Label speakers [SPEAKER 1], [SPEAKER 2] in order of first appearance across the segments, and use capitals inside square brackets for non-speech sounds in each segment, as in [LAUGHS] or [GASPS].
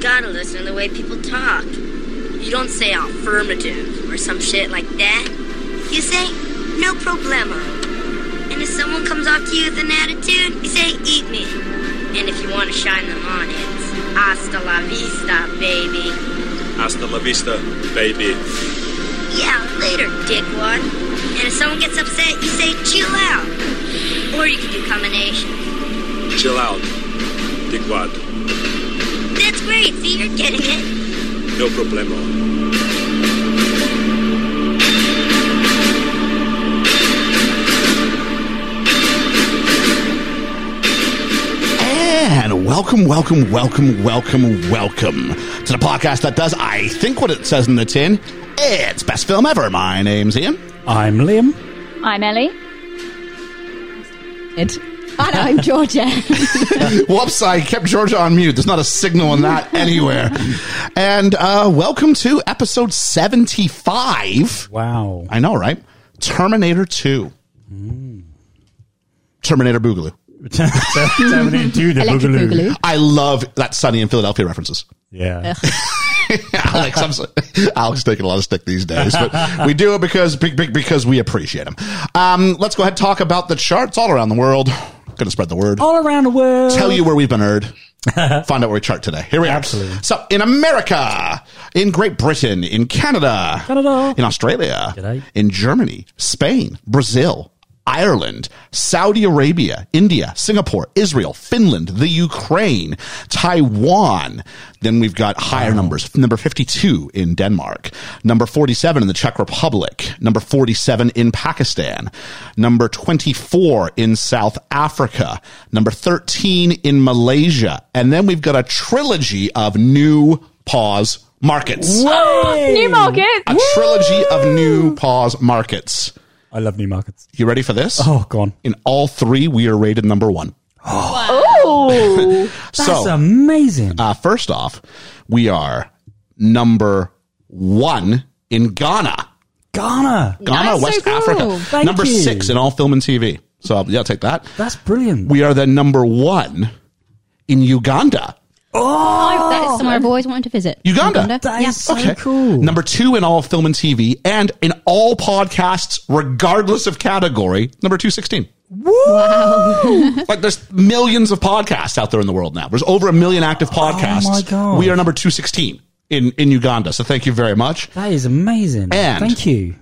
[SPEAKER 1] gotta listen to the way people talk. You don't say affirmative or some shit like that. You say no problemo. And if someone comes off to you with an attitude, you say eat me. And if you want to shine them on, it's hasta la vista, baby.
[SPEAKER 2] Hasta la vista, baby.
[SPEAKER 1] Yeah, later, dickwad. And if someone gets upset, you say chill out. Or you can do combinations.
[SPEAKER 2] Chill out, dickwad.
[SPEAKER 1] That's great, see, you're getting it.
[SPEAKER 2] No problemo.
[SPEAKER 3] And welcome, welcome, welcome, welcome, welcome to the podcast that does, I think, what it says in the tin. It's best film ever. My name's Ian.
[SPEAKER 4] I'm Liam.
[SPEAKER 5] I'm Ellie. It. And
[SPEAKER 3] [LAUGHS]
[SPEAKER 5] I'm Georgia.
[SPEAKER 3] Whoops, I kept Georgia on mute. There's not a signal on [LAUGHS] that anywhere. And uh, welcome to episode 75.
[SPEAKER 4] Wow.
[SPEAKER 3] I know, right? Terminator 2. Mm. Terminator Boogaloo.
[SPEAKER 4] [LAUGHS] Terminator 2, the
[SPEAKER 5] Electric
[SPEAKER 4] Boogaloo.
[SPEAKER 5] Boogaloo.
[SPEAKER 3] I love that Sunny in Philadelphia references.
[SPEAKER 4] Yeah.
[SPEAKER 3] [LAUGHS] Alex, I'm so, Alex taking a lot of stick these days, but we do it because be- be- because we appreciate him. Um, let's go ahead and talk about the charts all around the world. Going to spread the word.
[SPEAKER 4] All around the world.
[SPEAKER 3] Tell you where we've been
[SPEAKER 4] [LAUGHS]
[SPEAKER 3] heard. Find out where we chart today. Here we are.
[SPEAKER 4] Absolutely.
[SPEAKER 3] So in America, in Great Britain, in Canada,
[SPEAKER 4] Canada.
[SPEAKER 3] in Australia,
[SPEAKER 4] G'day.
[SPEAKER 3] in Germany, Spain, Brazil, Ireland, Saudi Arabia, India, Singapore, Israel, Finland, the Ukraine, Taiwan. Then we've got higher numbers. Number 52 in Denmark, number 47 in the Czech Republic, number 47 in Pakistan, number 24 in South Africa, number 13 in Malaysia. And then we've got a trilogy of new pause markets.
[SPEAKER 5] Ah, Newmarket.
[SPEAKER 3] A trilogy of new pause markets.
[SPEAKER 4] I love new markets.
[SPEAKER 3] You ready for this?
[SPEAKER 4] Oh, go on.
[SPEAKER 3] In all three, we are rated number
[SPEAKER 4] [GASPS]
[SPEAKER 3] one.
[SPEAKER 5] Ooh.
[SPEAKER 3] [LAUGHS]
[SPEAKER 4] That's um,
[SPEAKER 3] so,
[SPEAKER 4] amazing.
[SPEAKER 3] uh, first off, we are number one in Ghana,
[SPEAKER 4] Ghana.
[SPEAKER 3] Ghana,
[SPEAKER 5] That's so
[SPEAKER 3] West
[SPEAKER 5] cool.
[SPEAKER 3] Africa.
[SPEAKER 4] Thank
[SPEAKER 3] number
[SPEAKER 4] you.
[SPEAKER 3] six in all film and TV. So, yeah, take that.
[SPEAKER 4] That's brilliant.
[SPEAKER 3] We are then number one in Uganda.
[SPEAKER 5] That is somewhere I've always wanted to visit.
[SPEAKER 3] Uganda.
[SPEAKER 4] That is so
[SPEAKER 3] Okay.
[SPEAKER 4] cool.
[SPEAKER 3] Number two in all film and TV and in all podcasts, regardless of category, number 216. like there's millions of podcasts out there in the world now. There's over a million active podcasts.
[SPEAKER 4] Oh my God.
[SPEAKER 3] We are number 216 in, in Uganda. So thank you very much.
[SPEAKER 4] that is amazing.
[SPEAKER 3] And-
[SPEAKER 4] Thank you.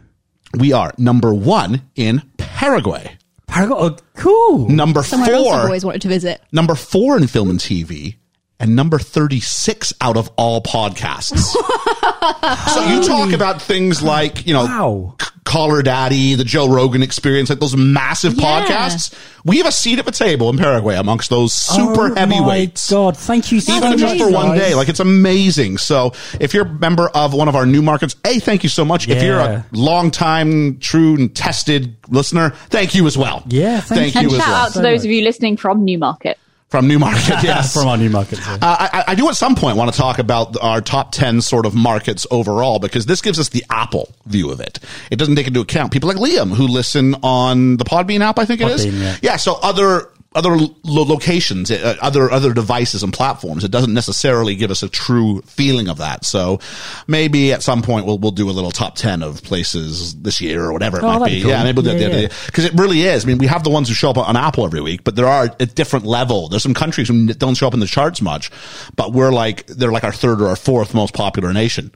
[SPEAKER 3] We are number one in Paraguay.
[SPEAKER 4] Paragon. Oh, cool.
[SPEAKER 3] Number
[SPEAKER 5] Somewhere else I've
[SPEAKER 3] four.
[SPEAKER 5] always wanted to visit.
[SPEAKER 3] Number four in film and TV. And number 36 out of all
[SPEAKER 5] [LAUGHS]
[SPEAKER 3] podcasts. so you talk about things like, you know,
[SPEAKER 4] Wow.
[SPEAKER 3] Caller Daddy, the Joe Rogan Experience, like those massive
[SPEAKER 5] Yeah.
[SPEAKER 3] podcasts. We have a seat at the table in Paraguay amongst those super
[SPEAKER 4] oh,
[SPEAKER 3] heavyweights.
[SPEAKER 4] My God. Thank you so
[SPEAKER 3] Even
[SPEAKER 4] much.
[SPEAKER 3] just for one
[SPEAKER 4] guys.
[SPEAKER 3] day, like it's amazing. So, if you're a member of one of our new markets, hey, thank you so much. If you're a
[SPEAKER 4] Yeah.
[SPEAKER 3] long time, true and tested listener, thank you as well.
[SPEAKER 4] Yeah,
[SPEAKER 3] thank,
[SPEAKER 4] thank
[SPEAKER 3] you
[SPEAKER 4] you.
[SPEAKER 3] as
[SPEAKER 6] And shout
[SPEAKER 3] well
[SPEAKER 6] out to those of you listening from Newmarket.
[SPEAKER 3] from
[SPEAKER 4] [LAUGHS]
[SPEAKER 3] Newmarket. Yes,
[SPEAKER 4] from our new markets.
[SPEAKER 3] Uh, I, I do at some point want to talk about our top 10 sort of markets overall because this gives us the Apple view of it. It doesn't take into account people like Liam who listen on the Podbean app, I think it is.
[SPEAKER 4] Podbean, yeah.
[SPEAKER 3] so other other lo- locations, uh, other other devices and platforms. It doesn't necessarily give us a true feeling of that. So maybe at some point we'll we'll do a little top 10 of places this year or whatever it
[SPEAKER 4] Oh,
[SPEAKER 3] might
[SPEAKER 4] that'd
[SPEAKER 3] be.
[SPEAKER 4] be cool.
[SPEAKER 3] Yeah, maybe we'll do it at the
[SPEAKER 4] Yeah,
[SPEAKER 3] end of the
[SPEAKER 4] yeah.
[SPEAKER 3] year because it really is. I mean, we have the ones who show up on Apple every week, but there are a different level. There's some countries who n- don't show up in the charts much, but we're like they're like our third or our fourth most popular nation.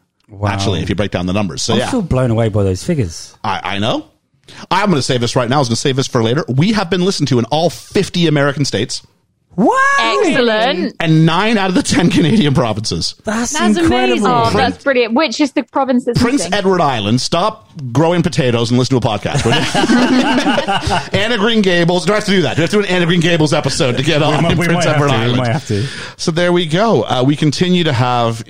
[SPEAKER 3] Actually, if you break down the numbers, so
[SPEAKER 4] I'm
[SPEAKER 3] yeah,
[SPEAKER 4] still blown away by those figures.
[SPEAKER 3] I, I know. I'm going to save this right now. I was going to save this for later. We have been listened to in all 50 American states
[SPEAKER 4] Wow.
[SPEAKER 6] Excellent.
[SPEAKER 3] and nine out of the 10 Canadian provinces.
[SPEAKER 4] That's,
[SPEAKER 5] That's
[SPEAKER 4] incredible.
[SPEAKER 5] amazing.
[SPEAKER 6] Oh, that's brilliant. Which is the province that's
[SPEAKER 3] Prince
[SPEAKER 6] missing?
[SPEAKER 3] Edward Island, stop growing potatoes and listen to a podcast. would you? [LAUGHS] Anna Green Gables. Do I have to do that? Do I have to do an Anna Green Gables episode to get on
[SPEAKER 4] might- we
[SPEAKER 3] Prince
[SPEAKER 4] might have
[SPEAKER 3] Edward
[SPEAKER 4] to, we
[SPEAKER 3] Island?
[SPEAKER 4] might have to.
[SPEAKER 3] So there we go. Uh, we continue to have.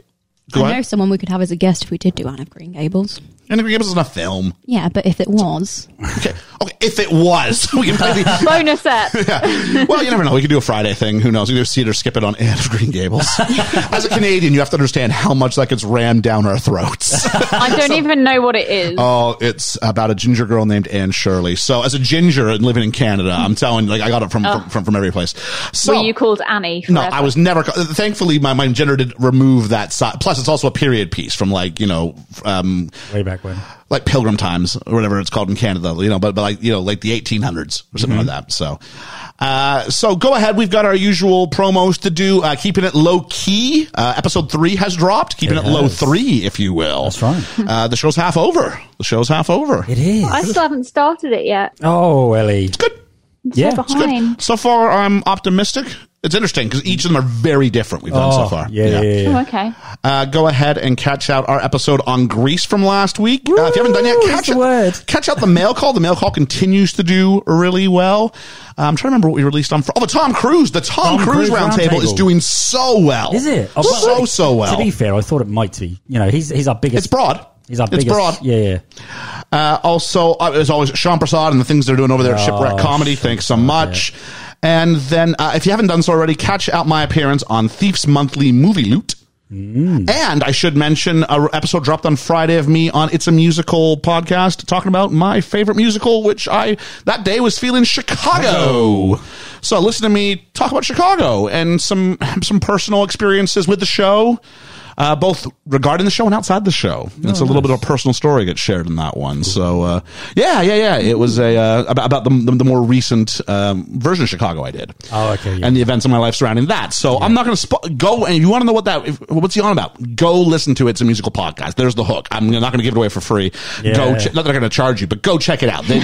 [SPEAKER 3] Go
[SPEAKER 5] I know
[SPEAKER 3] ahead.
[SPEAKER 5] someone we could have as a guest if we did do Anne of Green Gables.
[SPEAKER 3] Angry Games isn't a film.
[SPEAKER 5] Yeah, but if it was,
[SPEAKER 3] Okay. Okay. If it was, [LAUGHS] we can play the. [LAUGHS]
[SPEAKER 6] Bonus set.
[SPEAKER 3] Yeah. Well, you never know. We could do a Friday thing. Who knows? We could do Cedar Skip It on Anne of Green Gables. As a Canadian, you have to understand how much that gets rammed down our throats.
[SPEAKER 6] I don't even know what it is.
[SPEAKER 3] Oh, it's about a ginger girl named Anne Shirley. So, as a ginger and living in Canada, I'm telling like I got it from from, from, from every place. So,
[SPEAKER 6] Oh. Were you called Annie?
[SPEAKER 3] no,
[SPEAKER 6] forever?
[SPEAKER 3] I was never. ca- Thankfully, my, my gender did remove that side. Plus, it's also a period piece from like you know, um,
[SPEAKER 4] Way back when.
[SPEAKER 3] like Pilgrim Times or whatever it's called in Canada. You know, but but like you know, like the 1800s or something
[SPEAKER 4] Mm-hmm.
[SPEAKER 3] like that. So, uh, so go ahead. We've got our usual promos to do. Uh, keeping it low key. Uh, episode three has dropped. Keeping it,
[SPEAKER 4] It
[SPEAKER 3] low
[SPEAKER 4] has.
[SPEAKER 3] three, if you will.
[SPEAKER 4] That's right.
[SPEAKER 3] Uh, the show's half over. The show's half over.
[SPEAKER 4] It is.
[SPEAKER 6] I still haven't started it yet.
[SPEAKER 4] oh, Ellie.
[SPEAKER 3] Good.
[SPEAKER 6] I'm
[SPEAKER 4] Yeah,
[SPEAKER 6] so
[SPEAKER 4] it's
[SPEAKER 3] Good.
[SPEAKER 6] behind.
[SPEAKER 3] So far, I'm optimistic. It's interesting because each of them are very different. We've done so
[SPEAKER 4] Oh,
[SPEAKER 3] far.
[SPEAKER 4] Yeah, yeah, yeah.
[SPEAKER 6] Oh,
[SPEAKER 4] yeah.
[SPEAKER 6] okay.
[SPEAKER 3] Uh, go ahead and catch out our episode on Greece from last week. Uh, if you haven't done it,
[SPEAKER 4] Woo,
[SPEAKER 3] catch
[SPEAKER 4] it's a word.
[SPEAKER 3] out, catch out the mail call. The mail call continues to do really well. Uh, I'm trying to remember what we released on. Fr- oh, the Tom Cruise. The Tom,
[SPEAKER 4] Tom
[SPEAKER 3] Cruise,
[SPEAKER 4] Cruise
[SPEAKER 3] Roundtable
[SPEAKER 4] Roundtable.
[SPEAKER 3] is doing so well.
[SPEAKER 4] Is it? Oh,
[SPEAKER 3] so
[SPEAKER 4] well,
[SPEAKER 3] so well.
[SPEAKER 4] To be fair, I thought it might be. You know, he's he's our biggest.
[SPEAKER 3] it's broad.
[SPEAKER 4] He's our
[SPEAKER 3] it's
[SPEAKER 4] biggest.
[SPEAKER 3] broad.
[SPEAKER 4] Yeah, yeah.
[SPEAKER 3] Uh, also, uh, as always, Sean Prasad and the things they're doing over there at
[SPEAKER 4] Oh,
[SPEAKER 3] Shipwreck Comedy. Thanks so much. And then, uh, if you haven't done so already, catch out my appearance on Thief's Monthly Movie Loot. And I should mention a re- episode dropped on Friday of me on It's a Musical podcast talking about my favorite musical, which I that day was feeling Chicago. So listen to me talk about Chicago and some [LAUGHS] some personal experiences with the show, uh, both regarding the show and outside the show.
[SPEAKER 4] Oh,
[SPEAKER 3] it's a little bit of a personal story gets shared in that one. So uh, yeah, yeah, yeah. It was a uh, about, about the, the, the more recent um, version of Chicago I did.
[SPEAKER 4] Oh, okay, yeah.
[SPEAKER 3] And the events in my life surrounding that. So I'm not going to spo- go. And if you want to know what that, if, what's he on about? Go listen to it. It's a musical podcast. There's the hook. I'm not going to give it away for free. Go,
[SPEAKER 4] Yeah.
[SPEAKER 3] che- not that I'm going to charge you, but go check it out.
[SPEAKER 6] [LAUGHS]
[SPEAKER 3] They,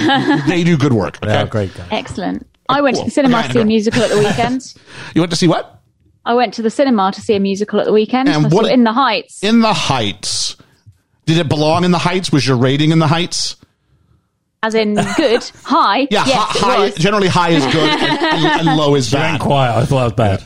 [SPEAKER 3] they do good work.
[SPEAKER 4] They
[SPEAKER 3] Okay?
[SPEAKER 4] are great guys.
[SPEAKER 6] Excellent. I went to the cinema to
[SPEAKER 3] Right,
[SPEAKER 6] see a
[SPEAKER 3] right.
[SPEAKER 6] musical at
[SPEAKER 3] [LAUGHS]
[SPEAKER 6] the weekend.
[SPEAKER 3] You went to see what?
[SPEAKER 6] I went to the cinema to see a musical at the weekend.
[SPEAKER 3] And
[SPEAKER 6] I
[SPEAKER 3] what-
[SPEAKER 6] saw In the Heights.
[SPEAKER 3] In the Heights. Did it belong in the Heights? Was your rating in the Heights? [LAUGHS]
[SPEAKER 6] As in good, high.
[SPEAKER 3] Yeah,
[SPEAKER 6] yes,
[SPEAKER 3] hi-
[SPEAKER 6] it
[SPEAKER 3] high,
[SPEAKER 6] was.
[SPEAKER 3] generally high is good
[SPEAKER 6] [LAUGHS]
[SPEAKER 3] and, and- and low is
[SPEAKER 4] Ran
[SPEAKER 3] bad.
[SPEAKER 4] quiet. I thought that was bad.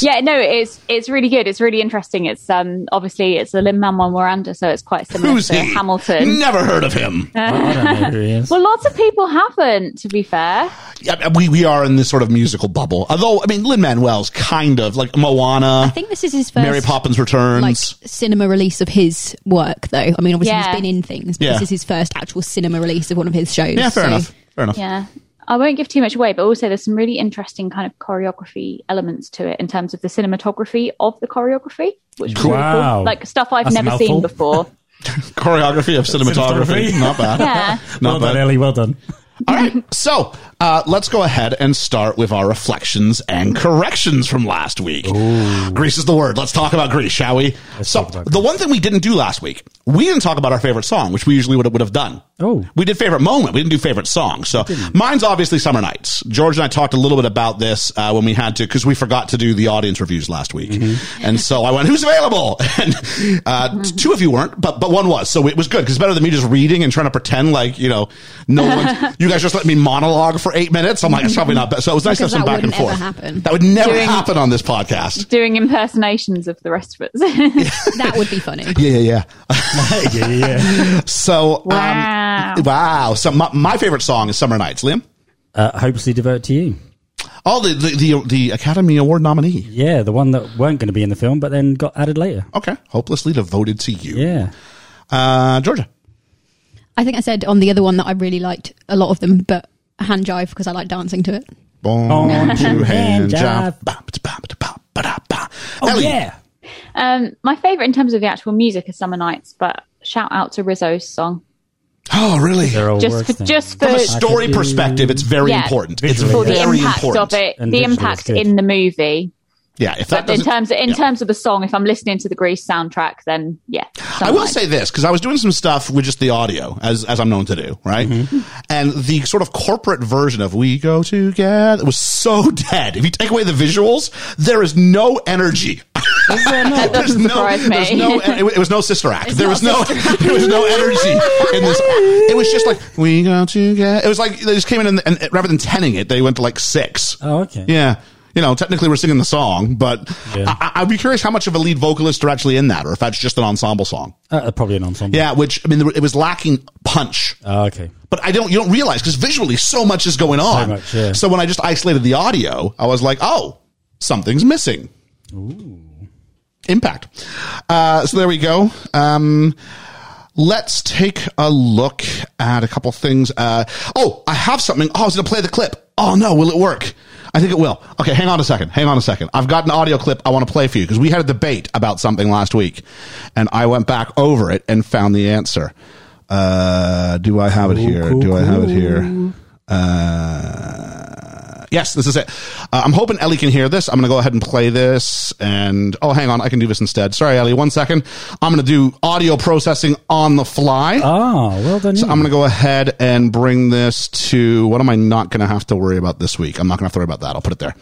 [SPEAKER 6] Yeah, no, it's it's really good. It's really interesting. It's um obviously it's a Lin Manuel Miranda, so it's quite similar
[SPEAKER 3] Who's
[SPEAKER 6] to
[SPEAKER 3] he?
[SPEAKER 6] Hamilton.
[SPEAKER 3] Never heard of him.
[SPEAKER 4] I don't know who he is.
[SPEAKER 6] Well, lots of people haven't, to be fair.
[SPEAKER 3] Yeah, we, we are in this sort of musical bubble. Although, I mean, Lin Manuel's kind of like Moana.
[SPEAKER 5] I think this is his first
[SPEAKER 3] Mary Poppins Returns.
[SPEAKER 5] like cinema release of his work, though. I mean, obviously
[SPEAKER 6] Yeah.
[SPEAKER 5] he's been in things, but
[SPEAKER 3] Yeah.
[SPEAKER 5] this is his first actual cinema release of one of his shows.
[SPEAKER 3] yeah, fair
[SPEAKER 5] so-
[SPEAKER 3] enough. Fair enough.
[SPEAKER 6] Yeah. I won't give too much away, but also there's some really interesting kind of choreography elements to it in terms of the cinematography of the choreography, which was really
[SPEAKER 4] Wow.
[SPEAKER 6] cool. Like stuff I've
[SPEAKER 4] That's a
[SPEAKER 6] never seen
[SPEAKER 4] mouthful.
[SPEAKER 3] [LAUGHS]
[SPEAKER 6] before.
[SPEAKER 3] Choreography of cinematography.
[SPEAKER 4] Cinematography.
[SPEAKER 3] Not bad.
[SPEAKER 6] Yeah.
[SPEAKER 3] Not
[SPEAKER 4] well done,
[SPEAKER 3] bad.
[SPEAKER 4] Ellie. Well done. [LAUGHS]
[SPEAKER 3] All right. So uh, let's go ahead and start with our reflections and corrections from last week. Greece is the word. Let's talk about Greece, shall we? so
[SPEAKER 4] talk
[SPEAKER 3] the
[SPEAKER 4] about
[SPEAKER 3] one thing we didn't do last week, we didn't talk about our favorite song, which we usually would have, would have done.
[SPEAKER 4] Oh.
[SPEAKER 3] We did favorite moment. We didn't do favorite song. So mine's obviously Summer Nights. George and I talked a little bit about this uh, when we had to, because we forgot to do the audience reviews last week. And so I went, who's available? [LAUGHS] And uh, t- two of you weren't, but, but one was. So it was good because it's better than me just reading and trying to pretend like, you know, no
[SPEAKER 5] [LAUGHS]
[SPEAKER 3] one, you guys just let me monologue for eight minutes. I'm like, it's probably not bad. So it was nice to have
[SPEAKER 5] Because
[SPEAKER 3] some back
[SPEAKER 5] that
[SPEAKER 3] and
[SPEAKER 5] wouldn't ever
[SPEAKER 3] forth.
[SPEAKER 5] happen.
[SPEAKER 3] That would never
[SPEAKER 6] Doing-
[SPEAKER 3] happen on this podcast.
[SPEAKER 6] Doing impersonations of the rest of [LAUGHS] it.
[SPEAKER 5] [LAUGHS] That would
[SPEAKER 3] [LAUGHS]
[SPEAKER 5] be funny.
[SPEAKER 3] Yeah, yeah, yeah.
[SPEAKER 4] yeah, yeah, yeah.
[SPEAKER 3] So,
[SPEAKER 6] Wow.
[SPEAKER 3] um, wow. So my, my favorite song is Summer Nights. Liam?
[SPEAKER 4] Uh, hopelessly devoted to you.
[SPEAKER 3] Oh, the, the, the, the Academy Award nominee.
[SPEAKER 4] Yeah, the one that weren't going to be in the film, but then got added later.
[SPEAKER 3] Okay. Hopelessly devoted to you.
[SPEAKER 4] Yeah.
[SPEAKER 3] Uh, Georgia.
[SPEAKER 5] I think I said on the other one that I really liked a lot of them, but hand jive because I like dancing to it.
[SPEAKER 3] Born,
[SPEAKER 4] Born
[SPEAKER 3] to
[SPEAKER 4] to
[SPEAKER 3] hand
[SPEAKER 4] hand
[SPEAKER 3] jive.
[SPEAKER 4] jive.
[SPEAKER 3] Ba, ba, ba, ba, ba, ba, ba.
[SPEAKER 4] Oh
[SPEAKER 3] Ellie.
[SPEAKER 4] yeah.
[SPEAKER 6] um, my favourite in terms of the actual music is Summer Nights, but shout out to Rizzo's song.
[SPEAKER 3] Oh, really?
[SPEAKER 4] They're all
[SPEAKER 6] Just
[SPEAKER 4] worse
[SPEAKER 6] for,
[SPEAKER 4] than-
[SPEAKER 6] just
[SPEAKER 3] From
[SPEAKER 6] for
[SPEAKER 3] a story
[SPEAKER 4] could do-
[SPEAKER 3] perspective, it's very
[SPEAKER 6] Yeah.
[SPEAKER 3] important.
[SPEAKER 4] Visually,
[SPEAKER 6] for
[SPEAKER 3] it's
[SPEAKER 6] the
[SPEAKER 3] very
[SPEAKER 6] impact
[SPEAKER 3] important.
[SPEAKER 6] of it,
[SPEAKER 4] And
[SPEAKER 6] the
[SPEAKER 4] visually it's
[SPEAKER 6] impact
[SPEAKER 4] good.
[SPEAKER 6] in the movie.
[SPEAKER 3] Yeah, if that
[SPEAKER 6] but in
[SPEAKER 3] doesn't-
[SPEAKER 6] terms of, in
[SPEAKER 3] yeah.
[SPEAKER 6] terms of the song, if I'm listening to the Grease soundtrack, then yeah.
[SPEAKER 3] I will
[SPEAKER 6] Sunlight.
[SPEAKER 3] say this because I was doing some stuff with just the audio, as as I'm known to do, right?
[SPEAKER 6] Mm-hmm.
[SPEAKER 3] And the sort of corporate version of "We Go Together" was so [LAUGHS] dead. If you take away the visuals, there is no energy.
[SPEAKER 6] [LAUGHS]
[SPEAKER 3] [LAUGHS]
[SPEAKER 6] That
[SPEAKER 3] There's
[SPEAKER 6] doesn't
[SPEAKER 3] no,
[SPEAKER 6] surprise me.
[SPEAKER 3] there's no, e, it, was- it was no sister act. there was no, [LAUGHS] there was no energy in this. It was just like we go together. It was like they just came in and, and rather than tenning it, they went to like six.
[SPEAKER 4] Oh okay.
[SPEAKER 3] Yeah. You know, technically we're singing the song, but
[SPEAKER 4] Yeah.
[SPEAKER 3] I, I- I'd be curious how much of a lead vocalist are actually in that, or if that's just an ensemble song.
[SPEAKER 4] Uh, probably an ensemble.
[SPEAKER 3] Yeah, which I mean, there were- it was lacking punch.
[SPEAKER 4] Oh, okay.
[SPEAKER 3] But I don't, you don't realize because visually so much is going on.
[SPEAKER 4] much, yeah.
[SPEAKER 3] So when I just isolated the audio, I was like, oh, something's missing. Impact. Uh, so there we go. Um, let's take a look at a couple things. Uh, oh, I have something. Oh, I was going to play the clip. Oh no, will it work? I think it will. Okay, hang on a second. Hang on a second. I've got an audio clip I want to play for you because we had a debate about something last week, and I went back over it and found the answer. Uh, do I have it here? do I have it here? Uh, yes, this is it. Uh, I'm hoping Ellie can hear this. I'm going to go ahead and play this. And oh, hang on, I can do this instead. Sorry, Ellie, one second. I'm going to do audio processing on the fly.
[SPEAKER 4] Ah, well done.
[SPEAKER 3] So
[SPEAKER 4] you.
[SPEAKER 3] I'm going to go ahead and bring this to what am I not going to have to worry about this week? I'm not going to have to worry about that. I'll put it there.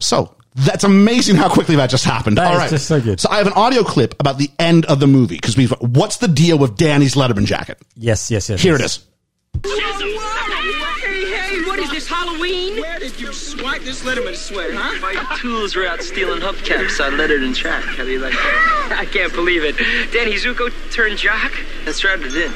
[SPEAKER 3] So that's amazing how quickly that just happened.
[SPEAKER 4] That
[SPEAKER 3] All
[SPEAKER 4] is
[SPEAKER 3] right.
[SPEAKER 4] just so good.
[SPEAKER 3] I have an audio clip about the end of the movie because we've, what's the deal with Danny's Letterman jacket?
[SPEAKER 4] yes, yes, yes.
[SPEAKER 3] Here it
[SPEAKER 4] yes.
[SPEAKER 3] is.
[SPEAKER 7] Hey, hey, what is this, Halloween? Where did you swipe this Letterman sweater, huh?
[SPEAKER 8] My tools were out stealing hubcaps on Leonard and Track. How do you like that?
[SPEAKER 7] [GASPS]
[SPEAKER 8] I can't believe it. Danny Zuko turned jock and strapped it in.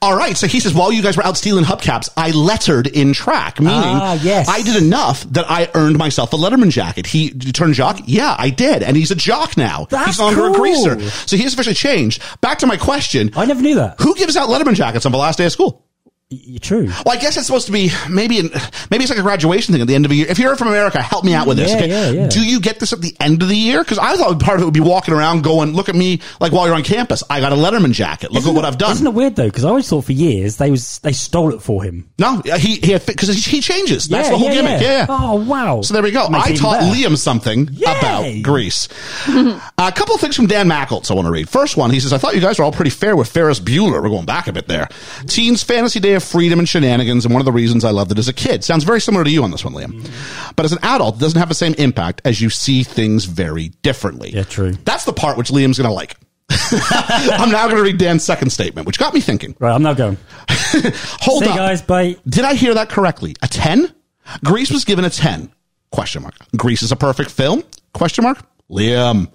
[SPEAKER 3] All right. So he says, while you guys were out stealing hubcaps, I lettered in track, meaning
[SPEAKER 4] Ah, yes.
[SPEAKER 3] I did enough that I earned myself a Letterman jacket. He turned jock. Yeah, I did. And he's a jock now.
[SPEAKER 4] That's
[SPEAKER 3] he's no longer a
[SPEAKER 4] cool.
[SPEAKER 3] greaser. So he has officially changed. Back to my question.
[SPEAKER 4] I never knew that.
[SPEAKER 3] Who gives out Letterman jackets on the last day of school?
[SPEAKER 4] Y- True.
[SPEAKER 3] Well, I guess it's supposed to be maybe an, maybe it's like a graduation thing at the end of the year. If you're from America, help me out with this.
[SPEAKER 4] Yeah,
[SPEAKER 3] okay?
[SPEAKER 4] yeah, yeah.
[SPEAKER 3] Do you get this at the end of the year? Because I thought part of it would be walking around going, "Look at me!" Like while you're on campus, I got a Letterman jacket. Look at what I've done.
[SPEAKER 4] Isn't it weird though? Because I always thought for years they was they stole it for him.
[SPEAKER 3] no, he he because he changes. That's the whole gimmick. Yeah. yeah.
[SPEAKER 4] Oh wow.
[SPEAKER 3] So there we go.
[SPEAKER 4] Makes it
[SPEAKER 3] I
[SPEAKER 4] even
[SPEAKER 3] taught
[SPEAKER 4] better.
[SPEAKER 3] Liam something
[SPEAKER 4] Yay!
[SPEAKER 3] about Greece. a couple of things from Dan Mackles I want to read. First one, he says, I thought you guys were all pretty fair with Ferris Bueller. We're going back a bit there. Teens Fantasy Day of Freedom and Shenanigans, and one of the reasons I loved it as a kid. Sounds very similar to you on this one, Liam. But as an adult, it doesn't have the same impact as you see things very differently.
[SPEAKER 4] Yeah, true.
[SPEAKER 3] That's the part which Liam's going to like. [LAUGHS] I'm now going to read Dan's second statement, which got me thinking.
[SPEAKER 4] Right, I'm now going.
[SPEAKER 3] Hold
[SPEAKER 4] See
[SPEAKER 3] up.
[SPEAKER 4] you guys, bye.
[SPEAKER 3] Did I hear that correctly? A 10? Greece was given a 10. Question mark. Greece is a perfect film? Question mark. Liam.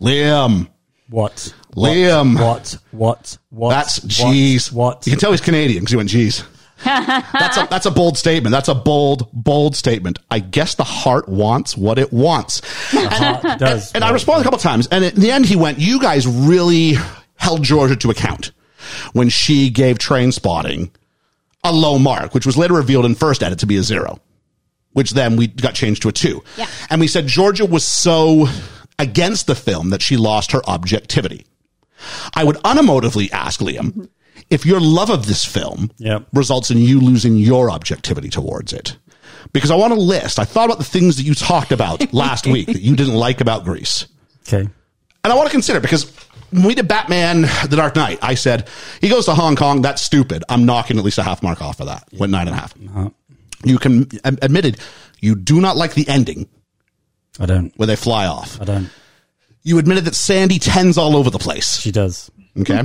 [SPEAKER 3] Liam.
[SPEAKER 4] What?
[SPEAKER 3] Liam.
[SPEAKER 4] What? What? What?
[SPEAKER 3] That's
[SPEAKER 4] what,
[SPEAKER 3] jeez.
[SPEAKER 4] What?
[SPEAKER 3] You can tell he's Canadian because he went jeez. that's a that's a bold statement. That's a bold bold statement. I guess the heart wants what it wants.
[SPEAKER 4] Heart does.
[SPEAKER 3] And I responded a couple times. And in the end, he went, You guys really held Georgia to account when she gave train spotting a low mark, which was later revealed in first edit to be a zero, which then we got changed to a two.
[SPEAKER 5] Yeah.
[SPEAKER 3] And we said Georgia was so against the film that she lost her objectivity. I would unemotively ask Liam if your love of this film
[SPEAKER 4] Yep.
[SPEAKER 3] results in you losing your objectivity towards it. Because I want to list, I thought about the things that you talked about last week that you didn't like about Greece.
[SPEAKER 4] Okay.
[SPEAKER 3] And I want to consider it because when we did Batman The Dark Knight, I said, he goes to Hong Kong, that's stupid. I'm knocking at least a half mark off of that. Went nine and a half.
[SPEAKER 4] Uh-huh.
[SPEAKER 3] You can ad- admitted you do not like the ending
[SPEAKER 4] I don't.
[SPEAKER 3] where they fly off.
[SPEAKER 4] I don't.
[SPEAKER 3] You admitted that Sandy tens all over the place.
[SPEAKER 4] She does. [LAUGHS]
[SPEAKER 3] Okay.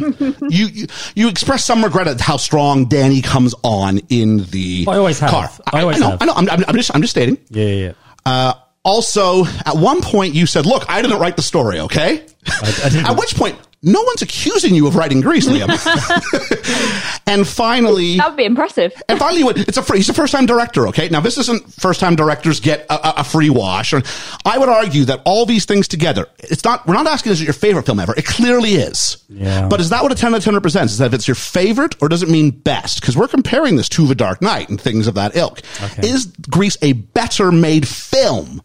[SPEAKER 3] you, you you express some regret at how strong Danny comes on in the
[SPEAKER 4] Oh, I always have.
[SPEAKER 3] car.
[SPEAKER 4] I always
[SPEAKER 3] know,
[SPEAKER 4] have.
[SPEAKER 3] I know. I'm, I'm, I'm just I'm just stating.
[SPEAKER 4] Yeah, yeah, yeah.
[SPEAKER 3] Uh, also, at one point you said, "Look, I didn't write the story." Okay.
[SPEAKER 4] I
[SPEAKER 3] [LAUGHS]
[SPEAKER 4] didn't.
[SPEAKER 3] at which point, no one's accusing you of writing Grease,
[SPEAKER 4] [LAUGHS]
[SPEAKER 3] Liam. [LAUGHS] and finally,
[SPEAKER 6] [LAUGHS] That would
[SPEAKER 3] [LAUGHS]
[SPEAKER 6] be impressive.
[SPEAKER 3] and finally, what- it's a free, he's a first time director. Okay, now this isn't first time directors get a, a- a free wash. Or, I would argue that all these things together, it's not. We're not asking is it your favorite film ever. It clearly is.
[SPEAKER 4] Yeah.
[SPEAKER 3] But is that what a ten out of ten represents? Is that if it's your favorite or does it mean best? Because we're comparing this to The Dark Knight and things of that ilk.
[SPEAKER 4] Okay.
[SPEAKER 3] Is Grease a better made film?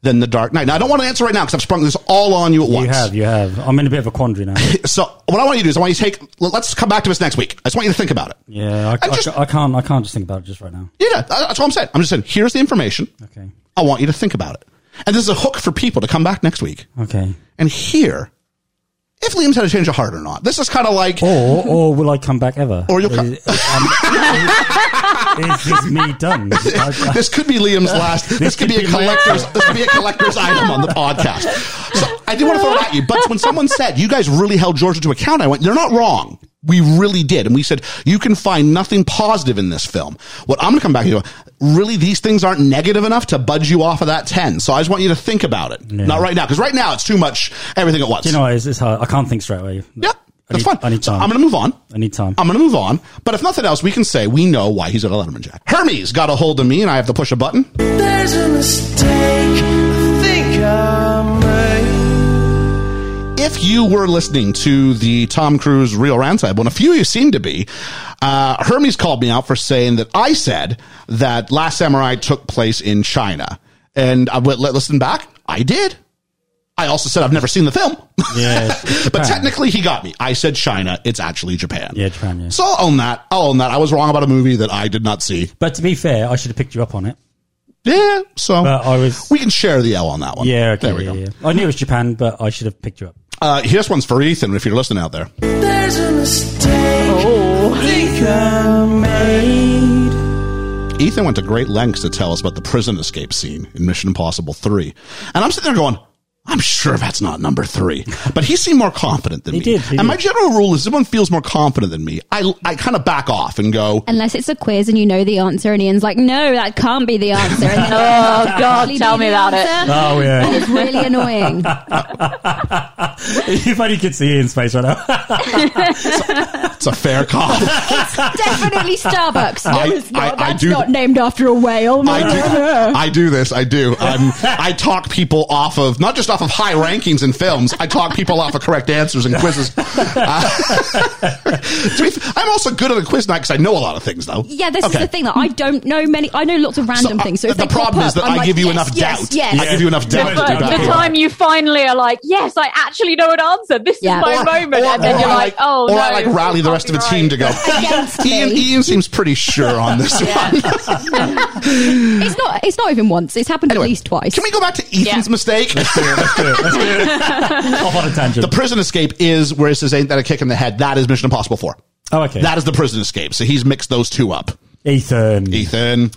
[SPEAKER 3] Than the Dark Knight. Now I don't want to answer right now because I've sprung this all on you at once.
[SPEAKER 4] You have, you have. I'm in a bit of a quandary
[SPEAKER 3] [LAUGHS]
[SPEAKER 4] now.
[SPEAKER 3] So what I want you to do is I want you to take. Let's come back to this next week. I just want you to think about it.
[SPEAKER 4] Yeah, I,
[SPEAKER 3] And
[SPEAKER 4] I-
[SPEAKER 3] just-
[SPEAKER 4] I can't. I can't just think about it just right now.
[SPEAKER 3] Yeah, that's what I'm saying. I'm just saying, here's the information.
[SPEAKER 4] Okay.
[SPEAKER 3] I want you to think about it. And this is a hook for people to come back next week
[SPEAKER 4] Okay.
[SPEAKER 3] and hear if Liam's had a change of heart or not. This is kind of like,
[SPEAKER 4] Or or will I come back ever?
[SPEAKER 3] Or you'll come-
[SPEAKER 4] Is, um, is, is me done? I- I-
[SPEAKER 3] this could be [LAUGHS] Liam's last. This, could, be a collector's. this could be a [LAUGHS] collector's item on the podcast. So I do want to throw it at you. But when someone said you guys really held Georgia to account, I went, they're not wrong. we really did. And we said, you can find nothing positive in this film. What I'm going to come back to, really, these things aren't negative enough to budge you off of that 10. So I just want you to think about it. Not right now, because right now it's too much everything at once.
[SPEAKER 4] You know, what, it's, it's hard. I can't think straight away.
[SPEAKER 3] Yep.
[SPEAKER 4] I
[SPEAKER 3] That's
[SPEAKER 4] need-
[SPEAKER 3] fine.
[SPEAKER 4] I need
[SPEAKER 3] So
[SPEAKER 4] time.
[SPEAKER 3] I'm going to move on.
[SPEAKER 4] I need time.
[SPEAKER 3] I'm going to move on. But if nothing else, we can say we know why he's at a Letterman Jack. Hermes got a hold of me and I have to push a button.
[SPEAKER 9] There's a mistake I think I made.
[SPEAKER 3] If you were listening to the Tom Cruise Real Rantab, when a few of you seem to be, uh, Hermes called me out for saying that I said that Last Samurai took place in China. And I went, let listen back. I did. I also said I've never seen the film. [LAUGHS]
[SPEAKER 4] Yeah, it's- it's
[SPEAKER 3] but
[SPEAKER 4] Japan.
[SPEAKER 3] technically, he got me. I said China. It's actually Japan.
[SPEAKER 4] Yeah, Japan, yeah.
[SPEAKER 3] So I'll own that. I'll own that. I was wrong about a movie that I did not see.
[SPEAKER 4] But to be fair, I should have picked you up on it.
[SPEAKER 3] Yeah. So
[SPEAKER 4] But I was-
[SPEAKER 3] we can share the L on that one.
[SPEAKER 4] Yeah, okay,
[SPEAKER 3] There we
[SPEAKER 4] yeah,
[SPEAKER 3] go.
[SPEAKER 4] yeah. I knew it was Japan, but I should have picked you up.
[SPEAKER 3] Uh, here's one's for Ethan if you're listening out there.
[SPEAKER 9] There's a mistake I think I made.
[SPEAKER 3] Ethan went to great lengths to tell us about the prison escape scene in Mission Impossible 3. And I'm sitting there going, I'm sure that's not number three, but he seemed more confident than
[SPEAKER 4] He
[SPEAKER 3] me.
[SPEAKER 4] did, he
[SPEAKER 3] and
[SPEAKER 4] did.
[SPEAKER 3] my general rule is, if someone feels more confident than me, I, I kind of back off and go,
[SPEAKER 5] Unless it's a quiz and you know the answer, and Ian's like, "No, that can't be the answer." And [LAUGHS] then
[SPEAKER 6] Oh,
[SPEAKER 5] it's
[SPEAKER 6] God,
[SPEAKER 5] actually
[SPEAKER 6] tell
[SPEAKER 5] the
[SPEAKER 6] me about it.
[SPEAKER 5] answer.
[SPEAKER 4] Oh,
[SPEAKER 5] And
[SPEAKER 3] [LAUGHS]
[SPEAKER 4] yeah. [LAUGHS]
[SPEAKER 5] It's really annoying.
[SPEAKER 4] if only you could see Ian's face right now. [LAUGHS]
[SPEAKER 3] "It's a fair cop."
[SPEAKER 5] [LAUGHS] Definitely Starbucks. No,
[SPEAKER 3] I-
[SPEAKER 5] it's not.
[SPEAKER 3] I- I
[SPEAKER 5] That's
[SPEAKER 3] do-
[SPEAKER 5] not named after a whale. No,
[SPEAKER 3] I
[SPEAKER 5] no, [LAUGHS] no.
[SPEAKER 3] do, I do this. I do. I'm, I talk people off of not just off of high rankings in films. I talk people off of correct answers and quizzes. Uh, [LAUGHS] to be f- I'm also good at a quiz night because I know a lot of things, though.
[SPEAKER 5] Yeah, this
[SPEAKER 3] Okay.
[SPEAKER 5] is the thing that I don't know many. I know lots of random
[SPEAKER 3] So, uh,
[SPEAKER 5] things. So if
[SPEAKER 3] the
[SPEAKER 5] they pop
[SPEAKER 3] problem is
[SPEAKER 5] up,
[SPEAKER 3] that
[SPEAKER 5] I'm
[SPEAKER 3] I
[SPEAKER 5] like,
[SPEAKER 3] give you
[SPEAKER 5] yes,
[SPEAKER 3] enough
[SPEAKER 5] yes,
[SPEAKER 3] doubt.
[SPEAKER 5] Yes.
[SPEAKER 3] I give you
[SPEAKER 5] [LAUGHS]
[SPEAKER 3] enough doubt to do
[SPEAKER 4] but the
[SPEAKER 3] that.
[SPEAKER 6] the
[SPEAKER 4] Yeah.
[SPEAKER 6] time you finally are like, yes, I actually know an answer. This
[SPEAKER 5] Yeah.
[SPEAKER 6] is my
[SPEAKER 5] Or-
[SPEAKER 6] moment. and then
[SPEAKER 3] or
[SPEAKER 6] you're
[SPEAKER 3] I
[SPEAKER 6] like, oh,
[SPEAKER 3] or
[SPEAKER 6] no,
[SPEAKER 3] I like rally the
[SPEAKER 6] you
[SPEAKER 3] rest of the
[SPEAKER 6] can't be
[SPEAKER 3] team to
[SPEAKER 6] right.
[SPEAKER 3] go. [LAUGHS]
[SPEAKER 5] Against
[SPEAKER 3] Ian,
[SPEAKER 5] me.
[SPEAKER 3] Ian seems pretty sure on this one. [LAUGHS]
[SPEAKER 5] It's not. It's not even once. It's happened at least twice.
[SPEAKER 3] Can we go back to Ethan's
[SPEAKER 6] Yeah.
[SPEAKER 3] mistake? [LAUGHS]
[SPEAKER 4] Off on a tangent.
[SPEAKER 3] The prison escape is where it says ain't that a kick in the head. That is Mission Impossible 4.
[SPEAKER 4] oh, okay.
[SPEAKER 3] That is the prison escape. So he's mixed those two up.
[SPEAKER 4] Ethan. Oh,
[SPEAKER 3] Ethan.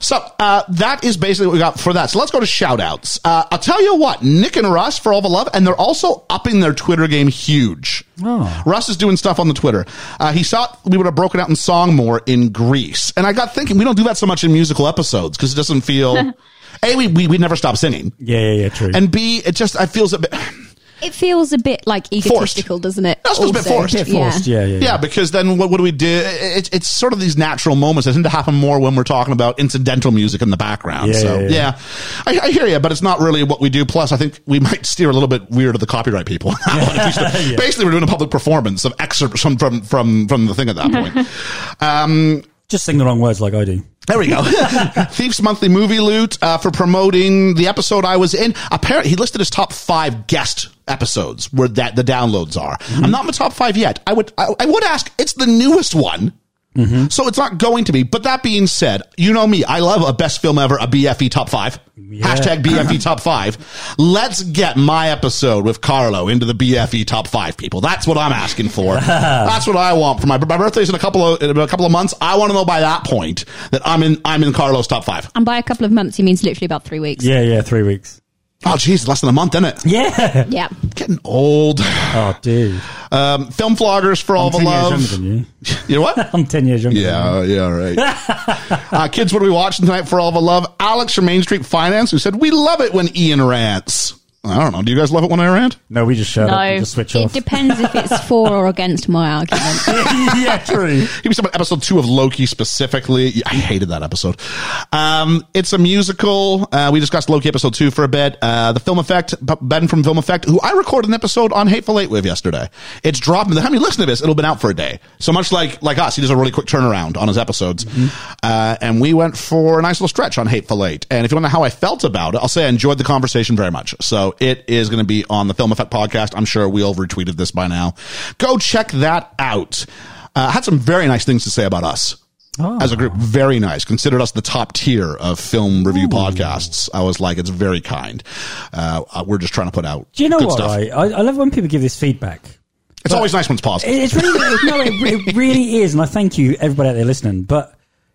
[SPEAKER 3] So uh, that is basically what we got for that. So let's go to shout outs. Uh, I'll tell you what, Nick and Russ for all the love, and they're also upping their Twitter game huge. Russ is doing stuff on the Twitter. Uh, he thought we would have broken out in song more in Greece. And I got thinking, we don't do that so much in musical episodes because it doesn't feel. A, we, we, we never stop singing.
[SPEAKER 4] Yeah, yeah, yeah, true.
[SPEAKER 3] And B, it just, it feels a bit.
[SPEAKER 5] It feels a bit like egotistical, doesn't it?
[SPEAKER 3] That's a little bit
[SPEAKER 5] Also.
[SPEAKER 3] forced. A bit
[SPEAKER 4] Forced, yeah, yeah, yeah.
[SPEAKER 3] Yeah, because then what, what do we do? It, it's sort of these natural moments that tend to happen more when we're talking about incidental music in the background.
[SPEAKER 4] Yeah,
[SPEAKER 3] so yeah,
[SPEAKER 4] yeah, yeah.
[SPEAKER 3] I, I hear you, but it's not really what we do. Plus, I think we might steer a little bit weird of the copyright
[SPEAKER 4] [LAUGHS]
[SPEAKER 3] people. [LAUGHS] Basically, we're doing a public performance of excerpts from from from, from the thing at that point. um,
[SPEAKER 4] Just sing the wrong words like I do.
[SPEAKER 3] there we go. [LAUGHS] Thief's Monthly Movie Loot uh, for promoting the episode I was in. Apparently, he listed his top five guest episodes where that the downloads are. I'm not in the top five yet. I would I, I would ask. It's the newest one. So it's not going to be. But that being said, you know me. I love a best film ever, a BFE top five. [LAUGHS] Hashtag BFE top five. Let's get my episode with Carlo into the BFE top five, people. That's what I'm asking [LAUGHS] for. That's what I want for my my birthday's in a couple of in a couple of months. I want to know by that point that I'm in I'm in Carlo's top five.
[SPEAKER 5] And by a couple of months, he means literally about three weeks.
[SPEAKER 4] Yeah, yeah, three weeks.
[SPEAKER 3] Oh, geez, less than a month, isn't it?
[SPEAKER 4] Yeah.
[SPEAKER 5] Yeah.
[SPEAKER 3] Getting old.
[SPEAKER 4] Oh, dude.
[SPEAKER 3] Um, film floggers for all
[SPEAKER 4] I'm
[SPEAKER 3] the
[SPEAKER 4] 10 years
[SPEAKER 3] love.
[SPEAKER 4] younger than you.
[SPEAKER 3] [LAUGHS] You know what?
[SPEAKER 4] I'm 10 years younger
[SPEAKER 3] Yeah, uh, yeah, all
[SPEAKER 4] [LAUGHS]
[SPEAKER 3] right. uh, kids, what are we watching tonight for all the love? Alex from Main Street Finance, who said, We love it when Ian rants. I don't know. Do you guys love it when I rant?
[SPEAKER 4] No, we just shut
[SPEAKER 6] No.
[SPEAKER 4] up and just switch
[SPEAKER 5] It
[SPEAKER 4] off.
[SPEAKER 5] depends
[SPEAKER 3] [LAUGHS]
[SPEAKER 5] if it's for or against my argument.
[SPEAKER 4] [LAUGHS] yeah, true.
[SPEAKER 3] He was talking about episode two of Loki specifically. Yeah, I hated that episode. Um, it's a musical. Uh, we discussed Loki episode two for a bit. Uh, the film effect, B- Ben from Film Effect, who I recorded an episode on Hateful Eight with yesterday. It's dropping. By the time you listen to this, it'll been out for a day. So much like like us, he does a really quick turnaround on his episodes. Uh, and we went for a nice little stretch on Hateful Eight. And if you want to know how I felt about it, I'll say I enjoyed the conversation very much. So it is going to be on the Film Effect podcast. I'm sure we'll have retweeted this by now. Go check that out uh, had some very nice things to say about us
[SPEAKER 4] Ah.
[SPEAKER 3] as a group. Very nice. Considered us the top tier of film review podcasts. I was like, it's very kind. Uh, uh, we're just trying to put out
[SPEAKER 4] Do you know
[SPEAKER 3] good
[SPEAKER 4] what,
[SPEAKER 3] stuff.
[SPEAKER 4] right? I, I love when people give this feedback.
[SPEAKER 3] It's always nice when it's positive.
[SPEAKER 4] It- It's really no, it, it really is, and I thank you everybody out there listening. But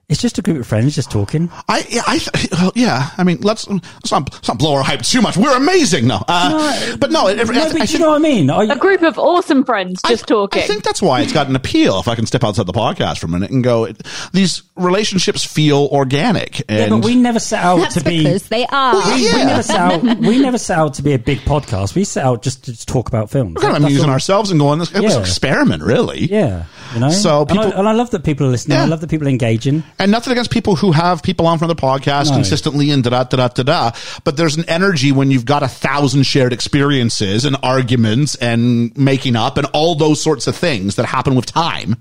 [SPEAKER 4] It's just a group of friends just talking.
[SPEAKER 3] I, yeah, I, th- [LAUGHS] well, yeah. I mean, let's, let's not, let's not blow our hype too much. We're amazing, no. Uh, but no, it, it-
[SPEAKER 4] No,
[SPEAKER 3] I, th- I
[SPEAKER 4] but do you
[SPEAKER 3] think,
[SPEAKER 4] know what I mean? I,
[SPEAKER 6] A group of awesome friends
[SPEAKER 3] I-
[SPEAKER 6] just talking.
[SPEAKER 3] I think that's why it's got an appeal. If I can step outside the podcast for a minute and go, it, these relationships feel organic.
[SPEAKER 4] yeah,
[SPEAKER 3] And
[SPEAKER 4] but we never set out
[SPEAKER 5] That's
[SPEAKER 4] to be.
[SPEAKER 5] because they are.
[SPEAKER 3] Well, yeah.
[SPEAKER 4] We never set
[SPEAKER 5] [LAUGHS]
[SPEAKER 4] out. We never set out to be a big podcast. We set out just to just talk about films.
[SPEAKER 3] we're kind of
[SPEAKER 4] That's
[SPEAKER 3] amusing
[SPEAKER 4] all.
[SPEAKER 3] ourselves and going, this, it was an
[SPEAKER 4] Yeah.
[SPEAKER 3] experiment, really.
[SPEAKER 4] Yeah, you know.
[SPEAKER 3] So
[SPEAKER 4] And I- and
[SPEAKER 3] people-
[SPEAKER 4] I, love that people are listening.
[SPEAKER 3] Yeah.
[SPEAKER 4] I love that people are engaging.
[SPEAKER 3] And nothing against people who have people on from the podcast
[SPEAKER 4] No.
[SPEAKER 3] consistently and da da da da da. But there's an energy when you've got a thousand shared experiences and arguments and making up and all those sorts of things that happen with time.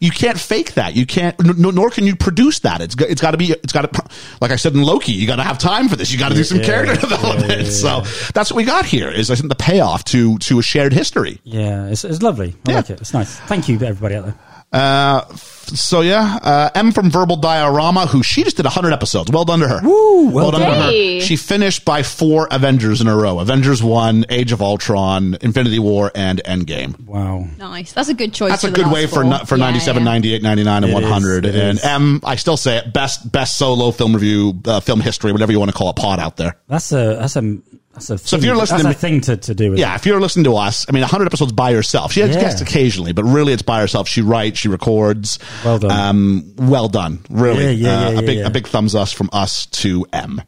[SPEAKER 3] You can't fake that. You can't. n- n- nor can you produce that. It's go- it's got to be. It's got to. Like I said in Loki, you got to have time for this. You got to do some
[SPEAKER 4] Yeah,
[SPEAKER 3] character
[SPEAKER 4] yeah,
[SPEAKER 3] development.
[SPEAKER 4] yeah, yeah.
[SPEAKER 3] So that's what we got here. Is I think the payoff to to a shared history.
[SPEAKER 4] Yeah, it's, it's lovely. I
[SPEAKER 3] Yeah.
[SPEAKER 4] like it. It's nice. Thank you, everybody out there.
[SPEAKER 3] Uh, f- so yeah, uh, M from Verbal Diorama, who she just did hundred episodes. Well done to her.
[SPEAKER 4] Woo, well
[SPEAKER 6] done.
[SPEAKER 3] to her.
[SPEAKER 6] Hey.
[SPEAKER 3] She finished by four Avengers in a row: Avengers One, Age of Ultron, Infinity War, and Endgame.
[SPEAKER 4] Wow.
[SPEAKER 5] Nice. That's a good choice.
[SPEAKER 3] That's a
[SPEAKER 5] the
[SPEAKER 3] good
[SPEAKER 5] last
[SPEAKER 3] way for
[SPEAKER 5] four.
[SPEAKER 3] nu- for
[SPEAKER 5] Yeah,
[SPEAKER 3] 97,
[SPEAKER 5] yeah.
[SPEAKER 3] 98, 99, and
[SPEAKER 4] It is,
[SPEAKER 3] 100.
[SPEAKER 4] it
[SPEAKER 3] and
[SPEAKER 4] is.
[SPEAKER 3] M, I still say it best best solo film review, uh, film history, whatever you want to call it, pod out there.
[SPEAKER 4] That's a that's a that's a. So
[SPEAKER 3] if you're listening to
[SPEAKER 4] that's
[SPEAKER 3] me-
[SPEAKER 4] a thing to, to do. With
[SPEAKER 3] Yeah, if you're listening to us, I mean, 100 episodes by herself. She has
[SPEAKER 4] Yeah.
[SPEAKER 3] guests occasionally, but really it's by herself. She writes, she records.
[SPEAKER 4] Well done.
[SPEAKER 3] Um, well done. Really.
[SPEAKER 4] Yeah, yeah, yeah,
[SPEAKER 3] Uh, a
[SPEAKER 4] yeah,
[SPEAKER 3] big,
[SPEAKER 4] yeah.
[SPEAKER 3] a big thumbs us from us to M.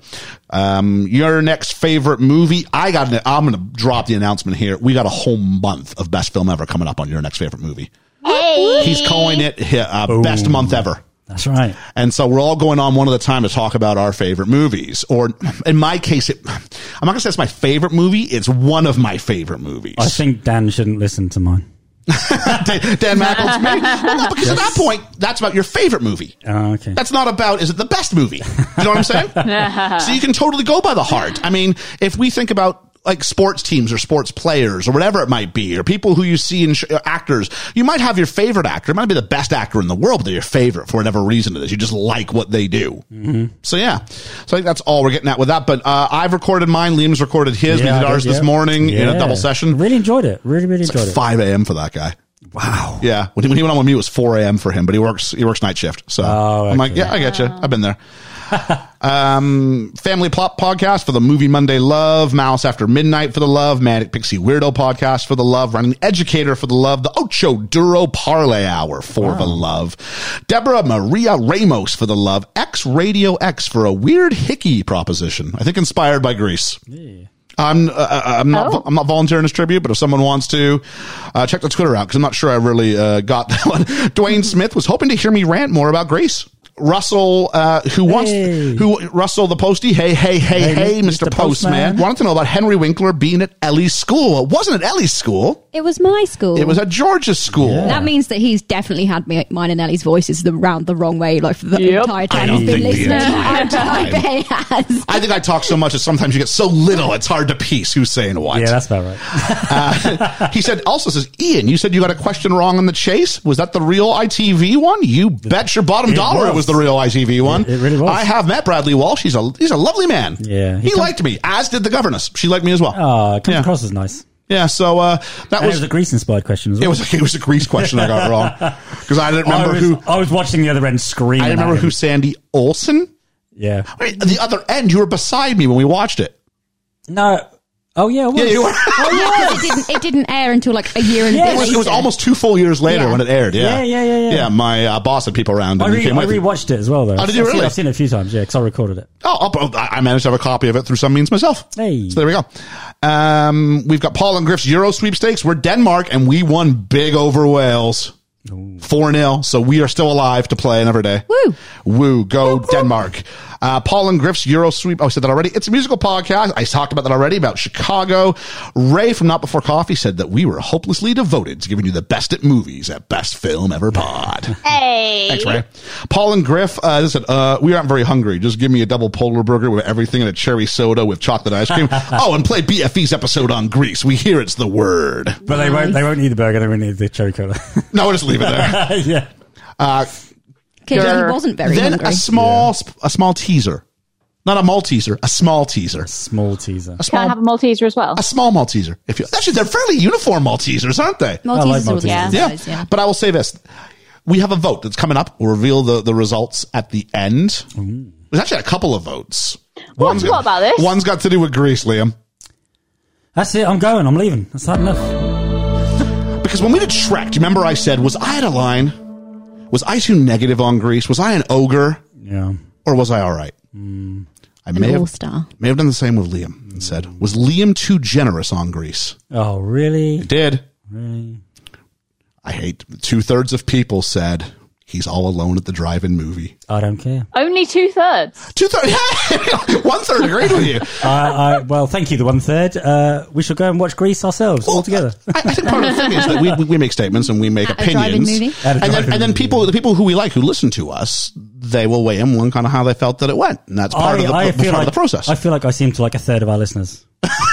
[SPEAKER 3] Um, your next favorite movie. I got an, I'm going to drop the announcement here. We got a whole month of best film ever coming up on your next favorite movie. He's calling it uh, best month ever.
[SPEAKER 4] That's right.
[SPEAKER 3] And so we're all going on one at a time to talk about our favorite movies. Or in my case, it, I'm not going to say it's my favorite movie. It's one of my favorite movies.
[SPEAKER 4] I think Dan shouldn't listen to mine.
[SPEAKER 3] Dan, [LAUGHS] Dan Mackles.
[SPEAKER 4] [LAUGHS]
[SPEAKER 3] maybe. Well, no, because at that point, that's about your favorite movie.
[SPEAKER 4] Oh, okay.
[SPEAKER 3] [LAUGHS] That's not about is it the best movie? You know what I'm saying? so you can totally go by the heart. I mean, if we think about like sports teams or sports players or whatever it might be, or people who you see in sh- uh, actors, you might have your favorite actor. It might be the best actor in the world, but they're your favorite for whatever reason it is. You just like what they do.
[SPEAKER 4] Mm-hmm.
[SPEAKER 3] So yeah, so I think that's all we're getting at with that. But uh, I've recorded mine. Liam's recorded his. we
[SPEAKER 4] Yeah, I
[SPEAKER 3] did
[SPEAKER 4] did,
[SPEAKER 3] ours this
[SPEAKER 4] yeah.
[SPEAKER 3] morning in a
[SPEAKER 4] Yeah.
[SPEAKER 3] double session.
[SPEAKER 4] Really enjoyed it. Really, really enjoyed it.
[SPEAKER 3] 5 a.m. for that guy. Wow. Yeah. When he, when he went on with me, it was 4 a.m. for him, but he works he works night shift. So
[SPEAKER 4] Oh,
[SPEAKER 3] I'm like,
[SPEAKER 4] okay.
[SPEAKER 3] yeah, I get you. I've been
[SPEAKER 4] [LAUGHS]
[SPEAKER 3] there. um, Family Plot Podcast for the Movie Monday Love, Mouse After Midnight for the Love, Manic Pixie Weirdo Podcast for the Love, Running Educator for the Love, the Ocho Duro Parlay Hour for the
[SPEAKER 4] Oh.
[SPEAKER 3] Love, Deborah Maria Ramos for the Love, X Radio X for a weird hickey proposition, I think inspired by Greece. I'm uh, uh, I'm not
[SPEAKER 6] Oh.
[SPEAKER 3] I'm not volunteering this tribute, but if someone wants to, uh, check the Twitter out because I'm not sure I really uh, got [LAUGHS] that one. Dwayne Smith was hoping to hear me rant more about Grace. Russell, uh, who wants
[SPEAKER 4] Hey.
[SPEAKER 3] who Russell the Postie, hey hey hey hey,
[SPEAKER 4] Hey,
[SPEAKER 3] Mr.
[SPEAKER 4] Mr.
[SPEAKER 3] Postman.
[SPEAKER 4] Postman.
[SPEAKER 3] wanted to know about Henry Winkler being at Ellie's school. It wasn't at Ellie's school;
[SPEAKER 5] It was my school.
[SPEAKER 3] it was at George's school.
[SPEAKER 5] That means that he's definitely had me, mine and Ellie's voices the round the wrong way, like for the
[SPEAKER 6] Yep.
[SPEAKER 5] entire
[SPEAKER 3] I
[SPEAKER 5] time
[SPEAKER 3] don't
[SPEAKER 5] he's
[SPEAKER 3] think
[SPEAKER 5] been
[SPEAKER 3] the
[SPEAKER 5] listening.
[SPEAKER 3] entire
[SPEAKER 5] I
[SPEAKER 3] time.
[SPEAKER 5] bet he
[SPEAKER 3] [LAUGHS]
[SPEAKER 5] has.
[SPEAKER 3] I think I talk so much that sometimes you get so little it's hard to piece who's saying what.
[SPEAKER 4] Yeah, that's about
[SPEAKER 3] [LAUGHS]
[SPEAKER 4] right.
[SPEAKER 3] Uh, he said, also says, Ian, you said you got a question wrong on the chase. Was that the real ITV one? You bet your bottom
[SPEAKER 4] It
[SPEAKER 3] dollar it was
[SPEAKER 4] was.
[SPEAKER 3] the real ITV one.
[SPEAKER 4] It- it really was.
[SPEAKER 3] I have met Bradley Walsh. He's a he's a lovely man.
[SPEAKER 4] Yeah,
[SPEAKER 3] he,
[SPEAKER 4] he come-
[SPEAKER 3] liked me, as did the governess. She liked me as well.
[SPEAKER 4] Oh, it comes
[SPEAKER 3] Yeah.
[SPEAKER 4] across as nice.
[SPEAKER 3] yeah. So uh, that
[SPEAKER 4] And it
[SPEAKER 3] was
[SPEAKER 4] was a Greece inspired question as
[SPEAKER 3] it
[SPEAKER 4] well.
[SPEAKER 3] was it was a Greece question I got
[SPEAKER 4] [LAUGHS]
[SPEAKER 3] wrong because I didn't remember
[SPEAKER 4] I was,
[SPEAKER 3] who
[SPEAKER 4] I was watching the other end scream.
[SPEAKER 3] I didn't remember who Sandy Olson.
[SPEAKER 4] Yeah.
[SPEAKER 3] I mean, the other end, you were beside me when we watched it.
[SPEAKER 4] No. Oh yeah. It was.
[SPEAKER 3] Oh, Yeah, you were.
[SPEAKER 5] Yeah, 'cause it didn't, it didn't air until like a year and a
[SPEAKER 4] Yeah,
[SPEAKER 3] [LAUGHS]
[SPEAKER 5] bit
[SPEAKER 3] It was, it was
[SPEAKER 5] later.
[SPEAKER 3] almost two full years later
[SPEAKER 5] Yeah.
[SPEAKER 3] when it aired. Yeah,
[SPEAKER 4] Yeah, yeah, yeah, yeah.
[SPEAKER 3] my uh, boss had people around. And
[SPEAKER 4] I,
[SPEAKER 3] he
[SPEAKER 4] re-
[SPEAKER 3] came
[SPEAKER 4] I
[SPEAKER 3] with me.
[SPEAKER 4] rewatched it as well though.
[SPEAKER 3] Oh, did you
[SPEAKER 4] I've seen-
[SPEAKER 3] really?
[SPEAKER 4] I've seen it a few times. Yeah, because I recorded it.
[SPEAKER 3] Oh, I'll, I managed to have a copy of it through some means myself.
[SPEAKER 4] Hey.
[SPEAKER 3] So there we go. Um, we've got Paul and Griff's Euro sweepstakes. We're Denmark and we won big over Wales. 4 0. So we are still alive to play another day.
[SPEAKER 5] Woo.
[SPEAKER 3] Woo. Go Denmark. Uh, Paul and Griff's Euro sweep. Oh, I said that already. It's a musical podcast. I talked about that already about Chicago. Ray from Not Before Coffee said that we were hopelessly devoted to giving you the best at movies at Best Film Ever Pod.
[SPEAKER 6] hey.
[SPEAKER 3] Thanks, Ray. Paul and Griff uh, they said, uh, "We aren't very hungry. Just give me a double polar burger with everything and a cherry soda with chocolate ice
[SPEAKER 5] [LAUGHS]
[SPEAKER 3] cream. oh, and play BFE's episode on Greece. We hear it's the word.
[SPEAKER 4] But they won't. They won't eat the burger. They won't eat the cherry cola. [LAUGHS]
[SPEAKER 3] No, just leave it
[SPEAKER 5] [LAUGHS]
[SPEAKER 3] there."
[SPEAKER 4] yeah.
[SPEAKER 3] Uh,
[SPEAKER 5] Because he
[SPEAKER 6] Sure.
[SPEAKER 5] wasn't very
[SPEAKER 3] then
[SPEAKER 5] hungry.
[SPEAKER 3] a small, sp- a small teaser, not a Malteser, a small teaser,
[SPEAKER 4] Small teaser.
[SPEAKER 3] a
[SPEAKER 6] Can I
[SPEAKER 3] small,
[SPEAKER 6] have a Malteser as well?
[SPEAKER 3] a small Malteser. If you actually, they're fairly uniform Maltesers, aren't they?
[SPEAKER 5] Maltesers
[SPEAKER 4] I like
[SPEAKER 5] are the
[SPEAKER 4] Maltesers.
[SPEAKER 5] good
[SPEAKER 6] Yeah.
[SPEAKER 5] guys,
[SPEAKER 3] Yeah. But I will say this. We have a vote that's coming up. We'll reveal the, the results at the end. There's actually a couple of votes.
[SPEAKER 6] What? What about this?
[SPEAKER 3] One's got to do with Greece, Liam.
[SPEAKER 4] That's it. I'm going. I'm leaving. That's had enough.
[SPEAKER 3] Because when we did Shrek, do you remember I said, was I at a line? Was I too negative on Greece? Was I an ogre?
[SPEAKER 4] Yeah.
[SPEAKER 3] Or was I all right? I may
[SPEAKER 5] An all
[SPEAKER 3] have,
[SPEAKER 5] star.
[SPEAKER 3] may have done the same with Liam and said, was Liam too generous on Greece?
[SPEAKER 4] Oh, really?
[SPEAKER 3] Did.
[SPEAKER 4] Really?
[SPEAKER 3] I hate two thirds of people said he's all alone at the drive in movie.
[SPEAKER 4] I don't care.
[SPEAKER 6] Only two thirds.
[SPEAKER 3] Two thirds, [LAUGHS] one third agreed with you.
[SPEAKER 4] I, I, well, thank you, the one third. Uh, we shall go and watch Greece ourselves
[SPEAKER 3] Oh,
[SPEAKER 4] all together.
[SPEAKER 3] I, I think part of the thing is that we, we- we make statements and we make
[SPEAKER 5] At a drive-in
[SPEAKER 3] opinions,
[SPEAKER 5] movie?
[SPEAKER 4] At
[SPEAKER 3] and
[SPEAKER 4] a
[SPEAKER 3] then,
[SPEAKER 4] drive-in
[SPEAKER 3] and then
[SPEAKER 4] movie,
[SPEAKER 3] people, the people who we like, who listen to us, they will weigh in on kind of how they felt that it went, and that's part of the, part
[SPEAKER 4] like,
[SPEAKER 3] of the process.
[SPEAKER 4] I feel like I seem to like a third of our listeners.
[SPEAKER 3] [LAUGHS]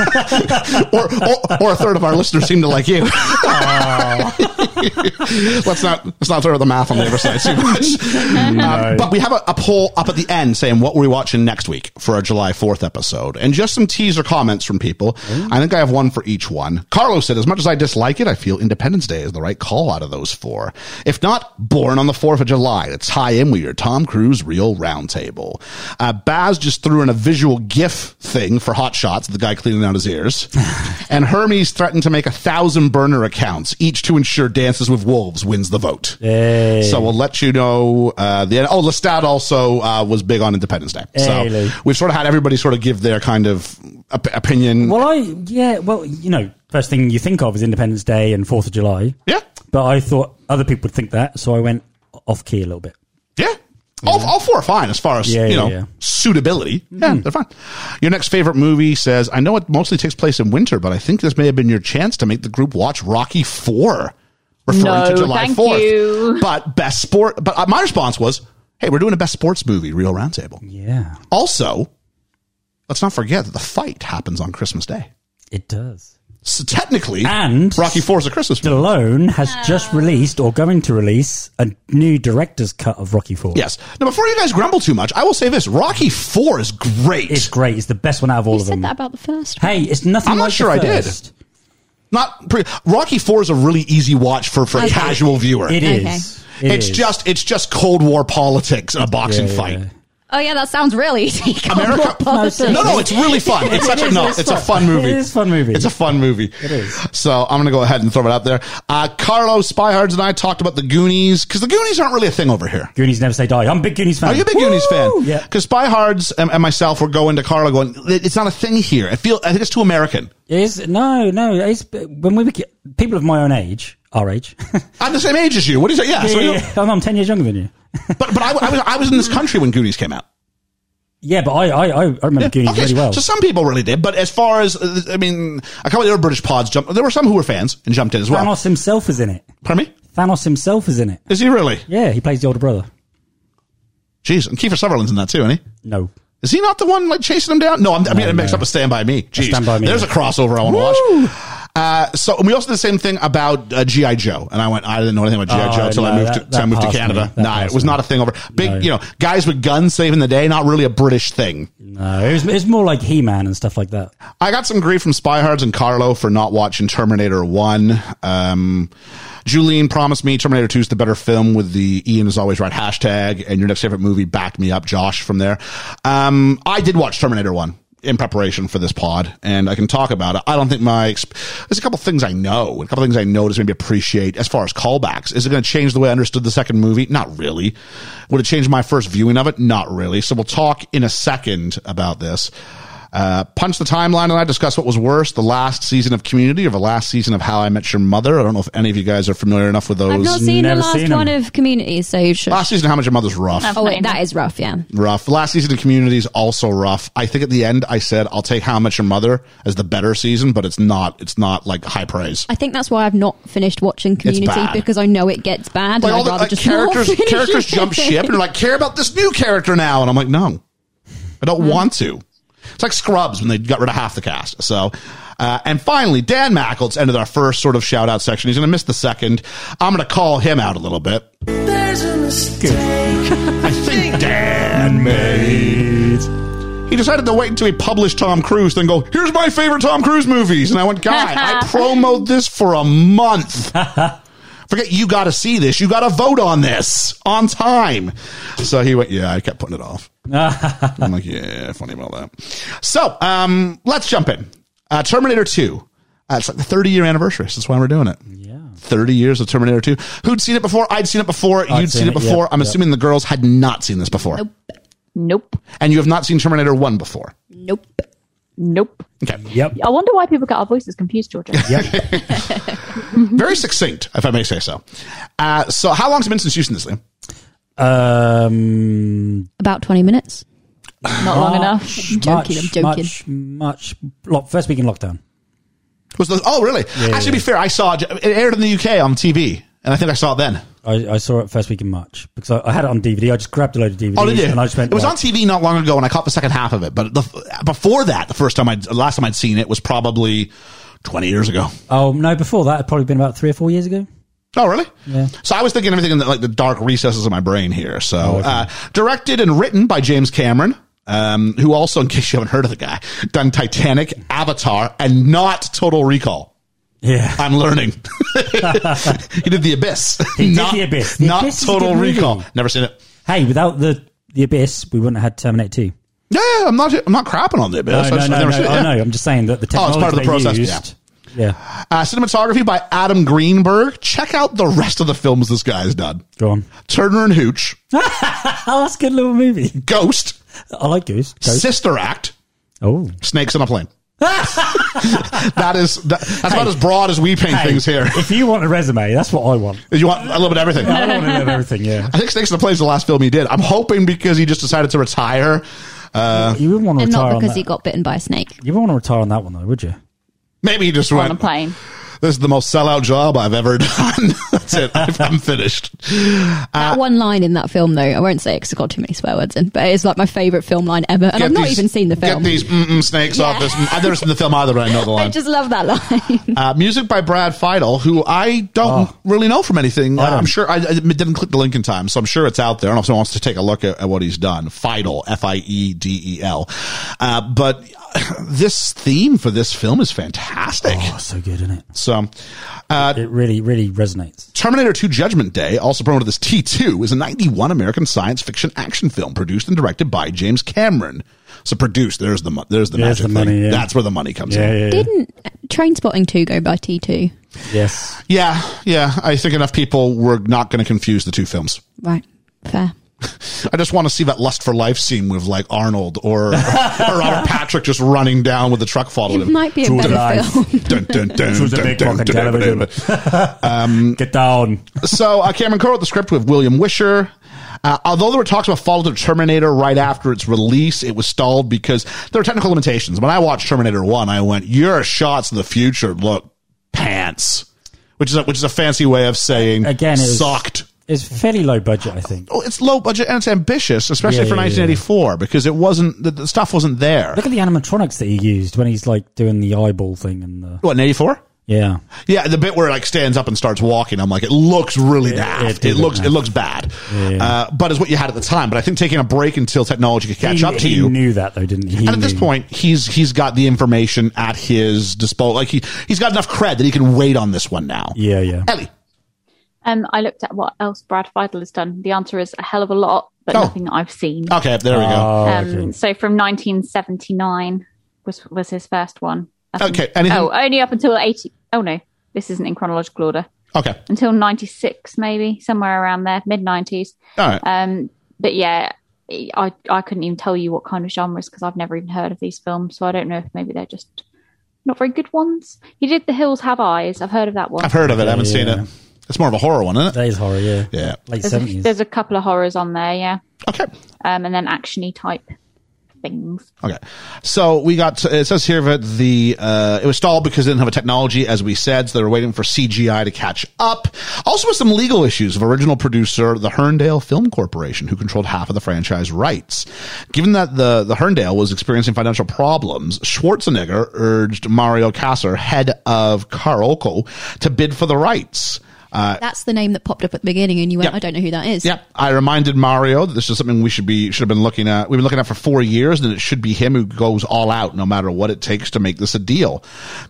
[SPEAKER 3] or, or, or a third of our listeners seem to like you. let's not let's not throw the math on the other side too much. Um, but we have a, a poll up at the end saying what we're watching next week for our July Fourth episode, and just some teaser comments from people. I think I have one for each one. Carlos said, "As much as I dislike it, I feel Independence Day is the right call out of those four. If not, Born on the Fourth of July to tie in with your Tom Cruise real roundtable." Uh, Baz just threw in a visual GIF thing for Hot Shots, the guy cleaning out his
[SPEAKER 4] [LAUGHS]
[SPEAKER 3] ears, and Hermes threatened to make a thousand burner accounts each to ensure Dances with Wolves wins the vote.
[SPEAKER 4] Hey.
[SPEAKER 3] So we'll let you know uh, the end. Oh, Lestat also uh, was big on Independence Day. So
[SPEAKER 4] Hey, Lou.
[SPEAKER 3] we've sort of had everybody sort of give their kind of op- opinion.
[SPEAKER 4] Well, I yeah. Well, you know, first thing you think of is Independence Day and Fourth of July.
[SPEAKER 3] yeah,
[SPEAKER 4] But I thought other people would think that, so I went off key a little bit.
[SPEAKER 3] yeah. All, all four are fine as far as
[SPEAKER 4] Yeah,
[SPEAKER 3] you
[SPEAKER 4] yeah,
[SPEAKER 3] know
[SPEAKER 4] yeah. Mm-hmm.
[SPEAKER 3] suitability. Yeah, they're fine. Your next favorite movie says, "I know it mostly takes place in winter, but I think this may have been your chance to make the group watch Rocky Four, referring to
[SPEAKER 6] No,
[SPEAKER 3] July
[SPEAKER 6] thank
[SPEAKER 3] Fourth.
[SPEAKER 6] you.
[SPEAKER 3] But best sport. But uh, my response was, "Hey, we're doing a best sports movie, Real Roundtable.
[SPEAKER 4] Yeah,
[SPEAKER 3] Also, let's not forget that the fight happens on Christmas Day.
[SPEAKER 4] it does.
[SPEAKER 3] So technically,
[SPEAKER 4] And-
[SPEAKER 3] Rocky Four is a Christmas movie.
[SPEAKER 4] Stallone has
[SPEAKER 5] Ah.
[SPEAKER 4] just released or going to release a new director's cut of Rocky Four.
[SPEAKER 3] Yes. Now, before you guys grumble too much, I will say this: Rocky Four is great.
[SPEAKER 4] it's great. It's the best one out of all
[SPEAKER 5] You
[SPEAKER 4] of them.
[SPEAKER 5] said that about the first one.
[SPEAKER 4] hey, it's nothing.
[SPEAKER 3] I'm not
[SPEAKER 4] like the
[SPEAKER 3] sure I did.
[SPEAKER 4] first.
[SPEAKER 3] Not pre- Rocky Four is a really easy watch for for a
[SPEAKER 5] Okay.
[SPEAKER 3] casual viewer.
[SPEAKER 4] It
[SPEAKER 5] Okay.
[SPEAKER 4] is. It
[SPEAKER 3] it's
[SPEAKER 4] is.
[SPEAKER 3] just it's just Cold War politics and a boxing
[SPEAKER 4] yeah,
[SPEAKER 3] fight.
[SPEAKER 4] yeah.
[SPEAKER 5] Oh yeah, that sounds really [LAUGHS] easy. Come on,
[SPEAKER 3] America-
[SPEAKER 5] what bothers
[SPEAKER 4] No,
[SPEAKER 5] you?
[SPEAKER 3] No, no, it's really fun. It's such a
[SPEAKER 4] is,
[SPEAKER 3] no.
[SPEAKER 4] it's
[SPEAKER 3] It's a fun
[SPEAKER 4] fun.
[SPEAKER 3] movie.
[SPEAKER 4] It is a fun movie.
[SPEAKER 3] It's a fun movie. It
[SPEAKER 4] is.
[SPEAKER 3] So I'm gonna go ahead and throw it out there. Uh, Carlos Spyhards and I talked about the Goonies because the Goonies aren't really a thing over here.
[SPEAKER 4] Goonies never say die. I'm a big Goonies fan.
[SPEAKER 3] Are you a big Goonies fan?
[SPEAKER 4] Yeah.
[SPEAKER 3] Because Spyhards and, and myself were going to Carlo, going, it's not a thing here. I feel I think it's too American.
[SPEAKER 4] It is no, no. It's when we were ki- people of my own age, our age.
[SPEAKER 3] I'm the same age as you. What do you say? Yeah. so you-
[SPEAKER 4] [LAUGHS] I'm, I'm ten years younger than you. [LAUGHS]
[SPEAKER 3] But but I, I was I was in this country when Goonies came out.
[SPEAKER 4] Yeah, but I I, I I remember Goonies really well.
[SPEAKER 3] so some people really did, but as far as uh, I mean, a couple of the other British pods jumped. There were some who were fans and jumped in as well.
[SPEAKER 4] Thanos himself is in it.
[SPEAKER 3] Pardon me?
[SPEAKER 4] Thanos himself is in it.
[SPEAKER 3] Is he really?
[SPEAKER 4] Yeah, he plays the older brother.
[SPEAKER 3] Jeez, and Kiefer Sutherland's in that too, isn't he?
[SPEAKER 4] No,
[SPEAKER 3] Is he not the one like chasing him down? No, I'm, I mean, it mixed
[SPEAKER 4] no.
[SPEAKER 3] up with Stand By Me. Jeez,
[SPEAKER 4] Stand By Me,
[SPEAKER 3] There's
[SPEAKER 4] yeah.
[SPEAKER 3] a crossover I want to watch. Uh, so and we also did the same thing about uh, GI Joe, and I went, I didn't know anything about GI
[SPEAKER 4] Oh,
[SPEAKER 3] Joe until I
[SPEAKER 4] no,
[SPEAKER 3] moved
[SPEAKER 4] that-
[SPEAKER 3] to, till I
[SPEAKER 4] that
[SPEAKER 3] moved to
[SPEAKER 4] passed me.
[SPEAKER 3] Canada. Nah,
[SPEAKER 4] That
[SPEAKER 3] it
[SPEAKER 4] passed
[SPEAKER 3] was
[SPEAKER 4] me.
[SPEAKER 3] not a thing over big.
[SPEAKER 4] No.
[SPEAKER 3] You know, guys with guns saving the day, not really a British thing.
[SPEAKER 4] no. It was, it was more like He Man and stuff like that.
[SPEAKER 3] I got some grief from Spyhards and Carlo for not watching Terminator 1. Um, Julian promised me Terminator 2 is the better film with the Ian is always right hashtag, and your next favorite movie backed me up, Josh, from there. Um, I did watch Terminator 1 in preparation for this pod, and I can talk about it. I don't think my. Exp- There's a couple things I know, a couple things I notice, maybe appreciate as far as callbacks. Is it going to change the way I understood the second movie? Not really. Would it change my first viewing of it? Not really. So we'll talk in a second about this. Uh, Punch the Timeline and I discuss what was worse, the last season of Community or the last season of How I Met Your Mother. I don't know if any of you guys are familiar enough with
[SPEAKER 5] I've not
[SPEAKER 3] those.
[SPEAKER 5] seen the
[SPEAKER 4] never
[SPEAKER 5] last
[SPEAKER 4] seen
[SPEAKER 5] one
[SPEAKER 4] them.
[SPEAKER 5] of Community, so you should.
[SPEAKER 3] Last season of How I Met Your Mother's rough.
[SPEAKER 5] Oh wait, that is rough. Yeah,
[SPEAKER 3] Rough. The last season of Community is also rough. I think at the end I said I'll take How I Met Your Mother as the better season, but it's not. It's not like high praise.
[SPEAKER 5] I think that's why I've not finished watching Community
[SPEAKER 3] bad.
[SPEAKER 5] because I know it gets bad.
[SPEAKER 3] Like
[SPEAKER 5] and
[SPEAKER 3] all
[SPEAKER 5] I'd
[SPEAKER 3] the
[SPEAKER 5] rather
[SPEAKER 3] like,
[SPEAKER 5] just
[SPEAKER 3] characters,
[SPEAKER 5] not finish
[SPEAKER 3] characters
[SPEAKER 5] it.
[SPEAKER 3] jump ship and are like care about this new character now, and I'm like no, I
[SPEAKER 5] Mm-hmm.
[SPEAKER 3] don't want to. It's like Scrubs when they got rid of half the cast. So, uh, and finally, Dan Mackles ended our first sort of shout out section. He's going to miss the second. I'm going to call him out a little bit.
[SPEAKER 9] There's a [LAUGHS] mistake.
[SPEAKER 3] I think Dan made. He decided to wait until he published Tom Cruise, then go, here's my [LAUGHS] favorite Tom Cruise movies. And I went, God, I promoted this for a month. Forget you got to see this. You got to vote on this on time. So he went, yeah, I kept putting it [LAUGHS] off. I'm like, yeah, funny about that. So um, let's jump in. Uh, Terminator 2. Uh, it's like the 30 year anniversary. So that's why we're doing it. Yeah. 30 years of Terminator 2. Who'd seen it before? I'd seen it before. You'd seen,
[SPEAKER 4] seen
[SPEAKER 3] it
[SPEAKER 4] it,
[SPEAKER 3] before.
[SPEAKER 4] yep,
[SPEAKER 3] I'm
[SPEAKER 4] yep.
[SPEAKER 3] assuming the girls had not seen this before.
[SPEAKER 6] Nope.
[SPEAKER 3] And you have not seen Terminator 1 before.
[SPEAKER 5] [LAUGHS] Nope.
[SPEAKER 6] Nope.
[SPEAKER 3] Okay.
[SPEAKER 4] Yep.
[SPEAKER 6] I wonder why people get our voices confused, Georgia.
[SPEAKER 4] Yep.
[SPEAKER 3] Very succinct, if I may say so. Uh, so, how long's it been since you've seen this, Liam?
[SPEAKER 4] Um,
[SPEAKER 5] About 20 minutes.
[SPEAKER 6] Not long
[SPEAKER 4] Ah.
[SPEAKER 6] enough.
[SPEAKER 5] I'm [LAUGHS] joking. I'm joking.
[SPEAKER 4] Much, much, lock, first week in lockdown.
[SPEAKER 3] Was the, oh, really?
[SPEAKER 4] yeah,
[SPEAKER 3] Actually, to be
[SPEAKER 4] yeah.
[SPEAKER 3] fair, I saw it, it aired in the UK on TV, and I think I saw it then.
[SPEAKER 4] I, I saw it first week in March because I, I had it on DVD. I just grabbed a load of DVDs
[SPEAKER 3] Oh, did you?
[SPEAKER 4] and I just went.
[SPEAKER 3] it was
[SPEAKER 4] right.
[SPEAKER 3] on TV not long ago, and I caught the second half of it. But the, before that, the first time I, last time I'd seen it was probably twenty years ago.
[SPEAKER 4] Oh no! Before that, it'd probably been about three or four years ago.
[SPEAKER 3] Oh, really?
[SPEAKER 4] Yeah.
[SPEAKER 3] So I was thinking everything in the, like the dark recesses of my brain here. So,
[SPEAKER 4] Oh, okay.
[SPEAKER 3] uh, directed and written by James Cameron, um, who also, in case you haven't heard of the guy, done Titanic, Avatar, and not Total Recall.
[SPEAKER 4] Yeah.
[SPEAKER 3] I'm learning. [LAUGHS] he did The Abyss.
[SPEAKER 4] He did
[SPEAKER 3] not,
[SPEAKER 4] The Abyss. The
[SPEAKER 3] not
[SPEAKER 4] Abyss is a
[SPEAKER 3] Total
[SPEAKER 4] good movie.
[SPEAKER 3] Recall. Never seen it.
[SPEAKER 4] hey, without the the abyss, we wouldn't have had Terminator Two.
[SPEAKER 3] Yeah, yeah, I'm not. I'm not crapping on The Abyss. I
[SPEAKER 4] no,
[SPEAKER 3] just-
[SPEAKER 4] no,
[SPEAKER 3] I've
[SPEAKER 4] no,
[SPEAKER 3] never
[SPEAKER 4] no.
[SPEAKER 3] seen it, yeah.
[SPEAKER 4] I know. I'm just saying that the
[SPEAKER 3] Oh, it's
[SPEAKER 4] technology
[SPEAKER 3] part of the
[SPEAKER 4] they
[SPEAKER 3] process,
[SPEAKER 4] used- yeah.
[SPEAKER 3] Uh, cinematography by Adam Greenberg. Check out the rest of the films this guy's done.
[SPEAKER 4] Go on.
[SPEAKER 3] Turner and Hooch,
[SPEAKER 4] Oh, that's a good little movie.
[SPEAKER 3] Ghost,
[SPEAKER 4] I like
[SPEAKER 3] [LAUGHS]
[SPEAKER 4] Goose. Goose.
[SPEAKER 3] Sister Act,
[SPEAKER 4] Oh,
[SPEAKER 3] Snakes on a
[SPEAKER 4] [LAUGHS]
[SPEAKER 3] Plane. that is that, that's about as broad as we paint things here.
[SPEAKER 4] if you want a resume, that's what I want.
[SPEAKER 3] [LAUGHS] You want a little bit of everything.
[SPEAKER 4] I want to know everything. Yeah,
[SPEAKER 3] I think Snakes on a Plane is the last film he did. I'm hoping because he just decided to retire.
[SPEAKER 4] you wouldn't
[SPEAKER 3] Oh,
[SPEAKER 4] want to
[SPEAKER 5] And
[SPEAKER 4] retire
[SPEAKER 5] not
[SPEAKER 4] on
[SPEAKER 5] because
[SPEAKER 4] that.
[SPEAKER 5] he got bitten by a snake.
[SPEAKER 4] You wouldn't want to retire on that one though, would you?
[SPEAKER 3] Maybe he just
[SPEAKER 6] on a
[SPEAKER 3] went.
[SPEAKER 6] plane.
[SPEAKER 3] This is the most sellout job I've ever [LAUGHS] done. that's it. I've, I'm finished. Uh,
[SPEAKER 5] that one line in that film, though, I won't say it because it's got too many swear words in, but it's like my favourite film line ever. And I've not
[SPEAKER 3] these-
[SPEAKER 5] even seen the film.
[SPEAKER 3] Get these mm-mm snakes off this. I've never seen the film either, but I know the line.
[SPEAKER 5] [LAUGHS] I just love that
[SPEAKER 3] [LAUGHS]
[SPEAKER 5] line.
[SPEAKER 3] Uh, music by Brad Feidel, who I don't really know from anything.
[SPEAKER 4] I don't.
[SPEAKER 3] I'm sure I, I didn't click the link in time, so I'm sure it's out there. I don't know if someone wants to take a look at, at what he's done. Feidel, F I E D E L. Uh, but [SIGHS] this theme for this film is fantastic.
[SPEAKER 4] Oh, so good, isn't it?
[SPEAKER 3] So,
[SPEAKER 4] It really, really resonates.
[SPEAKER 3] Terminator 2 Judgment Day, also promoted as T2, is a 91 American science fiction action film produced and directed by James Cameron. So produced, there's the mo- there's the
[SPEAKER 4] There's
[SPEAKER 3] magic
[SPEAKER 4] the money,
[SPEAKER 3] thing.
[SPEAKER 4] yeah.
[SPEAKER 3] That's where the money comes in.
[SPEAKER 5] Didn't uh, Train Spotting 2 go by T2?
[SPEAKER 4] Yes.
[SPEAKER 3] Yeah, yeah. I think enough people were not going to confuse the two films.
[SPEAKER 5] Right. Fair.
[SPEAKER 3] I just want to see that lust for life scene with like Arnold or, or
[SPEAKER 4] [LAUGHS]
[SPEAKER 3] Robert Patrick just running down with the truck following
[SPEAKER 5] It
[SPEAKER 3] him.
[SPEAKER 5] might be a
[SPEAKER 4] True
[SPEAKER 5] better
[SPEAKER 4] life.
[SPEAKER 5] film.
[SPEAKER 3] [LAUGHS] Dun, dun, dun,
[SPEAKER 4] Choose
[SPEAKER 3] dun,
[SPEAKER 4] a big
[SPEAKER 3] dun,
[SPEAKER 4] fucking
[SPEAKER 3] dun, dun, dun.
[SPEAKER 4] Get down.
[SPEAKER 3] So uh, Cameron co-wrote the script with William Wisher. Uh, although there were talks about follow to Terminator right after its release, it was stalled because there were technical limitations. When I watched Terminator One, I went, "Your shots of the future look pants," which is a, which is a fancy way of saying
[SPEAKER 4] Again, it was-
[SPEAKER 3] sucked.
[SPEAKER 4] It's fairly low budget, I think.
[SPEAKER 3] Oh, it's low budget and it's ambitious, especially
[SPEAKER 4] Yeah,
[SPEAKER 3] for
[SPEAKER 4] yeah, yeah.
[SPEAKER 3] 1984, because it wasn't the, the stuff wasn't there.
[SPEAKER 4] Look at the animatronics that he used when he's like doing the eyeball thing and the
[SPEAKER 3] What in '84?
[SPEAKER 4] yeah.
[SPEAKER 3] Yeah, the bit where it like stands up and starts walking, I'm like, it looks really daft.
[SPEAKER 4] it
[SPEAKER 3] It,
[SPEAKER 4] did look
[SPEAKER 3] looks it
[SPEAKER 4] daft.
[SPEAKER 3] looks bad, uh, but it's what you had at the time. But I think taking a break until technology could catch
[SPEAKER 4] he,
[SPEAKER 3] up to
[SPEAKER 4] he
[SPEAKER 3] you.
[SPEAKER 4] knew that though, didn't he? he
[SPEAKER 3] and at this
[SPEAKER 4] knew.
[SPEAKER 3] point, he's he's got the information at his disposal. Like he he's got enough cred that he can wait on this one now.
[SPEAKER 4] yeah, yeah.
[SPEAKER 3] Ellie,
[SPEAKER 6] Um, I looked at what else Brad Feidel has done. The answer is a hell of a lot, but
[SPEAKER 3] Oh.
[SPEAKER 6] nothing that I've seen.
[SPEAKER 3] okay, there we go.
[SPEAKER 4] Oh,
[SPEAKER 6] um,
[SPEAKER 4] okay.
[SPEAKER 6] So from 1979 was was his first one. Up
[SPEAKER 3] Okay,
[SPEAKER 6] un-
[SPEAKER 3] anything-
[SPEAKER 6] oh, only up until 80. Oh no, this isn't in chronological order.
[SPEAKER 3] Okay,
[SPEAKER 6] Until 96, maybe somewhere around there, mid 90s.
[SPEAKER 3] all right.
[SPEAKER 6] Um, but yeah, I I couldn't even tell you what kind of genres because I've never even heard of these films, so I don't know if maybe they're just not very good ones. He did The Hills Have Eyes. I've heard of that one.
[SPEAKER 3] I've heard of it. I haven't seen
[SPEAKER 4] yeah.
[SPEAKER 3] it. It's more of a horror one, isn't it?
[SPEAKER 4] That is horror, yeah.
[SPEAKER 3] Yeah.
[SPEAKER 4] Late
[SPEAKER 6] there's, a,
[SPEAKER 4] seventies.
[SPEAKER 6] there's a couple of horrors on there, yeah,
[SPEAKER 3] Okay.
[SPEAKER 6] um, and then actiony type things.
[SPEAKER 3] Okay. So we got, it says here that the, uh, it was stalled because they didn't have a technology, as we said, so they were waiting for CGI to catch up. Also with some legal issues of original producer, the Herndale Film Corporation, who controlled half of the franchise rights. Given that the, the Herndale was experiencing financial problems, Schwarzenegger urged Mario Kasser, head of Carolco, to bid for the rights.
[SPEAKER 5] That's the name that popped up at the beginning, and you went,
[SPEAKER 3] Yep.
[SPEAKER 5] "I don't know who that is."
[SPEAKER 3] Yep. I reminded Mario that this is something we should be should have been looking at. We've been looking at for four years, and it should be him who goes all out, no matter what it takes to make this a deal.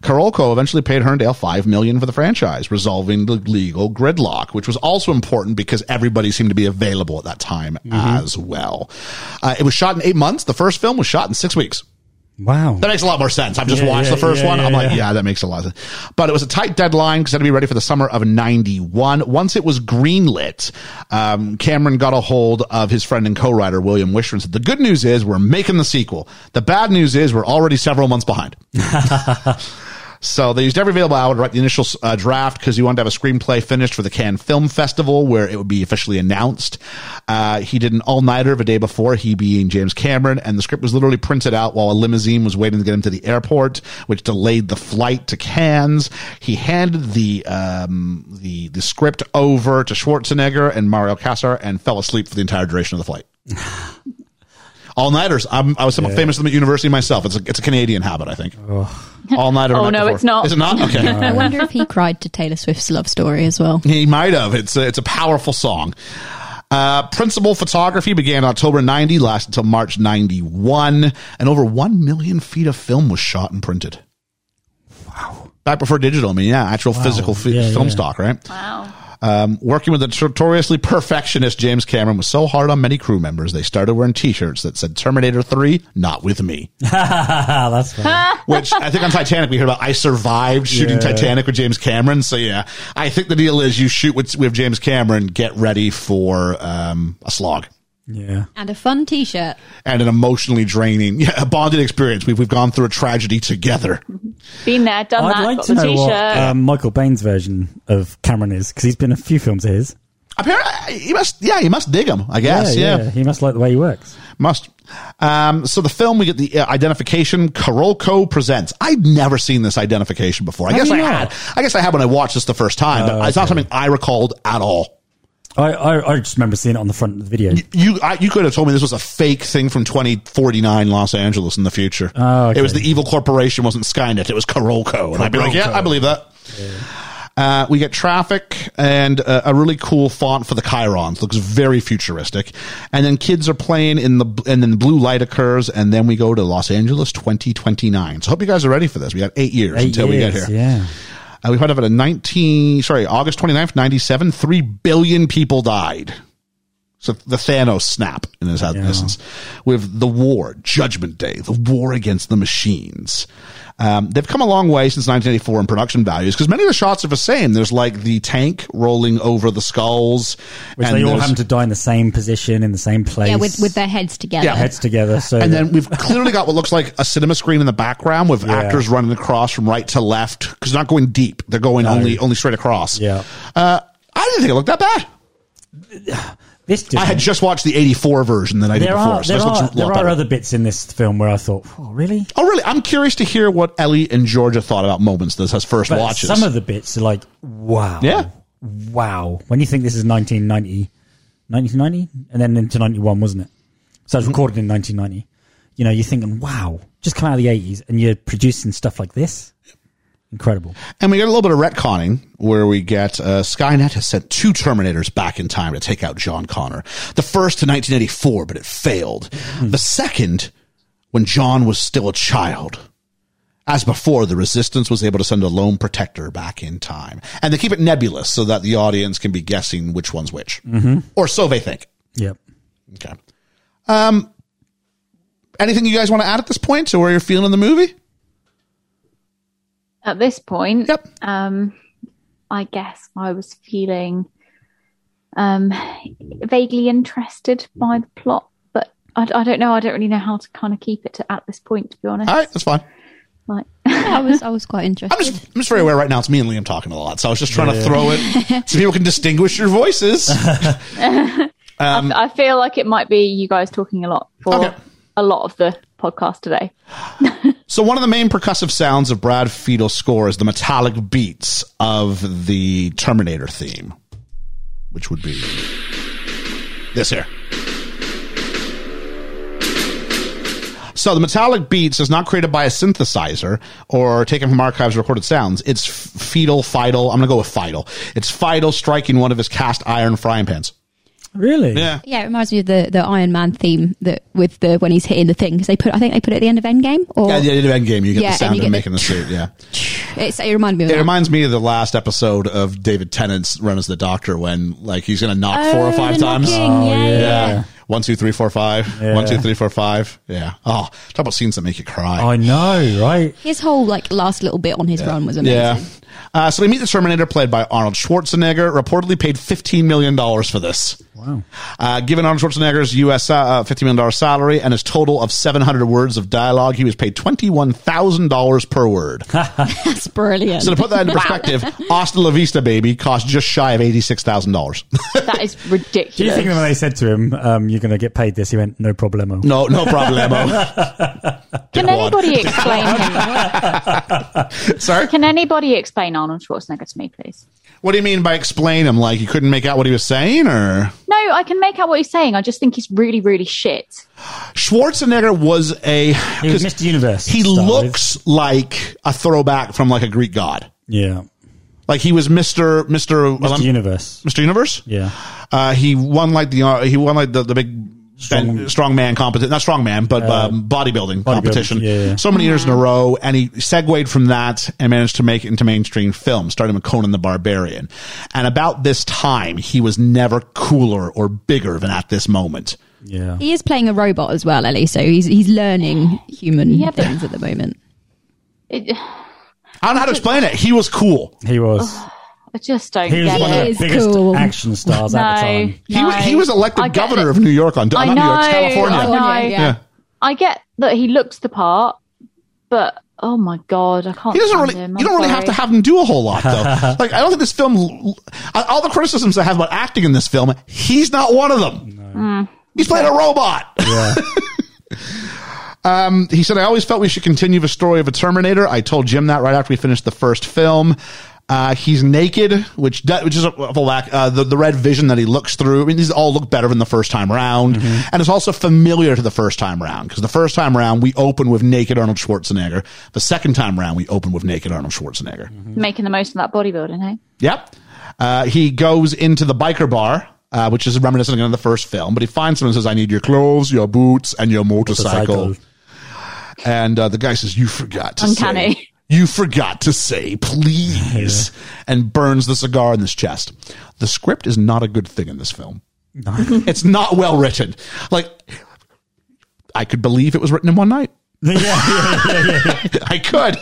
[SPEAKER 3] Carolco eventually paid Herndale five million for the franchise, resolving the legal gridlock, which was also important because everybody seemed to be available at that time as well. Uh, it was shot in eight months. The first film was shot in six weeks.
[SPEAKER 4] Wow.
[SPEAKER 3] That makes a lot more sense. I've just
[SPEAKER 4] Yeah,
[SPEAKER 3] watched
[SPEAKER 4] yeah,
[SPEAKER 3] the first
[SPEAKER 4] yeah,
[SPEAKER 3] one.
[SPEAKER 4] yeah,
[SPEAKER 3] I'm like, yeah.
[SPEAKER 4] yeah.
[SPEAKER 3] that makes a lot of sense. But it was a tight deadline because it had to be ready for the summer of 91. Once it was greenlit, um, Cameron got a hold of his friend and co-writer, William Wishman, said, the good news is we're making the sequel. The bad news is we're already several months behind. So they used every available hour to write the initial uh, draft because he wanted to have a screenplay finished for the Cannes Film Festival where it would be officially announced. Uh, he did an all-nighter of a day before, he being James Cameron, and the script was literally printed out while a limousine was waiting to get him to the airport, which delayed the flight to Cannes. He handed the um, the the script over to Schwarzenegger and Mario Casar and fell asleep for the entire duration of the flight. All-nighters. I'm, I was somewhat famous at the university myself. It's a, it's a Canadian habit, I think. All-nighter.
[SPEAKER 6] Oh,
[SPEAKER 3] night
[SPEAKER 6] no,
[SPEAKER 3] before.
[SPEAKER 6] it's not.
[SPEAKER 3] Is it not? Okay.
[SPEAKER 6] [LAUGHS]
[SPEAKER 5] I wonder if he cried to Taylor Swift's love story as well.
[SPEAKER 3] He might have. It's a, it's a powerful song. Uh, principal photography began October 90, lasted until March 91, and over 1 million feet of film was shot and printed. Wow. Back before digital, I mean, yeah, actual physical fi-
[SPEAKER 4] Yeah,
[SPEAKER 3] film
[SPEAKER 4] yeah.
[SPEAKER 3] stock, right?
[SPEAKER 6] Wow.
[SPEAKER 3] Um, working with the notoriously perfectionist James Cameron was so hard on many crew members, they started wearing t shirts that said Terminator 3, not with me.
[SPEAKER 4] Ah, That's funny.
[SPEAKER 3] Which I think on Titanic, we heard about I survived shooting
[SPEAKER 4] Yeah.
[SPEAKER 3] Titanic with James Cameron. So, yeah, I think the deal is you shoot with, with James Cameron, get ready for um, a slog
[SPEAKER 4] yeah.
[SPEAKER 5] And a fun T-shirt.
[SPEAKER 3] and an emotionally draining, yeah, a bonded experience. We've, we've gone through a tragedy together.
[SPEAKER 6] Been there, done that,
[SPEAKER 4] I'd like
[SPEAKER 6] got
[SPEAKER 4] to
[SPEAKER 6] the
[SPEAKER 4] know
[SPEAKER 6] t-shirt.
[SPEAKER 4] what um, Michael Bain's version of Cameron is because he's been in a few films of his.
[SPEAKER 3] Apparently, you must, yeah, you must dig him, I guess. yeah.
[SPEAKER 4] He must like the way he works.
[SPEAKER 3] Must. Um, so the film, we get the uh, identification. Carolco presents. I'd never seen this identification before. I
[SPEAKER 4] Have
[SPEAKER 3] guess
[SPEAKER 4] you
[SPEAKER 3] I
[SPEAKER 4] not?
[SPEAKER 3] had. I guess I had when I watched this the first time, but it's not something I recalled at all.
[SPEAKER 4] I, I, I just remember seeing it on the front of the video.
[SPEAKER 3] You I, you could have told me this was a fake thing from 2049 Los Angeles in the future.
[SPEAKER 4] Oh, okay.
[SPEAKER 3] It was the evil corporation wasn't Skynet. It was Carolco, and I'd be like, yeah,
[SPEAKER 4] Carolco.
[SPEAKER 3] I believe that. Uh, we get traffic and uh, a really cool font for the chirons. Looks very futuristic. And then kids are playing in the and then blue light occurs, and then we go to Los Angeles 2029. So hope you guys are ready for this. We got eight years
[SPEAKER 4] Eight
[SPEAKER 3] until we get
[SPEAKER 4] years,
[SPEAKER 3] here.
[SPEAKER 4] Yeah.
[SPEAKER 3] Uh, we found out at a 19, sorry, August 29th, 97, 3 billion people died. So the Thanos snap in his essence with the war, Judgment Day, the war against the machines. Um, they've come a long way since 1984 in production values because many of the shots are the same. There's like the tank rolling over the skulls,
[SPEAKER 4] Which they all
[SPEAKER 3] there's-
[SPEAKER 4] happen to die in the same position, in the same place.
[SPEAKER 5] Yeah, with with their heads together.
[SPEAKER 3] Yeah,
[SPEAKER 4] heads together. So
[SPEAKER 3] and then we've clearly got what looks like a cinema screen in the background with
[SPEAKER 4] Yeah.
[SPEAKER 3] actors running across from right to left because not going deep; they're going only only straight across.
[SPEAKER 4] Yeah.
[SPEAKER 3] uh, I didn't think it looked that bad.
[SPEAKER 4] this
[SPEAKER 3] I had just watched the '84 version that I did
[SPEAKER 4] there
[SPEAKER 3] before.
[SPEAKER 4] are
[SPEAKER 3] so
[SPEAKER 4] there
[SPEAKER 3] this
[SPEAKER 4] are,
[SPEAKER 3] looks a
[SPEAKER 4] there
[SPEAKER 3] lot
[SPEAKER 4] are
[SPEAKER 3] better.
[SPEAKER 4] other bits in this film where I thought, oh, really?
[SPEAKER 3] Oh, really? I'm curious to hear what Ellie and Georgia thought about moments this has first
[SPEAKER 4] But
[SPEAKER 3] watches.
[SPEAKER 4] some of the bits are like, wow,
[SPEAKER 3] Yeah.
[SPEAKER 4] wow. When you think this is 1990, 1990, and then into 91, wasn't it? So
[SPEAKER 3] Mm-hmm.
[SPEAKER 4] it was recorded in 1990. You know, you're thinking, wow, just come out of the 80s, and you're producing stuff like this. Incredible.
[SPEAKER 3] and we get a little bit of retconning where we get uh, Skynet has sent two Terminators back in time to take out John Connor. The first to 1984, but it failed. The second, when John was still a child. As before, the resistance was able to send a lone protector back in time. And they keep it nebulous so that the audience can be guessing which one's which. Or so they think.
[SPEAKER 4] Yep.
[SPEAKER 3] Okay. Um, anything you guys want to add at this point to where you're feeling the movie?
[SPEAKER 6] At this point,
[SPEAKER 3] Yep.
[SPEAKER 6] um, I guess I was feeling um, vaguely interested by the plot, but I, I don't know. I don't really know how to kind of keep it to, at this point, to be honest.
[SPEAKER 3] All right, that's fine.
[SPEAKER 6] Like, [LAUGHS]
[SPEAKER 5] I was I was quite
[SPEAKER 3] I'm
[SPEAKER 5] interested.
[SPEAKER 3] just, I'm just very aware right now. It's me and Liam talking a lot, so I was just trying to throw it so people can distinguish your voices. um,
[SPEAKER 6] I feel like it might be you guys talking a lot for
[SPEAKER 3] Okay.
[SPEAKER 6] a lot of the podcast today.
[SPEAKER 3] so one of the main percussive sounds of Brad Fiedel's score is the metallic beats of the Terminator theme, which would be this here. So the metallic beats is not created by a synthesizer or taken from archives of recorded sounds. It's f- fetal, Fidel. I'm going to go with Fidel. It's Fidel striking one of his cast iron frying pans.
[SPEAKER 4] Really?
[SPEAKER 3] Yeah.
[SPEAKER 5] Yeah, it reminds me of the, the Iron Man theme that with the when he's hitting the thing because they put I think they put it at the end of Endgame or
[SPEAKER 3] Yeah, the end of Endgame, you get
[SPEAKER 5] Yeah,
[SPEAKER 3] the
[SPEAKER 5] and
[SPEAKER 3] sound
[SPEAKER 5] you
[SPEAKER 3] of
[SPEAKER 5] get
[SPEAKER 3] making
[SPEAKER 5] the-
[SPEAKER 3] the suit.
[SPEAKER 5] [LAUGHS]
[SPEAKER 3] Yeah.
[SPEAKER 5] it's, it reminded me of
[SPEAKER 3] It
[SPEAKER 5] that.
[SPEAKER 3] reminds me of the last episode of David Tennant's run as the Doctor when like he's going to knock four or
[SPEAKER 5] Oh,
[SPEAKER 3] five
[SPEAKER 5] the
[SPEAKER 3] times. Uh,
[SPEAKER 5] knocking,
[SPEAKER 4] Oh,
[SPEAKER 5] yeah,
[SPEAKER 4] yeah.
[SPEAKER 5] yeah.
[SPEAKER 3] One, two, three, four, five. One, two, three, four, five. Yeah. Oh, talk about scenes that make you cry.
[SPEAKER 4] I know, right?
[SPEAKER 5] His whole like last little bit on his run was amazing.
[SPEAKER 3] Yeah. Uh, so we meet the Terminator, played by Arnold Schwarzenegger, reportedly paid $15 million for this.
[SPEAKER 4] Wow.
[SPEAKER 3] Uh, given Arnold Schwarzenegger's US uh, $50 million salary and his total of 700 words of dialogue, he was paid $21,000 per word.
[SPEAKER 5] That's brilliant.
[SPEAKER 3] So to put that into perspective, Hasta La Vista Baby cost just shy of $86,000.
[SPEAKER 6] That is ridiculous.
[SPEAKER 4] Do you think when they said to him, um, "You're going to get paid this," he went, "No
[SPEAKER 3] [LAUGHS]
[SPEAKER 4] problemo."
[SPEAKER 3] no, no problemo. [LAUGHS]
[SPEAKER 6] Can
[SPEAKER 3] Dickwad.
[SPEAKER 6] anybody explain him?
[SPEAKER 3] Sorry?
[SPEAKER 6] Can anybody explain Arnold Schwarzenegger to me, please?
[SPEAKER 3] What do you mean by explain him? Like you couldn't make out what he was saying or?
[SPEAKER 6] No, I can make out what he's saying. I just think he's really, really shit.
[SPEAKER 3] Schwarzenegger was a,
[SPEAKER 4] He was Mr. Universe.
[SPEAKER 3] he
[SPEAKER 4] to start with.
[SPEAKER 3] looks like a throwback from like a Greek god.
[SPEAKER 4] Yeah.
[SPEAKER 3] Like he was Mister Mister
[SPEAKER 4] Mr. Universe.
[SPEAKER 3] Mister Universe.
[SPEAKER 4] Yeah.
[SPEAKER 3] Uh, he won like the uh, he won like the the big strong,
[SPEAKER 4] Strong-
[SPEAKER 3] man competition, not strong man, but um, bodybuilding, competition.
[SPEAKER 4] yeah, yeah.
[SPEAKER 3] So many years in a row, and he segued from that and managed to make it into mainstream film, starting with Conan the Barbarian. And about this time, he was never cooler or bigger than at this moment.
[SPEAKER 4] Yeah.
[SPEAKER 5] he is playing a robot as well, Ellie. So he's he's learning human
[SPEAKER 6] Yeah, but-
[SPEAKER 5] things at the moment.
[SPEAKER 6] It,
[SPEAKER 3] I don't know how to explain it. He was cool.
[SPEAKER 4] He was.
[SPEAKER 6] I just don't
[SPEAKER 4] He was
[SPEAKER 6] get
[SPEAKER 4] one of
[SPEAKER 6] it.
[SPEAKER 4] the
[SPEAKER 5] is
[SPEAKER 4] biggest
[SPEAKER 5] cool.
[SPEAKER 4] action stars
[SPEAKER 6] No,
[SPEAKER 4] at the time.
[SPEAKER 3] He, wa- he
[SPEAKER 6] no.
[SPEAKER 3] was
[SPEAKER 6] I
[SPEAKER 3] elected
[SPEAKER 6] get
[SPEAKER 3] governor
[SPEAKER 6] it.
[SPEAKER 3] of New York on
[SPEAKER 6] I
[SPEAKER 3] not New York,
[SPEAKER 6] know,
[SPEAKER 3] California.
[SPEAKER 6] I know.
[SPEAKER 5] California, yeah.
[SPEAKER 3] Yeah.
[SPEAKER 6] I get that he looks the part, but oh my god, I can't.
[SPEAKER 3] He doesn't
[SPEAKER 6] stand
[SPEAKER 3] really.
[SPEAKER 6] him.
[SPEAKER 3] You don't
[SPEAKER 6] I'm
[SPEAKER 3] really have
[SPEAKER 6] sorry.
[SPEAKER 3] to have him do a whole lot, though. like I don't think this film. uh, All the criticisms I have about acting in this film, he's not one of them.
[SPEAKER 6] Hmm.
[SPEAKER 3] He's playing a robot. [LAUGHS]
[SPEAKER 4] Yeah.
[SPEAKER 3] Um, he said, "I always felt we should continue the story of a Terminator." I told Jim that right after we finished the first film. Uh, he's naked, which do- which is a, a lack. Uh, the the red vision that he looks through. I mean, these all look better than the first time round, and it's also familiar to the first time round because the first time round we open with naked Arnold Schwarzenegger. The second time round we open with naked Arnold Schwarzenegger.
[SPEAKER 6] making the most of that bodybuilding, hey?
[SPEAKER 3] Yep. Uh, he goes into the biker bar, uh, which is reminiscent again of the first film, but he finds someone and says, I need your clothes, your boots, and your motorcycle.
[SPEAKER 4] Motorcycle.
[SPEAKER 3] And uh, the guy says, You forgot to
[SPEAKER 6] Uncanny.
[SPEAKER 3] say. You forgot to say, please. And burns the cigar in his chest. The script is not a good thing in this film. [LAUGHS] it's not well written. Like, I could believe it was written in one night.
[SPEAKER 4] [LAUGHS] yeah, yeah,
[SPEAKER 3] [LAUGHS]
[SPEAKER 4] yeah.
[SPEAKER 3] I could.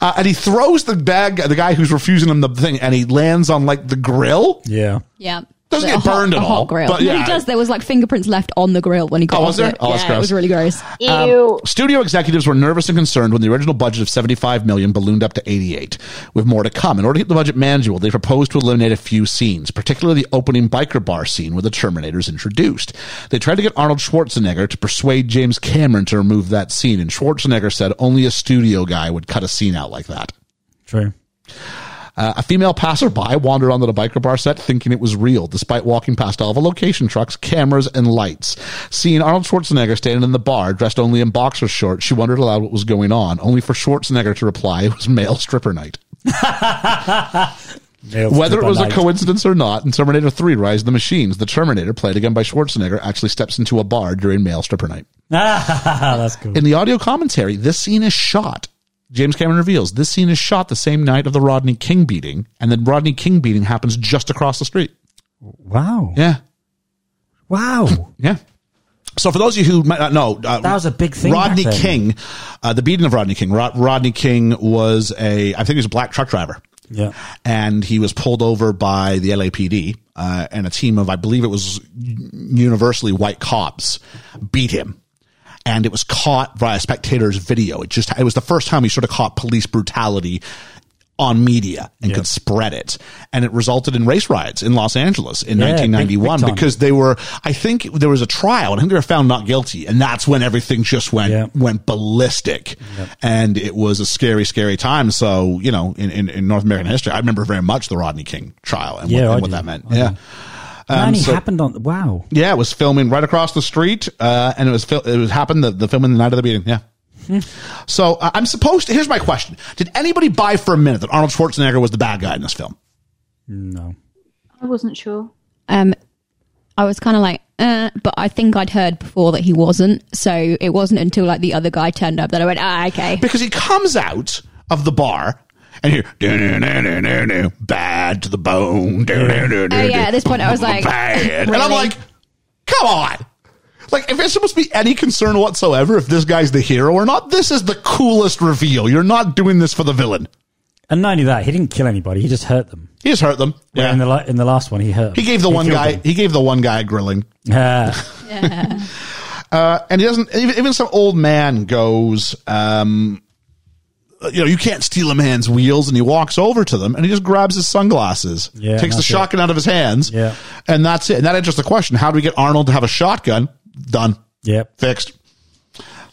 [SPEAKER 3] Uh, and he throws the bag, the guy who's refusing him the thing, and he lands on like the grill.
[SPEAKER 4] yeah.
[SPEAKER 5] Yeah.
[SPEAKER 3] Doesn't
[SPEAKER 5] The
[SPEAKER 3] get
[SPEAKER 5] hot-
[SPEAKER 3] burned at
[SPEAKER 5] the hot
[SPEAKER 3] all,
[SPEAKER 5] grill.
[SPEAKER 3] but
[SPEAKER 5] No,
[SPEAKER 3] yeah.
[SPEAKER 5] he does. There was like fingerprints left on the grill when he got.
[SPEAKER 3] Oh,
[SPEAKER 5] off
[SPEAKER 3] was there?
[SPEAKER 5] It.
[SPEAKER 3] Oh,
[SPEAKER 5] yeah,
[SPEAKER 3] that's
[SPEAKER 5] it was
[SPEAKER 3] gross.
[SPEAKER 5] really gross.
[SPEAKER 6] Ew.
[SPEAKER 3] Studio executives were nervous and concerned when the original budget of 75 million ballooned up to 88, with more to come. In order to keep the budget manageable, they proposed to eliminate a few scenes, particularly the opening biker bar scene where the Terminator is introduced. They tried to get Arnold Schwarzenegger to persuade James Cameron to remove that scene, and Schwarzenegger said only a studio guy would cut a scene out like that.
[SPEAKER 4] True.
[SPEAKER 3] Uh, a female passerby wandered onto the biker bar set thinking it was real, despite walking past all the location trucks, cameras, and lights. Seeing Arnold Schwarzenegger standing in the bar, dressed only in boxer shorts, she wondered aloud what was going on, only for Schwarzenegger to reply it was male stripper night.
[SPEAKER 4] Nailed
[SPEAKER 3] Whether it
[SPEAKER 4] by
[SPEAKER 3] was a
[SPEAKER 4] night.
[SPEAKER 3] coincidence or not, in Terminator 3 Rise of the Machines, the Terminator, played again by Schwarzenegger, actually steps into a bar during male stripper night.
[SPEAKER 4] That's cool.
[SPEAKER 3] In the audio commentary, this scene is shot. James Cameron reveals this scene is shot the same night of the Rodney King beating, and then Rodney King beating happens just across the street.
[SPEAKER 4] [LAUGHS] Wow.
[SPEAKER 3] Yeah.
[SPEAKER 4] Wow.
[SPEAKER 3] Yeah. So for those of you who might not know, uh,
[SPEAKER 4] That was a big thing back
[SPEAKER 3] Rodney
[SPEAKER 4] then.
[SPEAKER 3] King, uh, the beating of Rodney King. Rod- Rodney King was a, I think he was a black truck driver,
[SPEAKER 4] Yeah.
[SPEAKER 3] and he was pulled over by the LAPD uh, and a team of, I believe it was universally white cops, beat him. And it was caught via spectators' video. It just—it was the first time we sort of caught police brutality on media and could spread it, and it resulted in race riots in Los Angeles in
[SPEAKER 4] Yeah, big- big
[SPEAKER 3] 1991
[SPEAKER 4] time.
[SPEAKER 3] because because they were I think there was a trial and I think they were found not guilty and that's when everything just went
[SPEAKER 4] Yeah.
[SPEAKER 3] went ballistic and it was a scary scary time so you know in, in, in North American history I remember very much the Rodney King trial and
[SPEAKER 4] Yeah,
[SPEAKER 3] what,
[SPEAKER 4] I
[SPEAKER 3] and what
[SPEAKER 4] do.
[SPEAKER 3] that meant
[SPEAKER 4] I
[SPEAKER 3] yeah
[SPEAKER 4] Nanny
[SPEAKER 3] Um, so-
[SPEAKER 4] happened on. Wow.
[SPEAKER 3] Yeah, it was filming right across the street, uh, and it was fil- it was happened the, the filming the night of the meeting. Yeah.
[SPEAKER 4] Hmm.
[SPEAKER 3] so uh, I'm supposed to. Here's my question: Did anybody buy for a minute that Arnold Schwarzenegger was the bad guy in this film?
[SPEAKER 4] No.
[SPEAKER 6] I wasn't sure.
[SPEAKER 5] Um, I was kind of like, uh, but I think I'd heard before that he wasn't. So it wasn't until like the other guy turned up that I went, ah, okay.
[SPEAKER 3] Because he comes out of the bar and you hear bad to the bone. Oh
[SPEAKER 5] Oh, yeah, at this point I was like,
[SPEAKER 3] bad, and I'm
[SPEAKER 5] really?
[SPEAKER 3] like, come on. Like, if it's supposed to be any concern whatsoever if this guy's the hero or not, this is the coolest reveal. You're not doing this for the villain.
[SPEAKER 4] And not only that, he didn't kill anybody. He just hurt them.
[SPEAKER 3] He just hurt them.
[SPEAKER 4] Yeah. In the la- in the last one, he hurt.
[SPEAKER 3] He gave the one
[SPEAKER 4] killed
[SPEAKER 3] guy.
[SPEAKER 4] them.
[SPEAKER 3] He gave the one guy a grilling,
[SPEAKER 4] [LAUGHS] Ah.
[SPEAKER 3] and he doesn't. Even, even some old man goes, um, you know, you can't steal a man's wheels, and he walks over to them, and he just grabs his sunglasses,
[SPEAKER 4] Yeah,
[SPEAKER 3] takes the
[SPEAKER 4] that's it.
[SPEAKER 3] shotgun out of his hands,
[SPEAKER 4] Yeah.
[SPEAKER 3] and that's it. And that answers the question: How do we get Arnold to have a shotgun? Done,
[SPEAKER 4] yep.
[SPEAKER 3] fixed.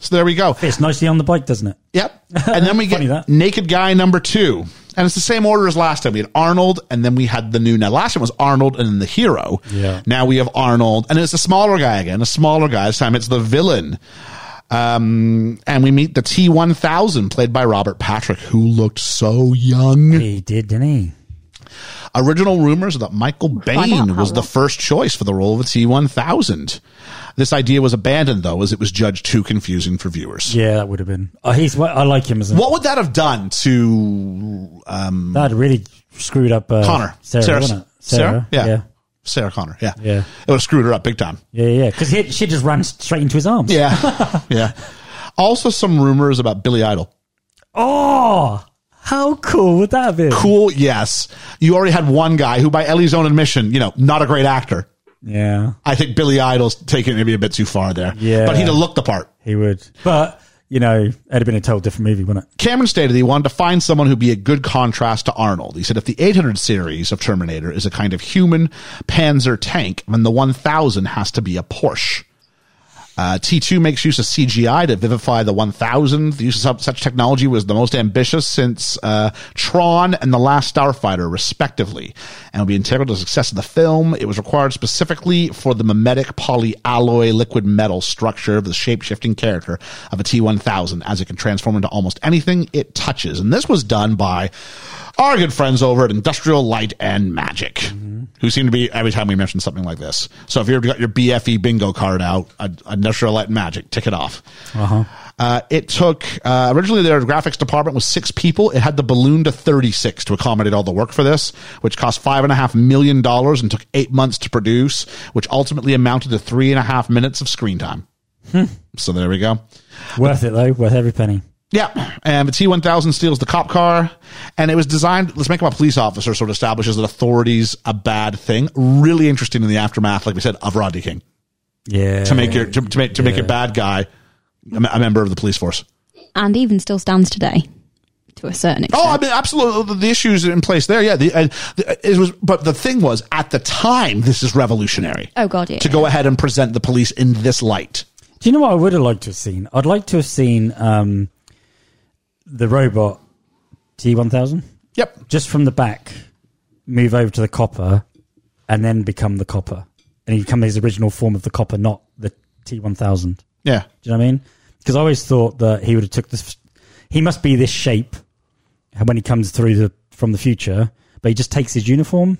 [SPEAKER 3] So there we go.
[SPEAKER 4] It's nicely on the bike, doesn't it? [LAUGHS]
[SPEAKER 3] Yep. And then we
[SPEAKER 4] Funny
[SPEAKER 3] get
[SPEAKER 4] that.
[SPEAKER 3] Naked Guy number two. And it's the same order as last time. We had Arnold, and then we had the new. Now, last time was Arnold and then the hero.
[SPEAKER 4] Yeah.
[SPEAKER 3] Now we have Arnold, and it's a smaller guy again, a smaller guy. This time it's the villain. Um, and we meet the T 1000, played by Robert Patrick, who looked so young.
[SPEAKER 4] He did, didn't he?
[SPEAKER 3] Original rumors that Michael
[SPEAKER 6] Find out
[SPEAKER 3] Bain
[SPEAKER 6] how
[SPEAKER 3] was the
[SPEAKER 6] long-
[SPEAKER 3] first choice for the role of a T 1000. This idea was abandoned, though, as it was judged too confusing for viewers.
[SPEAKER 4] Yeah, that would have been. Oh, he's. I like him as a.
[SPEAKER 3] What would that have done to um,
[SPEAKER 4] That really screwed up uh,
[SPEAKER 3] Connor.
[SPEAKER 4] Sarah,
[SPEAKER 3] Sarah-
[SPEAKER 4] wasn't it?
[SPEAKER 3] Sarah? Yeah.
[SPEAKER 4] yeah.
[SPEAKER 3] Sarah Connor. Yeah.
[SPEAKER 4] Yeah.
[SPEAKER 3] It would have screwed her up big time.
[SPEAKER 4] Yeah, yeah, because he she just ran straight into his arms.
[SPEAKER 3] Yeah. yeah. Also, some rumors about Billy Idol.
[SPEAKER 4] Oh, how cool would that have been?
[SPEAKER 3] Cool. Yes. You already had one guy who, by Ellie's own admission, you know, not a great actor.
[SPEAKER 4] Yeah,
[SPEAKER 3] I think Billy Idol's taken it maybe a bit too far there.
[SPEAKER 4] Yeah.
[SPEAKER 3] But he'd have looked the part.
[SPEAKER 4] he would. But you know, it'd have been a total different movie, wouldn't it?
[SPEAKER 3] Cameron stated he wanted to find someone who'd be a good contrast to Arnold. He said if the 800 series of Terminator is a kind of human Panzer tank, then the 1000 has to be a Porsche. Uh, T2 makes use of CGI to vivify the 1000. The use of such technology was the most ambitious since uh, Tron and The Last Starfighter, respectively, and will be integral to the success of the film. It was required specifically for the mimetic polyalloy liquid metal structure of the shape shifting character of a T 1000, as it can transform into almost anything it touches. And this was done by our good friends over at Industrial Light and Magic, who seem to be every time we mention something like this. So if you've got your BFE bingo card out, uh, Industrial Light and Magic, tick it off. Uh-huh. it took uh, originally their graphics department was six people. It had the balloon to thirty six to accommodate all the work for this, which cost five and a half million dollars and took eight months to produce, which ultimately amounted to three and a half minutes of screen time. so there we go.
[SPEAKER 4] Worth it though, worth every penny.
[SPEAKER 3] Yeah, and the T1000 steals the cop car, and it was designed. Let's make him a police officer, sort of establishes that authority's a bad thing. Really interesting in the aftermath, like we said, of Rodney King
[SPEAKER 4] Yeah,
[SPEAKER 3] to make your to, to make to make your bad guy a, me- a member of the police force.
[SPEAKER 5] And even still stands today to a certain extent.
[SPEAKER 3] Oh, I mean, absolutely, the issues in place there. Yeah, the, uh, the, it was. But the thing was, at the time, this is revolutionary
[SPEAKER 5] oh, God, yeah.
[SPEAKER 3] to go ahead and present the police in this light.
[SPEAKER 4] Do you know what I would have liked to have seen? I'd like to have seen um, the robot T one thousand
[SPEAKER 3] Yep.
[SPEAKER 4] just from the back move over to the copper and then become the copper, and he become his original form of the copper, not the T one thousand.
[SPEAKER 3] Yeah.
[SPEAKER 4] Do you know what I mean? Because I always thought that he would have took this. He must be this shape when he comes through the from the future, but he just takes his uniform.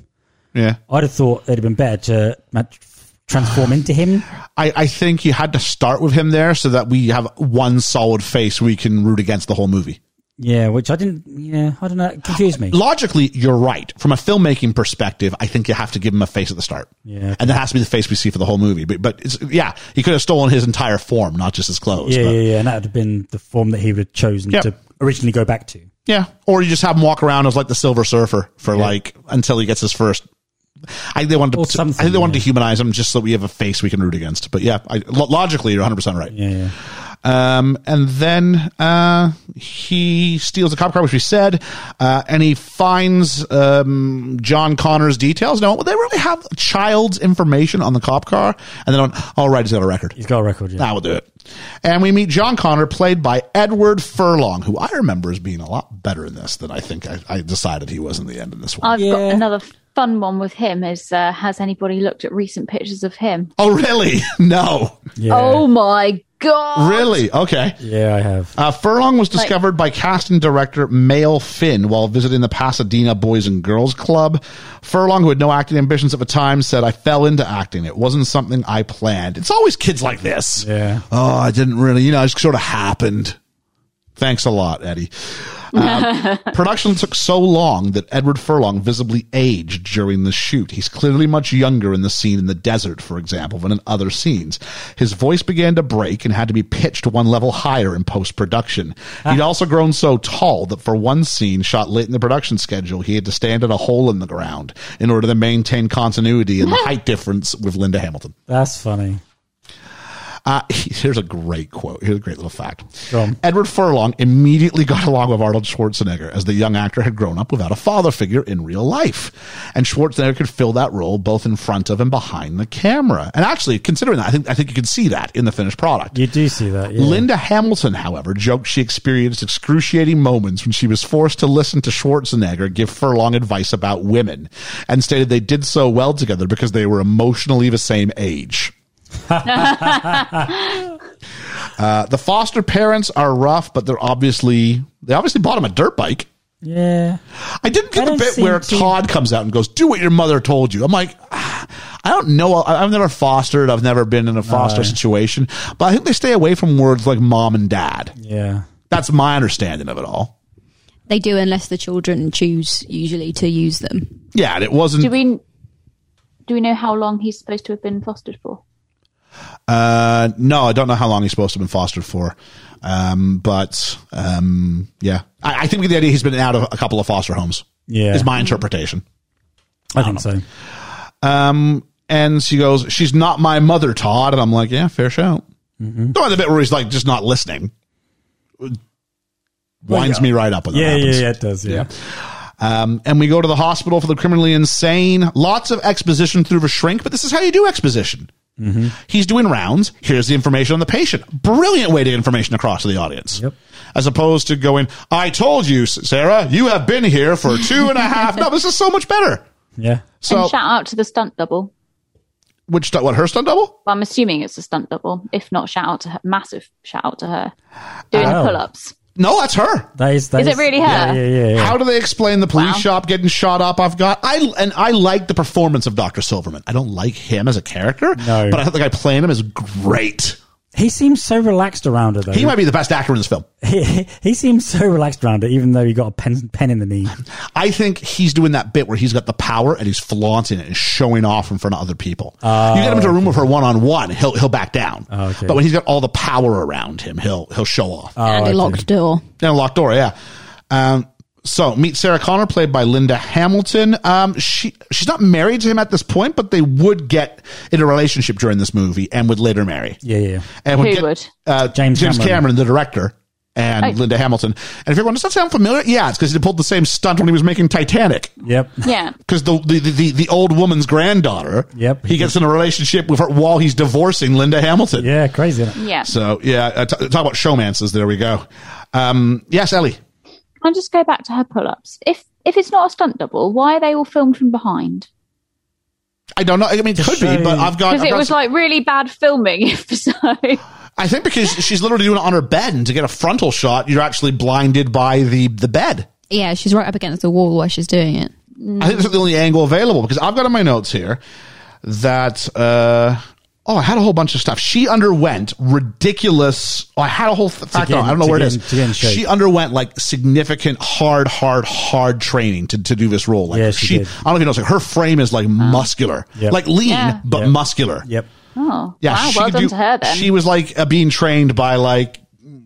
[SPEAKER 3] Yeah.
[SPEAKER 4] I'd have thought it'd have been better to ma-
[SPEAKER 3] [SIGHS]
[SPEAKER 4] transform into him.
[SPEAKER 3] I, I think you had to start with him there so that we have one solid face we can root against the whole movie.
[SPEAKER 4] Yeah, which I didn't. Yeah, I don't know. It confused me.
[SPEAKER 3] Logically, you're right. From a filmmaking perspective, I think you have to give him a face at the start.
[SPEAKER 4] Yeah.
[SPEAKER 3] And that has to be the face we see for the whole movie. But, but it's, yeah, he could have stolen his entire form, not just his clothes.
[SPEAKER 4] Yeah, yeah,
[SPEAKER 3] but,
[SPEAKER 4] yeah. And that would have been the form that he would have chosen
[SPEAKER 3] Yep.
[SPEAKER 4] to originally go back to.
[SPEAKER 3] Yeah. Or you just have him walk around as like the Silver Surfer for like until he gets his first. I think they wanted
[SPEAKER 4] Or
[SPEAKER 3] to, I
[SPEAKER 4] something,
[SPEAKER 3] think they wanted to
[SPEAKER 4] yeah.
[SPEAKER 3] humanize him just so we have a face we can root against. But yeah, I, lo- logically, you're 100% right.
[SPEAKER 4] Yeah, yeah.
[SPEAKER 3] Um, and then uh, he steals a cop car, which we said, uh, and he finds um, John Connor's details. No, they really have child's information on the cop car, and then on, all right, he's got a record.
[SPEAKER 4] He's got a record. Yeah,
[SPEAKER 3] That will do it. And we meet John Connor, played by Edward Furlong, who I remember as being a lot better in this than I think I, I decided he was in the end in this one.
[SPEAKER 6] I've got
[SPEAKER 4] Yeah.
[SPEAKER 6] another fun one with him is uh, has anybody looked at recent pictures of him?
[SPEAKER 3] Oh, really? [LAUGHS] No.
[SPEAKER 4] Yeah.
[SPEAKER 6] Oh my god!
[SPEAKER 3] Really? Okay.
[SPEAKER 4] yeah, I have.
[SPEAKER 3] Uh, Furlong was discovered by casting director Male Finn while visiting the Pasadena Boys and Girls Club. Furlong, who had no acting ambitions at the time, said, I fell into acting. It wasn't something I planned. It's always kids like this.
[SPEAKER 4] Yeah.
[SPEAKER 3] Oh, I didn't really, you know, it just sort of happened. Thanks a lot, Eddie. Um, production took so long that Edward Furlong visibly aged during the shoot. He's clearly much younger in the scene in the desert, for example, than in other scenes. His voice began to break and had to be pitched one level higher in post production. He'd also grown so tall that for one scene shot late in the production schedule, he had to stand in a hole in the ground in order to maintain continuity and the height difference with Linda Hamilton.
[SPEAKER 4] That's funny.
[SPEAKER 3] Uh, here's a great quote. Here's a great little fact.
[SPEAKER 4] Go on.
[SPEAKER 3] Edward Furlong immediately got along with Arnold Schwarzenegger as the young actor had grown up without a father figure in real life. And Schwarzenegger could fill that role both in front of and behind the camera. And actually, considering that, I think, I think you can see that in the finished product.
[SPEAKER 4] You do see that. Yeah.
[SPEAKER 3] Linda Hamilton, however, joked she experienced excruciating moments when she was forced to listen to Schwarzenegger give Furlong advice about women and stated they did so well together because they were emotionally the same age. Uh, the foster parents are rough, but they're obviously they obviously bought him a dirt bike.
[SPEAKER 4] Yeah.
[SPEAKER 3] I didn't
[SPEAKER 4] I
[SPEAKER 3] get the
[SPEAKER 4] don't
[SPEAKER 3] bit
[SPEAKER 4] seem
[SPEAKER 3] where
[SPEAKER 4] to-
[SPEAKER 3] Todd comes out and goes, "Do what your mother told you." I'm like, ah, I don't know. I- I've never fostered. I've never been in a foster situation, but I think they stay away from words like mom and dad.
[SPEAKER 4] Yeah.
[SPEAKER 3] That's my understanding of it all.
[SPEAKER 5] They do unless the children choose usually to use them.
[SPEAKER 3] Yeah, and it wasn't.
[SPEAKER 6] Do we do we know how long he's supposed to have been fostered for?
[SPEAKER 3] Uh, no, I don't know how long he's supposed to have been fostered for. Um, but um, yeah, I, I think with the idea he's been out of a couple of foster homes.
[SPEAKER 4] Yeah.
[SPEAKER 3] is my interpretation.
[SPEAKER 4] I think so.
[SPEAKER 3] And she goes, "She's not my mother, Todd." And I'm like, "Yeah, fair shout."
[SPEAKER 4] Mm-hmm.
[SPEAKER 3] The other bit where he's like just not listening winds me right up when
[SPEAKER 4] Yeah,
[SPEAKER 3] that
[SPEAKER 4] yeah,
[SPEAKER 3] happens.
[SPEAKER 4] yeah, it does. Yeah.
[SPEAKER 3] Um, and we go to the hospital for the criminally insane. Lots of exposition through the shrink, but this is how you do exposition.
[SPEAKER 4] Mm-hmm.
[SPEAKER 3] He's doing rounds. Here's the information on the patient. Brilliant way to get information across to the audience.
[SPEAKER 4] Yep.
[SPEAKER 3] As opposed to going, I told you, Sarah, you have been here for two and a half. No, this is so much better.
[SPEAKER 4] Yeah.
[SPEAKER 3] So,
[SPEAKER 6] and shout out to the stunt double.
[SPEAKER 3] which, stunt- what, her stunt double?
[SPEAKER 6] Well, I'm assuming it's a stunt double. If not, shout out to her. Massive shout out to her doing
[SPEAKER 4] Ow.
[SPEAKER 3] Oh.
[SPEAKER 6] the pull-ups.
[SPEAKER 3] No, that's her.
[SPEAKER 4] That is. that
[SPEAKER 6] Is it really her?
[SPEAKER 4] Yeah, yeah, yeah. yeah.
[SPEAKER 3] How do they explain the police
[SPEAKER 6] Wow.
[SPEAKER 3] shop getting shot up? I've got I and I like the performance of Doctor Silverman. I don't like him as a character,
[SPEAKER 4] No.
[SPEAKER 3] but I think the guy playing him is great.
[SPEAKER 4] he seems so relaxed around her, though.
[SPEAKER 3] He
[SPEAKER 4] He,
[SPEAKER 3] might be the best actor in this film.
[SPEAKER 4] [LAUGHS] he, seems so relaxed around her, even though he got a pen, pen in the knee.
[SPEAKER 3] I think he's doing that bit where he's got the power and he's flaunting it and showing off in front of other people. you get him into a room with her one on one, he'll he'll back down.
[SPEAKER 4] Ah, okay.
[SPEAKER 3] But when he's got all the power around him, he'll he'll show off.
[SPEAKER 5] and a locked door.
[SPEAKER 3] And a locked door, yeah. Um, so meet Sarah Connor, played by Linda Hamilton. Um, she she's not married to him at this point, but they would get in a relationship during this movie and would later marry.
[SPEAKER 4] Yeah, yeah.
[SPEAKER 3] And would
[SPEAKER 6] Who
[SPEAKER 3] get,
[SPEAKER 6] would?
[SPEAKER 3] Uh, James,
[SPEAKER 4] James
[SPEAKER 3] Cameron.
[SPEAKER 4] Cameron.
[SPEAKER 3] the director, and
[SPEAKER 6] Oh.
[SPEAKER 3] Linda Hamilton. And if everyone does that sound familiar, yeah, it's because he pulled the same stunt when he was making Titanic.
[SPEAKER 4] Yep.
[SPEAKER 6] Yeah.
[SPEAKER 3] Because the the, the the the old woman's granddaughter,
[SPEAKER 4] Yep.
[SPEAKER 3] he gets in a relationship with her while he's divorcing Linda Hamilton.
[SPEAKER 4] Yeah, crazy. Isn't it?
[SPEAKER 6] Yeah.
[SPEAKER 3] So yeah, uh, t- talk about showmances. There we go. Um, yes, Ellie.
[SPEAKER 6] Can I just go back to her pull-ups? If if it's not a stunt double, why are they all filmed from behind?
[SPEAKER 3] I don't know. I mean, it could be,
[SPEAKER 4] show
[SPEAKER 3] but
[SPEAKER 4] you.
[SPEAKER 3] I've got.
[SPEAKER 6] Because
[SPEAKER 3] I've
[SPEAKER 6] it
[SPEAKER 3] got-
[SPEAKER 6] was like really bad filming. [LAUGHS] If so,
[SPEAKER 3] I think because she's literally doing it on her bed, and to get a frontal shot, you're actually blinded by the the bed.
[SPEAKER 5] Yeah, she's right up against the wall while she's doing it.
[SPEAKER 3] I think that's the only angle available because I've got in my notes here that. uh Oh, I had a whole bunch of stuff. She underwent ridiculous. Oh, I had a whole th- fact
[SPEAKER 4] get-
[SPEAKER 3] on. I don't know
[SPEAKER 4] to
[SPEAKER 3] where
[SPEAKER 4] get
[SPEAKER 3] it
[SPEAKER 4] in- to get in
[SPEAKER 3] is.
[SPEAKER 4] shape.
[SPEAKER 3] She underwent like significant hard, hard, hard training to, to do this role. Like
[SPEAKER 4] Yeah, she
[SPEAKER 3] I
[SPEAKER 4] did.
[SPEAKER 3] don't know if you know, it's like her frame is like muscular,
[SPEAKER 4] Yep.
[SPEAKER 3] like lean
[SPEAKER 6] Yeah.
[SPEAKER 3] but
[SPEAKER 4] Yep.
[SPEAKER 3] muscular.
[SPEAKER 4] Yep.
[SPEAKER 6] oh
[SPEAKER 3] Yeah,
[SPEAKER 6] wow,
[SPEAKER 3] she
[SPEAKER 6] well
[SPEAKER 3] could
[SPEAKER 6] done
[SPEAKER 3] do-
[SPEAKER 6] to her then.
[SPEAKER 3] She was like uh, being trained by like.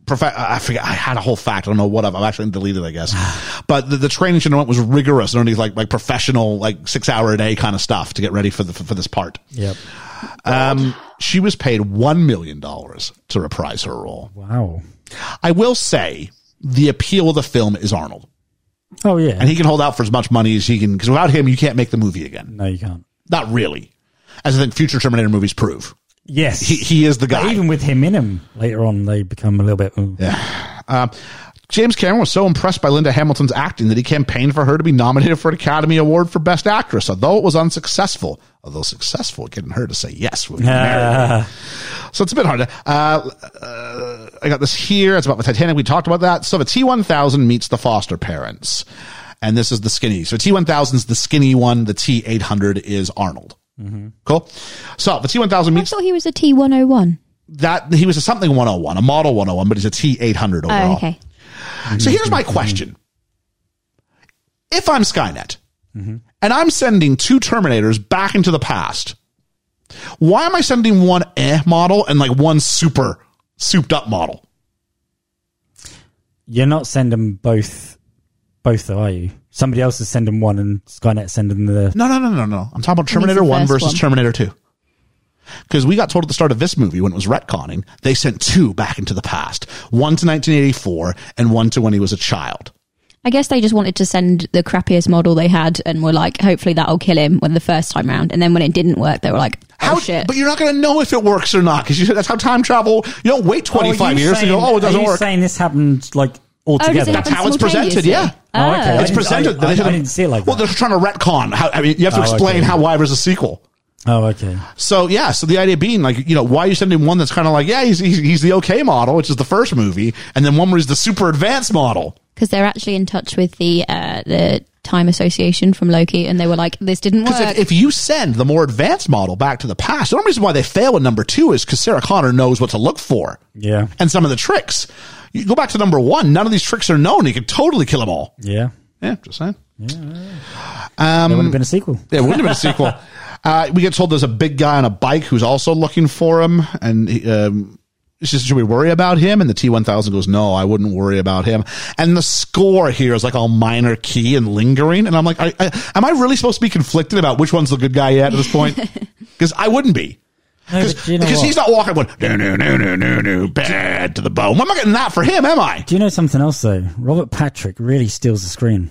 [SPEAKER 3] Prof- I forget. I had a whole fact. I don't know what I've, I've actually deleted. I guess,
[SPEAKER 6] [SIGHS]
[SPEAKER 3] but the, the training she underwent was rigorous and only like like professional, like six hour a day kind of stuff to get ready for the for, this part.
[SPEAKER 4] Yep.
[SPEAKER 3] Um, she was paid one million dollars to reprise her role.
[SPEAKER 4] Wow.
[SPEAKER 3] I will say the appeal of the film is Arnold,
[SPEAKER 4] Oh yeah.
[SPEAKER 3] and he can hold out for as much money as he can because without him, you can't make the movie again.
[SPEAKER 4] no, you can't.
[SPEAKER 3] Not really, as I think future Terminator movies prove.
[SPEAKER 4] Yes.
[SPEAKER 3] He, he is the
[SPEAKER 4] But
[SPEAKER 3] guy.
[SPEAKER 4] even with him in him later on, they become a little bit. mm.
[SPEAKER 3] Um, James Cameron was so impressed by Linda Hamilton's acting that he campaigned for her to be nominated for an Academy Award for Best Actress, although it was unsuccessful. Although successful, getting her to say yes would be
[SPEAKER 4] Ah.
[SPEAKER 3] so it's a bit hard. to- Uh, uh, I got this here. It's about the Titanic. We talked about that. So the T1000 meets the foster parents. And this is the skinny. So T1000 is the skinny one. The T800 is Arnold. Cool. So the T1000
[SPEAKER 5] I
[SPEAKER 3] meets
[SPEAKER 5] thought he was a T one hundred one.
[SPEAKER 3] that. He was a something 101, a model 101, but he's a T800 overall.
[SPEAKER 5] Oh, okay.
[SPEAKER 3] So here's my question. If I'm Skynet and I'm sending two Terminators back into the past, why am I sending one eh model and like one super souped up model?
[SPEAKER 4] You're not sending both, both though, are you? Somebody else is sending one, and Skynet sending the.
[SPEAKER 3] No, no, no, no, no. I'm talking about
[SPEAKER 5] means
[SPEAKER 3] Terminator
[SPEAKER 5] the
[SPEAKER 3] 1
[SPEAKER 5] first
[SPEAKER 3] versus
[SPEAKER 5] one.
[SPEAKER 3] Terminator 2. Because we got told at the start of this movie when it was retconning, they sent two back into the past one to 1984 and one to when he was a child.
[SPEAKER 5] I guess they just wanted to send the crappiest model they had and were like, hopefully that'll kill him when the first time round. And then when it didn't work, they were like, oh
[SPEAKER 3] How,
[SPEAKER 5] shit.
[SPEAKER 3] But you're not going to know if it works or not because that's how time travel. You don't
[SPEAKER 5] Oh,
[SPEAKER 3] wait 25
[SPEAKER 4] Are you
[SPEAKER 3] years
[SPEAKER 4] saying,
[SPEAKER 3] and go, oh, it doesn't
[SPEAKER 4] are you
[SPEAKER 3] work.
[SPEAKER 4] Saying this happened like all
[SPEAKER 5] does Oh, it
[SPEAKER 4] together.
[SPEAKER 5] happen
[SPEAKER 3] how it's
[SPEAKER 5] simultaneously?
[SPEAKER 3] presented, yeah.
[SPEAKER 4] Oh, okay.
[SPEAKER 3] it's
[SPEAKER 4] I didn't-
[SPEAKER 3] presented.
[SPEAKER 4] I-
[SPEAKER 3] they should
[SPEAKER 4] I
[SPEAKER 3] have-
[SPEAKER 4] didn't see it like
[SPEAKER 3] Well,
[SPEAKER 4] that.
[SPEAKER 3] they're trying to retcon. How, I mean, you have to
[SPEAKER 4] Oh,
[SPEAKER 3] explain
[SPEAKER 4] okay.
[SPEAKER 3] how why there's a sequel.
[SPEAKER 4] oh, okay.
[SPEAKER 3] So yeah, so the idea being like, you know, why are you sending one that's kind of like, yeah, he's, he's he's the okay model, which is the first movie, and then one where he's the super advanced model.
[SPEAKER 5] Because they're actually in touch with the, uh, the time association from Loki and they were like, this didn't work.
[SPEAKER 3] Because if, if you send the more advanced model back to the past, the only reason why they fail in number two is because Sarah Connor knows what to look for.
[SPEAKER 4] Yeah.
[SPEAKER 3] and some of the tricks. You go back to number one, none of these tricks are known. You could totally kill them all.
[SPEAKER 4] Yeah.
[SPEAKER 3] Yeah, just saying. Um,
[SPEAKER 4] there wouldn't have been a sequel.
[SPEAKER 3] Yeah, it wouldn't have been a
[SPEAKER 4] [LAUGHS]
[SPEAKER 3] sequel. Uh, we get told there's a big guy on a bike who's also looking for him, and he, um, she says, "Should we worry about him?" And the T1000 goes, "No, I wouldn't worry about him." And the score here is like all minor key and lingering, and I'm like, I, I, "Am I really supposed to be conflicted about which one's the good guy yet at this
[SPEAKER 4] [LAUGHS]
[SPEAKER 3] point?" Because I wouldn't be.
[SPEAKER 4] No,
[SPEAKER 3] Cause,
[SPEAKER 4] but do you know
[SPEAKER 3] because
[SPEAKER 4] what?
[SPEAKER 3] he's not walking going, no, no, no, no, no, no, bad to the bone. I'm not getting that for him, am I?
[SPEAKER 4] Do you know something else though? Robert Patrick really steals the screen.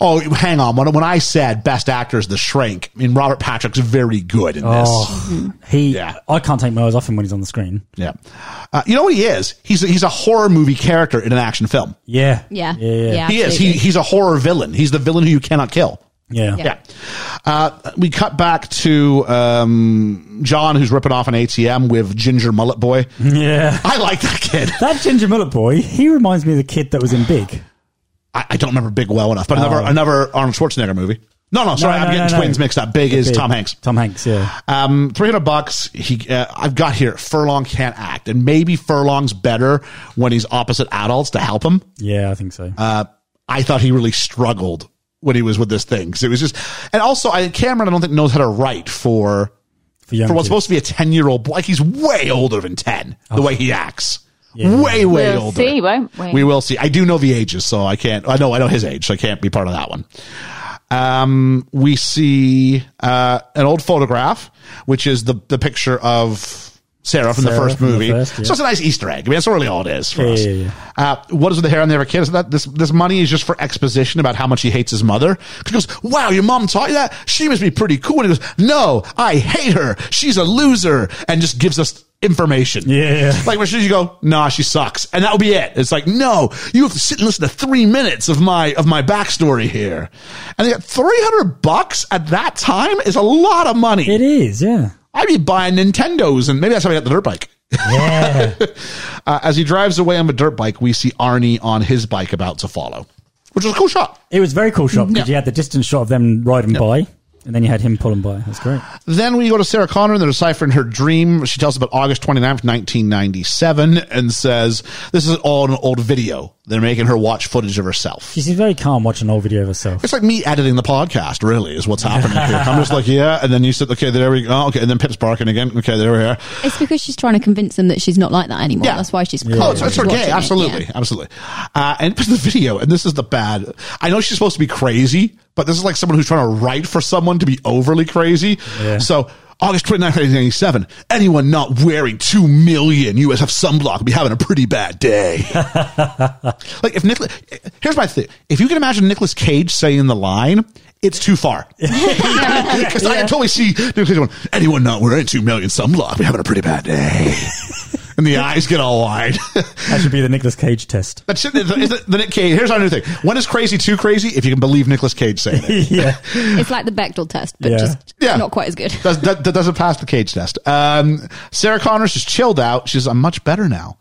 [SPEAKER 3] Oh, hang on. When, when I said best actor is the shrink, I mean, Robert Patrick's very good in this.
[SPEAKER 4] Oh, He,
[SPEAKER 3] Yeah.
[SPEAKER 4] I can't take my eyes off him when he's on the screen.
[SPEAKER 3] Yeah. Uh, you know what he is? He's a, he's a horror movie character in an action film.
[SPEAKER 4] Yeah,
[SPEAKER 5] yeah.
[SPEAKER 4] yeah, yeah. yeah.
[SPEAKER 3] He is. He,
[SPEAKER 5] absolutely.
[SPEAKER 3] he's a horror villain. He's the villain who you cannot kill.
[SPEAKER 4] yeah.
[SPEAKER 5] Yeah.
[SPEAKER 3] Uh, we cut back to um, John, who's ripping off an ATM with Ginger Mullet Boy.
[SPEAKER 4] Mm-hmm.
[SPEAKER 3] I like that kid.
[SPEAKER 4] [LAUGHS] That ginger mullet boy, he reminds me of the kid that was in Big.
[SPEAKER 3] I, I don't remember Big well enough, but another another Arnold Schwarzenegger movie. No, no, sorry,
[SPEAKER 4] Oh. No,
[SPEAKER 3] I'm
[SPEAKER 4] no,
[SPEAKER 3] getting
[SPEAKER 4] no, no.
[SPEAKER 3] twins mixed up. Big is
[SPEAKER 4] Big.
[SPEAKER 3] Tom Hanks.
[SPEAKER 4] Tom Hanks, yeah.
[SPEAKER 3] Um, 300 bucks. He, uh, I've got here. Furlong can't act, and maybe Furlong's better when he's opposite adults to help him.
[SPEAKER 4] Yeah, I think so.
[SPEAKER 3] Uh, I thought he really struggled when he was with this thing. 'Cause it was just, and also I, Cameron, I don't think knows how to write for
[SPEAKER 4] for young
[SPEAKER 3] for what's
[SPEAKER 4] kids.
[SPEAKER 3] supposed to be a 10 year old boy. Like he's way older than 10, the way he acts. Way, way
[SPEAKER 6] We'll
[SPEAKER 3] older.
[SPEAKER 6] see, won't we?
[SPEAKER 3] We will see. I do know the ages, so I can't. I know. I know his age, so I can't be part of that one. Um, we see uh, an old photograph, which is the the picture of Sarah from the
[SPEAKER 4] Sarah
[SPEAKER 3] first
[SPEAKER 4] from the
[SPEAKER 3] movie.
[SPEAKER 4] first, yeah.
[SPEAKER 3] So it's a nice Easter egg. I mean, that's really all it is for
[SPEAKER 4] Yeah,
[SPEAKER 3] us.
[SPEAKER 4] yeah, yeah.
[SPEAKER 3] Uh, what is with the hair on the other kid? Is that this this money is just for exposition about how much he hates his mother? She goes, "Wow, your mom taught you that? She must be pretty cool." And he goes, "No, I hate her. She's a loser," and just gives us information.
[SPEAKER 4] Yeah.
[SPEAKER 3] Like, where should you go? Nah, she sucks, and that would be it. It's like, no, you have to sit and listen to three minutes of my of my backstory here, and they got three hundred bucks at that time is a lot of money.
[SPEAKER 4] It is, yeah.
[SPEAKER 3] I'd be buying Nintendos, and maybe that's how I got the dirt bike.
[SPEAKER 4] Yeah.
[SPEAKER 3] [LAUGHS] Uh, as he drives away on the dirt bike, we see Arnie on his bike about to follow, which was a cool shot.
[SPEAKER 4] it was a very cool shot because
[SPEAKER 3] Yeah.
[SPEAKER 4] you had the distant shot of them riding by and then you had him pulling by. That's great.
[SPEAKER 3] Then we go to Sarah Connor and they're deciphering her dream. She tells us about August 29th, 1997, and says, This is all an old video. They're making her watch footage of herself.
[SPEAKER 4] She seems very calm watching an old video
[SPEAKER 3] [LAUGHS]
[SPEAKER 4] of herself.
[SPEAKER 3] It's like me editing the podcast, really, is what's happening here. I'm just like, yeah, and then you said, okay, there we go. Oh, okay, and then Pip's barking again. Okay, there we are.
[SPEAKER 5] It's because she's trying to convince them that she's not like that anymore.
[SPEAKER 3] Yeah.
[SPEAKER 5] That's why she's
[SPEAKER 3] Oh,
[SPEAKER 5] cold.
[SPEAKER 3] it's, it's
[SPEAKER 5] She's
[SPEAKER 3] her
[SPEAKER 5] watching
[SPEAKER 3] gay.
[SPEAKER 5] it,
[SPEAKER 3] Absolutely.
[SPEAKER 5] yeah.
[SPEAKER 3] Absolutely. Uh, and it's the video, and this is the bad. I know she's supposed to be crazy, but this is like someone who's trying to write for someone to be overly crazy.
[SPEAKER 4] Yeah.
[SPEAKER 3] So, August 29th, 1997, anyone not wearing 2 million USF sunblock will be having a pretty bad
[SPEAKER 5] [LAUGHS]
[SPEAKER 3] day. like, if Nicholas, here's my thing. If you can imagine Nicolas Cage saying the line, it's too
[SPEAKER 5] [LAUGHS]
[SPEAKER 3] far. [LAUGHS] Because I can totally see Nicolas Cage going, anyone not wearing 2 million sunblock will be having a pretty bad day. [LAUGHS] and the eyes get all wide.
[SPEAKER 4] That should be the Nicolas Cage test. [LAUGHS]
[SPEAKER 3] That's it. Is it- the Nick Cage. Here's our new thing. When is crazy too crazy? If you can believe Nicolas Cage saying
[SPEAKER 4] [LAUGHS]
[SPEAKER 3] it.
[SPEAKER 4] yeah.
[SPEAKER 5] It's like the Bechdel test, but
[SPEAKER 4] Yeah.
[SPEAKER 5] just
[SPEAKER 3] Yeah.
[SPEAKER 5] not quite as good.
[SPEAKER 3] Does, that, that doesn't pass the cage test. Um, Sarah Connors is chilled out. She says, I'm much better now.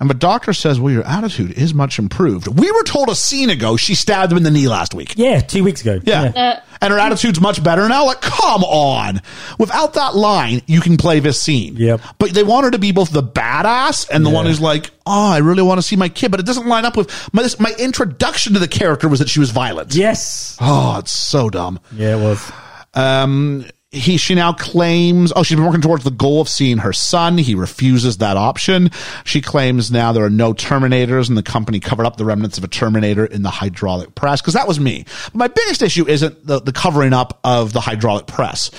[SPEAKER 3] And the doctor says, Well, your attitude is much improved. We were told a scene ago she stabbed him in the knee last week.
[SPEAKER 4] Yeah, two weeks ago.
[SPEAKER 3] Yeah. And her attitude's much better now. Like, come on. Without that line, you can play this scene.
[SPEAKER 4] Yep.
[SPEAKER 3] But they want her to be both the badass and the one who's like, oh, I really want to see my kid, but it doesn't line up with my, this, my introduction to the character was that she was violent.
[SPEAKER 4] Yes.
[SPEAKER 3] Oh, it's so dumb.
[SPEAKER 4] Yeah, it was.
[SPEAKER 3] Um, he she now claims oh she's been working towards the goal of seeing her son he refuses that option she claims now there are no terminators and the company covered up the remnants of a terminator in the hydraulic press because that was me my biggest issue isn't the, the covering up of the hydraulic press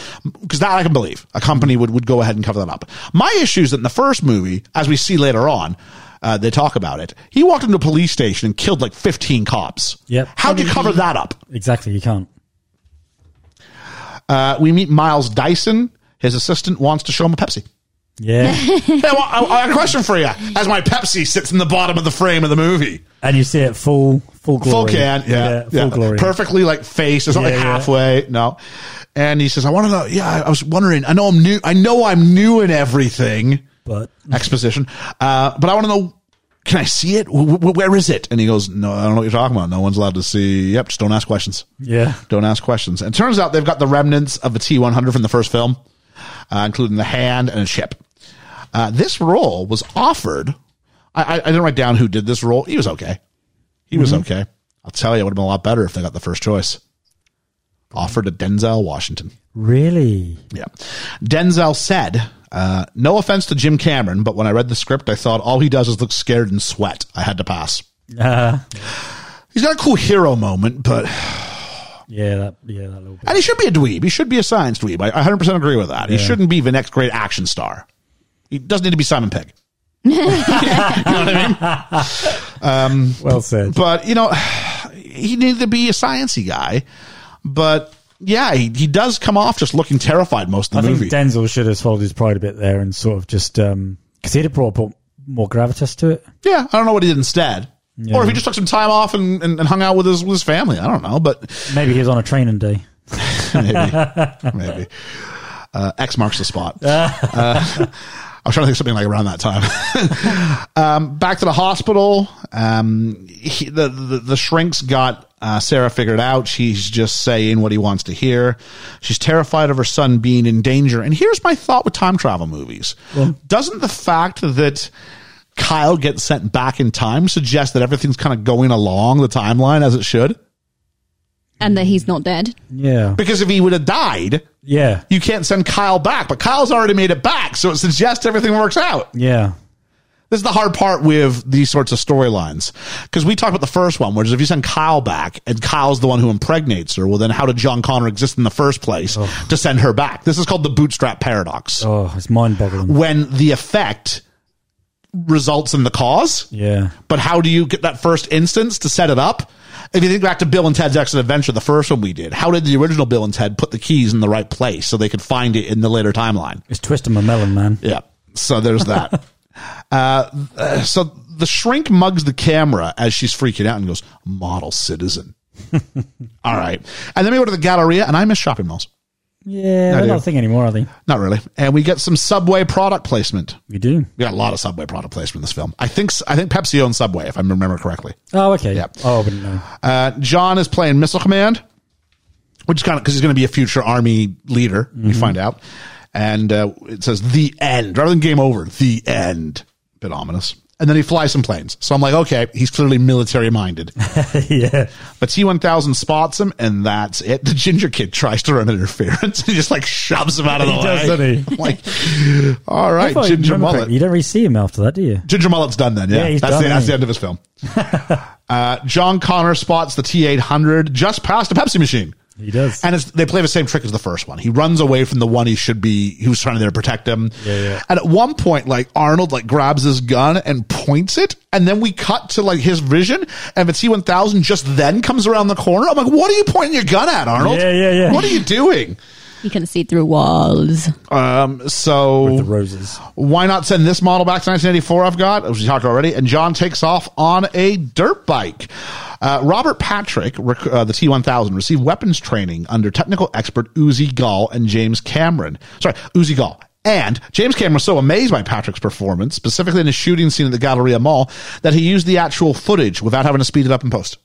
[SPEAKER 3] because that i can believe a company would, would go ahead and cover that up my issue is that in the first movie as we see later on uh, they talk about it he walked into a police station and killed like 15 cops
[SPEAKER 4] Yep.
[SPEAKER 3] how'd you cover that up
[SPEAKER 4] Exactly. You can't.
[SPEAKER 3] uh, we meet Miles Dyson. His assistant wants to show him a Pepsi.
[SPEAKER 4] Yeah.
[SPEAKER 3] [LAUGHS] Hey, I, want- I- I have a question for you. As my Pepsi sits in the bottom of the frame of the movie,
[SPEAKER 4] and you see it full, full glory.
[SPEAKER 3] full can, yeah,
[SPEAKER 4] full
[SPEAKER 3] yeah.
[SPEAKER 4] glory.
[SPEAKER 3] perfectly like face. It's not
[SPEAKER 4] Yeah,
[SPEAKER 3] like
[SPEAKER 4] yeah.
[SPEAKER 3] halfway, no. And he says, "I want to know. Yeah, I I was wondering. I know I'm new. I know I'm new in everything."
[SPEAKER 4] But
[SPEAKER 3] exposition. Uh, but I want to know, can I see it? W- w- where is it? And he goes, no, I don't know what you're talking about. No one's allowed to see. Yep. Just don't ask questions.
[SPEAKER 4] Yeah.
[SPEAKER 3] Don't ask questions. And it turns out they've got the remnants of a T-100 from the first film, uh, including the hand and a ship. Uh, this role was offered. I, I, I didn't write down who did this role. He was okay. He was okay. I'll tell you, it would have been a lot better if they got the first choice. Offered to Denzel Washington.
[SPEAKER 4] really,
[SPEAKER 3] Yeah. Denzel said, uh, no offense to Jim Cameron, but when I read the script, I thought all he does is look scared and sweat. I had to pass.
[SPEAKER 4] uh,
[SPEAKER 3] He's got a cool hero moment, but,
[SPEAKER 4] yeah, that, yeah, that little bit.
[SPEAKER 3] and he should be a dweeb. He should be a science dweeb. I 100% agree with that. He shouldn't be the next great action star. He doesn't need to be Simon Pegg.
[SPEAKER 4] Well said.
[SPEAKER 3] But, you know, he needed to be a sciencey guy. But, yeah, he, he does come off just looking terrified most of
[SPEAKER 4] I
[SPEAKER 3] the movie.
[SPEAKER 4] think Denzel should have swallowed his pride a bit there and sort of just because he'd have brought up more gravitas to it.
[SPEAKER 3] Yeah, I don't know what he did instead.
[SPEAKER 4] Yeah.
[SPEAKER 3] Or if he just took some time off and, and, and hung out with his with his family. I don't know, but
[SPEAKER 4] Maybe he was on a training day.
[SPEAKER 3] [LAUGHS] maybe, maybe. Uh, X marks the spot. Uh, I was trying to think of something like around that time. [LAUGHS] um, back to the hospital. Um, he, the, the the shrinks got uh, Sarah figured out. She's just saying what he wants to hear. She's terrified of her son being in danger. And here's my thought with time travel movies: Doesn't the fact that Kyle gets sent back in time suggest that everything's kind of going along the timeline as it should?
[SPEAKER 5] And that he's not dead.
[SPEAKER 4] Yeah,
[SPEAKER 3] Because if he would have died,
[SPEAKER 4] yeah,
[SPEAKER 3] you can't send Kyle back, but Kyle's already made it back, so it suggests everything works out.
[SPEAKER 4] yeah.
[SPEAKER 3] This is the hard part with these sorts of storylines. Because we talked about the first one, which is if you send Kyle back and Kyle's the one who impregnates her, well, then how did John Connor exist in the first place to send her back? This is called the bootstrap paradox.
[SPEAKER 4] Oh, it's mind-boggling.
[SPEAKER 3] When the effect results in the cause,
[SPEAKER 4] Yeah,
[SPEAKER 3] but how do you get that first instance to set it up? If you think back to Bill and Ted's Excellent Adventure, the first one we did, how did the original Bill and Ted put the keys in the right place so they could find it in the later timeline?
[SPEAKER 4] it's twisting my melon, man.
[SPEAKER 3] Yeah. So there's that. uh, uh, so the shrink mugs the camera as she's freaking out and goes, model citizen. All right. And then we go to the Galleria, and I miss shopping malls.
[SPEAKER 4] Yeah, they're
[SPEAKER 3] do.
[SPEAKER 4] not a thing anymore, are they?
[SPEAKER 3] Not really. And we get some Subway product placement.
[SPEAKER 4] We do.
[SPEAKER 3] We got a lot of Subway product placement in this film. I think I think Pepsi owns Subway, if I remember correctly.
[SPEAKER 4] Oh, okay.
[SPEAKER 3] Yeah.
[SPEAKER 4] Oh, I wouldn't know. [LAUGHS]
[SPEAKER 3] Uh, John is playing Missile Command, which is kind of because he's going to be a future army leader. We
[SPEAKER 4] Mm-hmm.
[SPEAKER 3] find out, and uh, it says the end rather than game over. The end, bit ominous. And then he flies some planes. So I'm like, okay, he's clearly military
[SPEAKER 4] [LAUGHS]
[SPEAKER 3] minded.
[SPEAKER 4] yeah,
[SPEAKER 3] But T1000 spots him, and that's it. The ginger kid tries to run interference. [LAUGHS] he just like shoves him out of the
[SPEAKER 4] He
[SPEAKER 3] way.
[SPEAKER 4] does, doesn't he?
[SPEAKER 3] I'm [LAUGHS] like, all right,
[SPEAKER 4] If I
[SPEAKER 3] ginger
[SPEAKER 4] remember
[SPEAKER 3] mullet.
[SPEAKER 4] correctly, You don't really see him after that, do you?
[SPEAKER 3] Ginger Mullet's done then. Yeah,
[SPEAKER 4] Yeah, he's
[SPEAKER 3] that's,
[SPEAKER 4] done,
[SPEAKER 3] the, that's
[SPEAKER 4] hasn't
[SPEAKER 3] the
[SPEAKER 4] he?
[SPEAKER 3] end of his
[SPEAKER 4] [LAUGHS]
[SPEAKER 3] film. uh, John Connor spots the T eight hundred just past a Pepsi machine,
[SPEAKER 4] He does.
[SPEAKER 3] and it's, they play the same trick as the first one. He runs away from the one he should be, who's trying to there to protect him.
[SPEAKER 4] yeah.
[SPEAKER 3] And at one point, like Arnold, like grabs his gun and points it, and then we cut to like his vision, and the T one thousand just then comes around the corner. I'm like, what are you pointing your gun at, Arnold?
[SPEAKER 4] Yeah, yeah, yeah.
[SPEAKER 3] What are you doing?
[SPEAKER 5] You can see through walls.
[SPEAKER 4] with the
[SPEAKER 3] So
[SPEAKER 4] roses.
[SPEAKER 3] why not send this model back to 1984? I've got, as we talked already, and John takes off on a dirt bike. Uh, Robert Patrick, rec- uh, the T1000, received weapons training under technical expert Uzi Gall and James Cameron. Sorry, Uzi Gall. And James Cameron was so amazed by Patrick's performance, specifically in the shooting scene at the Galleria Mall, that he used the actual footage without having to speed it up in post.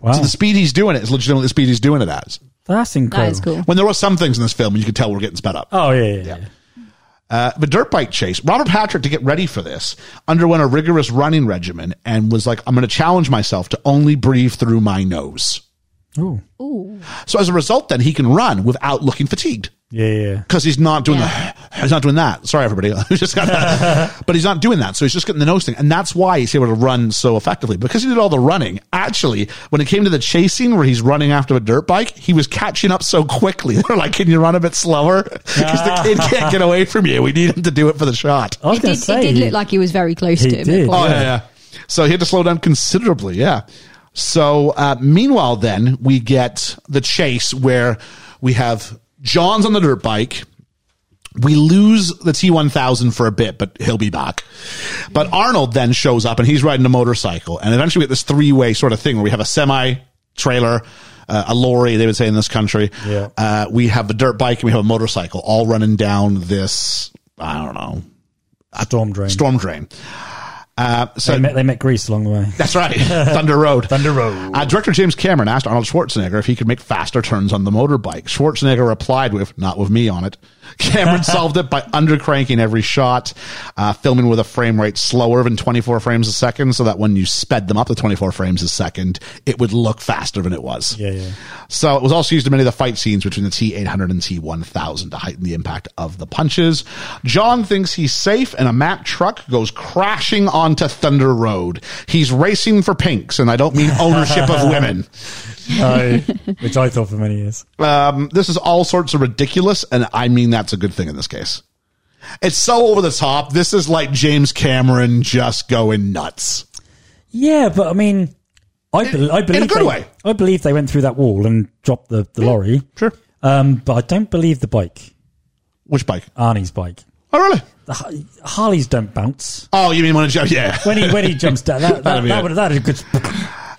[SPEAKER 4] Wow,
[SPEAKER 3] So the speed he's doing it is legitimately the speed he's doing it at.
[SPEAKER 4] that's incredible.
[SPEAKER 5] That is cool.
[SPEAKER 3] When there were some things in this film, you could tell we're getting sped up.
[SPEAKER 4] Oh yeah, yeah, yeah.
[SPEAKER 3] the dirt bike chase, Robert Patrick, to get ready for this, underwent a rigorous running regimen and was like, I'm going to challenge myself to only breathe through my nose.
[SPEAKER 4] Ooh.
[SPEAKER 3] So as a result, then he can run without looking fatigued
[SPEAKER 4] yeah, yeah.
[SPEAKER 3] because he's not doing
[SPEAKER 5] Yeah.
[SPEAKER 3] the, he's not doing that. Sorry, everybody. [LAUGHS] He just got that. but he's not doing that. So he's just getting the nose thing. And that's why he's able to run so effectively because he did all the running. Actually, when it came to the chasing where he's running after a dirt bike, he was catching up so quickly. [LAUGHS] They're like, can you run a bit slower? [LAUGHS] Because the kid can't get away from you. We need him to do it for the shot.
[SPEAKER 4] I was
[SPEAKER 5] It
[SPEAKER 4] gonna
[SPEAKER 5] did,
[SPEAKER 4] say
[SPEAKER 5] it did
[SPEAKER 4] he-
[SPEAKER 5] look like he was very close
[SPEAKER 4] he
[SPEAKER 5] to him.
[SPEAKER 4] did.
[SPEAKER 5] before.
[SPEAKER 3] Oh yeah, yeah. So he had to slow down considerably. Yeah. So uh, meanwhile, then we get the chase where we have John's on the dirt bike. We lose the T1000 for a bit, but he'll be back. But Arnold then shows up and he's riding a motorcycle. And eventually we get this three way sort of thing where we have a semi trailer, uh, a lorry, they would say in this country.
[SPEAKER 4] Yeah.
[SPEAKER 3] Uh, we have a dirt bike and we have a motorcycle all running down this, I don't know,
[SPEAKER 4] storm drain.
[SPEAKER 3] storm drain. Uh, so
[SPEAKER 4] They met, they met Greece along the way. [LAUGHS]
[SPEAKER 3] that's right. Thunder Road.
[SPEAKER 4] Thunder Road.
[SPEAKER 3] Uh, Director James Cameron asked Arnold Schwarzenegger if he could make faster turns on the motorbike. Schwarzenegger replied with, not with me on it. [LAUGHS]
[SPEAKER 4] [LAUGHS]
[SPEAKER 3] Cameron solved it by undercranking every shot, uh, filming with a frame rate slower than 24 frames a second so that when you sped them up to 24 frames a second, it would look faster than it was.
[SPEAKER 4] Yeah, yeah.
[SPEAKER 3] So it was also used in many of the fight scenes between the T800 and T1000 to heighten the impact of the punches. John thinks he's safe and a Mack truck goes crashing onto Thunder Road. He's racing for pinks and I don't mean ownership of women.
[SPEAKER 4] Oh, which I thought for many years.
[SPEAKER 3] Um, this is all sorts of ridiculous and I mean that's a good thing in this case. It's so over the top. This is like James Cameron just going nuts.
[SPEAKER 4] Yeah, but I mean, I, bel I believe
[SPEAKER 3] good
[SPEAKER 4] they,
[SPEAKER 3] way.
[SPEAKER 4] I believe they went through that wall and dropped the, the lorry.
[SPEAKER 3] Sure.
[SPEAKER 4] Um, but I don't believe the bike,
[SPEAKER 3] Which bike?
[SPEAKER 4] Arnie's bike.
[SPEAKER 3] Oh, really?
[SPEAKER 4] The Har- Harleys don't bounce.
[SPEAKER 3] Oh, you mean when it jump? Yeah.
[SPEAKER 4] When he when he jumps
[SPEAKER 3] [LAUGHS]
[SPEAKER 4] down, that that,
[SPEAKER 3] That'd be
[SPEAKER 4] that
[SPEAKER 3] it. Um,
[SPEAKER 4] would that is a good.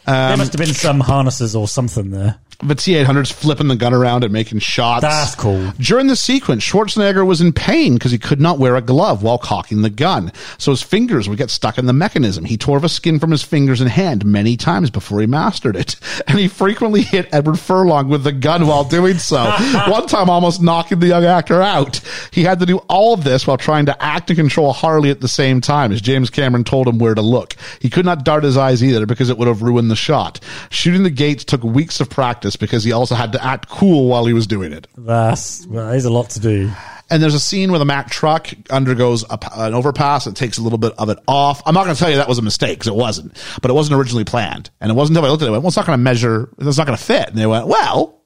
[SPEAKER 4] there must have been some harnesses or something there.
[SPEAKER 3] The T800's flipping the gun around and making shots.
[SPEAKER 4] That's cool.
[SPEAKER 3] During the sequence, Schwarzenegger was in pain because he could not wear a glove while cocking the gun. So his fingers would get stuck in the mechanism. He tore the skin from his fingers and hand many times before he mastered it. [LAUGHS] And he frequently hit Edward Furlong with the gun while doing so. One time almost knocking the young actor out. He had to do all of this while trying to act and control Harley at the same time as James Cameron told him where to look. He could not dart his eyes either because it would have ruined the shot. Shooting the gates took weeks of practice because he also had to act cool while he was doing it.
[SPEAKER 4] That's well, there's a lot to do.
[SPEAKER 3] And there's a scene where the Mack truck undergoes a, an overpass. It takes a little bit of it off. I'm not going to tell you that was a mistake because it wasn't, but it wasn't originally planned. And it wasn't until I looked at it, I went, well, it's not going to measure, it's not going to fit. And they went,
[SPEAKER 4] [LAUGHS]
[SPEAKER 3] well,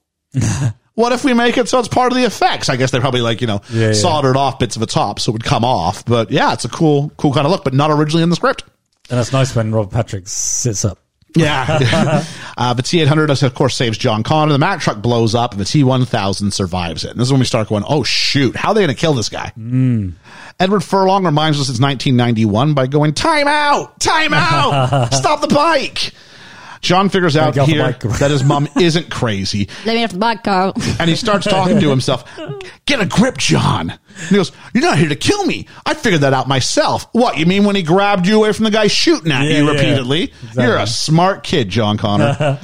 [SPEAKER 3] what if we make it so it's part of the effects? I guess they probably like, you know,
[SPEAKER 4] Yeah, yeah.
[SPEAKER 3] soldered off bits of the top so it would come off. But yeah, it's a cool, cool kind of look, but not originally in the script.
[SPEAKER 4] And that's nice when Rob Patrick sits up.
[SPEAKER 3] Yeah. [LAUGHS] uh, the T 800, of course, saves John Connor. The Mack truck blows up, and the T 1000 survives it. And this is when we start going, oh, shoot, how are they going to kill this guy?
[SPEAKER 4] Hmm.
[SPEAKER 3] Edward Furlong reminds us it's 1991 by going, time out, time
[SPEAKER 4] [LAUGHS]
[SPEAKER 3] out, stop the bike. John figures out
[SPEAKER 4] get off the
[SPEAKER 3] here
[SPEAKER 4] bike.
[SPEAKER 3] that his mom isn't crazy,
[SPEAKER 5] Let me off the bike, Carl.
[SPEAKER 3] and he starts talking to himself. Get a grip, John. And he goes, "You're not here to kill me. I figured that out myself." What you mean when he grabbed you away from the guy shooting at
[SPEAKER 4] Yeah,
[SPEAKER 3] you
[SPEAKER 4] yeah.
[SPEAKER 3] repeatedly?
[SPEAKER 4] Exactly.
[SPEAKER 3] You're a smart kid, John
[SPEAKER 4] [LAUGHS]
[SPEAKER 3] Connor.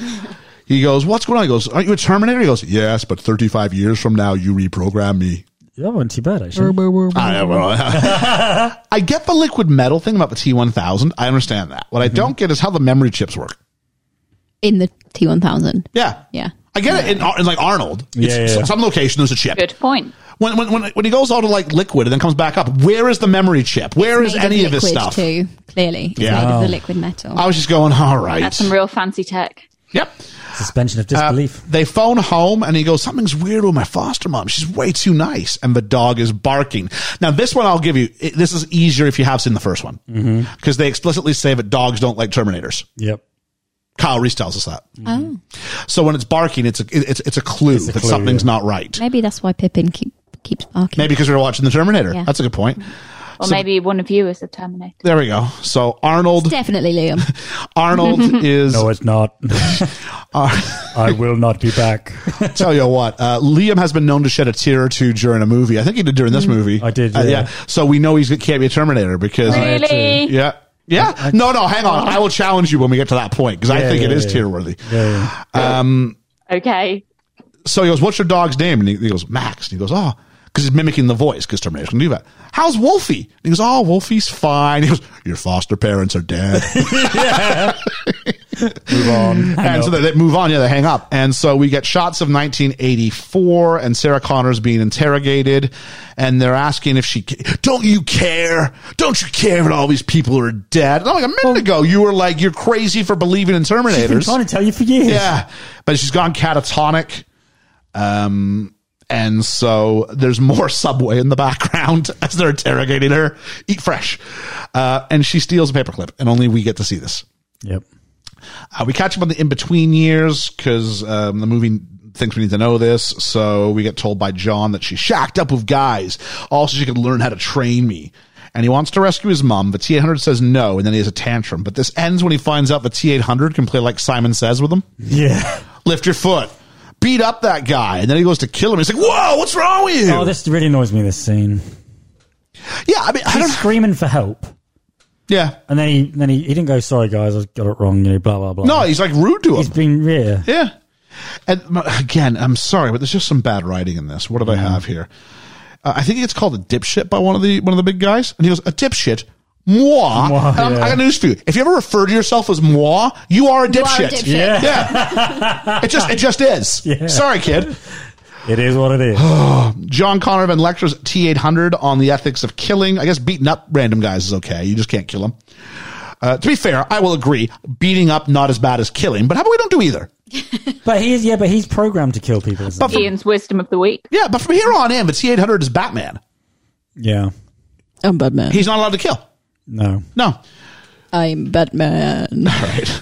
[SPEAKER 3] he goes, "What's going on?" He goes, "Aren't you a Terminator?" He goes, "Yes, but 35 years from now, you reprogram
[SPEAKER 4] [LAUGHS]
[SPEAKER 3] me."
[SPEAKER 4] That wasn't too bad actually.
[SPEAKER 3] I, don't know. [LAUGHS] I get the liquid metal thing about the T1000. I understand that. What I
[SPEAKER 4] Mm-hmm.
[SPEAKER 3] don't get is how the memory chips work.
[SPEAKER 5] [LAUGHS] In the T1000.
[SPEAKER 3] Yeah.
[SPEAKER 5] Yeah.
[SPEAKER 3] I get it in, in like Arnold. It's,
[SPEAKER 4] Yeah, yeah.
[SPEAKER 3] Some location there's a chip.
[SPEAKER 6] Good point.
[SPEAKER 3] when when when, when he goes out of like liquid and then comes back up, where is the memory chip? Where is
[SPEAKER 5] Made
[SPEAKER 3] any of
[SPEAKER 5] liquid
[SPEAKER 3] this stuff?
[SPEAKER 5] Too, clearly. It's
[SPEAKER 3] Yeah.
[SPEAKER 5] made of the liquid metal.
[SPEAKER 3] I was just going, all right.
[SPEAKER 6] That's some real fancy tech.
[SPEAKER 3] Yep.
[SPEAKER 4] Suspension of
[SPEAKER 3] Uh,
[SPEAKER 4] disbelief.
[SPEAKER 3] they phone home and he goes, something's weird with my foster mom. She's way too nice. And the dog is barking. Now, this one I'll give you. It, this is
[SPEAKER 4] Mm-hmm.
[SPEAKER 3] easier if you have seen the first one because they explicitly say that dogs don't like Terminators.
[SPEAKER 4] yep.
[SPEAKER 3] Kyle Reese tells us that.
[SPEAKER 5] Oh.
[SPEAKER 3] So when it's barking, it's a, it's, it's a clue
[SPEAKER 4] a
[SPEAKER 3] that
[SPEAKER 4] clue,
[SPEAKER 3] something's
[SPEAKER 4] yeah.
[SPEAKER 3] not right.
[SPEAKER 5] Maybe that's why Pippin keep, keeps barking.
[SPEAKER 3] Maybe because we were watching The Terminator.
[SPEAKER 5] Yeah.
[SPEAKER 3] That's a good point.
[SPEAKER 6] Or
[SPEAKER 3] So-
[SPEAKER 6] maybe one of you is a Terminator.
[SPEAKER 3] There we go. So
[SPEAKER 5] [LAUGHS]
[SPEAKER 3] Arnold, [LAUGHS]
[SPEAKER 5] Definitely Liam. [LAUGHS]
[SPEAKER 3] Arnold is.
[SPEAKER 4] No,
[SPEAKER 3] [LAUGHS]
[SPEAKER 4] it's not. I will not be back.
[SPEAKER 3] tell you what, uh, Liam has been known to shed a tear or two during a movie. I think he did during this movie.
[SPEAKER 4] Mm. I did,
[SPEAKER 3] Uh,
[SPEAKER 4] yeah.
[SPEAKER 3] So we know he can't be a Terminator because.
[SPEAKER 4] I had to-
[SPEAKER 6] Really?
[SPEAKER 3] Yeah. Yeah. no, no, hang on. I will challenge you when we get to that point because I
[SPEAKER 4] Yeah,
[SPEAKER 3] think it
[SPEAKER 4] yeah,
[SPEAKER 3] is
[SPEAKER 4] yeah.
[SPEAKER 3] tear worthy.
[SPEAKER 4] Yeah,
[SPEAKER 6] Okay.
[SPEAKER 3] So he goes, What's your dog's name? And he, he goes, Max. And he goes, Oh, because he's mimicking the voice because Terminator's going to do that. How's Wolfie? And he goes, Oh, Wolfie's fine. [LAUGHS] He goes, Your foster parents are dead.
[SPEAKER 4] move on. Hang
[SPEAKER 3] and so
[SPEAKER 4] on.
[SPEAKER 3] they, they move on. Yeah, they hang up. And so we get shots of 1984 and Sarah Connor's being interrogated, and they're asking if she ca- don't you care? Don't you care that all these people are dead? And I'm like a minute ago, you were like you're crazy for believing in
[SPEAKER 4] I've been
[SPEAKER 3] Terminators.
[SPEAKER 4] trying to tell you for years.
[SPEAKER 3] yeah, but she's gone catatonic. Um. And so there's more subway in the background [LAUGHS] as they're interrogating her. Eat fresh. Uh, and she steals a paperclip, and only we get to see this.
[SPEAKER 4] Yep.
[SPEAKER 3] Uh, we catch up on the in between years because um, the movie thinks we need to know this. So we get told by John that she's shacked up with guys. Also, she could learn how to train me. And he wants to rescue his mom, but T 800 says no, and then he has a tantrum. But this ends when he finds out that T 800 can play like Simon Says with him
[SPEAKER 4] Yeah.
[SPEAKER 3] lift your foot, beat up that guy. And then he goes to kill him. He's like, whoa, what's wrong with you?
[SPEAKER 4] Oh, this really annoys me. This scene.
[SPEAKER 3] yeah, I mean, I
[SPEAKER 4] He's
[SPEAKER 3] don't.
[SPEAKER 4] screaming for help,
[SPEAKER 3] Yeah.
[SPEAKER 4] and then he then he, he didn't go. Sorry, guys, I got it wrong. You know, blah blah blah.
[SPEAKER 3] No, he's like rude to him.
[SPEAKER 4] he's been yeah.
[SPEAKER 3] Yeah. And m- again, I'm sorry, but there's just some bad writing in this. What did I
[SPEAKER 4] Mm-hmm.
[SPEAKER 3] have here? Uh, I think it's called a dipshit by one of the one of the big guys, and he goes a dipshit. Moi.
[SPEAKER 4] Moi,
[SPEAKER 3] And I'm-
[SPEAKER 4] yeah.
[SPEAKER 3] I got news for you. If you ever refer to yourself as moi, you are a
[SPEAKER 5] You are a
[SPEAKER 3] dipshit.
[SPEAKER 5] dipshit.
[SPEAKER 4] Yeah.
[SPEAKER 3] yeah. it just it just is.
[SPEAKER 4] [LAUGHS] Yeah.
[SPEAKER 3] Sorry, kid.
[SPEAKER 4] It is what it is.
[SPEAKER 3] John Conovan lectures T eight hundred on the ethics of killing. I guess beating up random guys is okay. You just can't kill them. Uh, to be fair, I will agree. Beating up not as bad as killing, but how about we don't do either?
[SPEAKER 4] [GASPS] but he is yeah. But he's programmed to kill people. Isn't
[SPEAKER 3] But
[SPEAKER 4] he?
[SPEAKER 3] for-
[SPEAKER 6] Ian's wisdom of the week.
[SPEAKER 3] Yeah, but from here on in, but T eight hundred is Batman.
[SPEAKER 4] Yeah.
[SPEAKER 5] I'm Batman.
[SPEAKER 3] He's not allowed to kill.
[SPEAKER 4] No.
[SPEAKER 3] No.
[SPEAKER 5] I'm Batman.
[SPEAKER 3] All right. [LAUGHS]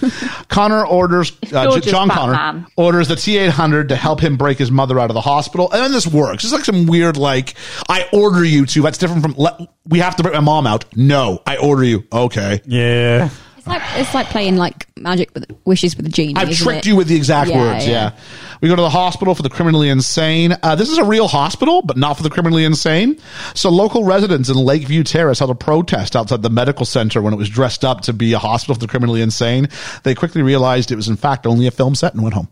[SPEAKER 3] Connor orders, uh,
[SPEAKER 6] George's
[SPEAKER 3] J- John Connor
[SPEAKER 6] Batman.
[SPEAKER 3] orders the T 800 to help him break his mother out of the hospital. And then this works. It's like some weird, like, I order you to. That's different from, let, we have to break my mom out. No, I order you. Okay.
[SPEAKER 4] Yeah.
[SPEAKER 5] It's like it's like playing like magic with wishes with a genie.
[SPEAKER 3] I've
[SPEAKER 5] isn't
[SPEAKER 3] tricked
[SPEAKER 5] it?
[SPEAKER 3] you with the exact
[SPEAKER 5] Yeah,
[SPEAKER 3] words. Yeah.
[SPEAKER 5] yeah.
[SPEAKER 3] We go to the hospital for the criminally insane. Uh, this is a real hospital, but not for the criminally insane. So local residents in Lakeview Terrace held a protest outside the medical center when it was dressed up to be a hospital for the criminally insane. They quickly realized it was in fact only a film set and went home.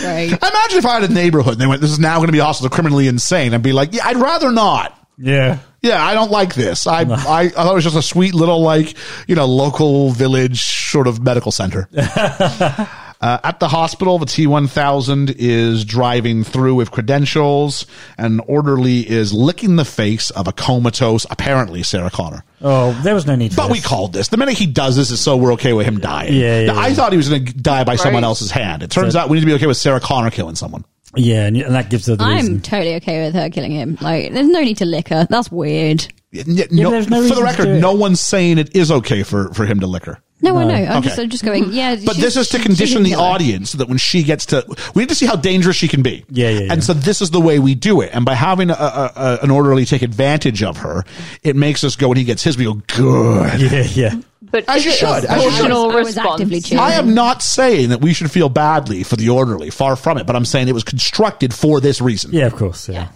[SPEAKER 3] [LAUGHS]
[SPEAKER 5] great.
[SPEAKER 3] Imagine if I had a neighborhood and they went, this is now going to be a hospital for criminally insane. I'd be like, yeah, I'd rather not.
[SPEAKER 4] Yeah.
[SPEAKER 3] Yeah, I don't like this. I, I, I thought it was just a sweet little, like, you know, local village sort of medical
[SPEAKER 4] [LAUGHS]
[SPEAKER 3] center. uh, at the hospital, the T1000 is driving through with credentials, and an orderly is licking the face of a comatose, apparently Sarah Connor.
[SPEAKER 4] Oh, there was no need. For
[SPEAKER 3] But we
[SPEAKER 4] this.
[SPEAKER 3] called this. The minute he does this, it's so we're okay with him dying.
[SPEAKER 4] Yeah, yeah,
[SPEAKER 3] Now, I
[SPEAKER 4] yeah.
[SPEAKER 3] thought he was going to die by someone
[SPEAKER 6] Right.
[SPEAKER 3] else's hand. It turns out we need to be okay with Sarah Connor killing someone.
[SPEAKER 4] Yeah, and, and that gives her the
[SPEAKER 5] I'm
[SPEAKER 4] reason.
[SPEAKER 5] totally okay with her killing him. Like, there's no need to lick her. That's weird.
[SPEAKER 3] Y- y- no-
[SPEAKER 4] there's no
[SPEAKER 3] for the
[SPEAKER 4] reason to do
[SPEAKER 3] record,
[SPEAKER 4] it.
[SPEAKER 3] no one's saying it is okay for, for him to lick her.
[SPEAKER 5] No, I know. I'm
[SPEAKER 3] Okay.
[SPEAKER 5] just I'm just going. Yeah,
[SPEAKER 3] But
[SPEAKER 5] she's-
[SPEAKER 3] this is to
[SPEAKER 5] she-
[SPEAKER 3] condition
[SPEAKER 5] she
[SPEAKER 3] the
[SPEAKER 5] can kill her.
[SPEAKER 3] audience so that when she gets to, we need to see how dangerous she can be.
[SPEAKER 4] Yeah, yeah, yeah.
[SPEAKER 3] And so this is the way we do it. And by having a, a, a, an orderly take advantage of her, it makes us go when he gets his, we go, good.
[SPEAKER 4] yeah, yeah.
[SPEAKER 6] But
[SPEAKER 3] As you
[SPEAKER 6] is it
[SPEAKER 3] should,
[SPEAKER 6] a
[SPEAKER 3] as you should.
[SPEAKER 6] proportional
[SPEAKER 5] I was
[SPEAKER 6] response?
[SPEAKER 5] actively choosing.
[SPEAKER 3] I am not saying that we should feel badly for the orderly, far from it, but I'm saying it was constructed for this reason.
[SPEAKER 4] Yeah, of course. Yeah.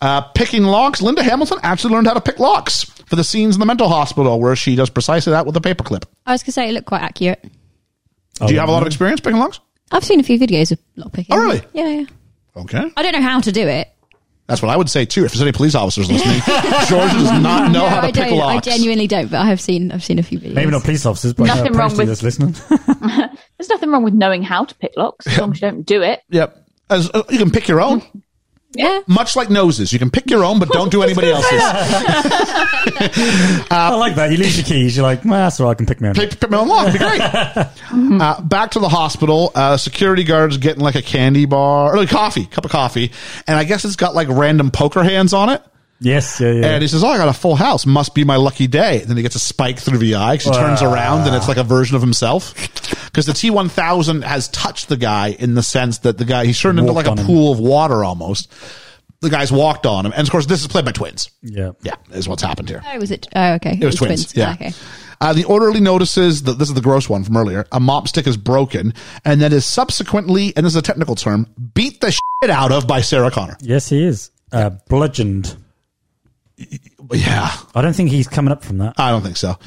[SPEAKER 3] Uh, picking locks, Linda Hamilton actually learned how to pick locks for the scenes in the mental hospital where she does precisely that with a paperclip.
[SPEAKER 5] I was gonna say it looked quite accurate.
[SPEAKER 4] Oh,
[SPEAKER 3] Do you have a lot of
[SPEAKER 4] no.
[SPEAKER 3] experience picking locks?
[SPEAKER 5] I've seen a few videos of lockpicking.
[SPEAKER 3] Oh, really?
[SPEAKER 5] Yeah, yeah.
[SPEAKER 3] Okay.
[SPEAKER 5] I don't know how to
[SPEAKER 3] [LAUGHS]
[SPEAKER 5] do it.
[SPEAKER 3] That's what I would say too. If there's any police officers listening, George does not know
[SPEAKER 5] [LAUGHS] No,
[SPEAKER 3] how to
[SPEAKER 5] I
[SPEAKER 3] pick
[SPEAKER 5] don't.
[SPEAKER 3] locks.
[SPEAKER 5] I genuinely don't. But I have seen. I've seen a few videos.
[SPEAKER 4] Maybe not police officers, but
[SPEAKER 6] Nothing
[SPEAKER 4] uh,
[SPEAKER 6] wrong
[SPEAKER 4] practically
[SPEAKER 6] with-
[SPEAKER 4] that's listening.
[SPEAKER 6] There's nothing wrong with knowing how to pick locks as long as you don't do it.
[SPEAKER 3] Yep. As, uh, you can pick your own,
[SPEAKER 5] Yeah.
[SPEAKER 3] much like noses. You can pick your own, but don't do [LAUGHS] anybody else's.
[SPEAKER 4] [LAUGHS] I like that. You lose your keys. You're like, well, that's all right. I can pick my own.
[SPEAKER 3] Pick, pick my own lock. It'd be
[SPEAKER 5] [LAUGHS]
[SPEAKER 3] great. uh, back to the hospital. Uh, security guards getting like a candy bar or like coffee, cup of coffee, and I guess it's got like random poker hands on it.
[SPEAKER 4] Yes, yeah, yeah.
[SPEAKER 3] And he says, "Oh, I got a full house. Must be my lucky day." Then he gets a spike through the eye. 'cause He turns around, and it's like a version of himself. Because the T one thousand has touched the guy in the sense that the guy he's turned into like
[SPEAKER 4] Walked
[SPEAKER 3] a
[SPEAKER 4] on him.
[SPEAKER 3] pool of water almost. The guy's walked on him, and of course, this is played by twins.
[SPEAKER 4] yeah.
[SPEAKER 3] Yeah, is what's happened here.
[SPEAKER 5] Oh, was it? Oh, okay.
[SPEAKER 3] It was twins. Yeah.
[SPEAKER 5] Okay.
[SPEAKER 3] Uh, the orderly notices that this is the gross one from earlier. A mop stick is broken, and that is subsequently, and this is a technical term, beat the shit out of by Sarah Connor.
[SPEAKER 4] Yes, he is. Uh, bludgeoned.
[SPEAKER 3] Yeah,
[SPEAKER 4] I don't think he's coming up from that.
[SPEAKER 3] I don't think
[SPEAKER 4] [LAUGHS]
[SPEAKER 3] so.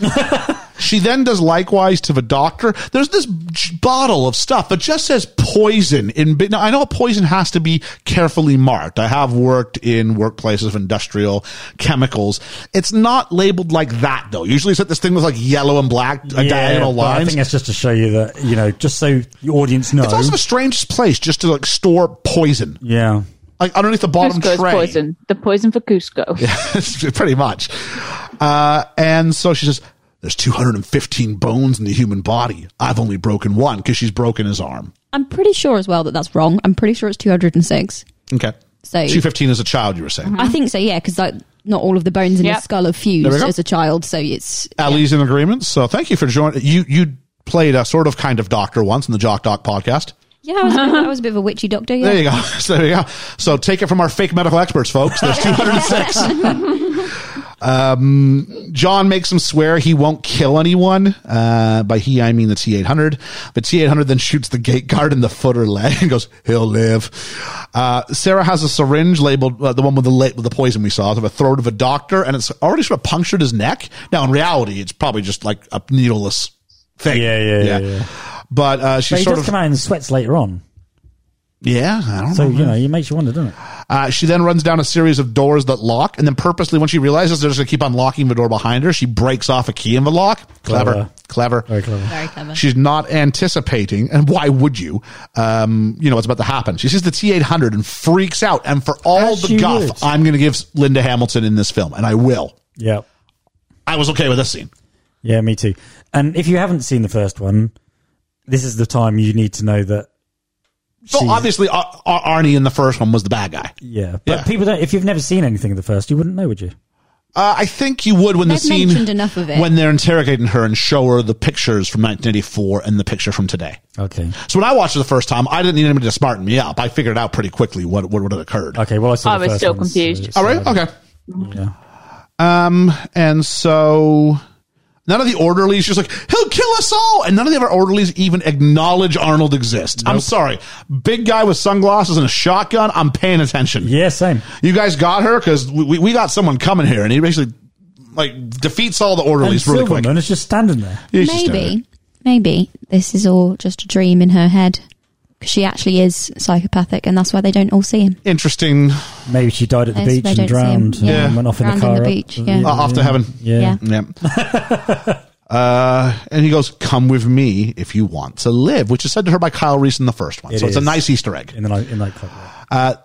[SPEAKER 3] she then does likewise to the doctor. There's this j- bottle of stuff that just says poison in. bi- Now I know poison has to be carefully marked. I have worked in workplaces of industrial chemicals. It's not labeled like that though. Usually it's like this thing with like yellow and black uh,
[SPEAKER 4] Yeah,
[SPEAKER 3] diagonal
[SPEAKER 4] but I
[SPEAKER 3] lines.
[SPEAKER 4] think that's just to show you that you know, just so the audience knows.
[SPEAKER 3] It's also the strangest place just to like store poison,
[SPEAKER 4] yeah,
[SPEAKER 3] like underneath the bottom
[SPEAKER 6] Cusco's
[SPEAKER 3] tray.
[SPEAKER 6] poison. The poison for Cusco.
[SPEAKER 3] [LAUGHS] pretty much. Uh, and so she says, "There's 215 bones in the human body. I've only broken one because she's broken his arm."
[SPEAKER 5] I'm pretty sure as well that that's wrong. I'm pretty sure it's 206.
[SPEAKER 3] Okay.
[SPEAKER 5] So- Uh-huh.
[SPEAKER 3] 215 as a child, you were saying.
[SPEAKER 5] I think so. Yeah, because like not all of the bones in
[SPEAKER 6] Yep.
[SPEAKER 5] his skull are
[SPEAKER 3] There we
[SPEAKER 5] fused
[SPEAKER 3] go.
[SPEAKER 5] as a child, so it's
[SPEAKER 3] Ali's in agreement. So thank you for joining. You you played a sort of kind of doctor once in the Jock Doc podcast.
[SPEAKER 5] yeah. I was, a bit- I was a bit of a witchy doctor. Yeah.
[SPEAKER 3] There you go. [LAUGHS] So there you go. So take it from our fake medical experts, folks.
[SPEAKER 4] [LAUGHS]
[SPEAKER 3] There's 206. um, John makes him swear he won't kill anyone. Uh, by he, I mean the T800. The T800 then shoots the gate guard in the foot or leg and goes, he'll live. Uh, Sarah has a syringe labeled, uh, the one with the, la- with the poison we saw, of a throat of a doctor, and it's already sort of punctured his neck. Now, in reality, it's probably just like a needleless thing.
[SPEAKER 4] Yeah, yeah, yeah, yeah.
[SPEAKER 3] But uh,
[SPEAKER 4] but
[SPEAKER 3] she's
[SPEAKER 4] he
[SPEAKER 3] sort
[SPEAKER 4] does
[SPEAKER 3] of,
[SPEAKER 4] come out in sweats later on.
[SPEAKER 3] yeah, I don't
[SPEAKER 4] So
[SPEAKER 3] know.
[SPEAKER 4] you know, it makes you wonder, doesn't it?
[SPEAKER 3] Uh, she then runs down a series of doors that lock, and then purposely, when she realizes they're just going to keep unlocking the door behind her, she breaks off a key in the lock. Clever, clever.
[SPEAKER 4] Very clever.
[SPEAKER 5] Very clever.
[SPEAKER 3] She's not anticipating, and why would you? Um, you know what's about to happen. She sees the T eight hundred and freaks out. And for all
[SPEAKER 4] As
[SPEAKER 3] the
[SPEAKER 4] she
[SPEAKER 3] guff,
[SPEAKER 4] would.
[SPEAKER 3] I'm going to give Linda Hamilton in this film, and I will.
[SPEAKER 4] Yeah,
[SPEAKER 3] I was okay with this scene.
[SPEAKER 4] yeah, me too. And if you haven't seen the first one, this is the time you need to know that.
[SPEAKER 3] So
[SPEAKER 4] she's-
[SPEAKER 3] obviously, Ar- Ar- Arnie in the first one was the bad guy.
[SPEAKER 4] yeah, but
[SPEAKER 3] Yeah.
[SPEAKER 4] people don't. If you've never seen anything of the first, you wouldn't know, would you?
[SPEAKER 3] Uh, I think you would when the
[SPEAKER 5] They've
[SPEAKER 3] scene
[SPEAKER 5] mentioned enough of it.
[SPEAKER 3] when they're interrogating her and show her the pictures from 1984 and the picture from today.
[SPEAKER 4] Okay,
[SPEAKER 3] So when I watched it the first time, I didn't need anybody to smarten me up. I figured out pretty quickly what what would have occurred.
[SPEAKER 4] okay. Well, I saw.
[SPEAKER 6] I
[SPEAKER 4] the
[SPEAKER 6] was
[SPEAKER 4] first
[SPEAKER 6] still
[SPEAKER 4] one, so-
[SPEAKER 6] confused.
[SPEAKER 3] All
[SPEAKER 4] so
[SPEAKER 3] right,
[SPEAKER 4] I-
[SPEAKER 3] okay.
[SPEAKER 4] Yeah.
[SPEAKER 3] Um, and so none of the orderlies just like he'll kill us all, and none of the other orderlies even acknowledge Arnold exists. I'm sorry, big guy with sunglasses and a shotgun. I'm paying attention.
[SPEAKER 4] Yeah, same.
[SPEAKER 3] You guys got her because we, we we got someone coming here, and he basically like defeats all the orderlies
[SPEAKER 4] and
[SPEAKER 3] really quick.
[SPEAKER 4] Silverman is just standing there.
[SPEAKER 3] He's just standing there.
[SPEAKER 5] maybe, maybe this is all just a dream in her head. 'Cause She actually is psychopathic, and that's why they don't all see him.
[SPEAKER 3] interesting.
[SPEAKER 4] Maybe she died at the
[SPEAKER 5] Yes,
[SPEAKER 4] beach
[SPEAKER 5] they
[SPEAKER 4] and
[SPEAKER 5] don't see him.
[SPEAKER 4] drowned.
[SPEAKER 5] Yeah.
[SPEAKER 4] and went off in the
[SPEAKER 5] Drowned
[SPEAKER 4] car
[SPEAKER 5] on the
[SPEAKER 4] up-
[SPEAKER 5] beach, yeah.
[SPEAKER 3] Uh, off to heaven.
[SPEAKER 4] Yeah.
[SPEAKER 5] Yeah.
[SPEAKER 3] Yeah. [LAUGHS] uh, and he goes, "Come with me if you want to live," which is said to her by Kyle Reese in the first one.
[SPEAKER 4] It
[SPEAKER 3] so it's a
[SPEAKER 4] is.
[SPEAKER 3] nice Easter egg.
[SPEAKER 4] in the night in the nightclub.
[SPEAKER 3] Uh,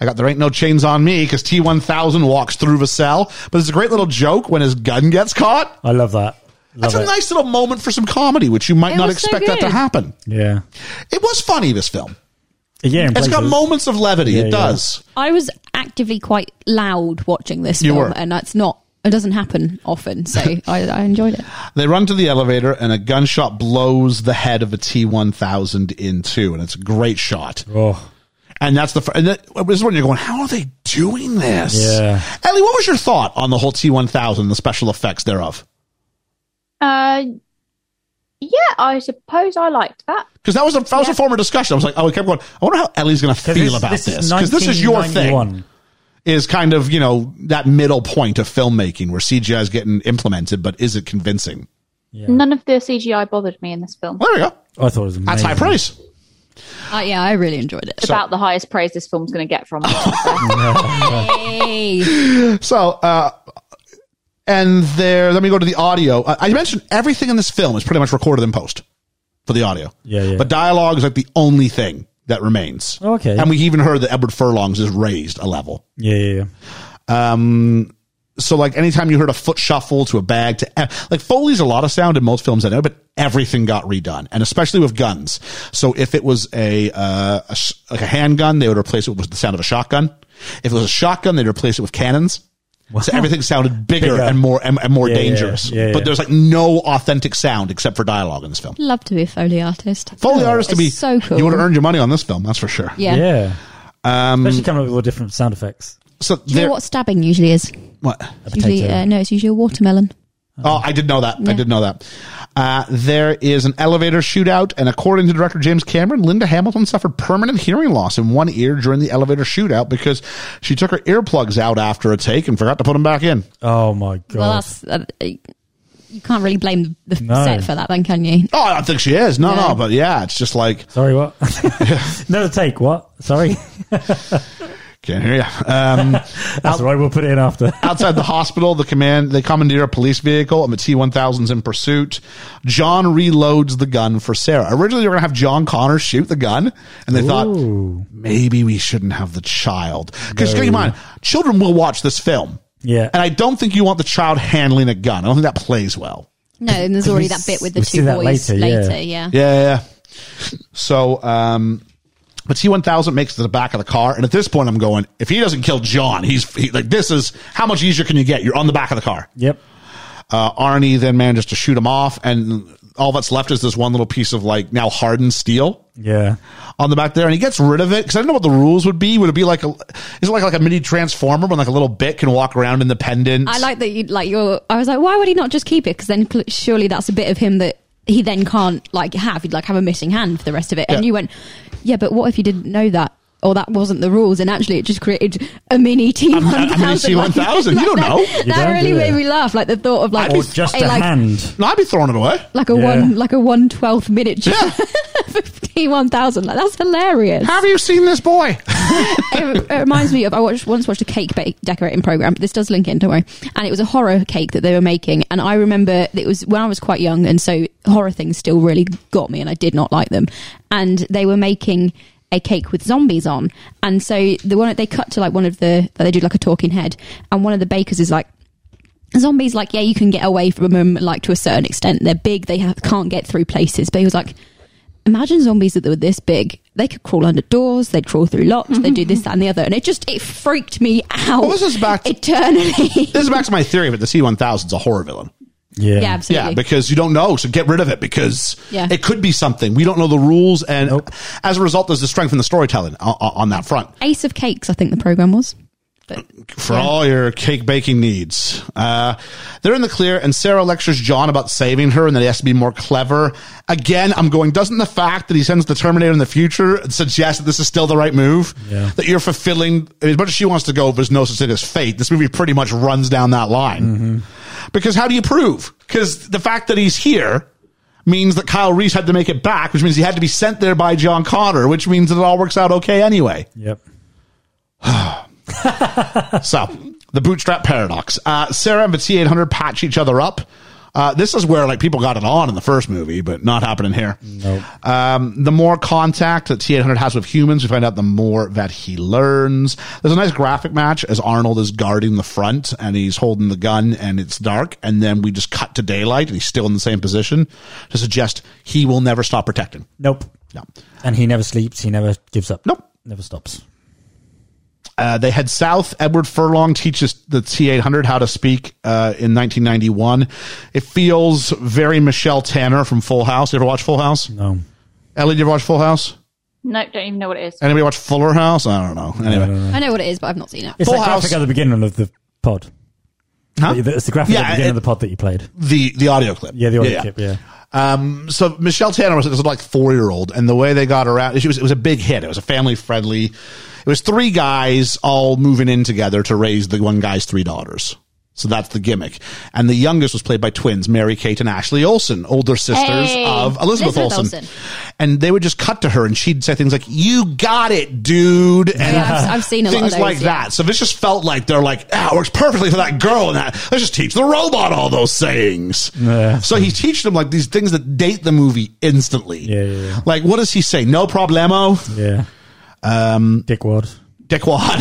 [SPEAKER 3] I got there ain't no chains on me because T one thousand walks through the cell. But it's a great little joke when his gun gets caught.
[SPEAKER 4] I love that. Love
[SPEAKER 3] That's a
[SPEAKER 4] it.
[SPEAKER 3] nice little moment for some comedy, which you might
[SPEAKER 5] It
[SPEAKER 3] not
[SPEAKER 5] was so
[SPEAKER 3] expect that to
[SPEAKER 5] good.
[SPEAKER 3] happen.
[SPEAKER 4] yeah,
[SPEAKER 3] It was funny. This film.
[SPEAKER 4] yeah. in
[SPEAKER 3] It's got
[SPEAKER 4] places.
[SPEAKER 3] moments of levity.
[SPEAKER 4] Yeah,
[SPEAKER 3] it
[SPEAKER 4] yeah.
[SPEAKER 3] does.
[SPEAKER 5] I was actively quite loud watching this
[SPEAKER 3] You
[SPEAKER 5] film,
[SPEAKER 3] were.
[SPEAKER 5] and that's not. It doesn't happen
[SPEAKER 3] [LAUGHS]
[SPEAKER 5] often, so I, I enjoyed it.
[SPEAKER 3] They run to the elevator, and a gunshot blows the head of a T one thousand in two, and it's a great shot.
[SPEAKER 4] Oh,
[SPEAKER 3] And that's the fir- and that, this is when you're going, how are they doing this?
[SPEAKER 4] Yeah.
[SPEAKER 3] Ellie, what was your thought on the whole T1000, the special effects thereof?
[SPEAKER 6] Uh, yeah, I suppose I liked that.
[SPEAKER 3] Because that was a that was a former discussion. I was like, oh, I kept going. I wonder how Ellie's going to feel about this because this is your thing.
[SPEAKER 4] 1991.
[SPEAKER 3] Is kind of you know that middle point of filmmaking where CGI is getting implemented, but is it convincing?
[SPEAKER 6] None of the CGI bothered me in this film.
[SPEAKER 3] Well, there we go.
[SPEAKER 4] I thought it was amazing.
[SPEAKER 3] That's high price.
[SPEAKER 5] Uh, yeah, I really enjoyed it.
[SPEAKER 6] It's about the highest praise this film's going to get from me.
[SPEAKER 3] Oh.
[SPEAKER 4] [LAUGHS]
[SPEAKER 5] Hey.
[SPEAKER 3] So, uh, and there, let me go to the audio. I, I mentioned everything in this film is pretty much recorded in post for the audio.
[SPEAKER 4] Yeah, yeah.
[SPEAKER 3] But dialogue is like the only thing that remains.
[SPEAKER 4] Okay.
[SPEAKER 3] And we even heard that Edward Furlong's is raised a level.
[SPEAKER 4] Yeah, yeah, yeah.
[SPEAKER 3] So like anytime you heard a foot shuffle to a bag to e, like Foley's a lot of sound in most films I know, but everything got redone and especially with guns. So if it was a, uh, a sh- like a handgun, they would replace it with the sound of a shotgun. If it was a shotgun, they'd replace it with cannons. So everything sounded bigger,
[SPEAKER 4] Bigger.
[SPEAKER 3] and more and, and more
[SPEAKER 4] Yeah, yeah,
[SPEAKER 3] dangerous.
[SPEAKER 4] yeah,
[SPEAKER 3] But
[SPEAKER 4] yeah.
[SPEAKER 3] there's like no authentic sound except for dialogue in this film.
[SPEAKER 5] Love to be a Foley artist. Oh,
[SPEAKER 3] Foley artist to
[SPEAKER 5] It's
[SPEAKER 3] be
[SPEAKER 5] so cool.
[SPEAKER 3] You would have earned your money on this film, that's for sure.
[SPEAKER 5] Yeah.
[SPEAKER 3] Um,
[SPEAKER 4] Especially coming up with all different sound effects.
[SPEAKER 3] So
[SPEAKER 5] Do you
[SPEAKER 3] there-
[SPEAKER 5] know what stabbing usually is?
[SPEAKER 3] what?
[SPEAKER 5] It's usually,
[SPEAKER 4] potato.
[SPEAKER 5] uh, no, it's usually a watermelon.
[SPEAKER 3] Oh, I did know that. I
[SPEAKER 5] Yeah.
[SPEAKER 3] did know that. Uh, there is an elevator shootout, and according to director James Cameron, Linda Hamilton suffered permanent hearing loss in one ear during the elevator shootout because she took her earplugs out after a take and forgot to put them back in.
[SPEAKER 4] Oh my god!
[SPEAKER 5] Well, that's uh, you can't really blame the
[SPEAKER 4] No.
[SPEAKER 5] set for that, then, can you?
[SPEAKER 3] Oh, I don't think she is. No,
[SPEAKER 5] Yeah.
[SPEAKER 3] no, but yeah, it's just like
[SPEAKER 4] Sorry, what? [LAUGHS] Another take. What?
[SPEAKER 3] [LAUGHS]
[SPEAKER 4] Sorry.
[SPEAKER 3] can't hear you. Um,
[SPEAKER 4] That's all right. We'll put it in after.
[SPEAKER 3] Outside the hospital, the command they commandeer a police vehicle and the T1000s in pursuit. John reloads the gun for Sarah. Originally, they were going to have John Connor shoot the gun, and they
[SPEAKER 4] Ooh.
[SPEAKER 3] thought maybe we shouldn't have the child because keep in mind, children will watch this film,
[SPEAKER 4] Yeah.
[SPEAKER 3] and I don't think you want the child handling a gun. I don't think that plays well.
[SPEAKER 5] No, and there's already that bit with the
[SPEAKER 4] We'll see
[SPEAKER 5] two
[SPEAKER 4] that
[SPEAKER 5] boys
[SPEAKER 4] later, yeah.
[SPEAKER 5] yeah.
[SPEAKER 3] Yeah, yeah, yeah. So, um, but T1000 makes it to the back of the car, and at this point, I'm going, if he doesn't kill John, he's he, like, this is how much easier can you get? You're on the back of the car.
[SPEAKER 4] Yep.
[SPEAKER 3] Uh, Arnie then manages to shoot him off, and all that's left is this one little piece of like now hardened steel
[SPEAKER 4] Yeah.
[SPEAKER 3] on the back there, and he gets rid of it because I don't know what the rules would be. Would it be like a is it like like a mini transformer when like a little bit can walk around in the pendant?
[SPEAKER 5] I like that you like your. I was like, why would he not just keep it? Because then cl- surely that's a bit of him that he then can't like have. He'd like have a missing hand for the rest of it. And
[SPEAKER 3] Yeah.
[SPEAKER 5] you went, yeah, but what if you didn't know that? Or that wasn't the rules, and actually, it just created a mini T one
[SPEAKER 3] a mini
[SPEAKER 5] [LAUGHS] thousand.
[SPEAKER 3] T1000. You don't know.
[SPEAKER 5] That,
[SPEAKER 4] You don't,
[SPEAKER 5] really
[SPEAKER 4] do
[SPEAKER 5] made
[SPEAKER 4] you?
[SPEAKER 5] me laugh. Like the thought of like
[SPEAKER 3] I'd be-
[SPEAKER 4] Or just
[SPEAKER 5] a,
[SPEAKER 4] a
[SPEAKER 5] like,
[SPEAKER 4] hand.
[SPEAKER 3] no, I'd be throwing it away.
[SPEAKER 5] like a
[SPEAKER 4] Yeah.
[SPEAKER 5] one, like a one twelfth [LAUGHS] miniature
[SPEAKER 3] Yeah.
[SPEAKER 5] T one thousand. Like that's hilarious.
[SPEAKER 3] Have you seen this boy? [LAUGHS]
[SPEAKER 5] it, it reminds me of I watched once watched a cake bake decorating program. This does link in, don't worry. And it was a horror cake that they were making, and I remember it was when I was quite young, and so horror things still really got me, and I did not like them. And they were making a cake with zombies on, and so the one they cut to like one of the they do like a talking head, and one of the bakers is like zombies like yeah you can get away from them like to a certain extent they're big they have, can't get through places but he was like imagine zombies that were this big they could crawl under doors they'd crawl through locks they'd
[SPEAKER 4] [LAUGHS]
[SPEAKER 5] do this that and the other and it just it freaked me out
[SPEAKER 3] Well, this is back to-
[SPEAKER 5] eternally [LAUGHS]
[SPEAKER 3] this is back to my theory, but the C1000 is a horror villain.
[SPEAKER 4] Yeah.
[SPEAKER 5] yeah absolutely
[SPEAKER 3] Yeah, because you don't know, so get rid of it because
[SPEAKER 5] Yeah.
[SPEAKER 3] it could be something we don't know the rules, and
[SPEAKER 4] Nope.
[SPEAKER 3] as a result, there's the strength in the storytelling on, on that front.
[SPEAKER 5] ace of cakes i think the program was but
[SPEAKER 3] for all your cake baking needs. Uh, they're in the clear, and Sarah lectures John about saving her and that he has to be more clever. Again, I'm going, doesn't the fact that he sends the Terminator in the future suggest that this is still the right move?
[SPEAKER 4] Yeah.
[SPEAKER 3] That you're fulfilling, as much as she wants to go, there's no such thing as fate. This movie pretty much runs down that line. Because how do you prove? Because the fact that he's here means that Kyle Reese had to make it back, which means he had to be sent there by John Connor, which means that it all works out okay anyway.
[SPEAKER 4] Yep.
[SPEAKER 3] So, the bootstrap paradox. Uh, Sarah and the T800 patch each other up. Uh, this is where like people got it on in the first movie, but not happening here.
[SPEAKER 4] Nope.
[SPEAKER 3] Um, the more contact that T800 has with humans, we find out the more that he learns. There's a nice graphic match as Arnold is guarding the front and he's holding the gun and it's dark. And then we just cut to daylight and he's still in the same position to suggest he will never stop protecting.
[SPEAKER 4] Nope.
[SPEAKER 3] No.
[SPEAKER 4] And he never sleeps. He never gives up.
[SPEAKER 3] Nope.
[SPEAKER 4] Never stops.
[SPEAKER 3] Uh, they head south. Edward Furlong teaches the T 800 how to speak uh, in 1991. It feels very Michelle Tanner from Full House. You ever watch Full House?
[SPEAKER 4] No.
[SPEAKER 3] Ellie, you ever watch Full House?
[SPEAKER 6] [LAUGHS] No, don't even know
[SPEAKER 3] [LAUGHS]
[SPEAKER 6] what it is.
[SPEAKER 3] Anybody watch Fuller House? I don't know. Anyway.
[SPEAKER 5] i know what it is but i've not seen it
[SPEAKER 4] It's
[SPEAKER 3] Full
[SPEAKER 4] that
[SPEAKER 3] House.
[SPEAKER 4] graphic at the beginning of the pod.
[SPEAKER 3] Huh?
[SPEAKER 4] It's the graphic
[SPEAKER 3] Yeah,
[SPEAKER 4] at the beginning
[SPEAKER 3] it-
[SPEAKER 4] of the pod that you played.
[SPEAKER 3] The, the audio clip.
[SPEAKER 4] Yeah, the audio clip. Yeah.
[SPEAKER 3] Um, so Michelle Tanner was, was like four year old, and the way they got around, it was, it was a big hit. It was a family friendly. It was three guys all moving in together to raise the one guy's three daughters. So that's the gimmick. And the youngest was played by twins, Mary Kate and Ashley Olsen, older sisters
[SPEAKER 5] Hey,
[SPEAKER 3] of Elizabeth,
[SPEAKER 5] Elizabeth
[SPEAKER 3] Olsen.
[SPEAKER 5] Olsen.
[SPEAKER 3] And they would just cut to her, and she'd say things like, You got it, dude. And
[SPEAKER 5] Yeah, I've- I've seen a lot of
[SPEAKER 3] things
[SPEAKER 5] those,
[SPEAKER 3] like
[SPEAKER 5] yeah.
[SPEAKER 3] that. So this just felt like they're like, ah, it works perfectly for that girl and that. Let's just teach the robot all those sayings. So he teaches them like these things that date the movie instantly.
[SPEAKER 4] Yeah, yeah, yeah.
[SPEAKER 3] Like, what does he say? No problemo.
[SPEAKER 4] Yeah. Um, Dick Ward.
[SPEAKER 3] dickwad.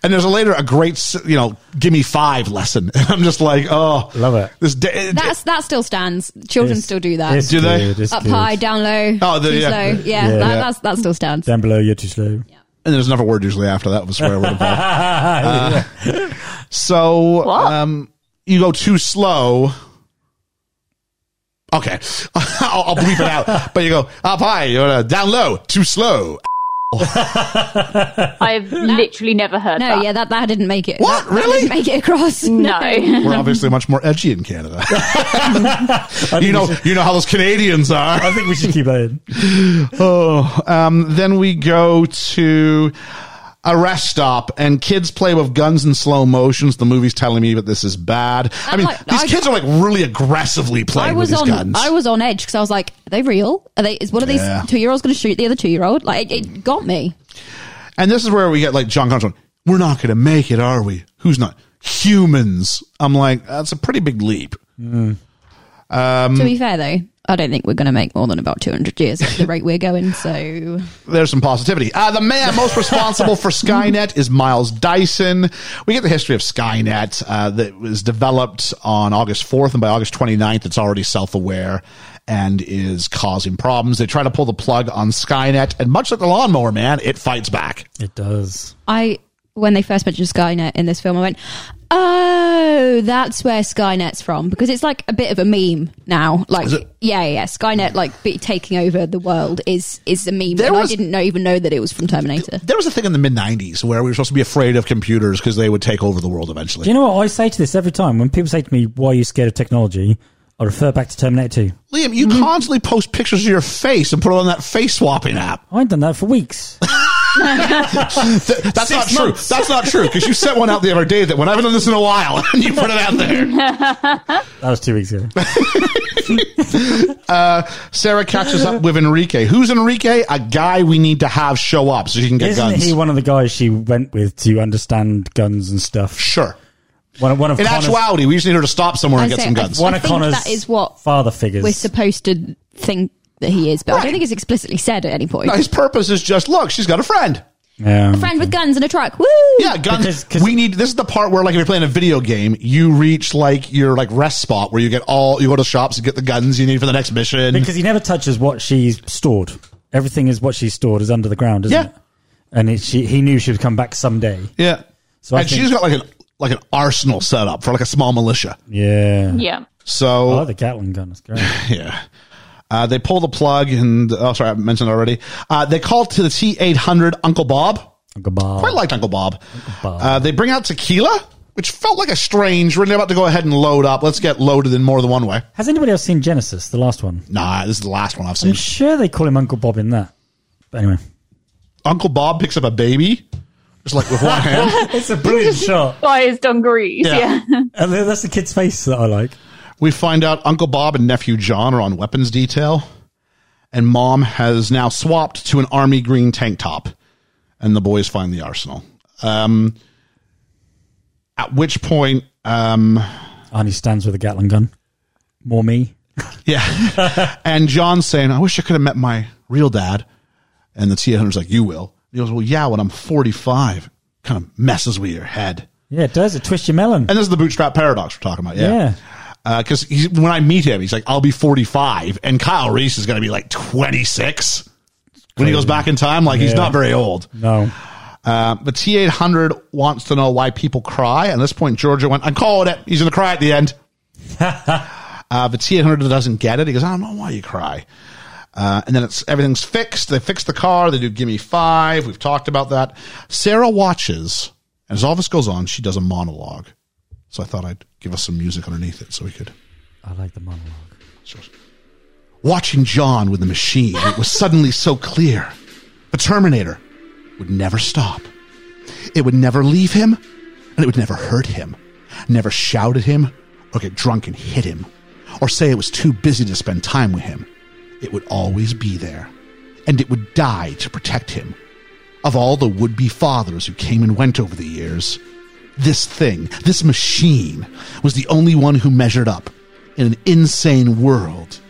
[SPEAKER 3] [LAUGHS] and there's a later a great s- you know give me five lesson. [LAUGHS] And I'm just like oh
[SPEAKER 4] Love it.
[SPEAKER 3] This di-
[SPEAKER 5] That's that still stands. Children
[SPEAKER 4] It's-
[SPEAKER 5] still do that.
[SPEAKER 4] it's
[SPEAKER 3] Do they?
[SPEAKER 4] good, it's
[SPEAKER 5] Up
[SPEAKER 4] good.
[SPEAKER 5] high, down low.
[SPEAKER 3] Oh, the-
[SPEAKER 5] too
[SPEAKER 3] yeah.
[SPEAKER 5] slow. Yeah,
[SPEAKER 4] Yeah.
[SPEAKER 5] that,
[SPEAKER 4] Yeah.
[SPEAKER 5] That's, that still stands.
[SPEAKER 4] Down below, you're too slow.
[SPEAKER 3] and there's another word usually after that was swear word involved. Uh,
[SPEAKER 4] Yeah.
[SPEAKER 3] So
[SPEAKER 6] What?
[SPEAKER 3] um, you go too slow. Okay, [LAUGHS] I'll, I'll bleep it out. But you go up high, you're uh, down low, too slow.
[SPEAKER 6] I've literally never heard
[SPEAKER 5] No,
[SPEAKER 6] that.
[SPEAKER 5] yeah, that, that didn't make it.
[SPEAKER 3] What?
[SPEAKER 5] That- that
[SPEAKER 3] Really?
[SPEAKER 5] didn't make it across.
[SPEAKER 6] [LAUGHS]
[SPEAKER 5] [LAUGHS]
[SPEAKER 6] No.
[SPEAKER 3] We're obviously much more edgy in Canada. [LAUGHS]
[SPEAKER 4] I,
[SPEAKER 3] you
[SPEAKER 4] think we
[SPEAKER 3] know,
[SPEAKER 4] should-
[SPEAKER 3] you know how those Canadians
[SPEAKER 4] [LAUGHS]
[SPEAKER 3] are.
[SPEAKER 4] I think we should keep that in.
[SPEAKER 3] Oh, um, then we go to a rest stop, and kids play with guns in slow motions. The movie's telling me that this is bad. I
[SPEAKER 5] I'm
[SPEAKER 3] mean,
[SPEAKER 5] like-
[SPEAKER 3] these
[SPEAKER 5] I-
[SPEAKER 3] kids are like really aggressively
[SPEAKER 5] I
[SPEAKER 3] playing with
[SPEAKER 5] was
[SPEAKER 3] these
[SPEAKER 5] on.
[SPEAKER 3] guns.
[SPEAKER 5] I was on edge because I was like, "Are they real? Are they? Is one of these
[SPEAKER 3] Yeah.
[SPEAKER 5] two-year-olds going to shoot the other two-year-old?" Like, it, it got me.
[SPEAKER 3] And this is where we get like John Connor's going, We're not going to make it, are we? Who's not? Humans. I'm like, That's a pretty big leap. Um,
[SPEAKER 5] to be fair, though, I don't think we're going to make more than about 200 years at the rate we're going. So
[SPEAKER 3] There's some positivity. Uh, the man most responsible for Skynet is Miles Dyson. We get the history of Skynet uh, that was developed on August 4th, and by August 29th, it's already self aware and is causing problems. They try to pull the plug on Skynet, and much like the lawnmower man, it fights back.
[SPEAKER 4] It does.
[SPEAKER 5] I, when they first mentioned Skynet in this film, I went, "Oh, that's where Skynet's from," because it's like a bit of a meme now. Like,
[SPEAKER 3] Is it?
[SPEAKER 5] yeah, yeah, yeah, Skynet like be taking over the world is is a meme.
[SPEAKER 3] There
[SPEAKER 5] and
[SPEAKER 3] was-
[SPEAKER 5] I didn't know, even know that it was from Terminator.
[SPEAKER 3] There was a thing in the mid 90s where we were supposed to be afraid of computers because they would take over the world eventually.
[SPEAKER 4] Do you know what I say to this every time? When people say to me, why are you scared of technology? I refer back to Terminator 2.
[SPEAKER 3] Liam, you constantly post pictures of your face and put it on that face swapping app.
[SPEAKER 4] I ain't done that
[SPEAKER 3] [LAUGHS]
[SPEAKER 4] for weeks.
[SPEAKER 3] Th- that's not
[SPEAKER 4] Six months.
[SPEAKER 3] true. That's not true because you sent one out the other day that when I haven't done this in a while [LAUGHS] and you put it out
[SPEAKER 4] [LAUGHS]
[SPEAKER 3] there.
[SPEAKER 4] That was two weeks ago.
[SPEAKER 3] Sarah catches up with Enrique. Who's Enrique? A guy we need to have show up so she can get
[SPEAKER 4] Isn't
[SPEAKER 3] guns.
[SPEAKER 4] he one of the guys she went with to understand guns and stuff?
[SPEAKER 3] sure.
[SPEAKER 4] One, of- one of
[SPEAKER 3] In
[SPEAKER 4] Connor's-
[SPEAKER 3] actuality, we just need her to stop somewhere and
[SPEAKER 5] I
[SPEAKER 3] get
[SPEAKER 5] say-
[SPEAKER 3] some
[SPEAKER 5] I-
[SPEAKER 3] guns.
[SPEAKER 5] I
[SPEAKER 4] one of
[SPEAKER 5] think
[SPEAKER 4] Connor's
[SPEAKER 5] that is what
[SPEAKER 4] father figures.
[SPEAKER 5] We're supposed to think that he is, but I
[SPEAKER 3] Right.
[SPEAKER 5] don't think it's explicitly said at any point.
[SPEAKER 3] No, his purpose is just look, she's got a friend.
[SPEAKER 4] yeah.
[SPEAKER 5] Friend with guns and a truck. Woo!
[SPEAKER 3] Yeah, guns.
[SPEAKER 4] Because- 'cause-
[SPEAKER 3] we need. This is the part where, like, if you're playing a video game, you reach like your like rest spot where you get all. You go to shops and get the guns you need for the next mission.
[SPEAKER 4] Because he never touches what she's stored. Everything is what she's stored is under the ground, isn't
[SPEAKER 3] Yeah.
[SPEAKER 4] it? And it, she, he knew she would come back someday.
[SPEAKER 3] Yeah.
[SPEAKER 4] So I
[SPEAKER 3] and
[SPEAKER 4] think-
[SPEAKER 3] she's got like an like an arsenal set up for like a small militia.
[SPEAKER 4] Yeah.
[SPEAKER 6] [LAUGHS] Yeah.
[SPEAKER 4] I
[SPEAKER 3] So
[SPEAKER 4] like the Gatling gun. It's great.
[SPEAKER 3] yeah. Uh, they pull the plug and oh sorry I mentioned already. Uh, they call to the T eight hundred Uncle Bob.
[SPEAKER 4] Goodbye.
[SPEAKER 3] Quite liked Uncle Bob.
[SPEAKER 4] Bob.
[SPEAKER 3] Uh, they bring out tequila, which felt like a strange. We're about to go ahead and load up. Let's get loaded in more than one way.
[SPEAKER 4] Has anybody else seen Genesis, the last one?
[SPEAKER 3] Nah, this is the last one I've
[SPEAKER 4] I'm
[SPEAKER 3] seen.
[SPEAKER 4] sure they call him Uncle Bob in that. But anyway.
[SPEAKER 3] Uncle Bob picks up a baby, just like
[SPEAKER 4] [LAUGHS]
[SPEAKER 3] with one hand.
[SPEAKER 4] It's a brilliant [LAUGHS] shot.
[SPEAKER 6] By his dungarees.
[SPEAKER 3] Yeah.
[SPEAKER 6] Yeah.
[SPEAKER 4] And then that's the kid's face that I like.
[SPEAKER 3] We find out Uncle Bob and nephew John are on weapons detail, and Mom has now swapped to an army green tank top, and the boys find the arsenal. Um, at which point, [LAUGHS] um,
[SPEAKER 4] And he stands with a Gatling gun. More me.
[SPEAKER 3] yeah, [LAUGHS] and John's saying, "I wish I could have met my real dad," and the T eight hundred's like, "You will." And he goes, "Well, yeah, when I'm 45." Kind of messes with your head.
[SPEAKER 4] Yeah, it does. It twists your melon.
[SPEAKER 3] And this is the bootstrap paradox we're talking about.
[SPEAKER 4] yeah.
[SPEAKER 3] Yeah. Because he's when I meet him, he's like, I'll be 45. And Kyle Reese is going to be like 26 when he goes back in time. Like, he's
[SPEAKER 4] Yeah.
[SPEAKER 3] not very old.
[SPEAKER 4] No.
[SPEAKER 3] Uh, but T 800 wants to know why people cry. At this point, Georgia went, I'm calling it. He's going to cry at the end. uh, but T 800 doesn't get it. He goes, I don't know why you cry. Uh, and then it's everything's fixed. They fix the car. They do Gimme Five. We've talked about that. Sarah watches. and As all this goes on, she does a monologue. So I thought I'd give us some music underneath it so we could.
[SPEAKER 4] I like the monologue.
[SPEAKER 3] Watching John with the machine, it was suddenly so clear. The Terminator would never stop. It would never leave him, and it would never hurt him, never shout at him, or get drunk and hit him, or say it was too busy to spend time with him. It would always be there, and it would die to protect him. Of all the would be fathers who came and went over the years, this thing, this machine, was the only one who measured up. In an insane world,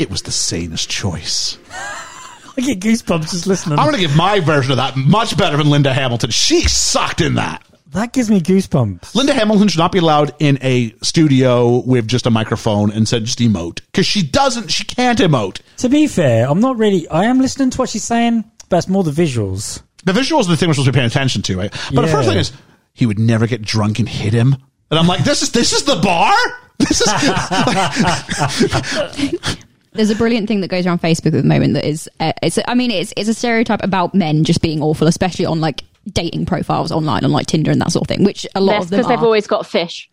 [SPEAKER 3] it was the sanest choice.
[SPEAKER 4] I get goosebumps just listening.
[SPEAKER 3] I'm going to give my version of that much better than Linda Hamilton. She sucked in that.
[SPEAKER 4] that gives me goosebumps.
[SPEAKER 3] Linda Hamilton should not be allowed in a studio with just a microphone and said just emote because she doesn't, she can't emote.
[SPEAKER 4] To be fair, I'm not really. I am listening to what she's saying, but it's more the visuals.
[SPEAKER 3] The visuals are the thing we're supposed to be paying attention to, right? But the
[SPEAKER 4] Yeah.
[SPEAKER 3] first thing is, he would never get drunk and hit him. And I'm like, this is this is the bar. [LAUGHS] This is
[SPEAKER 5] There's a brilliant thing that goes around Facebook at the moment that is, uh, it's, I mean, it's, it's a stereotype about men just being awful, especially on like dating profiles online, on like Tinder and that sort of thing, which a lot
[SPEAKER 6] That's
[SPEAKER 5] of them
[SPEAKER 6] because
[SPEAKER 5] are.
[SPEAKER 6] they've always got fish.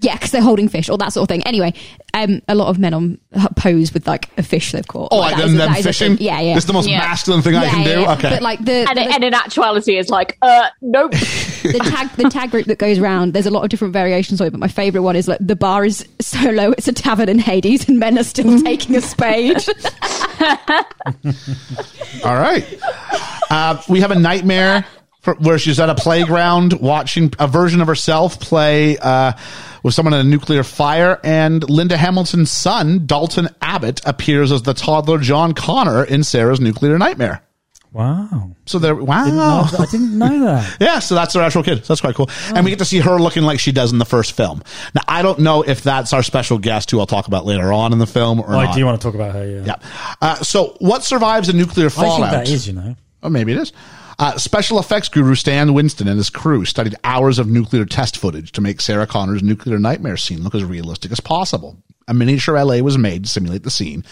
[SPEAKER 5] yeah, because they're holding fish or that sort of thing. Anyway, um, a lot of men on pose with like a fish they've caught.
[SPEAKER 3] oh, like
[SPEAKER 5] that
[SPEAKER 3] them,
[SPEAKER 5] is-
[SPEAKER 3] them
[SPEAKER 5] that is a
[SPEAKER 3] fishing.
[SPEAKER 5] thing. Yeah, yeah.
[SPEAKER 3] It's the most
[SPEAKER 6] Yeah.
[SPEAKER 3] masculine thing I
[SPEAKER 5] Yeah,
[SPEAKER 3] can do.
[SPEAKER 5] yeah.
[SPEAKER 3] Okay,
[SPEAKER 5] But like the
[SPEAKER 6] And,
[SPEAKER 5] the,
[SPEAKER 6] it, and in actuality, it's like, uh,
[SPEAKER 5] [LAUGHS]
[SPEAKER 6] nope.
[SPEAKER 5] the tag the tag group that goes round. There's a lot of different variations of it, but my favourite one is like the bar is so low, it's a tavern in Hades, and men are
[SPEAKER 6] [LAUGHS]
[SPEAKER 5] still taking a spade.
[SPEAKER 3] all right. Uh, we have a nightmare for, where she's at a playground watching a version of herself play uh, with someone in a nuclear fire, and Linda Hamilton's son Dalton Abbott appears as the toddler John Connor in Sarah's nuclear nightmare.
[SPEAKER 4] Wow.
[SPEAKER 3] So there, wow.
[SPEAKER 4] No, I didn't know [LAUGHS] that.
[SPEAKER 3] Yeah, so that's her actual kid. So that's quite cool. And we get to see her looking like she does in the first film. Now, I don't know if that's our special guest who I'll talk about later on in the film or
[SPEAKER 4] I
[SPEAKER 3] not.
[SPEAKER 4] do want to talk about her. Yeah.
[SPEAKER 3] yeah. Uh, so, what survives a nuclear
[SPEAKER 4] I think
[SPEAKER 3] fallout?
[SPEAKER 4] that is, you know.
[SPEAKER 3] Oh, maybe it is. Uh, special effects guru Stan Winston and his crew studied hours of nuclear test footage to make Sarah Connor's nuclear nightmare scene look as realistic as possible. A miniature LA was made to simulate the scene.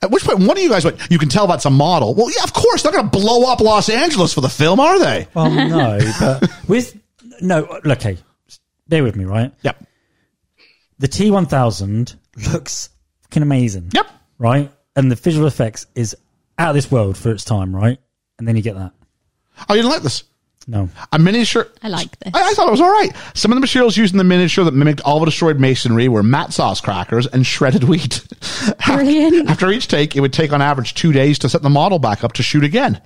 [SPEAKER 3] At which point, one of you guys went, You can tell that's a model. Well, yeah, of course. They're going to blow up Los Angeles for the film, are they?
[SPEAKER 4] [LAUGHS] Well, no, but with no. Okay, bear with me, right?
[SPEAKER 3] Yep.
[SPEAKER 4] The T1000 looks fucking amazing.
[SPEAKER 3] Yep.
[SPEAKER 4] Right, and the visual effects is out of this world for its time, right? And then you get that.
[SPEAKER 3] Oh, you didn't like this?
[SPEAKER 4] No,
[SPEAKER 3] A miniature.
[SPEAKER 5] I like this.
[SPEAKER 3] I, I thought it was all right. Some of the materials used in the miniature that mimicked all the destroyed masonry were mat sauce crackers and shredded wheat. [LAUGHS]
[SPEAKER 5] Brilliant.
[SPEAKER 3] After each take, it would take on average two days to set the model back up to shoot again.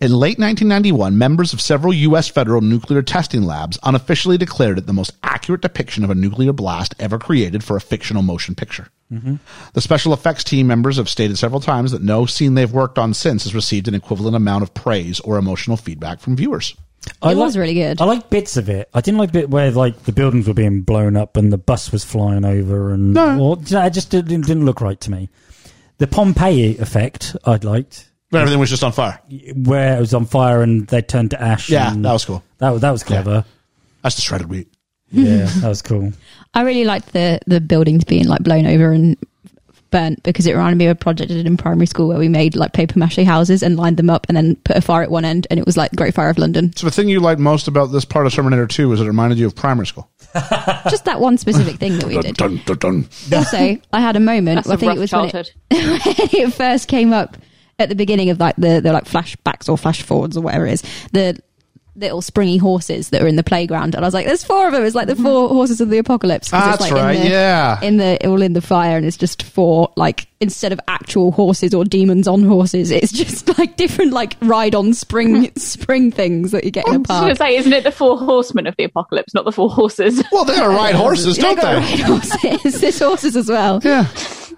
[SPEAKER 3] In late 1991, members of several U.S. federal nuclear testing labs unofficially declared it the most accurate depiction of a nuclear blast ever created for a fictional motion picture. The special effects team members have stated several times that no scene they've worked on since has received an equivalent amount of praise or emotional feedback from viewers.
[SPEAKER 4] I
[SPEAKER 5] It was really good.
[SPEAKER 4] I like bits of it. I didn't like bit where like the buildings were being blown up and the bus was flying over and or, you know, it just didn't, didn't look right to me. The Pompeii effect I'd liked,
[SPEAKER 3] But everything was just on fire.
[SPEAKER 4] where it was on fire and they turned to ash.
[SPEAKER 3] Yeah,
[SPEAKER 4] and
[SPEAKER 3] that was cool.
[SPEAKER 4] That was that
[SPEAKER 3] [LAUGHS]
[SPEAKER 4] was clever.
[SPEAKER 3] That's the shredded wheat.
[SPEAKER 4] Yeah, that was cool.
[SPEAKER 5] I really liked the the buildings being like blown over and burnt because it reminded me of a project I did in primary school where we made like paper mache houses and lined them up and then put a fire at one end and it was like the Great Fire of London.
[SPEAKER 3] So the thing you liked most about this part of Terminator 2 is it reminded you of primary school.
[SPEAKER 5] Just that one specific thing that we did.
[SPEAKER 3] Dun, dun, dun.
[SPEAKER 5] Also, I had a moment.
[SPEAKER 6] That's
[SPEAKER 5] I
[SPEAKER 6] a
[SPEAKER 5] think
[SPEAKER 6] rough
[SPEAKER 5] it was when it,
[SPEAKER 6] childhood.
[SPEAKER 5] when [LAUGHS] it first came up at the beginning of like the, the like flashbacks or flash forwards or whatever it is the little springy horses that are in the playground and I was like there's four of them it's like the four horses of the apocalypse 'cause
[SPEAKER 3] Mm-hmm. That's
[SPEAKER 5] it's like
[SPEAKER 3] right,
[SPEAKER 5] in the,
[SPEAKER 3] yeah.
[SPEAKER 5] in the all in the fire and it's just four like instead of actual horses or demons on horses it's just [LAUGHS] like different like ride
[SPEAKER 3] [LAUGHS]
[SPEAKER 5] on spring spring things that you get in a
[SPEAKER 6] [LAUGHS] I was going to
[SPEAKER 5] park
[SPEAKER 6] say, isn't it the four horsemen of the apocalypse, not the four horses? [LAUGHS]
[SPEAKER 3] Well, they gotta ride horses,
[SPEAKER 5] [LAUGHS] Yeah,
[SPEAKER 3] don't
[SPEAKER 5] gotta
[SPEAKER 3] they?
[SPEAKER 5] ride horses [LAUGHS] there's horses as well
[SPEAKER 3] Yeah,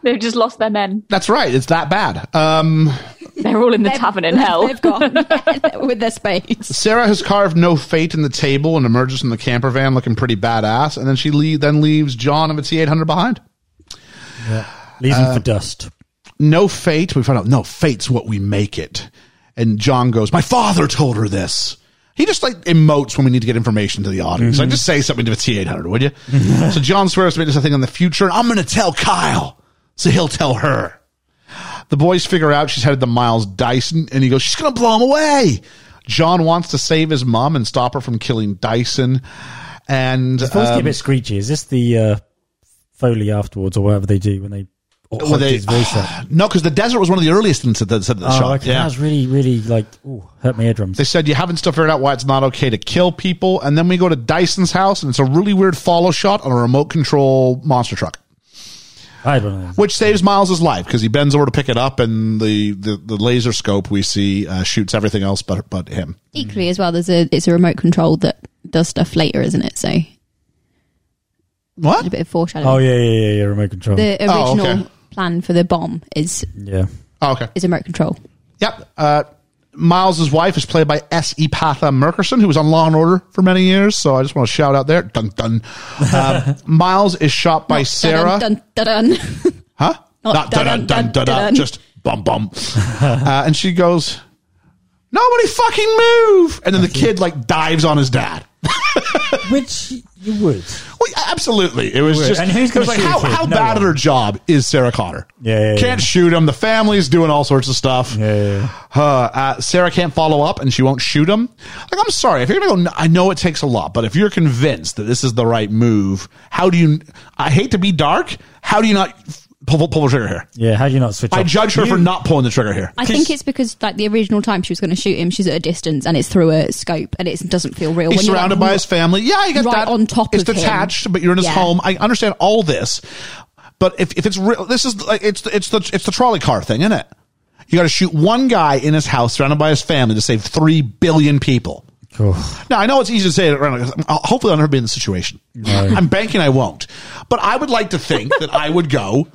[SPEAKER 6] They've just lost their men.
[SPEAKER 5] [LAUGHS]
[SPEAKER 3] that's right. It's that bad. Um,
[SPEAKER 6] They're all in the tavern in
[SPEAKER 5] [LAUGHS]
[SPEAKER 6] hell.
[SPEAKER 5] they've
[SPEAKER 3] [LAUGHS]
[SPEAKER 5] gone [LAUGHS] with their spades
[SPEAKER 3] Sarah has carved no fate in the table and emerges from the camper van looking pretty badass, and then she le- then leaves John of a T800 behind.
[SPEAKER 4] Leaves
[SPEAKER 3] Uh,
[SPEAKER 4] them for dust.
[SPEAKER 3] No fate. We found out no fate's what we make it. And John goes, "My father told her this." He just like emotes when we need to get information to the audience. Like, just say something to a T800, would you? so John swears to make this a thing in the future, and I'm going to tell Kyle, so he'll tell her. The boys figure out she's headed to Miles Dyson, and he goes, She's going to blow him away. John wants to save his mom and stop her from killing Dyson. And
[SPEAKER 4] It's supposed to
[SPEAKER 3] um,
[SPEAKER 4] get a bit screechy. Is this the uh, Foley afterwards or whatever they do when they or
[SPEAKER 3] well, they-
[SPEAKER 4] his voice
[SPEAKER 3] [SIGHS]
[SPEAKER 4] up?
[SPEAKER 3] no, because the desert was one of the earliest incidents that, that
[SPEAKER 4] Oh,
[SPEAKER 3] shot.
[SPEAKER 4] okay. That was really, really like ooh, hurt my eardrums.
[SPEAKER 3] They said you haven't still figured out why it's not okay to kill people. And then we go to Dyson's house, and it's a really weird follow shot on a remote control monster truck,
[SPEAKER 4] I had one of those.
[SPEAKER 3] which saves Miles' life because he bends over to pick it up, and the, the, the laser scope we see uh, shoots everything else but, but him.
[SPEAKER 5] Equally as well, there's a it's a remote control that does stuff later, isn't it? So a
[SPEAKER 3] What?
[SPEAKER 5] bit of foreshadowing.
[SPEAKER 4] Oh yeah, yeah, yeah, yeah. Remote control.
[SPEAKER 5] The
[SPEAKER 3] Oh,
[SPEAKER 5] original
[SPEAKER 3] okay.
[SPEAKER 5] plan for the bomb is
[SPEAKER 4] yeah.
[SPEAKER 3] Oh, okay.
[SPEAKER 5] is remote control.
[SPEAKER 3] Yep. Uh, Miles' wife is played by S. Epatha Merkerson, who was on Law and Order for many years. So I just want to shout out there. Dun
[SPEAKER 5] [LAUGHS]
[SPEAKER 3] dun. Um, Miles is shot by Sarah.
[SPEAKER 5] Dun, dun, dun, dun.
[SPEAKER 3] Huh?
[SPEAKER 5] Not
[SPEAKER 3] Not dun dun dun dun dun.
[SPEAKER 5] dun.
[SPEAKER 3] Just bum bum. uh, and she goes, "Nobody fucking move!" And then the kid like dives on his dad. [LAUGHS]
[SPEAKER 4] Which you would.
[SPEAKER 3] Well, yeah, absolutely. It was
[SPEAKER 4] Right.
[SPEAKER 3] just.
[SPEAKER 4] And who's
[SPEAKER 3] it was
[SPEAKER 4] gonna
[SPEAKER 3] like,
[SPEAKER 4] shoot
[SPEAKER 3] how,
[SPEAKER 4] the kid?
[SPEAKER 3] how
[SPEAKER 4] No
[SPEAKER 3] bad at
[SPEAKER 4] one.
[SPEAKER 3] her job is Sarah Connor?
[SPEAKER 4] Yeah, yeah, yeah.
[SPEAKER 3] Can't shoot him. The family's doing all sorts of stuff.
[SPEAKER 4] Yeah, yeah,
[SPEAKER 3] Uh,
[SPEAKER 4] yeah.
[SPEAKER 3] uh, Sarah can't follow up and she won't shoot him. Like, I'm sorry. If you're going to go, I know it takes a lot, but if you're convinced that this is the right move, how do you. I hate to be dark. How do you not pull, pull the trigger here?
[SPEAKER 4] Yeah, how do you not switch
[SPEAKER 3] I
[SPEAKER 4] off?
[SPEAKER 3] judge her
[SPEAKER 4] You-
[SPEAKER 3] for not pulling the trigger here.
[SPEAKER 5] [LAUGHS] I think it's because like the original time she was going to shoot him, she's at a distance and it's through a scope and it doesn't feel real.
[SPEAKER 3] He's
[SPEAKER 5] you're,
[SPEAKER 3] surrounded
[SPEAKER 5] like,
[SPEAKER 3] by his family. Yeah, I get
[SPEAKER 5] right
[SPEAKER 3] that.
[SPEAKER 5] on top
[SPEAKER 3] it's
[SPEAKER 5] of him.
[SPEAKER 3] detached, but you're in his
[SPEAKER 5] Yeah.
[SPEAKER 3] home. I understand all this, but if, if it's real, this is like it's it's the it's the trolley car thing, isn't it? You got to shoot one guy in his house, surrounded by his family, to save three billion people.
[SPEAKER 4] Cool.
[SPEAKER 3] Now I know it's easy to say it around. because I'm- I'll- Hopefully, I'll never be in the situation. I'm banking I won't, but I would like to think that I would go.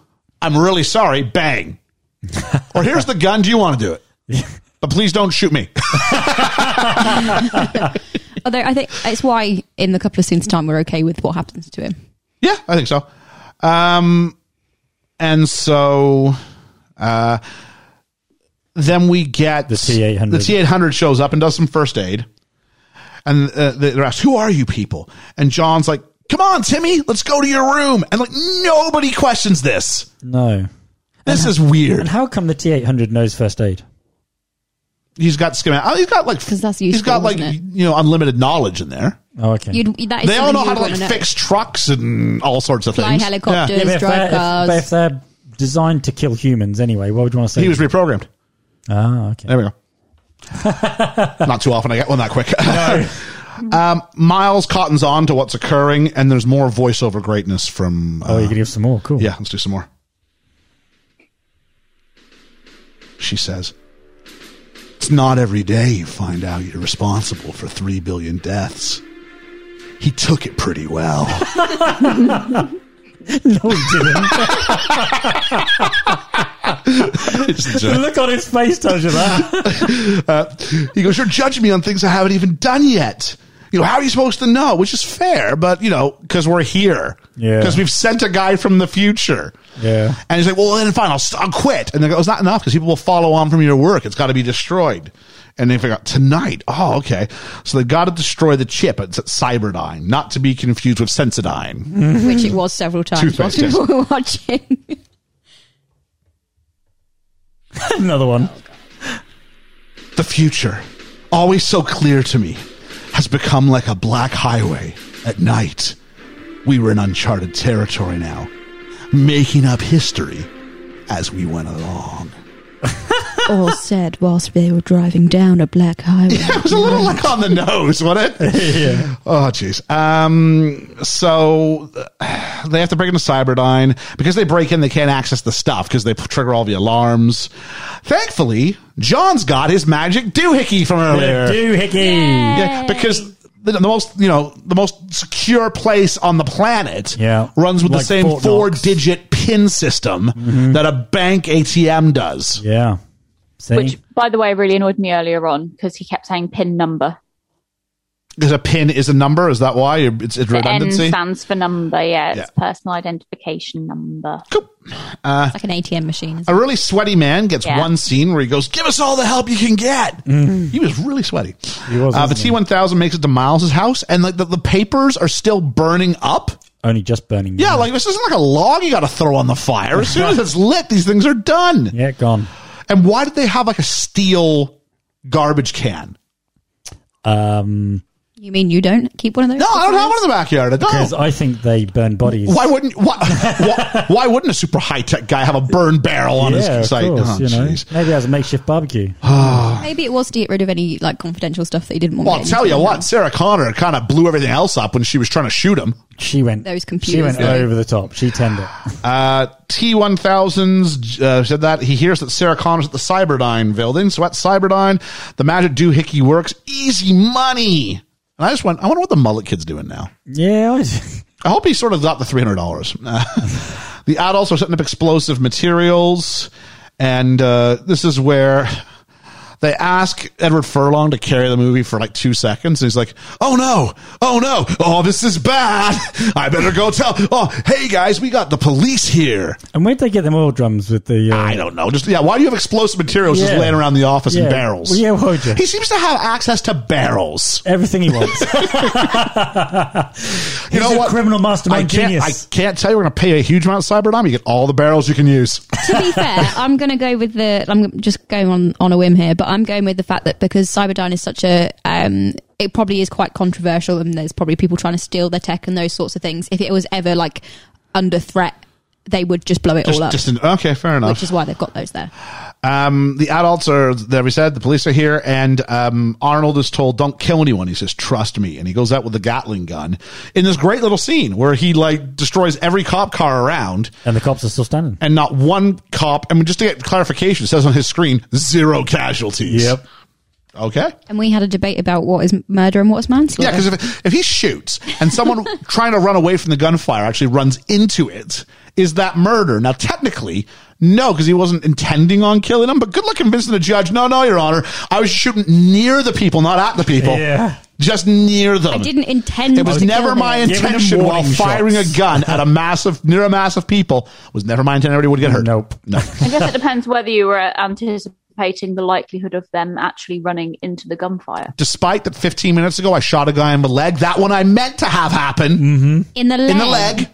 [SPEAKER 3] I'm really sorry. Bang. or here's the gun. Do you want to do it? But please don't shoot me.
[SPEAKER 5] Although I think it's why in the couple of scenes time we're okay with what happens to him.
[SPEAKER 3] Yeah, I think so. Um, and so, uh, then we get the
[SPEAKER 4] T800.
[SPEAKER 3] The T eight hundred shows up and does some first aid, and uh, they're asked, "Who are you people?" And John's like, "Come on, Timmy, let's go to your room." And like nobody questions this.
[SPEAKER 4] No.
[SPEAKER 3] This is
[SPEAKER 4] And
[SPEAKER 3] weird.
[SPEAKER 4] how come the T eight hundred knows first aid?
[SPEAKER 3] He's got schematic. oh, He's got like
[SPEAKER 5] 'Cause that's
[SPEAKER 3] he's got
[SPEAKER 5] useful,
[SPEAKER 3] like
[SPEAKER 5] isn't it?
[SPEAKER 3] you know unlimited knowledge in there.
[SPEAKER 4] Oh, okay.
[SPEAKER 5] You'd, that is
[SPEAKER 3] they all know how
[SPEAKER 5] something you
[SPEAKER 3] to
[SPEAKER 5] would
[SPEAKER 3] like
[SPEAKER 5] wanna know.
[SPEAKER 3] fix trucks and all sorts of
[SPEAKER 5] Fly
[SPEAKER 3] things.
[SPEAKER 5] helicopters.
[SPEAKER 3] Yeah.
[SPEAKER 4] but if,
[SPEAKER 5] drive
[SPEAKER 4] they're, if-
[SPEAKER 5] cars.
[SPEAKER 4] but if they're designed to kill humans anyway, why would you want to say?
[SPEAKER 3] He was reprogrammed.
[SPEAKER 4] ah, okay.
[SPEAKER 3] There
[SPEAKER 4] [LAUGHS]
[SPEAKER 3] we go. Not too often I get one that quick. [LAUGHS] um, Miles cottons on to what's occurring, and there's more voiceover greatness from.
[SPEAKER 4] Oh,
[SPEAKER 3] uh,
[SPEAKER 4] you can give some more. Cool.
[SPEAKER 3] yeah, let's do some more. She says, It's not every day you find out you're responsible for three billion deaths. He took it pretty
[SPEAKER 4] [LAUGHS]
[SPEAKER 3] well.
[SPEAKER 4] [LAUGHS] No, he didn't. [LAUGHS] The Look on his face tells you that. [LAUGHS]
[SPEAKER 3] Uh, He goes, You're judging me on things I haven't even done yet. You know, how are you supposed to know? Which is fair, but you know, because we're here.
[SPEAKER 4] Yeah.
[SPEAKER 3] Because we've sent a guy from the future.
[SPEAKER 4] Yeah.
[SPEAKER 3] And he's like, Well, then fine, I'll, st- I'll quit. And they go, It's not enough because people will follow on from your work. It's got to be destroyed. And they figure out tonight. Oh, okay. So they got to destroy the chip. It's at Cyberdyne, not to be confused with Sensodyne.
[SPEAKER 5] which it was several times
[SPEAKER 3] Toothpaste, yes.
[SPEAKER 5] whilst we were [LAUGHS] watching.
[SPEAKER 4] Another one.
[SPEAKER 3] The future, always so clear to me, has become like a black highway at night. We were in uncharted territory now, making up history as we went along.
[SPEAKER 5] All said whilst they were driving down a black highway.
[SPEAKER 3] [LAUGHS] It was a little like on the nose, wasn't [LAUGHS] it? Oh, jeez. Um, so uh, they have to break into Cyberdyne. Because they break in, they can't access the stuff because they p- trigger all the alarms. Thankfully, John's got his magic doohickey from earlier.
[SPEAKER 4] Do hickey.
[SPEAKER 3] Yeah, because the, the most you know the most secure place on the planet
[SPEAKER 4] Yeah.
[SPEAKER 3] runs with the
[SPEAKER 4] Like
[SPEAKER 3] same
[SPEAKER 4] Fort Knox. Mm-hmm.
[SPEAKER 3] four digit pin system that a bank ATM does.
[SPEAKER 4] Yeah. See?
[SPEAKER 6] Which, by the way, really annoyed me earlier on because he kept saying pin number.
[SPEAKER 3] Because a pin is a number. Is that why You're- it's, it's
[SPEAKER 6] The N
[SPEAKER 3] redundancy?
[SPEAKER 6] stands for number. Yeah, it's
[SPEAKER 3] Yeah.
[SPEAKER 6] personal identification number.
[SPEAKER 3] Cool.
[SPEAKER 5] It's like an ATM machine.
[SPEAKER 3] A really sweaty man gets
[SPEAKER 6] Yeah.
[SPEAKER 3] one scene where he goes, "Give us all the help you can get." He was really sweaty.
[SPEAKER 4] Mm. He was,
[SPEAKER 3] uh, the
[SPEAKER 4] wasn't he?
[SPEAKER 3] T one thousand makes it to Miles's house, and like the, the papers are still burning up.
[SPEAKER 4] Only just burning.
[SPEAKER 3] Yeah, like this isn't like a log you got to throw on the fire. As soon as it's lit, these things are done.
[SPEAKER 4] yeah, gone.
[SPEAKER 3] And why did they have like a steel garbage can?
[SPEAKER 4] Um,
[SPEAKER 5] You mean you don't keep one of those?
[SPEAKER 3] No, I don't have one in the backyard. I
[SPEAKER 4] because
[SPEAKER 3] don't.
[SPEAKER 4] I think they burn bodies.
[SPEAKER 3] Why wouldn't why, why, why wouldn't a super high tech guy have a burn barrel on
[SPEAKER 4] yeah,
[SPEAKER 3] his
[SPEAKER 4] of
[SPEAKER 3] site?
[SPEAKER 4] course.
[SPEAKER 3] Oh,
[SPEAKER 4] you know,
[SPEAKER 3] jeez.
[SPEAKER 4] maybe as a makeshift barbecue.
[SPEAKER 5] Maybe it was to get rid of any like confidential stuff that you didn't want.
[SPEAKER 3] Well, I'll
[SPEAKER 5] getting
[SPEAKER 3] tell you
[SPEAKER 5] into.
[SPEAKER 3] what, Sarah Connor kind of blew everything else up when she was trying to shoot him.
[SPEAKER 4] She went.
[SPEAKER 5] Those
[SPEAKER 4] She
[SPEAKER 5] computers,
[SPEAKER 4] went
[SPEAKER 5] though.
[SPEAKER 4] over the top. She turned it.
[SPEAKER 3] Uh, T1000s uh, said that he hears that Sarah Connor's at the Cyberdyne building. So at Cyberdyne, the magic doohickey works. Easy money. And I just went, I wonder what the mullet kid's doing now.
[SPEAKER 4] Yeah. I,
[SPEAKER 3] I hope he sort of got the three hundred dollars. [LAUGHS] the adults are setting up explosive materials, and uh, this is where They ask Edward Furlong to carry the movie for like two seconds. And he's like, oh no, oh no, oh, this is bad. I better go tell. Oh, hey guys, we got the police here.
[SPEAKER 4] [LAUGHS] And where'd they get them oil drums with the? Uh,
[SPEAKER 3] I don't know. Just yeah. Why do you have explosive materials just
[SPEAKER 4] Yeah.
[SPEAKER 3] laying around the office in
[SPEAKER 4] Yeah.
[SPEAKER 3] barrels?
[SPEAKER 4] Well, yeah, why would you?
[SPEAKER 3] He seems to have access to barrels.
[SPEAKER 4] Everything
[SPEAKER 3] [LAUGHS]
[SPEAKER 4] he wants.
[SPEAKER 3] You
[SPEAKER 4] He's
[SPEAKER 3] know
[SPEAKER 4] a
[SPEAKER 3] what?
[SPEAKER 4] criminal
[SPEAKER 3] I
[SPEAKER 4] mastermind
[SPEAKER 3] can't, I
[SPEAKER 4] genius.
[SPEAKER 3] can't tell you we're going to pay a huge amount of Cyberdyne. You get all the barrels you can use. [LAUGHS]
[SPEAKER 5] to be fair, I'm going to go with the. I'm just going on on a whim here, but I'm going with the fact that because Cyberdyne is such a, um, it probably is quite controversial, and there's probably people trying to steal their tech and those sorts of things. If it was ever like under threat, they would just blow it
[SPEAKER 3] Just,
[SPEAKER 5] all up,
[SPEAKER 3] just in, okay, fair enough.
[SPEAKER 5] which is why they've got those there.
[SPEAKER 3] Um, the adults are there. We said the police are here, and um, Arnold is told, "Don't kill anyone." He says, "Trust me," and he goes out with the Gatling gun in this great little scene where he like destroys every cop car around,
[SPEAKER 4] and the cops are still standing.
[SPEAKER 3] and not one cop. I mean, just to get clarification, it says on his screen zero casualties. Okay.
[SPEAKER 5] And we had a debate about what is murder and what is
[SPEAKER 3] Yeah,
[SPEAKER 5] manslaughter.
[SPEAKER 3] because if, if he shoots and someone [LAUGHS] trying to run away from the gunfire actually runs into it, is that murder? Now, technically, no, because he wasn't intending on killing him, but good luck convincing the judge, no, no, Your Honor, I was shooting near the people, not at the people.
[SPEAKER 4] Yeah.
[SPEAKER 3] Just near them.
[SPEAKER 5] I didn't intend.
[SPEAKER 3] It was
[SPEAKER 5] to
[SPEAKER 3] never
[SPEAKER 5] kill
[SPEAKER 3] my
[SPEAKER 5] them.
[SPEAKER 4] Giving them
[SPEAKER 3] intention while
[SPEAKER 4] warning
[SPEAKER 3] firing
[SPEAKER 4] shots.
[SPEAKER 3] a gun at a massive, near a mass of people, was never my intention. Everybody would get hurt.
[SPEAKER 4] Nope.
[SPEAKER 3] No.
[SPEAKER 6] I guess it depends whether you were anticipating the likelihood of them actually running into the gunfire.
[SPEAKER 3] Despite that 15 minutes ago, I shot a guy in the leg. That one I meant to have happen
[SPEAKER 5] in the Mm. leg.
[SPEAKER 3] in the leg.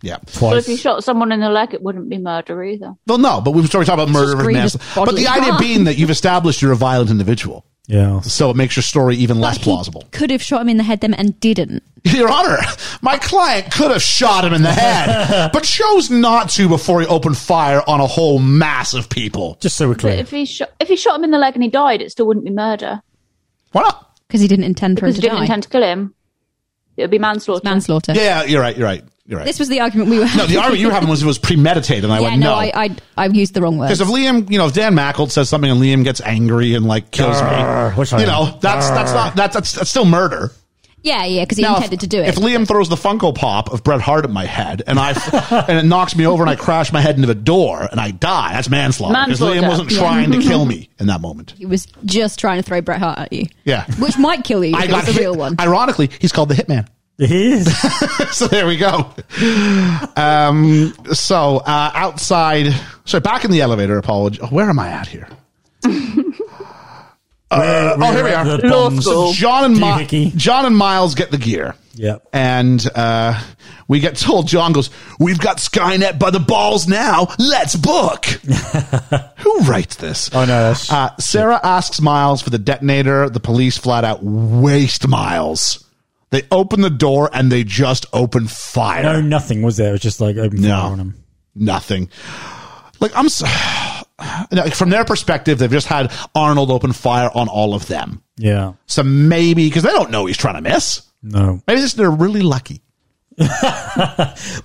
[SPEAKER 3] Yeah.
[SPEAKER 6] But if you shot someone in the leg, it wouldn't be murder either.
[SPEAKER 3] Well, no, but we have already talked about murder
[SPEAKER 5] just
[SPEAKER 3] and
[SPEAKER 5] grievous
[SPEAKER 3] manslaughter. But
[SPEAKER 5] bodily
[SPEAKER 3] the idea
[SPEAKER 5] harm.
[SPEAKER 3] being that you've established you're a violent individual,
[SPEAKER 4] Yeah.
[SPEAKER 3] so it makes your story even
[SPEAKER 5] But
[SPEAKER 3] less
[SPEAKER 5] he
[SPEAKER 3] plausible. [LAUGHS]
[SPEAKER 5] Could have shot him in the head then and didn't.
[SPEAKER 3] Your Honor, my client could have shot him in the
[SPEAKER 5] [LAUGHS]
[SPEAKER 3] head, but chose not to before he opened fire on a whole mass of people.
[SPEAKER 4] Just so we're
[SPEAKER 6] But
[SPEAKER 4] clear.
[SPEAKER 6] if he shot if he shot him in the leg and he died, it still wouldn't be murder
[SPEAKER 3] Why not?
[SPEAKER 5] Because he didn't intend for him
[SPEAKER 6] because
[SPEAKER 5] to
[SPEAKER 6] he didn't
[SPEAKER 5] die.
[SPEAKER 6] intend to kill him. It would be manslaughter.
[SPEAKER 5] manslaughter.
[SPEAKER 3] Yeah, you're right. You're right. You're right.
[SPEAKER 5] This was the argument we were.
[SPEAKER 3] no, the argument you were having was it was premeditated, and I
[SPEAKER 5] [LAUGHS] yeah,
[SPEAKER 3] went
[SPEAKER 5] no,
[SPEAKER 3] no.
[SPEAKER 5] I, I I used the wrong word.
[SPEAKER 3] because if Liam, you know, if Dan Mackold says something and Liam gets angry and like kills
[SPEAKER 4] Grr, which I
[SPEAKER 3] me, you
[SPEAKER 4] am.
[SPEAKER 3] know, that's that's not that's that's, that's still murder.
[SPEAKER 5] Yeah, yeah, because he
[SPEAKER 3] Now,
[SPEAKER 5] intended
[SPEAKER 3] if,
[SPEAKER 5] to do it.
[SPEAKER 3] If Liam throws the Funko Pop of Bret Hart at my head and
[SPEAKER 5] [LAUGHS]
[SPEAKER 3] I and it knocks me over and I crash my head into the door and I die, that's manslaughter. Because
[SPEAKER 6] Manslaughter.
[SPEAKER 3] Liam wasn't trying to
[SPEAKER 5] [LAUGHS]
[SPEAKER 3] kill me in that moment.
[SPEAKER 5] he was just trying to throw Bret Hart at you.
[SPEAKER 3] Yeah.
[SPEAKER 5] Which might kill you.
[SPEAKER 3] I
[SPEAKER 5] if it was
[SPEAKER 3] got
[SPEAKER 5] the
[SPEAKER 3] hit-
[SPEAKER 5] real one.
[SPEAKER 3] Ironically, he's called the Hitman.
[SPEAKER 4] [LAUGHS]
[SPEAKER 3] [LAUGHS]
[SPEAKER 4] He is.
[SPEAKER 3] so there we go. Um, so uh, outside, so back in the elevator. Apology. oh, Where am I at here? Uh, oh, here we are.
[SPEAKER 4] The bombs.
[SPEAKER 3] So John and Mi-
[SPEAKER 4] Doohickey.
[SPEAKER 3] John and Miles get the gear.
[SPEAKER 4] Yep.
[SPEAKER 3] And uh, we get told John goes, "We've got Skynet by the balls now. Let's
[SPEAKER 4] [LAUGHS]
[SPEAKER 3] book." Who writes this?
[SPEAKER 4] Oh, no, that's-
[SPEAKER 3] Uh, Sarah asks Miles for the detonator. The police flat out waste Miles. They open the door and they just open fire.
[SPEAKER 4] No, nothing was there. It was just like open fire on him.
[SPEAKER 3] Nothing. Like I'm s [SIGHS] No, from their perspective, they've just had Arnold open fire on all of them.
[SPEAKER 4] Yeah.
[SPEAKER 3] So maybe because they don't know he's trying to miss.
[SPEAKER 4] No.
[SPEAKER 3] Maybe this they're really lucky.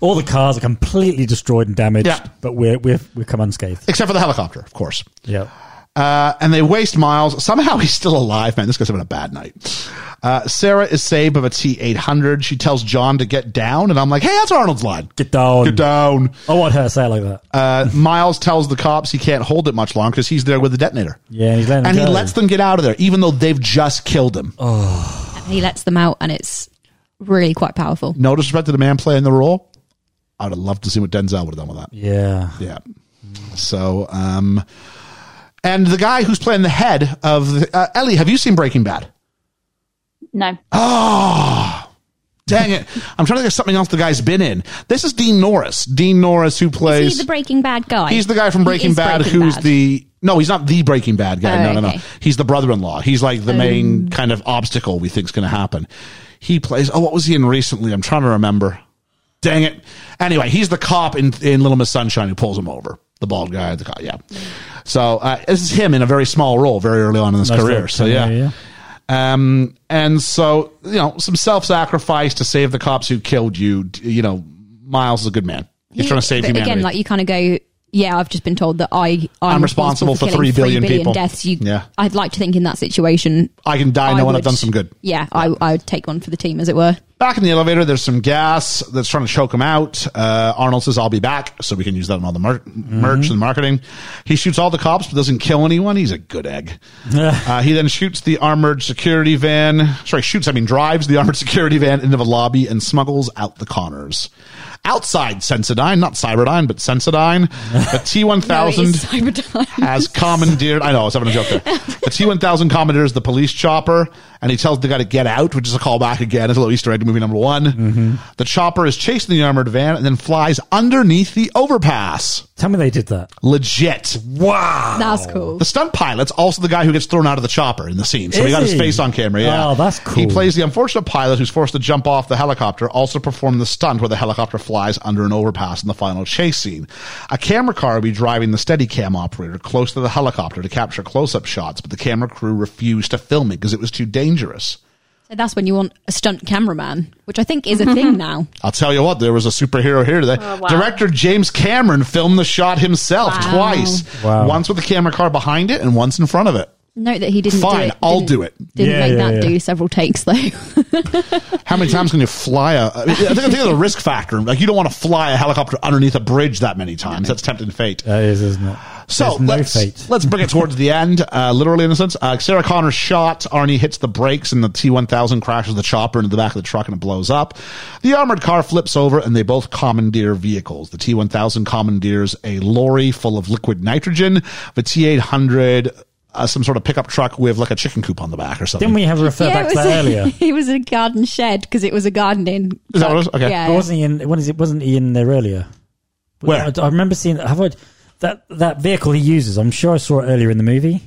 [SPEAKER 4] All the cars are completely destroyed and damaged,
[SPEAKER 3] Yeah.
[SPEAKER 4] but we're we're we've come unscathed.
[SPEAKER 3] Except for the helicopter, of course.
[SPEAKER 4] Yeah.
[SPEAKER 3] Uh, and they waste miles. Somehow he's still alive, man. This guy's having a bad night. Uh, Sarah is saved by a T eight hundred. She tells John to get down, and I'm like, hey, that's Arnold's line.
[SPEAKER 4] Get down.
[SPEAKER 3] Get down.
[SPEAKER 4] I want her to say it like that.
[SPEAKER 3] Uh, Miles tells the cops he can't hold it much longer because he's there with the detonator.
[SPEAKER 4] yeah, he's letting
[SPEAKER 3] and he
[SPEAKER 4] go. Oh.
[SPEAKER 3] lets them get out of there, even though they've just killed him.
[SPEAKER 5] he lets them out, and it's really quite powerful.
[SPEAKER 3] No disrespect to the man playing the role. I'd have loved to see what Denzel would have done with that.
[SPEAKER 4] Yeah.
[SPEAKER 3] Yeah. So, um, and the guy who's playing the head of the, uh, Ellie, have you seen Breaking Bad?
[SPEAKER 6] No.
[SPEAKER 3] Dang it! I'm trying to think of something else the guy's been in. This is Dean Norris. Dean Norris who plays.
[SPEAKER 5] He's the Breaking Bad guy.
[SPEAKER 3] He's the guy from
[SPEAKER 5] He
[SPEAKER 3] Breaking
[SPEAKER 5] is
[SPEAKER 3] Bad
[SPEAKER 5] Breaking
[SPEAKER 3] who's
[SPEAKER 5] Bad.
[SPEAKER 3] the no, he's not the Breaking Bad guy.
[SPEAKER 5] Oh,
[SPEAKER 3] no, no, no.
[SPEAKER 5] okay. Um.
[SPEAKER 3] He's the brother-in-law. He's like the main kind of obstacle we think's going to happen. He plays. Oh, what was he in recently? I'm trying to remember. Dang it! Anyway, he's the cop in in Little Miss Sunshine who pulls him over. The bald guy, at the cop. Yeah. So uh, this is him in a very small role, very early on in his
[SPEAKER 4] Nice
[SPEAKER 3] career.
[SPEAKER 4] little
[SPEAKER 3] So
[SPEAKER 4] cameo,
[SPEAKER 3] yeah. Um, and so, you know, some self sacrifice to save the cops who killed you. You know, Miles is a good man. He's
[SPEAKER 5] He-
[SPEAKER 3] trying to save
[SPEAKER 5] but
[SPEAKER 3] humanity.
[SPEAKER 5] Again, like you kind of go, yeah, I've just been told that I I'm,
[SPEAKER 3] I'm responsible for
[SPEAKER 5] killing
[SPEAKER 3] three billion people.
[SPEAKER 5] deaths. You,
[SPEAKER 3] Yeah.
[SPEAKER 5] I'd like to think in that situation,
[SPEAKER 3] I can die knowing I've
[SPEAKER 5] would-
[SPEAKER 3] done some good.
[SPEAKER 5] Yeah, I I would take one for the team, as
[SPEAKER 3] [LAUGHS]
[SPEAKER 5] it were.
[SPEAKER 3] Back in the elevator, there's some gas that's trying to choke him out. Uh, Arnold says, I'll be back, so we can use that on all the mer- merch and marketing. He shoots all the cops, but doesn't kill anyone. He's a good egg. uh, he then shoots the armored security van. Sorry, shoots, I mean, drives the [LAUGHS] armored security van into the lobby and smuggles out the Connors. Outside Sensodyne, not Cyberdyne, but Sensodyne, a T
[SPEAKER 5] No, it is [LAUGHS]
[SPEAKER 3] 1000
[SPEAKER 5] Cyberdyne.
[SPEAKER 3] has commandeered. I know, I was having a joke there. The T 1000 commandeers the police chopper, and he tells the guy to get out, which is a callback again. It's a little Easter egg to movie number one. The chopper is chasing the armored van and then flies underneath the overpass.
[SPEAKER 4] Tell me they did that.
[SPEAKER 3] Legit.
[SPEAKER 4] Wow.
[SPEAKER 5] That's cool.
[SPEAKER 3] The stunt pilot's also the guy who gets thrown out of the chopper in the scene. So he
[SPEAKER 4] Is
[SPEAKER 3] got his
[SPEAKER 4] he?
[SPEAKER 3] face on camera. Yeah.
[SPEAKER 4] Oh, that's cool.
[SPEAKER 3] He plays the unfortunate pilot who's forced to jump off the helicopter, also performed the stunt where the helicopter flies under an overpass in the final chase scene. A camera car will be driving the steady cam operator close to the helicopter to capture close up shots, but the camera crew refused to film it because it was too dangerous.
[SPEAKER 5] So that's when you want a stunt cameraman, which I think is a
[SPEAKER 3] [LAUGHS]
[SPEAKER 5] thing now.
[SPEAKER 3] I'll tell you what, there was a superhero here today.
[SPEAKER 6] Oh, wow.
[SPEAKER 3] Director James Cameron filmed the shot himself
[SPEAKER 5] Wow.
[SPEAKER 3] twice.
[SPEAKER 4] Wow.
[SPEAKER 3] Once with the camera car behind it and once in front of it.
[SPEAKER 5] Note that he didn't. do
[SPEAKER 3] Fine,
[SPEAKER 5] it-
[SPEAKER 3] I'll
[SPEAKER 5] didn't-
[SPEAKER 3] do it.
[SPEAKER 5] Didn't
[SPEAKER 4] Yeah,
[SPEAKER 5] make
[SPEAKER 4] yeah,
[SPEAKER 5] that
[SPEAKER 4] yeah.
[SPEAKER 5] do several takes [LAUGHS] though.
[SPEAKER 3] How many times can you fly a? I mean, I think, I think there's a risk factor. Like you don't want to fly a helicopter underneath a bridge that many times. That's tempting fate.
[SPEAKER 4] That is, isn't it?
[SPEAKER 3] So
[SPEAKER 4] There's no
[SPEAKER 3] let's
[SPEAKER 4] fate.
[SPEAKER 3] let's bring it towards the end. Uh, literally, in a sense, uh, Sarah Connor shot. Arnie hits the brakes, and the T1000 crashes the chopper into the back of the truck, and it blows up. The armored car flips over, and they both commandeer vehicles. The T1000 commandeers a lorry full of liquid nitrogen. The T800. Uh, some sort of pickup truck with like a chicken coop on the back or something.
[SPEAKER 4] Didn't we have a refer back to that
[SPEAKER 5] [LAUGHS]
[SPEAKER 4] earlier?
[SPEAKER 5] it was a garden shed because it was a gardening.
[SPEAKER 3] Is that what it was? Okay.
[SPEAKER 5] Yeah.
[SPEAKER 4] But wasn't he in? When is it? Wasn't he in there earlier?
[SPEAKER 3] Where?
[SPEAKER 4] I, I remember seeing. Have I? That that vehicle he uses. I'm sure I saw it earlier in the movie.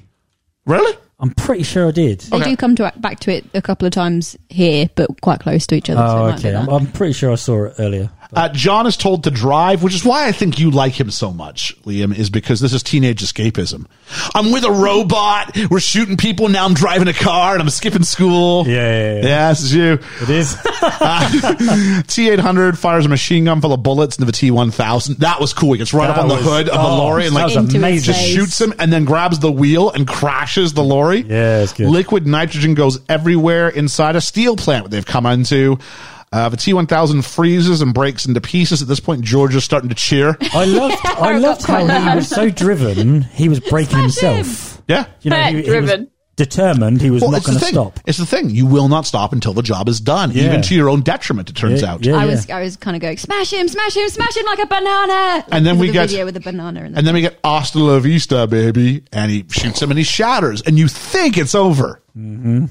[SPEAKER 3] really?
[SPEAKER 4] I'm pretty sure I did.
[SPEAKER 5] They do come to back to it a couple of times here, but quite close to each other. so it
[SPEAKER 4] Oh,
[SPEAKER 5] might be
[SPEAKER 4] okay.
[SPEAKER 5] that.
[SPEAKER 4] I'm, I'm pretty sure I saw it earlier.
[SPEAKER 3] Uh, John is told to drive, which is why I think you like him so much, Liam, is because this is teenage escapism. I'm with a robot. We're shooting people. Now I'm driving a car and I'm skipping school.
[SPEAKER 4] Yeah, yeah, yeah.
[SPEAKER 3] Yeah, this is you.
[SPEAKER 4] It
[SPEAKER 5] [LAUGHS]
[SPEAKER 4] is.
[SPEAKER 3] Uh, [LAUGHS] T 800 fires a machine gun full of bullets into the T 1000. That was cool. He gets right
[SPEAKER 4] That
[SPEAKER 3] up on the
[SPEAKER 4] was-
[SPEAKER 3] hood of
[SPEAKER 4] oh,
[SPEAKER 3] the lorry and like
[SPEAKER 4] that was
[SPEAKER 5] Into his
[SPEAKER 4] amazing.
[SPEAKER 3] just
[SPEAKER 5] face.
[SPEAKER 3] shoots him and then grabs the wheel and crashes the lorry.
[SPEAKER 4] Yeah, it's good.
[SPEAKER 3] Liquid nitrogen goes everywhere inside a steel plant that they've come into. Uh, the T1000 freezes and breaks into pieces. At this point, George is starting to
[SPEAKER 4] [LAUGHS]
[SPEAKER 3] cheer.
[SPEAKER 4] [LAUGHS] I loved. I loved how he was so driven. He was breaking himself.
[SPEAKER 3] Yeah.
[SPEAKER 4] You know, he, he was
[SPEAKER 6] Driven.
[SPEAKER 4] determined. He was
[SPEAKER 3] Well,
[SPEAKER 4] not
[SPEAKER 3] it's the
[SPEAKER 4] going to
[SPEAKER 3] thing.
[SPEAKER 4] stop.
[SPEAKER 3] It's the thing. You will not stop until the job is done,
[SPEAKER 4] Yeah.
[SPEAKER 3] even to your own detriment. It turns
[SPEAKER 4] Yeah,
[SPEAKER 3] out.
[SPEAKER 4] yeah,
[SPEAKER 5] I
[SPEAKER 4] yeah.
[SPEAKER 5] was I was kind of going smash him, smash him, smash him like a banana.
[SPEAKER 3] And then
[SPEAKER 5] With
[SPEAKER 3] we
[SPEAKER 5] the
[SPEAKER 3] get-
[SPEAKER 5] video with a banana, in the-
[SPEAKER 3] And then we get Hasta La Vista, baby. And he shoots him and he shatters. And you think it's over. Mm-hmm.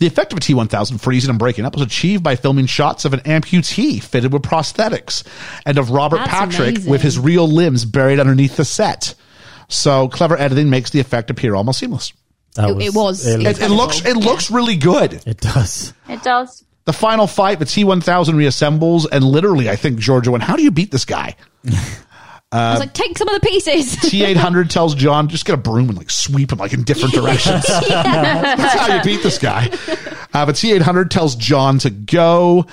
[SPEAKER 3] The effect of a T 1000 freezing and breaking up was achieved by filming shots of an amputee fitted with prosthetics and of Robert
[SPEAKER 5] That's
[SPEAKER 3] Patrick
[SPEAKER 5] amazing.
[SPEAKER 3] with his real limbs buried underneath the set. So clever editing makes the effect appear almost seamless.
[SPEAKER 4] That
[SPEAKER 5] it- it was-
[SPEAKER 4] It,
[SPEAKER 3] It, it
[SPEAKER 5] Incredible.
[SPEAKER 3] looks it looks really good.
[SPEAKER 4] it does.
[SPEAKER 6] It does.
[SPEAKER 3] The final fight, the T 1000 reassembles, and literally, I think Georgia went, How do you beat this guy?
[SPEAKER 5] I
[SPEAKER 3] uh,
[SPEAKER 5] was like, take some of the
[SPEAKER 3] [LAUGHS]
[SPEAKER 5] pieces.
[SPEAKER 3] T 800 tells John, Just get a broom and like sweep him like in different directions. That's how you beat this guy. Uh, but T 800 tells John to go.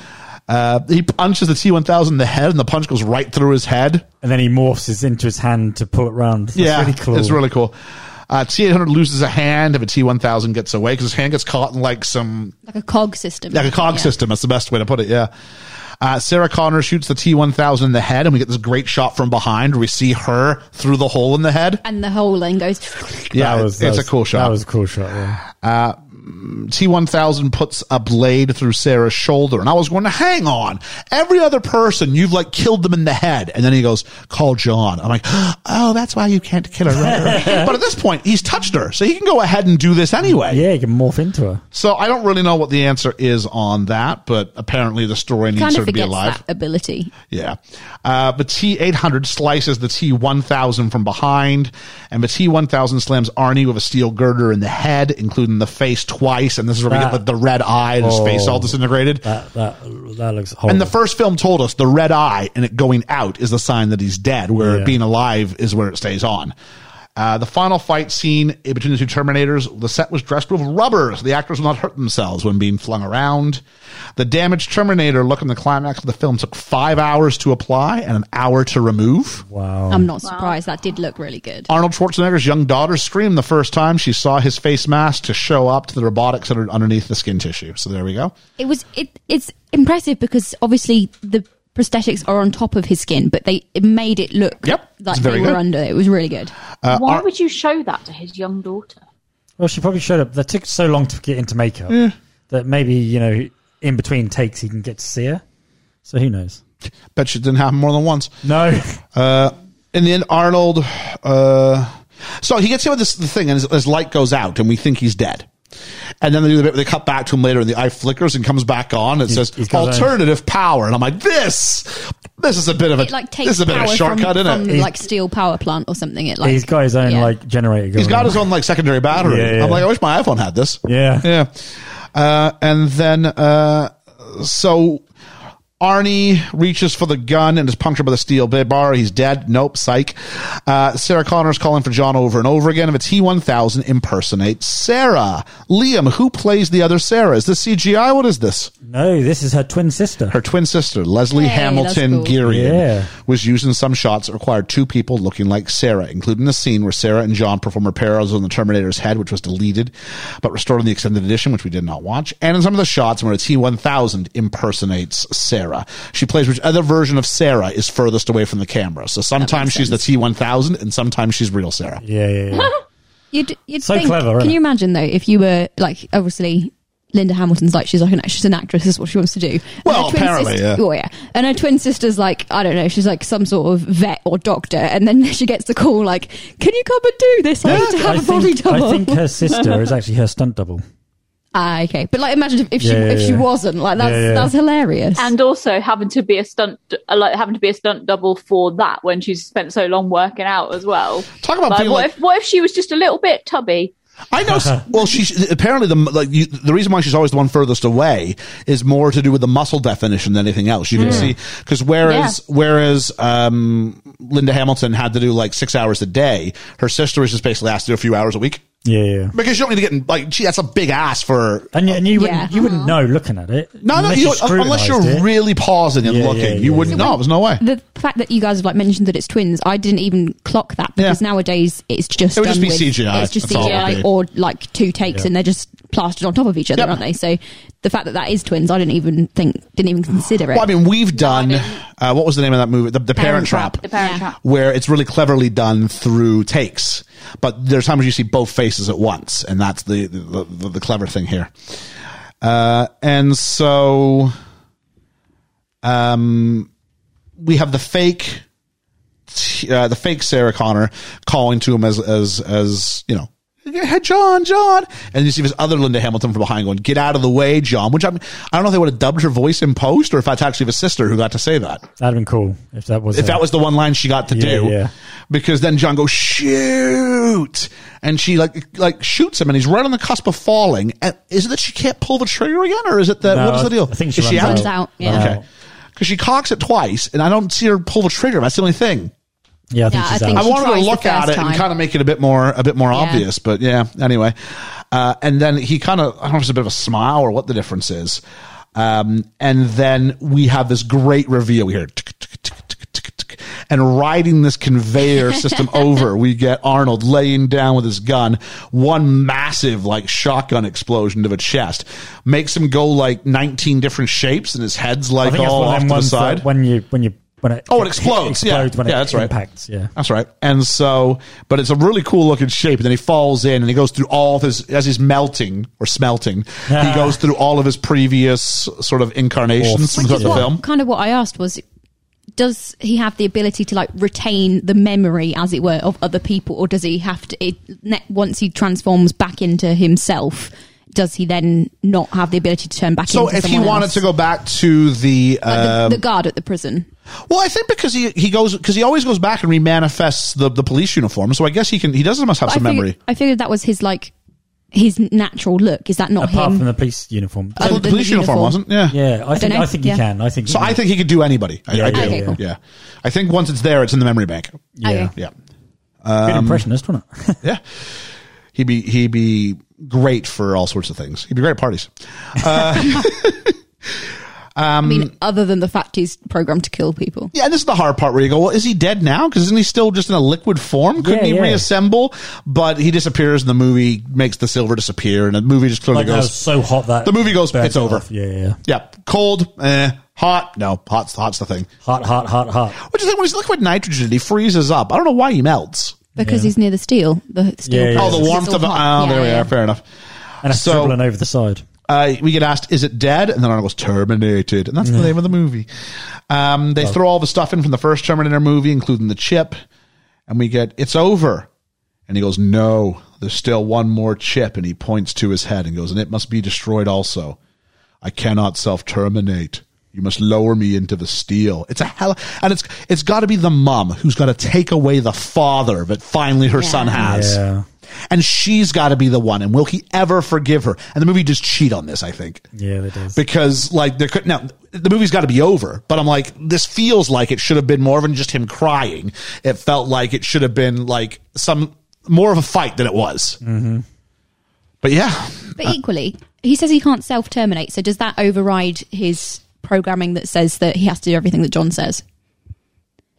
[SPEAKER 3] Uh, he punches the T 1000 in the head, and the punch goes right through his head.
[SPEAKER 4] And then he morphs it into his hand to pull it round. That's
[SPEAKER 3] yeah,
[SPEAKER 4] really cool.
[SPEAKER 3] it's really cool. Uh, T 800 loses a hand, and the T 1000 gets away because his hand gets caught in like some
[SPEAKER 5] like a cog system.
[SPEAKER 3] Like a cog
[SPEAKER 5] Yeah.
[SPEAKER 3] system. That's the best way to put it. Yeah. Uh, Sarah Connor shoots the T1000 in the head, and we get this great shot from behind. where We see her through the hole in the head.
[SPEAKER 5] And the whole then goes.
[SPEAKER 3] Yeah,
[SPEAKER 4] That was- that
[SPEAKER 3] it's
[SPEAKER 4] was-
[SPEAKER 3] a cool
[SPEAKER 4] That
[SPEAKER 3] shot.
[SPEAKER 4] was a cool shot. Yeah.
[SPEAKER 3] T1000 puts a blade through Sarah's shoulder, and I was going to hang on. Every other person, you've like killed them in the head, and then he goes, "Call John." I'm like, [GASPS] "Oh, that's why you can't kill her." Right, right. but at this point, he's touched her, so he can go ahead and do this anyway.
[SPEAKER 4] yeah, he can morph into her.
[SPEAKER 3] So I don't really know what the answer is on that, but apparently the story needs
[SPEAKER 5] Kind
[SPEAKER 3] her
[SPEAKER 5] of
[SPEAKER 3] to be
[SPEAKER 5] forgets
[SPEAKER 3] alive.
[SPEAKER 5] that ability.
[SPEAKER 3] Yeah. Uh, the T800 slices the T1000 from behind, and the T1000 slams Arnie with a steel girder in the head, including the face twice. And this is where we get
[SPEAKER 4] That-
[SPEAKER 3] the, the red eye and his face
[SPEAKER 4] Oh.
[SPEAKER 3] all disintegrated.
[SPEAKER 4] That that that looks horrible.
[SPEAKER 3] and the first film told us the red eye and it going out is the sign that he's dead, where
[SPEAKER 4] Yeah.
[SPEAKER 3] being alive is where it stays on. Uh, the final fight scene in between the two Terminators, the set was dressed with rubber so the actors will not hurt themselves when being flung around. The damaged Terminator look in the climax of the film took five hours to apply and an hour to remove.
[SPEAKER 4] Wow.
[SPEAKER 5] I'm not surprised. That did look really good.
[SPEAKER 3] Arnold Schwarzenegger's young daughter screamed the first time she saw his face mask to show up to the robotics that are underneath the skin tissue. So there we go.
[SPEAKER 5] It was it. It's impressive because obviously the prosthetics are on top of his skin, but they it made it look
[SPEAKER 3] Yep.
[SPEAKER 5] like
[SPEAKER 3] It's
[SPEAKER 5] they
[SPEAKER 3] very
[SPEAKER 5] were
[SPEAKER 3] good.
[SPEAKER 5] under. It was really good.
[SPEAKER 6] Why
[SPEAKER 3] Ar-
[SPEAKER 6] would you show that to his young daughter?
[SPEAKER 4] Well, she probably showed up. That took so long to get into makeup that maybe you know in between takes he can get to see her. So who knows?
[SPEAKER 3] Bet she didn't happen more than once.
[SPEAKER 4] No.
[SPEAKER 3] Uh, and then Arnold, uh, so he gets hit with this the thing, and his, his light goes out, and we think he's dead. And then they do the bit where they cut back to him later, and the eye flickers and comes back on. and It says
[SPEAKER 4] he's got
[SPEAKER 3] alternative power, and I'm like, this, this is a bit of a
[SPEAKER 5] It like takes
[SPEAKER 3] this is a bit
[SPEAKER 5] power
[SPEAKER 3] of a shortcut,
[SPEAKER 5] from,
[SPEAKER 3] isn't
[SPEAKER 5] from
[SPEAKER 3] it?
[SPEAKER 5] like steel power plant or something. It
[SPEAKER 4] [LAUGHS]
[SPEAKER 5] like
[SPEAKER 4] he's got his own
[SPEAKER 5] yeah.
[SPEAKER 4] like generator. Going
[SPEAKER 3] He's got
[SPEAKER 4] on.
[SPEAKER 3] his own like secondary battery.
[SPEAKER 4] Yeah, yeah.
[SPEAKER 3] I'm like, I wish my iPhone had this.
[SPEAKER 4] Yeah.
[SPEAKER 3] yeah. Uh, and then uh, so Arnie reaches for the gun and is punctured by the steel bit bar. He's dead. Nope. Psych. Uh, Sarah Connor's calling for John over and over again. If it's he 1000, impersonate Sarah. Liam, who plays the other Sarah? Is this CGI? What is this?
[SPEAKER 4] No, this is her twin sister.
[SPEAKER 3] Her twin sister, Leslie
[SPEAKER 5] Hey,
[SPEAKER 3] Hamilton
[SPEAKER 5] that's cool.
[SPEAKER 3] Gearian,
[SPEAKER 4] Yeah.
[SPEAKER 3] was used in some shots that required two people looking like Sarah, including the scene where Sarah and John perform repairs on the Terminator's head, which was deleted but restored in the extended edition, which we did not watch, and in some of the shots where T 1000 impersonates Sarah. She plays which other version of Sarah is furthest away from the camera. So sometimes she's the T 1000 and sometimes she's real Sarah.
[SPEAKER 4] yeah, yeah,
[SPEAKER 5] [LAUGHS]
[SPEAKER 4] yeah.
[SPEAKER 5] You'd, you'd
[SPEAKER 4] So
[SPEAKER 5] think,
[SPEAKER 4] clever,
[SPEAKER 5] Can
[SPEAKER 4] isn't it?
[SPEAKER 5] you imagine though if you were like obviously Linda Hamilton's like she's like an act- she's an actress. This is what she wants to do. And
[SPEAKER 3] Well,
[SPEAKER 5] her twin
[SPEAKER 3] apparently,
[SPEAKER 5] sister-
[SPEAKER 3] yeah.
[SPEAKER 5] Oh yeah. And her twin sister's like I don't know. She's like some sort of vet or doctor, and then [LAUGHS] she gets the call like, "Can you come and do this? I need to have
[SPEAKER 4] I
[SPEAKER 5] a body
[SPEAKER 4] think,
[SPEAKER 5] double."
[SPEAKER 4] I think her sister is actually her stunt double.
[SPEAKER 5] ah, okay. But like, imagine if, if she
[SPEAKER 4] Yeah, yeah,
[SPEAKER 5] if she
[SPEAKER 4] yeah.
[SPEAKER 5] wasn't like that's
[SPEAKER 4] Yeah, yeah.
[SPEAKER 5] that's hilarious.
[SPEAKER 6] and also having to be a stunt uh, like having to be a stunt double for that when she's spent so long working out as well
[SPEAKER 3] Talk about
[SPEAKER 6] Like,
[SPEAKER 3] being
[SPEAKER 6] what
[SPEAKER 3] like-
[SPEAKER 6] if what if she was just a little bit tubby
[SPEAKER 3] I know.
[SPEAKER 4] [LAUGHS]
[SPEAKER 3] s- well, she's apparently the like you, the reason why she's always the one furthest away is more to do with the muscle definition than anything else. You
[SPEAKER 4] Hmm.
[SPEAKER 3] can see because whereas whereas um, Linda Hamilton had to do like six hours a day, her sister is just basically asked to do a few hours a week
[SPEAKER 4] Yeah, yeah.
[SPEAKER 3] because you don't need to get in, like gee, that's a big ass for.
[SPEAKER 4] And, you- and you wouldn't
[SPEAKER 5] Yeah. Uh-huh.
[SPEAKER 4] you wouldn't know looking at it.
[SPEAKER 3] No, no, you, don't- unless you're
[SPEAKER 4] scrutinised it.
[SPEAKER 3] really pausing and
[SPEAKER 4] Yeah,
[SPEAKER 3] looking,
[SPEAKER 4] yeah, yeah,
[SPEAKER 3] you wouldn't.
[SPEAKER 5] yeah.
[SPEAKER 3] No, there's no way.
[SPEAKER 5] [LAUGHS] the fact that you guys have like mentioned that it's twins, I didn't even clock that because
[SPEAKER 3] Yeah.
[SPEAKER 5] nowadays it's just
[SPEAKER 3] It would just
[SPEAKER 5] done
[SPEAKER 3] be
[SPEAKER 5] with-
[SPEAKER 3] CGI,
[SPEAKER 5] It's just
[SPEAKER 3] that's all it would
[SPEAKER 5] CGI
[SPEAKER 3] be.
[SPEAKER 5] or like two takes,
[SPEAKER 4] Yeah.
[SPEAKER 5] and they're just plastered on top of each other,
[SPEAKER 3] Yep.
[SPEAKER 5] aren't they? So the fact that that is twins, I didn't even think, didn't even consider it.
[SPEAKER 3] Well, I mean, we've done uh, what was the name of that movie? The, the Parent, Trap.
[SPEAKER 6] the parent trap
[SPEAKER 3] where it's really cleverly done through takes. But there's times you see both faces at once, and that's the the, the, the clever thing here. Uh, and so, um, we have the fake, uh, the fake Sarah Connor calling to him as as as you know. Hey, John, John, and you see this other Linda Hamilton from behind going, "Get out of the way, John." Which I mean, I don't know if they would have dubbed her voice in post, or if that's actually the sister who got to say that
[SPEAKER 4] That'd been cool if that was
[SPEAKER 3] if
[SPEAKER 4] her.
[SPEAKER 3] that was the one line she got to
[SPEAKER 4] Yeah,
[SPEAKER 3] do
[SPEAKER 4] yeah.
[SPEAKER 3] because then john goes shoot and she like like shoots him and he's right on the cusp of falling and is it that she can't pull the trigger again or is it that
[SPEAKER 4] No,
[SPEAKER 3] what is the deal
[SPEAKER 4] I think she
[SPEAKER 3] is
[SPEAKER 4] runs
[SPEAKER 5] out. Runs out, yeah.
[SPEAKER 4] Runs
[SPEAKER 3] okay
[SPEAKER 4] out.
[SPEAKER 3] because she cocks it twice and i don't see her pull the trigger that's the only thing
[SPEAKER 4] Yeah, I think
[SPEAKER 5] Yeah,
[SPEAKER 4] she's
[SPEAKER 5] I think
[SPEAKER 3] I
[SPEAKER 4] out.
[SPEAKER 5] she
[SPEAKER 3] wanted to
[SPEAKER 5] tries the
[SPEAKER 3] look at
[SPEAKER 5] first
[SPEAKER 3] it and
[SPEAKER 5] time.
[SPEAKER 3] kind of make it a bit more a bit more
[SPEAKER 5] Yeah.
[SPEAKER 3] obvious, but yeah. Anyway, uh, and then he kind of I don't know if it's a bit of a smile or what the difference is, um, and then we have this great reveal. We hear tick, tick, tick, tick, tick, tick, and riding this
[SPEAKER 5] [LAUGHS]
[SPEAKER 3] conveyor system over, we get Arnold laying down with his gun. One massive like shotgun explosion to the chest makes him go like nineteen different shapes, and his head's
[SPEAKER 4] I
[SPEAKER 3] like
[SPEAKER 4] think that's
[SPEAKER 3] all
[SPEAKER 4] one
[SPEAKER 3] off to
[SPEAKER 4] of them
[SPEAKER 3] the
[SPEAKER 4] ones
[SPEAKER 3] side.
[SPEAKER 4] that uh, when you when you when it
[SPEAKER 3] Oh, it explodes. Yeah.
[SPEAKER 4] explodes when
[SPEAKER 3] Yeah,
[SPEAKER 4] it
[SPEAKER 3] that's right.
[SPEAKER 4] impacts. Yeah.
[SPEAKER 3] That's right. And so, but it's a really cool looking shape. And then he falls in and he goes through all of his, as he's melting or smelting, he
[SPEAKER 4] Ah.
[SPEAKER 3] goes through all of his previous sort of incarnations
[SPEAKER 4] Which
[SPEAKER 3] throughout
[SPEAKER 5] Which is
[SPEAKER 3] the
[SPEAKER 5] what,
[SPEAKER 3] film.
[SPEAKER 5] kind of what I asked was, does he have the ability to like retain the memory, as it were, of other people, or does he have to? It, ne- once he transforms back into himself, does he then not have the ability to turn back?
[SPEAKER 3] So
[SPEAKER 5] into
[SPEAKER 3] if he
[SPEAKER 5] someone
[SPEAKER 3] wanted
[SPEAKER 5] else?
[SPEAKER 3] to go back to the,
[SPEAKER 5] Like
[SPEAKER 3] uh,
[SPEAKER 5] the, the guard at the prison.
[SPEAKER 3] well, I think because he, he goes, because he always goes back and remanifests the, the police uniform. So I guess he can, he doesn't must have
[SPEAKER 5] I
[SPEAKER 3] some
[SPEAKER 5] figured,
[SPEAKER 3] memory.
[SPEAKER 5] I figured that was his like his natural look. Is that not
[SPEAKER 4] Apart
[SPEAKER 5] him?
[SPEAKER 4] from the police uniform.
[SPEAKER 5] Other
[SPEAKER 3] Well, the
[SPEAKER 5] than
[SPEAKER 3] police
[SPEAKER 5] the
[SPEAKER 3] uniform,
[SPEAKER 5] uniform.
[SPEAKER 3] wasn't, yeah.
[SPEAKER 4] Yeah, I, think
[SPEAKER 5] know.
[SPEAKER 4] I think you
[SPEAKER 5] Yeah.
[SPEAKER 4] can. I think
[SPEAKER 3] Uh, So
[SPEAKER 4] you
[SPEAKER 3] I
[SPEAKER 4] can.
[SPEAKER 3] think he could do anybody. I,
[SPEAKER 4] Yeah,
[SPEAKER 3] I do.
[SPEAKER 4] yeah,
[SPEAKER 5] Okay, cool.
[SPEAKER 3] yeah. I think once it's there, it's in the memory bank.
[SPEAKER 4] yeah.
[SPEAKER 5] Okay.
[SPEAKER 3] Yeah.
[SPEAKER 4] Good
[SPEAKER 5] Um,
[SPEAKER 4] impressionist, wasn't it?
[SPEAKER 3] Yeah. He'd be he'd be great for all sorts of things. He'd be great at parties.
[SPEAKER 5] I
[SPEAKER 3] Um,
[SPEAKER 5] mean, other than the fact he's programmed to kill people.
[SPEAKER 3] Yeah, and this is the hard part where you go, well, is he dead now? Because isn't he still just in a liquid form? Couldn't
[SPEAKER 4] Yeah,
[SPEAKER 3] he
[SPEAKER 4] yeah.
[SPEAKER 3] reassemble? But he disappears, and the movie makes the silver disappear, and the movie just clearly
[SPEAKER 4] Like, that was
[SPEAKER 3] goes.
[SPEAKER 4] so hot that
[SPEAKER 3] The movie goes,
[SPEAKER 4] burnt
[SPEAKER 3] "It's
[SPEAKER 4] it
[SPEAKER 3] over."
[SPEAKER 4] off. Yeah, yeah, yeah.
[SPEAKER 3] Yeah, cold, eh, hot. No, hot's hot's the thing.
[SPEAKER 4] Hot, hot, hot, hot.
[SPEAKER 3] Which is like when he's liquid nitrogen, he freezes up. I don't know why he melts.
[SPEAKER 5] Because he's near the steel. The steel
[SPEAKER 4] Yeah, yeah.
[SPEAKER 5] part,
[SPEAKER 3] Oh, the
[SPEAKER 4] Yes.
[SPEAKER 5] because
[SPEAKER 3] warmth
[SPEAKER 5] it's all
[SPEAKER 3] of it.
[SPEAKER 5] hot.
[SPEAKER 3] Oh,
[SPEAKER 5] Yeah,
[SPEAKER 3] there we
[SPEAKER 5] yeah.
[SPEAKER 3] are. Fair enough.
[SPEAKER 4] And it's
[SPEAKER 3] So-
[SPEAKER 4] dribbling over the side.
[SPEAKER 3] Uh, we get asked, is it dead? And then Arnold goes, terminated. And that's the name of the movie. Um, they throw all the stuff in from the first Terminator movie, including the chip. And we get, it's over. And he goes, no, there's still one more chip. And he points to his head and goes, and it must be destroyed also. I cannot self terminate. You must lower me into the steel. It's a hell, and it's it's got to be the mom who's got to take away the father that finally her son has,
[SPEAKER 4] Yeah.
[SPEAKER 3] and she's got to be the one. And will he ever forgive her? And the movie just cheat on this, I think
[SPEAKER 4] Yeah, it does.
[SPEAKER 3] because like there could now the movie's got to be over but i'm like this feels like it should have been more than just him crying it felt like it should have been like some more of a fight than it was mm-hmm. but yeah
[SPEAKER 5] But equally, he says he can't self terminate. So does that override his programming that says that he has to do everything that John says?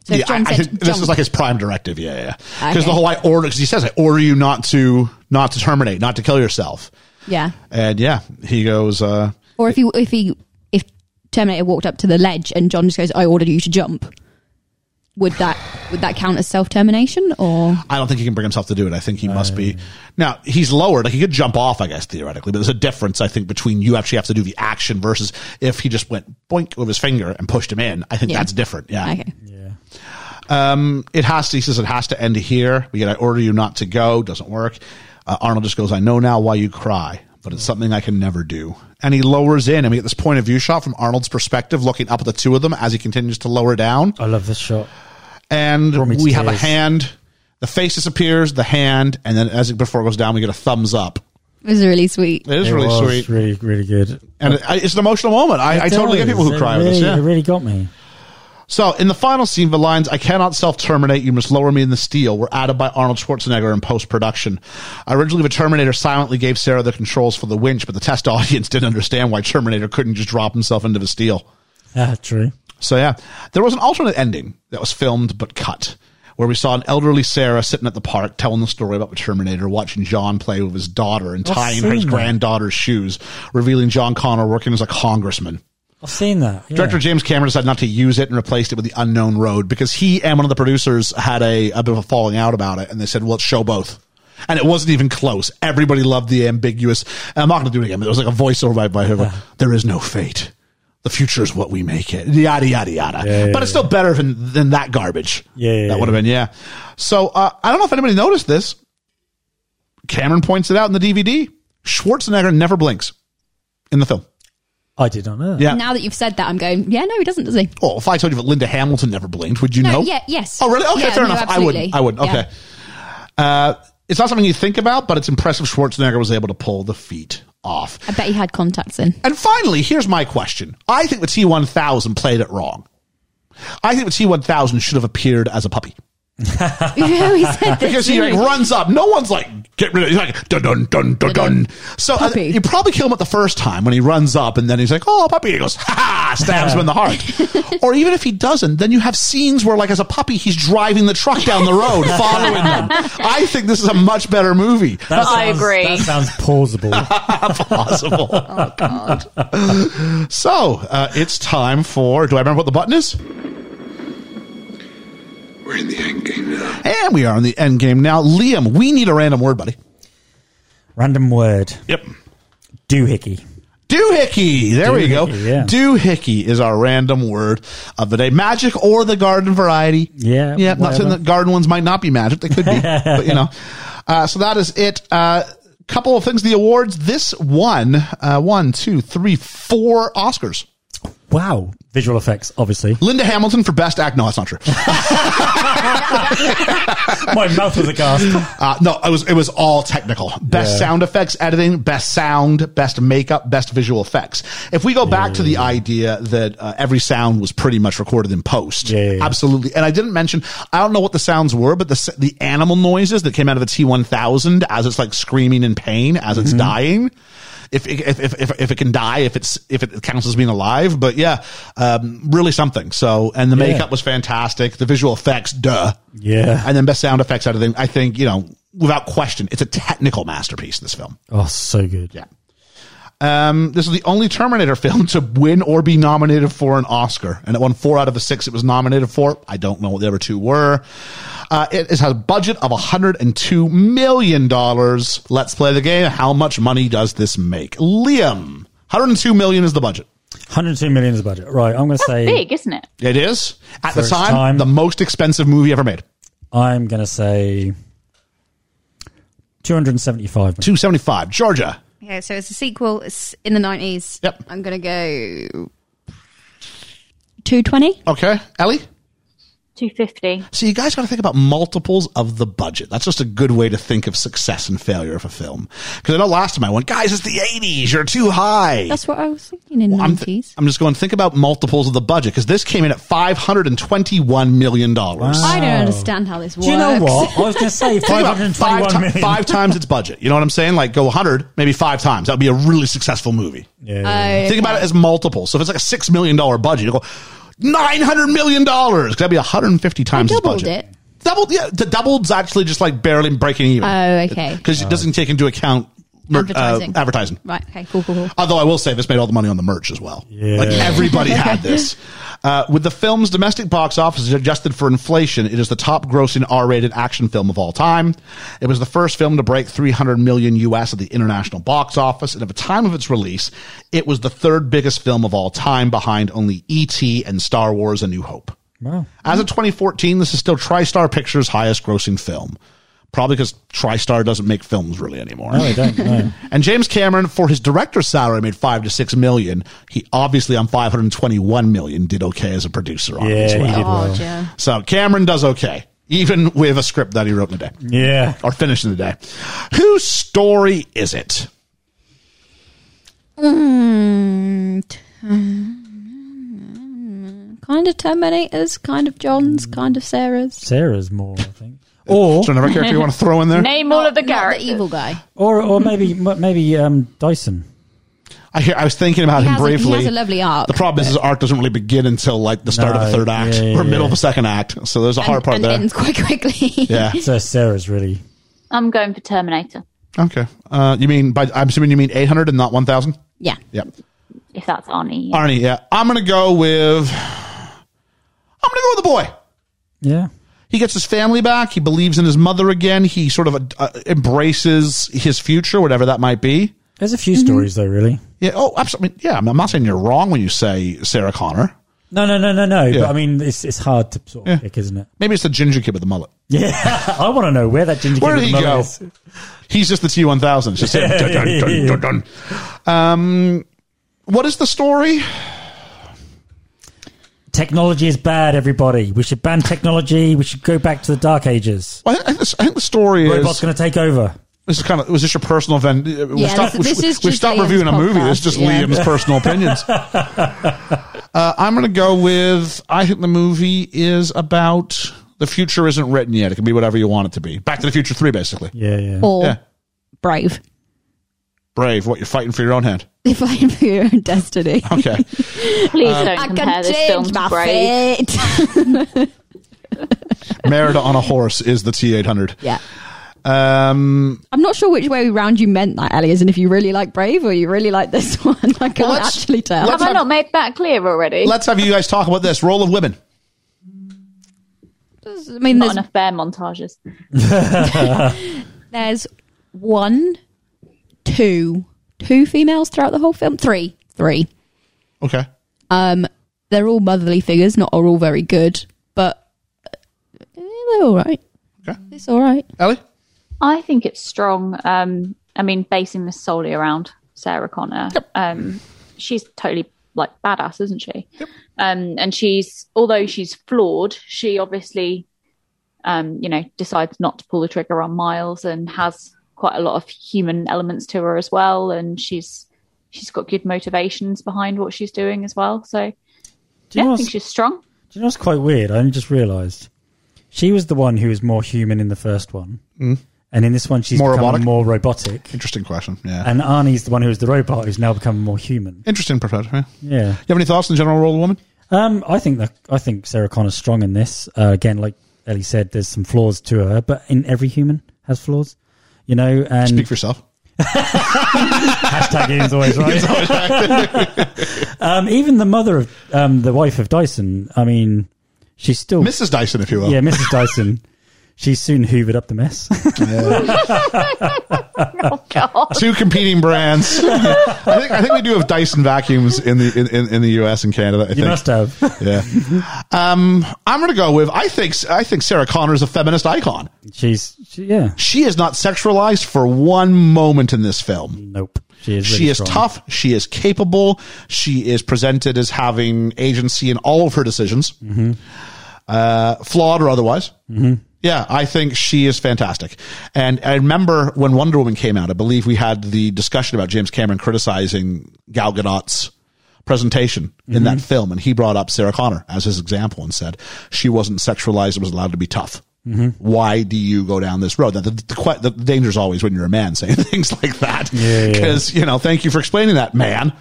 [SPEAKER 5] So if
[SPEAKER 3] yeah, I,
[SPEAKER 5] John
[SPEAKER 3] I
[SPEAKER 5] said
[SPEAKER 3] think this
[SPEAKER 5] jump-
[SPEAKER 3] is like his prime directive. Yeah, yeah. Because
[SPEAKER 5] Okay.
[SPEAKER 3] the whole I order, because he says I order you not to not to terminate, not to kill yourself.
[SPEAKER 5] yeah,
[SPEAKER 3] And yeah, he goes. uh
[SPEAKER 5] or if he if he if Terminator walked up to the ledge and John just goes, "I ordered you to jump," would that would that count as self termination or?
[SPEAKER 3] I don't think he can bring himself to do it. I think he must be. Now he's lowered. Like he could jump off, I guess theoretically, but there's a difference. I think between you actually have to do the action versus if he just went boink with his finger and pushed him in. I think
[SPEAKER 5] Yeah.
[SPEAKER 3] that's different. Yeah.
[SPEAKER 5] Okay.
[SPEAKER 4] Yeah.
[SPEAKER 3] It has to. He says it has to end here. We get. I order you not to go. Doesn't work. Uh, Arnold just goes. I know now why you cry, but it's something I can never do. And he lowers in, and we get this point of view shot from Arnold's perspective, looking up at the two of them as he continues to lower down
[SPEAKER 4] I love this shot.
[SPEAKER 3] and
[SPEAKER 4] Brought me to
[SPEAKER 3] we have a
[SPEAKER 4] tears.
[SPEAKER 3] hand. The face disappears, the hand, and then as it before it goes down, we get a thumbs up.
[SPEAKER 5] It was really sweet.
[SPEAKER 3] It is
[SPEAKER 4] It
[SPEAKER 3] really
[SPEAKER 4] was
[SPEAKER 3] sweet,
[SPEAKER 4] Really, really good.
[SPEAKER 3] and it, it's an emotional moment. I, I totally get
[SPEAKER 4] It
[SPEAKER 3] people who
[SPEAKER 4] does.
[SPEAKER 3] cry
[SPEAKER 4] it
[SPEAKER 3] with
[SPEAKER 4] really,
[SPEAKER 3] this.
[SPEAKER 4] It
[SPEAKER 3] Yeah.
[SPEAKER 4] really got me.
[SPEAKER 3] So in the final scene, the lines "I cannot self-terminate. You must lower me in the steel" were added by Arnold Schwarzenegger in post-production. Originally, the Terminator silently gave Sarah the controls for the winch, but the test [LAUGHS] audience didn't understand why Terminator couldn't just drop himself into the steel.
[SPEAKER 4] Yeah, Ah, true.
[SPEAKER 3] So yeah, there was an alternate ending that was filmed but cut, where we saw an elderly Sarah sitting at the park telling the story about the Terminator, watching John play with his daughter and
[SPEAKER 4] I've
[SPEAKER 3] tying his
[SPEAKER 4] seen that.
[SPEAKER 3] granddaughter's shoes, revealing John Connor working as a congressman.
[SPEAKER 4] I've seen that. Yeah.
[SPEAKER 3] Director James Cameron decided not to use it and replaced it with the Unknown Road because he and one of the producers had a, a bit of a falling out about it, and they said, "Well, let's show both." And it wasn't even close. Everybody loved the ambiguous. And I'm not going to do it again. But it was like a voiceover by, by her. like, there is no fate. The future is what we make it. Yada yada yada.
[SPEAKER 4] Yeah, yeah,
[SPEAKER 3] but it's still better than than that garbage.
[SPEAKER 4] Yeah, yeah,
[SPEAKER 3] that
[SPEAKER 4] yeah.
[SPEAKER 3] would have been yeah. So uh, I don't know if anybody noticed this. Cameron points it out in the DVD. Schwarzenegger never blinks in the film.
[SPEAKER 4] I did not know. that.
[SPEAKER 3] Yeah.
[SPEAKER 5] Now that you've said that, I'm going. Yeah, no, he doesn't, does he?
[SPEAKER 3] Well, if I told you that Linda Hamilton never blinked, would you
[SPEAKER 5] No,
[SPEAKER 3] know?
[SPEAKER 5] yeah, yes.
[SPEAKER 3] Oh, really? Okay,
[SPEAKER 5] Yeah,
[SPEAKER 3] fair
[SPEAKER 5] no,
[SPEAKER 3] enough. I wouldn't. I
[SPEAKER 5] absolutely.
[SPEAKER 3] wouldn't. Okay. Uh, it's not something you think about, but it's impressive Schwarzenegger was able to pull the feat off.
[SPEAKER 5] I bet he had
[SPEAKER 3] [LAUGHS]
[SPEAKER 5] contacts in.
[SPEAKER 3] And finally, here's my question. I think the T1000 played it wrong. I think the T1000 should have appeared as a puppy.
[SPEAKER 5] yeah, [LAUGHS] he said this.
[SPEAKER 3] Because he like
[SPEAKER 5] didn't
[SPEAKER 3] runs up. No one's like, get rid of it. He's like, dun dun dun dun dun. So uh,
[SPEAKER 5] Puppy.
[SPEAKER 3] you probably kill him at the first time when he runs up and then he's like, oh, puppy. He goes, ha ha, stabs him in the heart. or even if he doesn't, then you have scenes where, like, as a puppy, he's driving the truck down the road, following them. I think this is a much better movie.
[SPEAKER 4] That
[SPEAKER 10] I
[SPEAKER 4] sounds-
[SPEAKER 10] agree.
[SPEAKER 4] That sounds plausible.
[SPEAKER 3] Possible. oh, God. [LAUGHS] so uh, it's time for, do I remember what the button is?
[SPEAKER 2] We're in the end game now.
[SPEAKER 3] And we are in the end game now. Liam, we need a random word, buddy.
[SPEAKER 4] Random word.
[SPEAKER 3] Yep.
[SPEAKER 4] Doohickey.
[SPEAKER 3] Doohickey. There we go.
[SPEAKER 4] Doohickey, yeah.
[SPEAKER 3] Doohickey is our random word of the day. Magic or the garden variety.
[SPEAKER 4] Yeah,
[SPEAKER 3] Yeah. Not saying the
[SPEAKER 4] whatever.
[SPEAKER 3] garden ones might not be magic. They
[SPEAKER 4] [LAUGHS]
[SPEAKER 3] could be, but you know. Uh, so that is it. Uh, couple of things. The awards. This one, uh, one, two, three, four Oscars.
[SPEAKER 4] Wow. Visual effects, obviously.
[SPEAKER 3] Linda Hamilton for best act. No, that's not true.
[SPEAKER 4] My mouth was aghast.
[SPEAKER 3] Uh, no, it was it was all technical. Best
[SPEAKER 4] Yeah.
[SPEAKER 3] sound effects editing, best sound, best makeup, best visual effects. If we go back to the idea that uh, every sound was pretty much recorded in post,
[SPEAKER 4] Yeah, yeah, yeah.
[SPEAKER 3] absolutely. And I didn't mention I don't know what the sounds were, but the s- the animal noises that came out of the T one thousand as it's like screaming in pain as
[SPEAKER 4] Mm-hmm.
[SPEAKER 3] it's dying. If it, if, if, if, if it can die, if it's if it counts as being alive, but yeah, um, really something. So and the
[SPEAKER 4] Yeah.
[SPEAKER 3] makeup was fantastic. The visual effects, duh.
[SPEAKER 4] Yeah.
[SPEAKER 3] And then best sound effects out of them. I think, you know, without question, it's a technical masterpiece, this film.
[SPEAKER 4] Oh, so good.
[SPEAKER 3] Yeah. Um, this is the only Terminator [LAUGHS] film to win or be nominated for an Oscar. And it won four out of the six it was nominated for. I don't know what the other two were. Uh, it has a budget of $102 million. Let's play the game. How much money does this make? Liam, $102 million is the budget.
[SPEAKER 4] 102 million is the budget. Right. I'm going to say,
[SPEAKER 6] Big, isn't it?
[SPEAKER 3] It is, at
[SPEAKER 4] First
[SPEAKER 3] the time,
[SPEAKER 4] time.
[SPEAKER 3] the most expensive movie ever made.
[SPEAKER 4] I'm going to say 275.
[SPEAKER 3] 275. Georgia.
[SPEAKER 5] Okay, so it's a sequel. It's in the nineties.
[SPEAKER 3] Yep.
[SPEAKER 5] I'm gonna go two twenty.
[SPEAKER 3] Okay. Ellie?
[SPEAKER 6] 250.
[SPEAKER 3] So you guys got to think about multiples of the budget. That's just a good way to think of success and failure of a film. Because I know last time I went, guys, it's the '80s. You're too high.
[SPEAKER 5] That's what I was thinking in
[SPEAKER 3] I'm,
[SPEAKER 5] nineties.
[SPEAKER 3] th- I'm just going. Think about multiples of the budget because this came in at 521 million dollars.
[SPEAKER 5] I don't
[SPEAKER 4] Oh.
[SPEAKER 5] understand how this works.
[SPEAKER 4] Do you know what? I was going to say
[SPEAKER 3] five,
[SPEAKER 4] 521
[SPEAKER 3] ti-
[SPEAKER 4] million.
[SPEAKER 3] five times its budget. You know what I'm saying? Like go 100, maybe five times. That would be a really successful movie.
[SPEAKER 4] Yeah.
[SPEAKER 3] Think about it as multiples. So if it's like a six million dollar budget, you go nine hundred million dollars. That'd be 150 times its
[SPEAKER 5] doubled
[SPEAKER 3] budget.
[SPEAKER 5] it.
[SPEAKER 3] Doubled, yeah. The doubled's actually just like barely breaking even.
[SPEAKER 5] Oh, okay.
[SPEAKER 3] because it doesn't take into account mer- advertising.
[SPEAKER 5] Advertising.
[SPEAKER 3] Uh, advertising.
[SPEAKER 5] Right. Okay. Cool. Cool. cool.
[SPEAKER 3] Although I will say this made all the money on the merch as well.
[SPEAKER 4] Yeah.
[SPEAKER 3] Like
[SPEAKER 4] [LAUGHS]
[SPEAKER 3] everybody had this. Uh, with the film's domestic box office adjusted for inflation, it is the top grossing R rated action film of all time. It was the first film to break 300 million US at the international box office. And at the time of its release, it was the third biggest film of all time behind only E.T. and Star Wars A New Hope.
[SPEAKER 4] Wow.
[SPEAKER 3] As of 2014, this is still TriStar Pictures' highest grossing film. Probably because TriStar doesn't make films really anymore.
[SPEAKER 4] No, they don't. No.
[SPEAKER 3] And James Cameron, for his director's salary, made five to six million. He obviously on 521 million did okay as a producer on it
[SPEAKER 4] Yeah,
[SPEAKER 3] as
[SPEAKER 4] he
[SPEAKER 3] well.
[SPEAKER 4] did well.
[SPEAKER 5] Oh, yeah.
[SPEAKER 3] So Cameron does okay, even with a script that he wrote in a day
[SPEAKER 4] Yeah.
[SPEAKER 3] or finished in a day. Whose story is it?
[SPEAKER 5] Hmm, Kind of Terminators, kind of Johns, kind of Sarahs.
[SPEAKER 4] Sarah's more, I think. Or,
[SPEAKER 3] Is there another character you want to throw in there?
[SPEAKER 5] [LAUGHS]
[SPEAKER 6] Name all of the
[SPEAKER 5] Not
[SPEAKER 6] characters.
[SPEAKER 5] the evil guy.
[SPEAKER 4] or, or maybe, m- maybe um, Dyson.
[SPEAKER 3] I hear. I was thinking about
[SPEAKER 5] He
[SPEAKER 3] him
[SPEAKER 5] has, a, he
[SPEAKER 3] briefly.
[SPEAKER 5] has a lovely arc.
[SPEAKER 3] the problem is his arc doesn't really begin until like the start of the
[SPEAKER 4] No,
[SPEAKER 3] third act
[SPEAKER 4] yeah,
[SPEAKER 3] or
[SPEAKER 4] yeah,
[SPEAKER 3] middle
[SPEAKER 4] yeah.
[SPEAKER 3] of the second act. So there's a hard
[SPEAKER 5] and,
[SPEAKER 3] part
[SPEAKER 5] and
[SPEAKER 3] there.
[SPEAKER 5] ends quite quickly.
[SPEAKER 3] [LAUGHS] Yeah.
[SPEAKER 4] So Sarah's really.
[SPEAKER 6] I'm going for Terminator,
[SPEAKER 3] Okay. Uh, you mean by I'm assuming you mean 800 and not 1,000.
[SPEAKER 5] [LAUGHS] yeah.
[SPEAKER 3] Yep.
[SPEAKER 6] if that's E Arnie. yeah.
[SPEAKER 3] Arnie, yeah. I'm going to go with. I'm going to go with the boy.
[SPEAKER 4] Yeah.
[SPEAKER 3] He gets his family back. He believes in his mother again. He sort of uh, embraces his future, whatever that might be.
[SPEAKER 4] There's a
[SPEAKER 6] Mm-hmm.
[SPEAKER 4] few stories, though, really.
[SPEAKER 3] Yeah. Oh, absolutely. Yeah. I'm I'm not saying you're wrong when you say Sarah Connor.
[SPEAKER 4] No, no, no, no, no.
[SPEAKER 3] Yeah.
[SPEAKER 4] But I mean, it's it's hard to sort of pick, isn't it?
[SPEAKER 3] Maybe it's the ginger kid with the mullet.
[SPEAKER 4] Yeah, I want to know where that ginger
[SPEAKER 3] Where
[SPEAKER 4] kid
[SPEAKER 3] did
[SPEAKER 4] with
[SPEAKER 3] he
[SPEAKER 4] the mullet
[SPEAKER 3] go?
[SPEAKER 4] is.
[SPEAKER 3] He's just the T1000. It's just him. Dun, dun, dun, dun, dun. Um, what is the story?
[SPEAKER 4] Technology is bad, everybody. We should ban technology. We should go back to the dark ages.
[SPEAKER 3] Well, I, think this- I think the story
[SPEAKER 4] Robots
[SPEAKER 3] is
[SPEAKER 4] going to take over.
[SPEAKER 3] this is kind of was this your personal event? Uh, we
[SPEAKER 5] Yeah,
[SPEAKER 3] stopped,
[SPEAKER 5] this- this
[SPEAKER 3] we,
[SPEAKER 5] is
[SPEAKER 3] we
[SPEAKER 5] just
[SPEAKER 3] stopped
[SPEAKER 5] Liam's
[SPEAKER 3] reviewing a movie.
[SPEAKER 5] podcast,
[SPEAKER 3] It's just
[SPEAKER 5] yeah.
[SPEAKER 3] Liam's personal
[SPEAKER 5] [LAUGHS]
[SPEAKER 3] opinions. Uh, I'm going to go with I think the movie is about the future isn't written yet. It can be whatever you want it to be. Back to the Future Three, basically.
[SPEAKER 4] Yeah, yeah.
[SPEAKER 5] Or
[SPEAKER 3] Yeah,
[SPEAKER 5] brave.
[SPEAKER 3] brave. What you're fighting for your own
[SPEAKER 5] [LAUGHS]
[SPEAKER 3] hand.
[SPEAKER 5] If I am for your own destiny.
[SPEAKER 3] Okay.
[SPEAKER 6] Please
[SPEAKER 3] um,
[SPEAKER 6] don't compare this film to Brave.
[SPEAKER 5] fate.
[SPEAKER 3] Merida on a horse is the T800.
[SPEAKER 5] [LAUGHS] yeah.
[SPEAKER 3] Um,
[SPEAKER 5] I'm not sure which way round you meant that, Ellie, as in if you really like Brave or you really like this [LAUGHS] one. I can't
[SPEAKER 3] let's-
[SPEAKER 5] actually tell.
[SPEAKER 3] let's-
[SPEAKER 6] Have I not made that clear already?
[SPEAKER 3] let's have you guys talk about this role of women.
[SPEAKER 5] I mean,
[SPEAKER 6] not
[SPEAKER 5] there's,
[SPEAKER 6] enough bear montages.
[SPEAKER 5] there's one, two, two females throughout the whole film. Three, three. Um,
[SPEAKER 3] Okay.
[SPEAKER 5] They're all motherly figures, not are all very good, but eh, they're all right.
[SPEAKER 3] Okay.
[SPEAKER 5] It's all right.
[SPEAKER 3] Ellie.
[SPEAKER 6] I think it's strong. Um, I mean, basing this solely around Sarah Connor. Um, she's totally like badass, isn't she? Um, and she's although she's flawed, she obviously, um, you know, decides not to pull the trigger on Miles and has quite a lot of human elements to her as well. And she's she's got good motivations behind what she's doing as well.
[SPEAKER 4] Do
[SPEAKER 6] So
[SPEAKER 4] you
[SPEAKER 6] yeah,
[SPEAKER 4] know
[SPEAKER 6] I
[SPEAKER 4] what's-
[SPEAKER 6] think she's strong.
[SPEAKER 4] Do you know what's quite weird? I only just realised she was the one who was more human in the first one, and in this one she's
[SPEAKER 3] More
[SPEAKER 4] become
[SPEAKER 3] robotic?
[SPEAKER 4] Mm. more robotic.
[SPEAKER 3] Interesting question. Yeah.
[SPEAKER 4] And Arnie's the one who was the robot who's now become more human.
[SPEAKER 3] Interesting perspective. Yeah. You
[SPEAKER 4] Yeah,
[SPEAKER 3] have any thoughts on the general role of woman?
[SPEAKER 4] um, I think that I think Sarah Connor's strong in this. Uh, again, like Ellie said, there's some flaws to her, but in every human has flaws, you know. And
[SPEAKER 3] Speak for yourself.
[SPEAKER 4] hashtag
[SPEAKER 3] [LAUGHS]
[SPEAKER 4] Ian's always right. [LAUGHS] um, even the mother of um, the wife of Dyson, I mean, she's still
[SPEAKER 3] Mrs. Dyson, if you will.
[SPEAKER 4] yeah, Mrs. Dyson. She soon hoovered up
[SPEAKER 3] [LAUGHS]
[SPEAKER 4] the mess.
[SPEAKER 6] Oh God,
[SPEAKER 3] Two competing brands. I think I think we do have Dyson vacuums in the in, in, in the US and Canada. I
[SPEAKER 4] you
[SPEAKER 3] think.
[SPEAKER 4] must have.
[SPEAKER 3] Yeah. Um, I'm going to go with I think I think Sarah Connor is a feminist icon.
[SPEAKER 4] She's she, yeah.
[SPEAKER 3] She is not sexualized for one moment in this film.
[SPEAKER 4] Nope. She is.
[SPEAKER 3] She
[SPEAKER 4] really
[SPEAKER 3] is
[SPEAKER 4] strong.
[SPEAKER 3] tough. She is capable. She is presented as having agency in all of her decisions,
[SPEAKER 4] Mm-hmm.
[SPEAKER 3] uh, flawed or otherwise. Yeah, I think she is fantastic. And I remember when Wonder Woman came out, I believe we had the discussion about James Cameron criticizing Gal Gadot's presentation in
[SPEAKER 4] Mm-hmm.
[SPEAKER 3] that film. And he brought up Sarah Connor as his example and said she wasn't sexualized and was allowed to be tough.
[SPEAKER 4] Mm-hmm.
[SPEAKER 3] Why do you go down this road? Now, the, the, que- the danger is always when you're a man saying [LAUGHS] things like that.
[SPEAKER 4] yeah.
[SPEAKER 3] Because, you know, thank you for explaining that, man.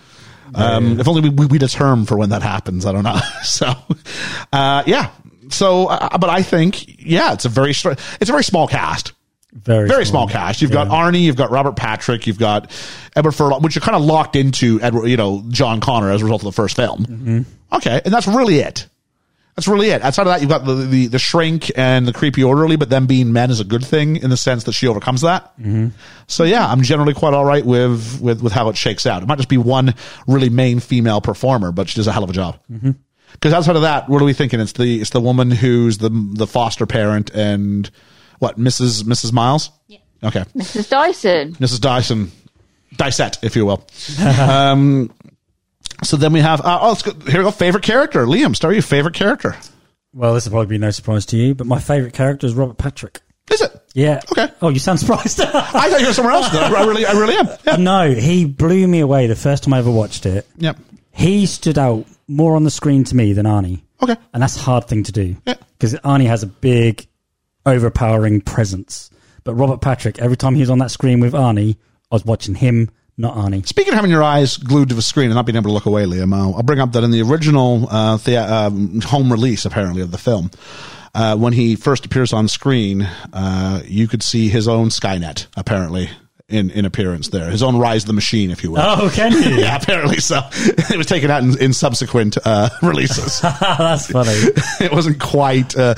[SPEAKER 3] Um, If only we, we, we had a term for when that happens. I don't know. [LAUGHS] So, uh, yeah. So, uh, but I think, yeah, it's a very str- it's a very small cast,
[SPEAKER 4] Very
[SPEAKER 3] very small cast. You've got Arnie, you've got Robert Patrick, you've got Edward Furlong, which you're kind of locked into Edward, you know, John Connor as a result of the first film. Okay, and that's really it. That's really it. Outside of that, you've got the, the the shrink and the creepy orderly, but them being men is a good thing in the sense that she overcomes that. So yeah, I'm generally quite all right with with with how it shakes out. It might just be one really main female performer, but she does a hell of a job. Because outside of that, what are we thinking? It's the it's the woman who's the the foster parent and what Mrs. Mrs. Miles. Yeah. Okay,
[SPEAKER 6] Mrs. Dyson.
[SPEAKER 3] Mrs. Dyson, Dysette, if you will. um, so then we have uh, oh, let's go, here we go. Favorite character, Liam. Start with your favorite character.
[SPEAKER 4] Well, this will probably be no surprise to you, but my favourite character is Robert Patrick.
[SPEAKER 3] Is it?
[SPEAKER 4] Yeah.
[SPEAKER 3] Okay.
[SPEAKER 4] Oh, you sound [LAUGHS] surprised.
[SPEAKER 3] I thought you were somewhere else. Though. I really, I really am. Yeah.
[SPEAKER 4] [LAUGHS] no, he blew me away the first time I ever watched it.
[SPEAKER 3] Yep.
[SPEAKER 4] He stood out more on the screen to me than Arnie.
[SPEAKER 3] Okay.
[SPEAKER 4] And that's a hard thing to do.
[SPEAKER 3] Yeah.
[SPEAKER 4] Because Arnie has a big, overpowering presence. But Robert Patrick, every time he was on that screen with Arnie, I was watching him, not
[SPEAKER 3] [LAUGHS]
[SPEAKER 4] Arnie.
[SPEAKER 3] Speaking of having your eyes glued to the screen and not being able to look away, Liam, uh, I'll, I'll bring up that in the original uh, the, um, home release, apparently, of the film, uh, when he first appears on screen, uh, you could see his own Skynet, apparently, in, in appearance there. His own Rise of the Machine, if you will.
[SPEAKER 4] Oh, can you?
[SPEAKER 3] [LAUGHS] Yeah, apparently so. It was taken out in, in subsequent uh, [LAUGHS] releases.
[SPEAKER 4] Oh, that's funny.
[SPEAKER 3] it wasn't quite uh,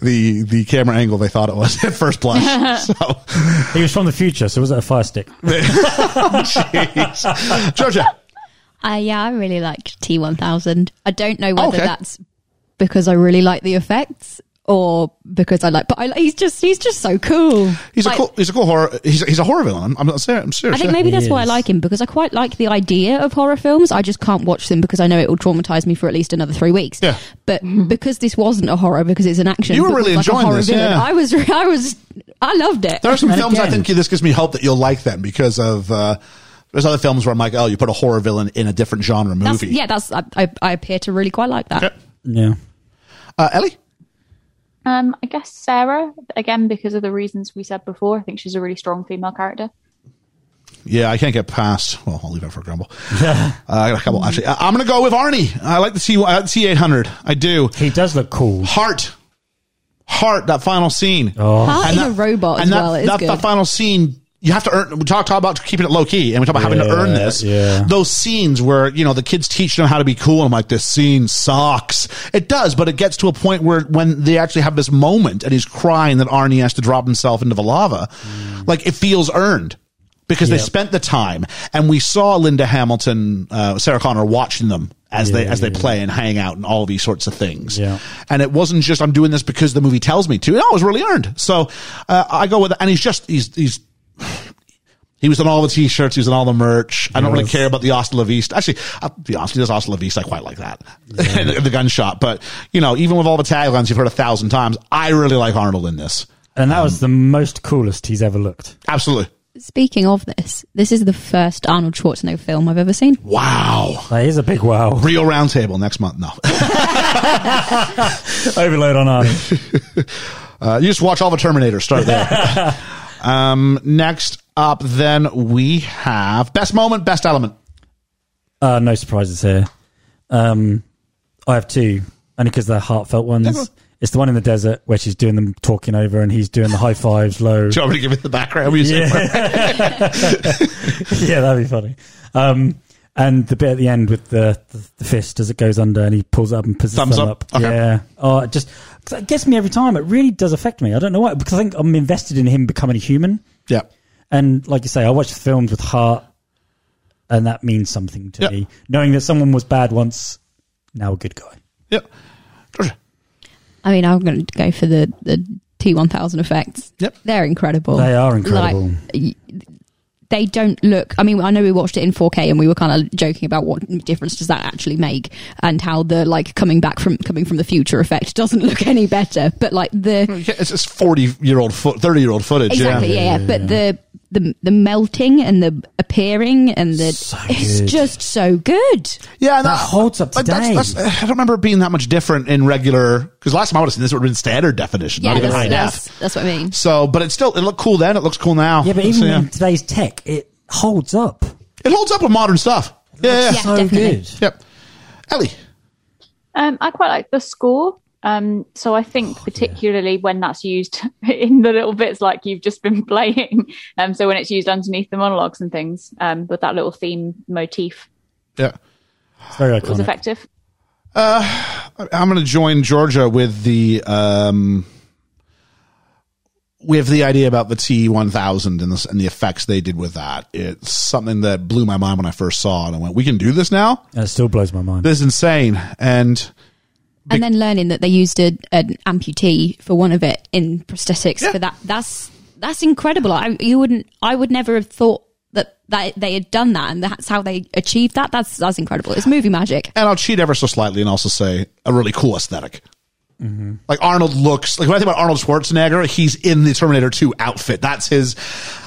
[SPEAKER 3] the the camera angle they thought it was at first blush. So, [LAUGHS]
[SPEAKER 4] He was from the future, so was it a fire stick?
[SPEAKER 3] Jeez. Georgia.
[SPEAKER 5] Uh, yeah, I really like T1000. I don't know whether
[SPEAKER 3] Okay.
[SPEAKER 5] that's because I really like the effects or because I like, but I, like- he's just he's just so cool.
[SPEAKER 3] He's a
[SPEAKER 5] Like,
[SPEAKER 3] cool. He's a cool horror. He's, he's a horror villain. I'm, I'm not serious. I'm serious.
[SPEAKER 5] I think
[SPEAKER 3] yeah.
[SPEAKER 5] maybe that's why I
[SPEAKER 4] Yes.
[SPEAKER 5] like him because I quite like the idea of horror films. I just can't watch them because I know it will traumatize me for at least another three weeks.
[SPEAKER 3] Yeah.
[SPEAKER 5] But because this wasn't a horror, because it's an action,
[SPEAKER 3] You were
[SPEAKER 5] but with,
[SPEAKER 3] really
[SPEAKER 5] like, a
[SPEAKER 3] enjoying
[SPEAKER 5] horror
[SPEAKER 3] this,
[SPEAKER 5] villain,
[SPEAKER 3] yeah.
[SPEAKER 5] I was, [LAUGHS] I was, I loved it.
[SPEAKER 3] there are some
[SPEAKER 4] And
[SPEAKER 3] films I
[SPEAKER 4] again-
[SPEAKER 3] think this gives me hope that you'll like them because of uh, there's other films where I'm like, oh, you put a horror villain in a different genre movie.
[SPEAKER 5] That's, yeah, that's I, I, I appear to really quite like that.
[SPEAKER 3] Okay.
[SPEAKER 4] Yeah.
[SPEAKER 3] Uh, Ellie.
[SPEAKER 6] Um, I guess Sarah again because of the reasons we said before. I think she's a really strong female character.
[SPEAKER 3] Yeah, I can't get past. Well, I'll leave it for a grumble. [LAUGHS] uh, I got a couple actually. Uh, I'm gonna go with Arnie. I like the T I like the T800. I do.
[SPEAKER 4] He does look cool.
[SPEAKER 3] Heart. Heart, that final scene.
[SPEAKER 5] Heart is a robot as
[SPEAKER 3] and that,
[SPEAKER 5] well. It's
[SPEAKER 3] that,
[SPEAKER 5] good.
[SPEAKER 3] that final scene, you have to earn. We talk, talk about keeping it low key, and we talk about having to
[SPEAKER 4] Yeah,
[SPEAKER 3] earn this.
[SPEAKER 4] yeah.
[SPEAKER 3] Those scenes where you know the kids teach them how to be cool. I'm like, this scene sucks. It does, but it gets to a point where when they actually have this moment and he's crying that Arnie has to drop himself into the lava, like it feels earned. Because they
[SPEAKER 4] Yep.
[SPEAKER 3] spent the time, and we saw Linda Hamilton, uh, Sarah Connor watching them as
[SPEAKER 4] Yeah,
[SPEAKER 3] they as
[SPEAKER 4] yeah,
[SPEAKER 3] they
[SPEAKER 4] yeah.
[SPEAKER 3] play and hang out and all these sorts of things.
[SPEAKER 4] Yeah.
[SPEAKER 3] And it wasn't just I'm doing this because the movie tells me to. No, it was really earned. So uh, I go with, and he's just he's he's He was on all the t-shirts. He was on all the merch. I don't really care about the Austin Leviste. Actually, I'll be honest, there's Austin Leviste. I quite like that. [LAUGHS] the gun shop. But, you know, even with all the taglines you've heard a thousand times, I really like Arnold in this.
[SPEAKER 4] And that was the most coolest he's ever looked.
[SPEAKER 3] Absolutely.
[SPEAKER 5] Speaking of this, this is the first Arnold Schwarzenegger film I've ever seen.
[SPEAKER 3] Wow.
[SPEAKER 4] That is a big wow. [LAUGHS]
[SPEAKER 3] Real roundtable next month. No. [LAUGHS]
[SPEAKER 4] Overload on Arnie.
[SPEAKER 3] Uh, you just watch all the Terminator. Start there. um, next up, then we have best moment, best element.
[SPEAKER 4] Uh, no surprises here. Um, I have two, only because they're heartfelt
[SPEAKER 3] on.
[SPEAKER 4] ones. It's the one in the desert where she's doing them talking over and he's doing the high fives, low.
[SPEAKER 3] Do you want me to give it the background music?
[SPEAKER 4] [LAUGHS] yeah, that'd be funny. Um, and the bit at the end with the, the, the fist as it goes under and he pulls it up and puts
[SPEAKER 3] Thumbs
[SPEAKER 4] his thumb
[SPEAKER 3] up.
[SPEAKER 4] up.
[SPEAKER 3] Okay.
[SPEAKER 4] Yeah. Oh, it just 'cause it gets me every time. It really does affect me. I don't know why, because I think I'm invested in him becoming a human.
[SPEAKER 3] Yeah.
[SPEAKER 4] And like you say, I watch films with heart, and that means something to
[SPEAKER 3] Yeah.
[SPEAKER 4] me. Knowing that someone was bad once, now a good guy.
[SPEAKER 3] Yep. Georgia.
[SPEAKER 5] I mean, I'm going to go for the, the T1000 effects.
[SPEAKER 3] Yep.
[SPEAKER 5] They're incredible.
[SPEAKER 4] They are incredible.
[SPEAKER 5] Like, y- they don't look. I mean, I know we watched it in 4K and we were kind of joking about what difference does that actually make, and how the like coming back from coming from the future effect doesn't look [LAUGHS] any better. But like the
[SPEAKER 3] Yeah, it's it's forty year old foot, thirty year old footage.
[SPEAKER 5] exactly,
[SPEAKER 3] Yeah.
[SPEAKER 5] yeah, yeah, But the the the melting and the appearing and the it's
[SPEAKER 4] good.
[SPEAKER 5] just so good.
[SPEAKER 3] Yeah, and
[SPEAKER 4] That holds up
[SPEAKER 3] like, that's-
[SPEAKER 4] today.
[SPEAKER 3] that's- I don't remember it being that much different in regular. Because last time I would have seen this, it would have been standard definition,
[SPEAKER 5] Yeah,
[SPEAKER 3] not even
[SPEAKER 5] that's,
[SPEAKER 3] high def.
[SPEAKER 5] that's, that's what I mean.
[SPEAKER 3] So, but it still it looked cool then. It looks cool now.
[SPEAKER 4] Yeah, but
[SPEAKER 3] So,
[SPEAKER 4] even in today's tech, it holds up.
[SPEAKER 3] it holds up with modern stuff. Yeah, yeah,
[SPEAKER 5] Yeah.
[SPEAKER 4] so
[SPEAKER 5] definitely.
[SPEAKER 4] good.
[SPEAKER 3] yep. Ellie,
[SPEAKER 6] Um, I quite like the score. Um, so I
[SPEAKER 3] Oh,
[SPEAKER 6] think particularly when that's used [LAUGHS] in the little bits like you've just been [LAUGHS] playing. Um, so when it's used underneath the monologues and things, um, with that little theme motif,
[SPEAKER 3] yeah.
[SPEAKER 4] It's very
[SPEAKER 6] it was
[SPEAKER 4] iconic.
[SPEAKER 6] effective.
[SPEAKER 3] I'm going to join Georgia with the um, with the idea about the T1000 and the, and the effects they did with that. It's something that blew my mind when I first saw it. I went, "We can do this now!
[SPEAKER 4] And it still blows my mind.
[SPEAKER 3] This is insane!" And
[SPEAKER 5] and then learning that they used a, an amputee for one of it in prosthetics
[SPEAKER 3] Yeah.
[SPEAKER 5] for that that's that's incredible I, you wouldn't i would never have thought that, that they had done that and that's how they achieved that that's that's incredible it's movie magic
[SPEAKER 3] and I'll cheat ever so slightly and also say a really cool esthetic Like Arnold looks like when I think about Arnold Schwarzenegger, he's in the Terminator 2 outfit. That's his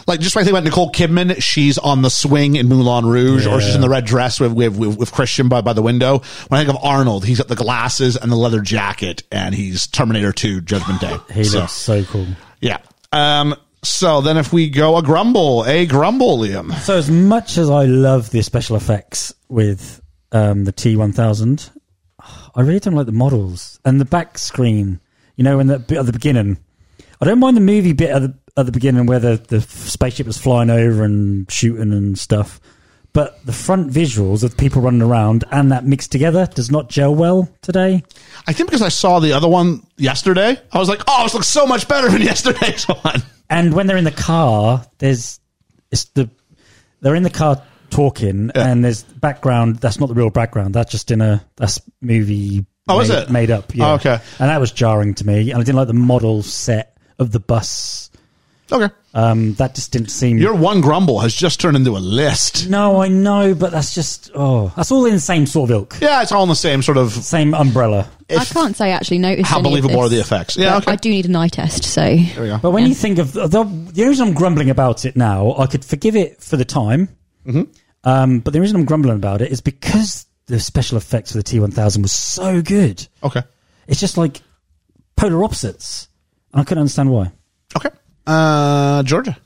[SPEAKER 3] like just when I think about Nicole Kidman, she's on the swing in Moulin Rouge or she's in the red dress with with, with, with Christian by, by the window. When I think of Arnold, he's got the glasses and the leather jacket and he's Terminator 2 Judgment Day.
[SPEAKER 4] He
[SPEAKER 3] So,
[SPEAKER 4] looks so cool.
[SPEAKER 3] yeah. Um so then if we go a grumble, a grumble, Liam.
[SPEAKER 4] So as much as I love the special effects with um, the T1000, I really don't like the models and the back screen. You know, in that bit at the beginning, I don't mind the movie bit at the, at the beginning where the, the spaceship was flying over and shooting and stuff. But the front visuals of people running around and that mixed together does not gel well today.
[SPEAKER 3] I think because I saw the other one yesterday, I was like, oh, this looks so much better than [LAUGHS] yesterday's one.
[SPEAKER 4] and when they're in the car, there's it's the they're in the car talking,
[SPEAKER 3] Yeah.
[SPEAKER 4] and there's background that's not the real background. That's just in a that's movie.
[SPEAKER 3] Oh,
[SPEAKER 4] made,
[SPEAKER 3] is it?
[SPEAKER 4] made up? Yeah.
[SPEAKER 3] Oh, okay.
[SPEAKER 4] And that was jarring to me, and I didn't like the model set of the bus.
[SPEAKER 3] Okay.
[SPEAKER 4] Um, that just didn't seem.
[SPEAKER 3] Your one grumble has just turned into a list.
[SPEAKER 4] no, I know, but that's just oh, that's all in the same sort of ilk,
[SPEAKER 3] Yeah, it's all in the same sort of.
[SPEAKER 4] same umbrella.
[SPEAKER 5] i can't say i actually noticed
[SPEAKER 3] How
[SPEAKER 5] any of
[SPEAKER 3] believable
[SPEAKER 5] this,
[SPEAKER 3] are the effects? Yeah,
[SPEAKER 5] but
[SPEAKER 3] okay.
[SPEAKER 5] i do need an eye test so
[SPEAKER 3] There we go.
[SPEAKER 4] But when you think of the, the reason I'm grumbling about it now, I could forgive it for the time.
[SPEAKER 3] Mm-hmm.
[SPEAKER 4] Um, but the reason I'm grumbling about it is because the special effects for the T1000 was so good.
[SPEAKER 3] Okay.
[SPEAKER 4] It's just like polar opposites, and I couldn't understand why.
[SPEAKER 3] Okay. Uh, Georgia.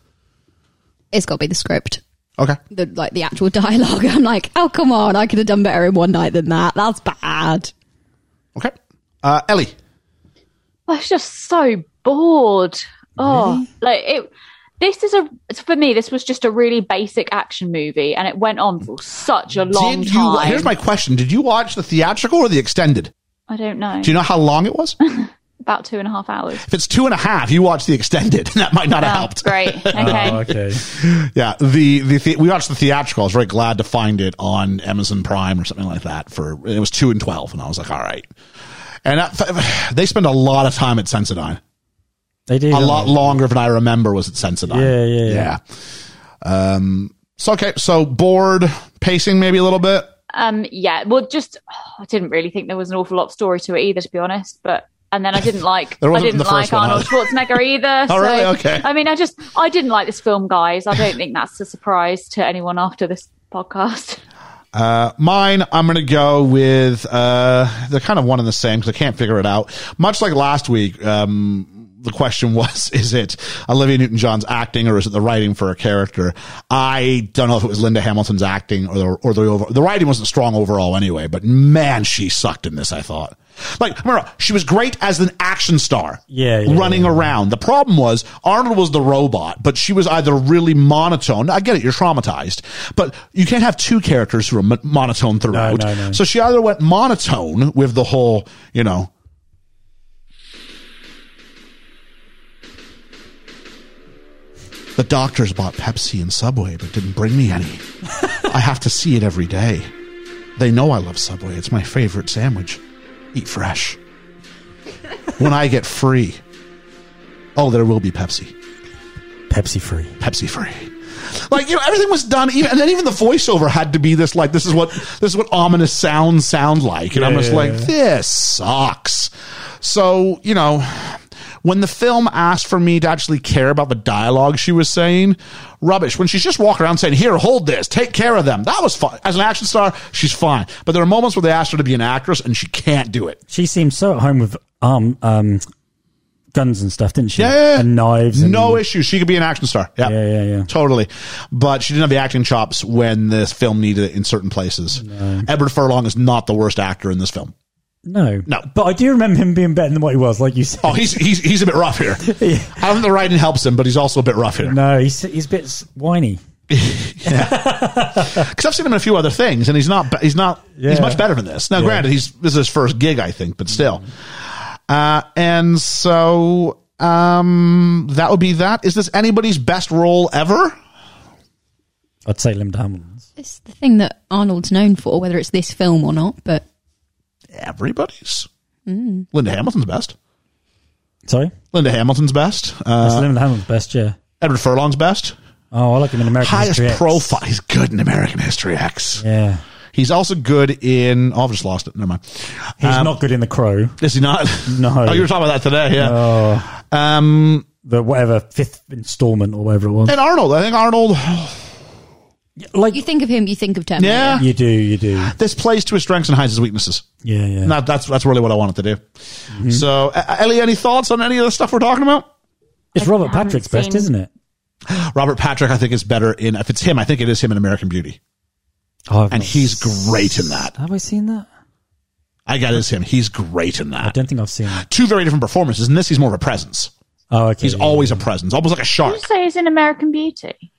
[SPEAKER 5] it's got to be the script
[SPEAKER 3] Okay.
[SPEAKER 5] the like the actual [LAUGHS] dialogue i'm like oh come on i could have done better in one night than that that's bad
[SPEAKER 3] Okay. Uh, Ellie.
[SPEAKER 6] I was just so bored. Oh, like it. This is a for me. This was just a really basic action movie, and it went on for such a long
[SPEAKER 3] Did you?
[SPEAKER 6] time.
[SPEAKER 3] Here's my question: Did you watch the theatrical or the extended?
[SPEAKER 6] I don't know.
[SPEAKER 3] Do you know how long it
[SPEAKER 6] [LAUGHS]
[SPEAKER 3] was? if
[SPEAKER 6] About two and a half hours.
[SPEAKER 3] it's two and a half, you watch the extended. [LAUGHS] That might not have
[SPEAKER 6] Wow,
[SPEAKER 3] helped.
[SPEAKER 6] Oh,
[SPEAKER 3] [LAUGHS] Uh-huh.
[SPEAKER 6] great. Okay.
[SPEAKER 3] Oh,
[SPEAKER 4] okay.
[SPEAKER 3] Yeah, the, the the we watched the theatrical. I was very glad to find it on Amazon Prime or something like that. For it was two and twelve, and I was like, all right. And that, [SIGHS] they spend a lot of time at Sensodyne.
[SPEAKER 4] They do
[SPEAKER 3] a lot
[SPEAKER 4] longer.
[SPEAKER 3] longer than I remember was at Sensodyne.
[SPEAKER 4] Yeah, yeah, yeah.
[SPEAKER 3] Um, so okay, so bored, pacing maybe a little bit.
[SPEAKER 6] Um, yeah, well, just oh, I didn't really think there was an awful lot of story to it either, to be honest. But and then
[SPEAKER 3] [LAUGHS]
[SPEAKER 6] I didn't like
[SPEAKER 3] There
[SPEAKER 6] I
[SPEAKER 3] wasn't in
[SPEAKER 6] didn't
[SPEAKER 3] the first
[SPEAKER 6] like
[SPEAKER 3] one,
[SPEAKER 6] Arnold
[SPEAKER 3] huh?
[SPEAKER 6] Schwarzenegger either.
[SPEAKER 3] [LAUGHS] Oh,
[SPEAKER 6] so,
[SPEAKER 3] really? Okay.
[SPEAKER 6] I mean, I just I didn't like this film, guys. I don't think that's a surprise to anyone after this podcast. [LAUGHS]
[SPEAKER 3] Uh, mine, I'm going to go with uh, they're kind of one and the same because I can't figure it out. Much like last week, um, the question [LAUGHS] was: Is it Olivia Newton-John's acting, or is it the writing for her character? I don't know if it was Linda Hamilton's acting or the or the over, the writing wasn't strong overall anyway. But man, she sucked in this. I thought. Like, remember, she was great as an action star.
[SPEAKER 4] Yeah, yeah,
[SPEAKER 3] running
[SPEAKER 4] yeah.
[SPEAKER 3] around. The problem was Arnold was the robot, but she was either really monotone. I get it, you're traumatized, but you can't have two characters who are mon- monotone throughout.
[SPEAKER 4] no, no.
[SPEAKER 3] So she either went monotone with the whole, you know, the doctors bought Pepsi and Subway, but didn't bring me any. I have to see it every day. They know I love Subway. It's my favorite sandwich. Eat fresh. when I get free, oh, there will be Pepsi.
[SPEAKER 4] Pepsi free.
[SPEAKER 3] Pepsi free. Like you know, everything was done, even, and then even the voiceover had to be this. Like this is what this is what ominous sounds sound like, and I'm
[SPEAKER 4] Yeah,
[SPEAKER 3] just
[SPEAKER 4] yeah,
[SPEAKER 3] like,
[SPEAKER 4] yeah.
[SPEAKER 3] this sucks. So you know, when the film asked for me to actually care about the dialogue she was saying, rubbish. When she's just walking around saying, "Here, hold this, take care of them," that was fine. As an action star, she's fine, but there are moments where they asked her to be an actress, and she can't do it.
[SPEAKER 4] She seemed so at home with um um guns and stuff, didn't she?
[SPEAKER 3] Yeah.
[SPEAKER 4] And knives. And,
[SPEAKER 3] no issues. She could be an action star. Yeah.
[SPEAKER 4] Yeah, yeah, yeah.
[SPEAKER 3] Totally. But she didn't have the acting chops when this film needed it in certain places. Edward Furlong is not the worst actor in this film.
[SPEAKER 4] No.
[SPEAKER 3] No.
[SPEAKER 4] But I do remember him being better than what he was, like you said.
[SPEAKER 3] Oh, he's he's he's a bit rough
[SPEAKER 4] [LAUGHS]
[SPEAKER 3] here. I don't think the writing helps him, but he's also a bit rough here.
[SPEAKER 4] no, he's he's a bit whiny.
[SPEAKER 3] Because I've seen him in a few other things, and he's not ba- he's not he's
[SPEAKER 4] Yeah.
[SPEAKER 3] much better than this. Now, granted, he's this is his first gig, I think, but still. Uh, and so um, that would be that. Is this anybody's best role ever?
[SPEAKER 4] I'd say Linda Hamilton's.
[SPEAKER 5] It's the thing that Arnold's known for, whether it's this film or not. But
[SPEAKER 3] Everybody's.
[SPEAKER 4] Mm.
[SPEAKER 3] Linda Hamilton's best.
[SPEAKER 4] Sorry?
[SPEAKER 3] Linda Hamilton's best. Uh,
[SPEAKER 4] That's Linda Hamilton's best, yeah.
[SPEAKER 3] Edward Furlong's best.
[SPEAKER 4] Oh, I like him in American
[SPEAKER 3] Highest
[SPEAKER 4] History X.
[SPEAKER 3] profile. He's good in American History X.
[SPEAKER 4] Yeah.
[SPEAKER 3] He's also good in. Oh, I've just lost it. Never mind.
[SPEAKER 4] He's
[SPEAKER 3] Um,
[SPEAKER 4] not good in The Crow.
[SPEAKER 3] Is he not?
[SPEAKER 4] No.
[SPEAKER 3] [LAUGHS] oh, you were talking about that today. Yeah. Um,
[SPEAKER 4] The whatever fifth installment or whatever it was.
[SPEAKER 3] and Arnold. I think Arnold.
[SPEAKER 4] Like
[SPEAKER 5] you think of him, you think of Terminator.
[SPEAKER 3] Yeah.
[SPEAKER 4] you do, you do.
[SPEAKER 3] This plays to his strengths and hides his weaknesses.
[SPEAKER 4] Yeah, yeah. Mm-hmm.
[SPEAKER 3] And that, that's that's really what I wanted to do. So, uh, Ellie, any thoughts on any of the stuff we're talking about?
[SPEAKER 4] it's Robert
[SPEAKER 6] haven't
[SPEAKER 4] Patrick's best,
[SPEAKER 6] seen-
[SPEAKER 4] isn't it?
[SPEAKER 3] Robert Patrick, I think, is better in. If it's him, I think it is him in American Beauty,
[SPEAKER 4] Oh, I've
[SPEAKER 3] and
[SPEAKER 4] not-
[SPEAKER 3] he's great in that.
[SPEAKER 4] Have I seen that?
[SPEAKER 3] I got it is him. He's great in
[SPEAKER 4] I
[SPEAKER 3] that.
[SPEAKER 4] don't think I've seen it.
[SPEAKER 3] Two very different performances. In this, he's more of a presence.
[SPEAKER 4] Oh, okay.
[SPEAKER 3] He's
[SPEAKER 4] yeah,
[SPEAKER 3] always a presence, almost like a
[SPEAKER 6] Did
[SPEAKER 3] shark.
[SPEAKER 6] you say he's in American Beauty?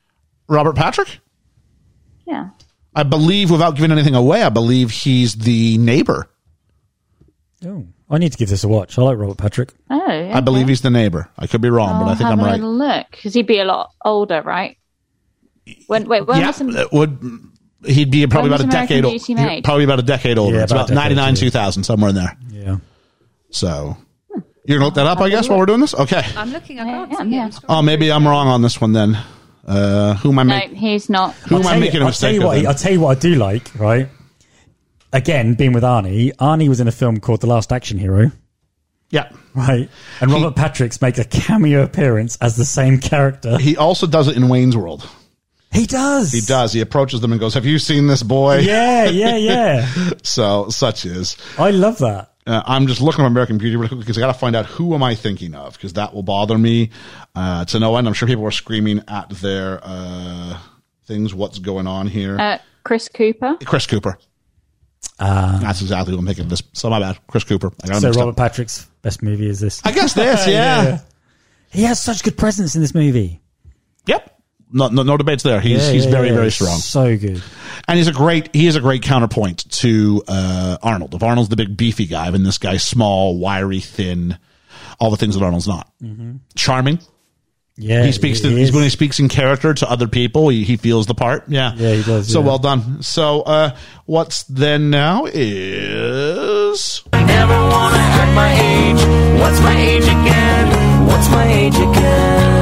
[SPEAKER 3] Robert Patrick?
[SPEAKER 6] Yeah.
[SPEAKER 3] I believe, without giving anything away, I believe he's the neighbor.
[SPEAKER 4] yeah. Oh, I need to give this a watch. I like Robert Patrick.
[SPEAKER 6] Oh,
[SPEAKER 3] I believe he's the neighbor. I could be wrong, but I think
[SPEAKER 6] have
[SPEAKER 3] I'm
[SPEAKER 6] a
[SPEAKER 3] right.
[SPEAKER 6] little look because he'd be a lot older, right? When wait, when
[SPEAKER 3] yeah, Uh,
[SPEAKER 6] was him?
[SPEAKER 3] it would. He'd be probably
[SPEAKER 6] When
[SPEAKER 3] about
[SPEAKER 6] was
[SPEAKER 3] a
[SPEAKER 6] American
[SPEAKER 3] decade
[SPEAKER 6] Beauty
[SPEAKER 3] older.
[SPEAKER 6] made?
[SPEAKER 3] Probably about a decade older.
[SPEAKER 4] Yeah,
[SPEAKER 3] it's
[SPEAKER 4] about a
[SPEAKER 3] about ninety
[SPEAKER 4] decade,
[SPEAKER 3] nine,
[SPEAKER 4] yeah.
[SPEAKER 3] two thousand, somewhere in there.
[SPEAKER 4] Yeah.
[SPEAKER 3] So you're gonna look that up, I guess, while we're doing this. Okay.
[SPEAKER 5] I'm looking. I
[SPEAKER 6] can't
[SPEAKER 5] can't
[SPEAKER 6] see
[SPEAKER 5] see
[SPEAKER 6] him. yeah.
[SPEAKER 3] Oh, maybe I'm wrong on this one then. Uh, who am I?
[SPEAKER 6] No,
[SPEAKER 3] Make,
[SPEAKER 6] he's not.
[SPEAKER 3] who am
[SPEAKER 4] I'll
[SPEAKER 3] I
[SPEAKER 4] tell you-
[SPEAKER 3] making a
[SPEAKER 4] I'll
[SPEAKER 3] mistake?
[SPEAKER 4] Tell you
[SPEAKER 3] with
[SPEAKER 4] what,
[SPEAKER 3] then?
[SPEAKER 4] I'll tell you what I do like, right? Again, being with Arnie, Arnie was in a film called The Last Action Hero,
[SPEAKER 3] yeah.
[SPEAKER 4] right? And Robert Patrick's makes a cameo appearance as the same character.
[SPEAKER 3] He also does it in Wayne's World.
[SPEAKER 4] He does.
[SPEAKER 3] He does. [LAUGHS] He approaches them and goes, "Have you seen this boy?"
[SPEAKER 4] Yeah, yeah, yeah.
[SPEAKER 3] So such is.
[SPEAKER 4] I love that.
[SPEAKER 3] Uh, I'm just looking at American Beauty really quick because I got to find out who am I thinking of because that will bother me uh, to no end. I'm sure people were screaming at their uh, things. What's going on here?
[SPEAKER 6] Uh, Chris Cooper.
[SPEAKER 3] Chris Cooper. That's exactly who I'm thinking of. This. So my bad, Chris Cooper. I got him
[SPEAKER 4] So
[SPEAKER 3] mixed up.
[SPEAKER 4] Uh, Robert Patrick's best movie is this.
[SPEAKER 3] I guess
[SPEAKER 4] [LAUGHS]
[SPEAKER 3] this. Yeah.
[SPEAKER 4] He has such good presence in this movie.
[SPEAKER 3] Yep. No, no, no debates there. He's
[SPEAKER 4] Yeah,
[SPEAKER 3] he's
[SPEAKER 4] yeah,
[SPEAKER 3] very
[SPEAKER 4] yeah.
[SPEAKER 3] very strong.
[SPEAKER 4] So good.
[SPEAKER 3] and he's a great he is a great counterpoint to uh, Arnold. If Arnold's the big beefy guy, then this guy's small, wiry, thin, all the things that Arnold's not.
[SPEAKER 4] Mm-hmm.
[SPEAKER 3] Charming.
[SPEAKER 4] Yeah,
[SPEAKER 3] He speaks to,
[SPEAKER 4] is.
[SPEAKER 3] when he speaks in character to other people. He, he feels the part. Yeah,
[SPEAKER 4] Yeah, he does,
[SPEAKER 3] So
[SPEAKER 4] yeah.
[SPEAKER 3] well done. So uh, what's then now is
[SPEAKER 9] Never wanna act my age. What's my age again? What's my age again?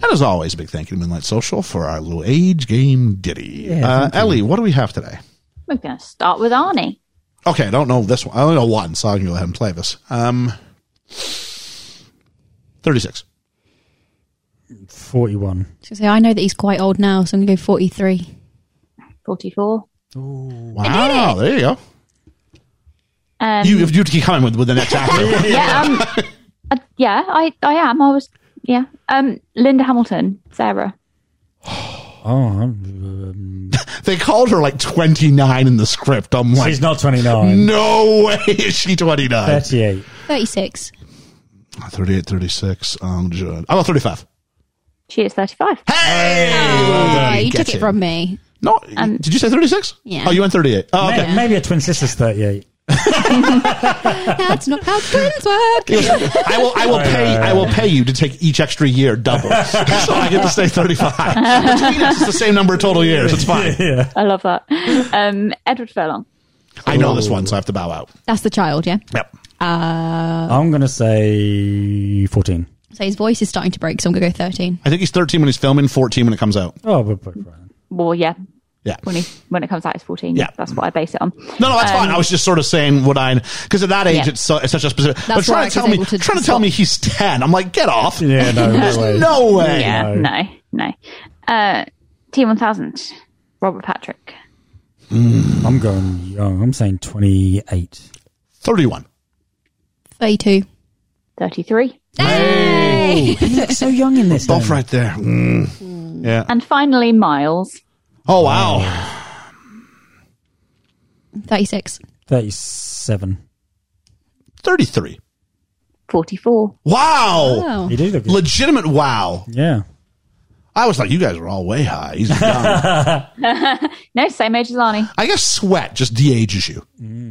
[SPEAKER 3] and And as always, big thank you to Moonlight Social for our little age game ditty. uh, Ellie, what do we have today?
[SPEAKER 6] We're going to start with Arnie.
[SPEAKER 3] Okay, I don't know this one. I only know one, so I can go ahead and play this. Um, 36.
[SPEAKER 4] 41.
[SPEAKER 5] So say, I know that he's quite old now, so I'm going to go 43.
[SPEAKER 6] 44.
[SPEAKER 3] Wow, there you go.
[SPEAKER 6] Um,
[SPEAKER 3] You, if you keep coming with, with the next
[SPEAKER 4] [LAUGHS]
[SPEAKER 3] actor.
[SPEAKER 6] [LAUGHS] yeah, um, I, yeah, I, I am. I was, yeah. Um, Linda Hamilton, Sarah.
[SPEAKER 4] Oh, um,
[SPEAKER 3] [LAUGHS] they called her like 29 in the script. I'm like,
[SPEAKER 4] she's not 29.
[SPEAKER 3] no way is she 29.
[SPEAKER 4] 38.
[SPEAKER 5] 36.
[SPEAKER 3] 38, 36. Um, I'm about 35.
[SPEAKER 6] She is 35.
[SPEAKER 5] Oh, you
[SPEAKER 3] Get
[SPEAKER 5] took it from me.
[SPEAKER 3] No, did you say 36?
[SPEAKER 5] Yeah.
[SPEAKER 3] Oh, you went 38. Oh, okay.
[SPEAKER 4] Maybe, maybe a twin sister's 38.
[SPEAKER 5] That's not how twins [LAUGHS] work.
[SPEAKER 3] I will. I will pay. I will pay you to take each extra year double, [LAUGHS] so I get to stay thirty-five. Between us, it's the same number of total years. It's
[SPEAKER 4] [LAUGHS]
[SPEAKER 3] fine.
[SPEAKER 6] I love that. [LAUGHS] Um, Edward Furlong.
[SPEAKER 3] I know this one, so I have to bow out.
[SPEAKER 5] That's the child, yeah?
[SPEAKER 3] Yep.
[SPEAKER 4] I'm going to say 14.
[SPEAKER 5] So his voice is starting to break, so I'm going to go 13.
[SPEAKER 3] I think he's thirteen when he's filming, fourteen when it comes out.
[SPEAKER 4] Oh, but, but, but.
[SPEAKER 6] Well, yeah,
[SPEAKER 3] Yeah.
[SPEAKER 6] when he, when it comes out, it's 14.
[SPEAKER 3] Yeah.
[SPEAKER 6] That's what I base it on.
[SPEAKER 3] No, no, that's
[SPEAKER 5] Um,
[SPEAKER 3] fine. I was just sort of saying what I because at that age
[SPEAKER 6] Yeah.
[SPEAKER 3] it's, so, it's such a specific. but
[SPEAKER 5] That's why I
[SPEAKER 3] trying
[SPEAKER 5] was
[SPEAKER 3] to tell me,
[SPEAKER 5] able to
[SPEAKER 3] trying to tell
[SPEAKER 5] stop.
[SPEAKER 3] me he's ten. I'm like, get off.
[SPEAKER 4] Yeah, no, no way.
[SPEAKER 3] No way.
[SPEAKER 6] Yeah, no, no. Uh, T1000, Robert Patrick.
[SPEAKER 4] I'm going young. I'm saying 28.
[SPEAKER 3] Thirty-one.
[SPEAKER 5] 32.
[SPEAKER 6] 33.
[SPEAKER 4] He looks so young in this.
[SPEAKER 3] Buff
[SPEAKER 4] don't
[SPEAKER 3] right there. Mm. Yeah.
[SPEAKER 6] And finally, Miles.
[SPEAKER 3] Oh wow.
[SPEAKER 5] 36.
[SPEAKER 4] he? 37.
[SPEAKER 3] [SIGHS] Thirty-three.
[SPEAKER 6] 44.
[SPEAKER 3] Wow.
[SPEAKER 5] Oh.
[SPEAKER 4] He did look good.
[SPEAKER 3] Legitimate wow.
[SPEAKER 4] Yeah.
[SPEAKER 3] I was like, you guys were all way high. [LAUGHS] He's young.
[SPEAKER 6] No, same age as Arnie.
[SPEAKER 3] I guess sweat just de-ages you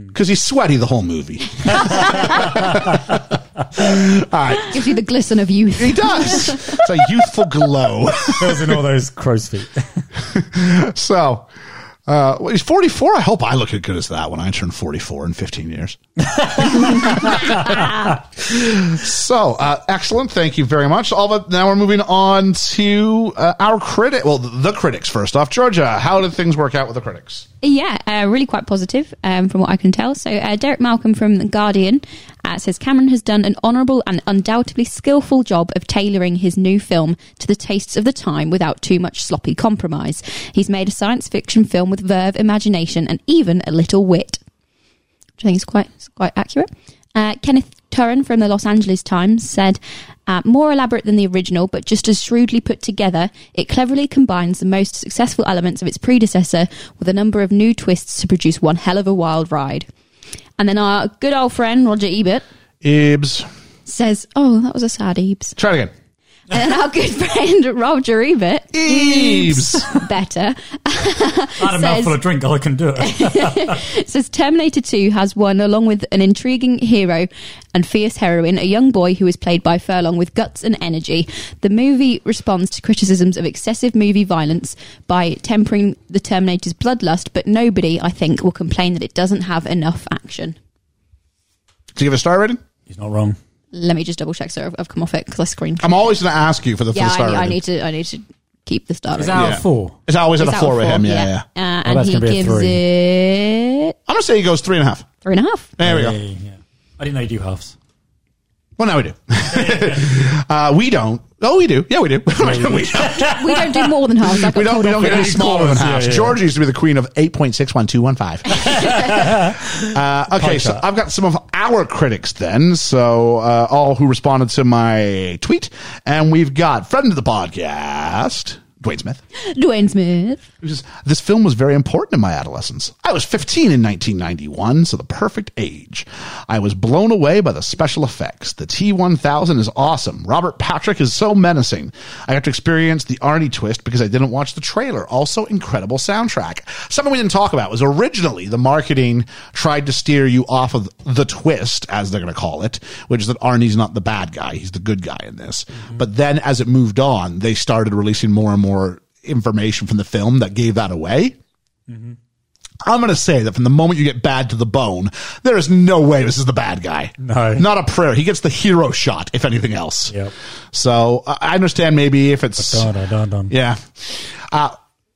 [SPEAKER 3] because he's sweaty the whole movie.
[SPEAKER 5] Gives you the glisten of youth.
[SPEAKER 3] He does. [LAUGHS] it's a youthful [LAUGHS] glow.
[SPEAKER 4] Those in all those crow's [LAUGHS] feet.
[SPEAKER 3] so, uh, well, he's 44. I hope I look as good as that when I turn 44 in 15 years. so, uh, excellent. Thank you very much. All but now we're moving on to uh, our critic. Well, the critics first off. Georgia, how did things work out with the critics?
[SPEAKER 5] Yeah, uh, really quite positive um, from what I can tell. So, uh, Derek Malcolm from The Guardian uh, says Cameron has done an honourable and undoubtedly skillful job of tailoring his new film to the tastes of the time without too much sloppy compromise. He's made a science fiction film with verve, imagination, and even a little wit which I think is quite is quite accurate. Uh, Kenneth Turin from the Los Angeles Times said, uh, "More elaborate than the original, but just as shrewdly put together, it cleverly combines the most successful elements of its predecessor with a number of new twists to produce one hell of a wild ride." And then our good old friend Roger Ebert
[SPEAKER 3] Ibs.
[SPEAKER 5] says, "Oh, that was a sad Ebes."
[SPEAKER 3] Try it again.
[SPEAKER 5] And then our good [LAUGHS] friend Roger Ebert,
[SPEAKER 3] E- Ibs.
[SPEAKER 5] better,
[SPEAKER 4] I had a mouthful of drink. I can do it.
[SPEAKER 5] It says Terminator 2 has one, along with an intriguing hero and fierce heroine, a young boy who is played by Furlong with guts and energy. The movie responds to criticisms of excessive movie violence by tempering the Terminator's bloodlust, but nobody, I think, will complain that it doesn't have enough action.
[SPEAKER 3] Do you give it a star rating?
[SPEAKER 4] [LAUGHS] He's not wrong.
[SPEAKER 5] Let me just double check, so I've, I've come off it because I screened.
[SPEAKER 3] I'm always going to ask you for the, for
[SPEAKER 5] yeah,
[SPEAKER 3] the star
[SPEAKER 5] I,
[SPEAKER 3] rating.
[SPEAKER 5] I need to. I need to keep the star.
[SPEAKER 4] Is
[SPEAKER 5] rating.
[SPEAKER 4] that
[SPEAKER 3] Yeah.
[SPEAKER 4] out four?
[SPEAKER 3] It's always at
[SPEAKER 5] It's
[SPEAKER 3] a
[SPEAKER 5] out
[SPEAKER 3] four
[SPEAKER 5] of
[SPEAKER 3] with him. Yeah, yeah.
[SPEAKER 5] Uh,
[SPEAKER 4] Oh,
[SPEAKER 5] and
[SPEAKER 4] that's
[SPEAKER 5] he
[SPEAKER 4] gonna be a
[SPEAKER 5] gives
[SPEAKER 4] three.
[SPEAKER 5] it
[SPEAKER 3] I'm gonna say he goes three and a half.
[SPEAKER 5] three and
[SPEAKER 3] [LAUGHS]
[SPEAKER 5] a half.
[SPEAKER 3] There we
[SPEAKER 4] Yeah,
[SPEAKER 3] go.
[SPEAKER 4] yeah, yeah. I didn't know you do halves.
[SPEAKER 3] Well, now we do. [LAUGHS] uh, we don't. Oh, we do. Yeah, we do. [LAUGHS] we don't.
[SPEAKER 5] We don't do more than half.
[SPEAKER 3] We don't, we don't get any
[SPEAKER 4] Quarters,
[SPEAKER 3] smaller than
[SPEAKER 4] yeah,
[SPEAKER 3] halves.
[SPEAKER 4] yeah.
[SPEAKER 3] Georgia used to be the queen of
[SPEAKER 4] [LAUGHS]
[SPEAKER 3] 8.61215. uh, okay, so I've got some of our critics then. So, uh, all who responded to my tweet. And we've got friend of the podcast, Dwayne Smith. [LAUGHS]
[SPEAKER 5] Dwayne Smith.
[SPEAKER 3] He says, This film was very important in my adolescence. I was 15 in 1991, so the perfect age. I was blown away by the special effects. The T 1000 is awesome. Robert Patrick is so menacing. I got to experience the Arnie twist because I didn't watch the trailer. Also, incredible soundtrack. Something we didn't talk about was originally the marketing tried to steer you off of the twist, as they're going to call it, which is that Arnie's not the bad guy. He's the good guy in this. But then as it moved on, they started releasing more and more information from the film that gave that away. I'm going to say that from the moment you get bad to the bone, there is no way this is the bad guy.
[SPEAKER 4] No.
[SPEAKER 3] Not a prayer. He gets the hero shot, if anything else.
[SPEAKER 4] Yep.
[SPEAKER 3] So I I understand maybe if it's.
[SPEAKER 4] Dun, dun, dun, dun.
[SPEAKER 3] Yeah. Uh,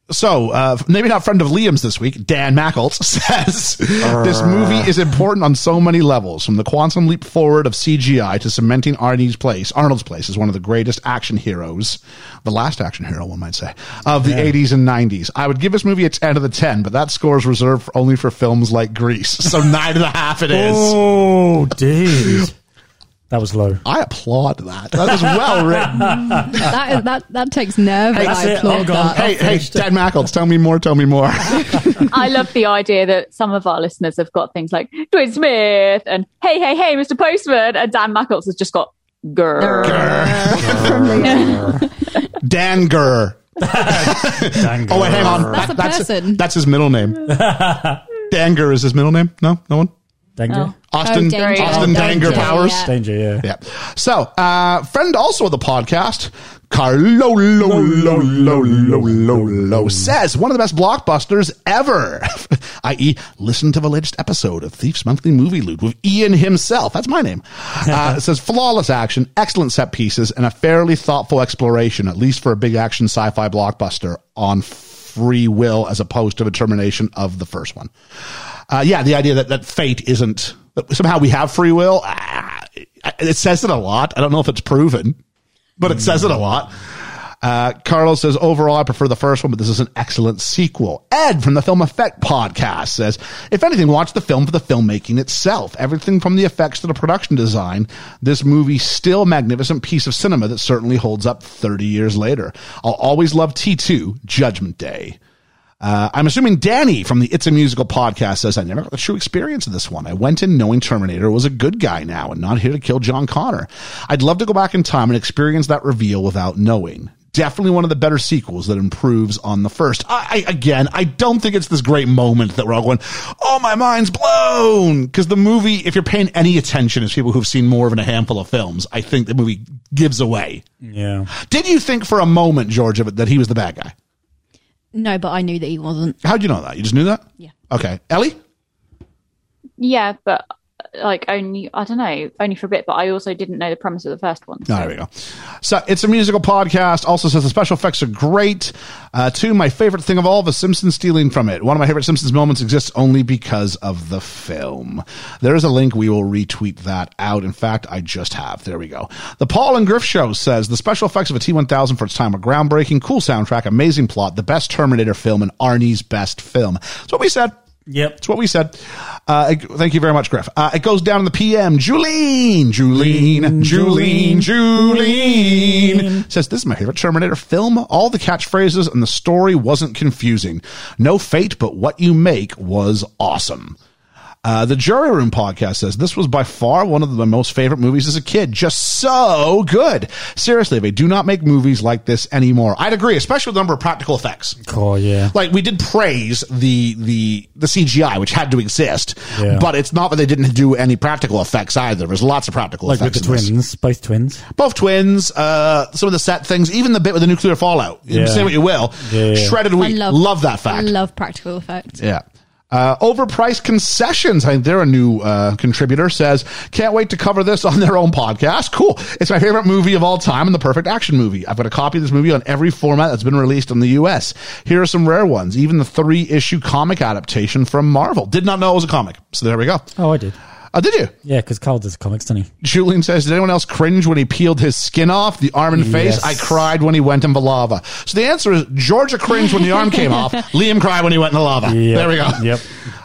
[SPEAKER 3] so, uh, maybe not friend of Liam's this week, Dan Mackles [LAUGHS] says this movie is important on so many levels, from the quantum leap forward of CGI to cementing Arnie's place. Arnold's place is one of the greatest action heroes, the last action hero, one might say, of the 80s and 90s. I would give this movie a 10 out of the 10, but that score is reserved for only for films like Grease. [LAUGHS] So nine and a half it is.
[SPEAKER 4] Oh, dude. That was low.
[SPEAKER 3] I applaud that. That is well written.
[SPEAKER 5] that, that that takes nerve. and
[SPEAKER 4] that's
[SPEAKER 5] I
[SPEAKER 4] it.
[SPEAKER 5] applaud
[SPEAKER 4] Oh, God.
[SPEAKER 3] hey,
[SPEAKER 5] that.
[SPEAKER 3] hey, Dan Mackles, tell me more, tell me more.
[SPEAKER 6] [LAUGHS] I love the idea that some of our listeners have got things like Dwayne Smith and Hey, Hey, Hey, Mr. Postman, and Dan Mackles has just got girl.
[SPEAKER 3] Oh,
[SPEAKER 5] From the-
[SPEAKER 3] Dan Gurr.
[SPEAKER 4] Dango.
[SPEAKER 3] Oh wait, hang on.
[SPEAKER 5] That's a person.
[SPEAKER 3] That's his middle name. Danger is his middle name. No, no one.
[SPEAKER 4] Danger.
[SPEAKER 6] Oh.
[SPEAKER 3] Austin.
[SPEAKER 5] Danger. Oh,
[SPEAKER 3] Austin Danger,
[SPEAKER 5] Danger,
[SPEAKER 3] Powers.
[SPEAKER 5] yeah.
[SPEAKER 4] Danger, yeah.
[SPEAKER 3] Yeah. So, uh, friend also of the podcast, Carlo lo, lo, lo, lo, lo, lo, says one of the best blockbusters ever, [LAUGHS] i.e., listen to the latest episode of Thief's Monthly Movie Loot with Ian himself. That's my name. Uh, it says flawless action, excellent set pieces, and a fairly thoughtful exploration, at least for a big action sci-fi blockbuster on free will as opposed to the termination of the first one. Uh, yeah, the idea that, that fate isn't that somehow we have free will. Ah, it, it says it a lot. I don't know if it's proven, but it says it a lot. Uh, Carlos says, overall, I prefer the first one, but this is an excellent sequel. Ed from the Film Effect podcast says, if anything, watch the film for the filmmaking itself. Everything from the effects to the production design, this movie still a magnificent piece of cinema that certainly holds up 30 years later. I'll always love T2, Judgment Day. Uh, I'm assuming Danny from the It's a Musical podcast says, I never got the true experience of this one. I went in knowing Terminator was a good guy now and not here to kill John Connor. I'd love to go back in time and experience that reveal without knowing. Definitely one of the better sequels that improves on the first. I, I again, I don't think it's this great moment that we're all going, "Oh, my mind's blown!" Because the movie, if you're paying any attention as people who've seen more than a handful of films, I think the movie gives away.
[SPEAKER 4] Yeah.
[SPEAKER 3] Did you think for a moment, George, of it, that he was the bad guy?
[SPEAKER 5] No, but I knew that he wasn't.
[SPEAKER 3] How'd you know that? You just knew that?
[SPEAKER 5] Yeah.
[SPEAKER 3] Okay. Ellie?
[SPEAKER 6] Yeah, but uh, like only, I don't know, only for a bit, but I also didn't know the premise of the first one.
[SPEAKER 3] Oh, there we go. So it's a musical podcast. Also says the special effects are great. Uh, two, my favorite thing of all, The Simpsons stealing from it. One of my favorite Simpsons moments exists only because of the film. There is a link. We will retweet that out. In fact, I just have. There we go. The Paul and Griff show says the special effects of a T1000 for its time are groundbreaking. Cool soundtrack, amazing plot, the best Terminator film, and Arnie's best film. That's what we said.
[SPEAKER 4] Yep.
[SPEAKER 3] It's what we said. Uh, it- thank you very much, Griff. Uh, it goes down in the PM. Julene, Julene, Julene, Julene says, This is my favorite Terminator film. All the catchphrases and the story wasn't confusing. No fate, but what you make was awesome. Uh, the Jury Room podcast says this was by far one of my most favorite movies as a kid. Just so good. Seriously, they do not make movies like this anymore. I'd agree, especially with the number of practical effects
[SPEAKER 4] Oh, yeah.
[SPEAKER 3] like we did praise the the the CGI, which had to exist,
[SPEAKER 4] Yeah.
[SPEAKER 3] but it's not that they didn't do any practical effects either. There's lots of practical
[SPEAKER 4] Like with
[SPEAKER 3] effects.
[SPEAKER 4] the
[SPEAKER 3] in this.
[SPEAKER 4] twins, both twins.
[SPEAKER 3] both twins, uh, some of the set things, even the bit with the nuclear fallout. You
[SPEAKER 4] Yeah.
[SPEAKER 3] Say what you will,
[SPEAKER 4] Yeah, yeah.
[SPEAKER 3] shredded
[SPEAKER 5] I
[SPEAKER 3] wheat. Love,
[SPEAKER 5] love
[SPEAKER 3] that fact.
[SPEAKER 5] Love practical effects.
[SPEAKER 3] yeah. Uh, overpriced concessions. I think they're a new uh, contributor. Says, can't wait to cover this on their own podcast. Cool. It's my favorite movie of all time and the perfect action movie. I've got a copy of this movie on every format that's been released in the U.S. Here are some rare ones. Even the three issue comic adaptation from Marvel. Did not know it was a comic. So there we go.
[SPEAKER 4] Oh, I did.
[SPEAKER 3] Uh, did you?
[SPEAKER 4] Yeah, because Carl does comics, doesn't he?
[SPEAKER 3] Julian says, did anyone else cringe when he peeled his skin off the arm and face?
[SPEAKER 4] Yes.
[SPEAKER 3] I cried when he went in the lava. So the answer is Georgia cringed when the arm came
[SPEAKER 4] [LAUGHS]
[SPEAKER 3] off. Liam cried when he went in the lava.
[SPEAKER 4] Yep.
[SPEAKER 3] There we go.
[SPEAKER 4] Yep.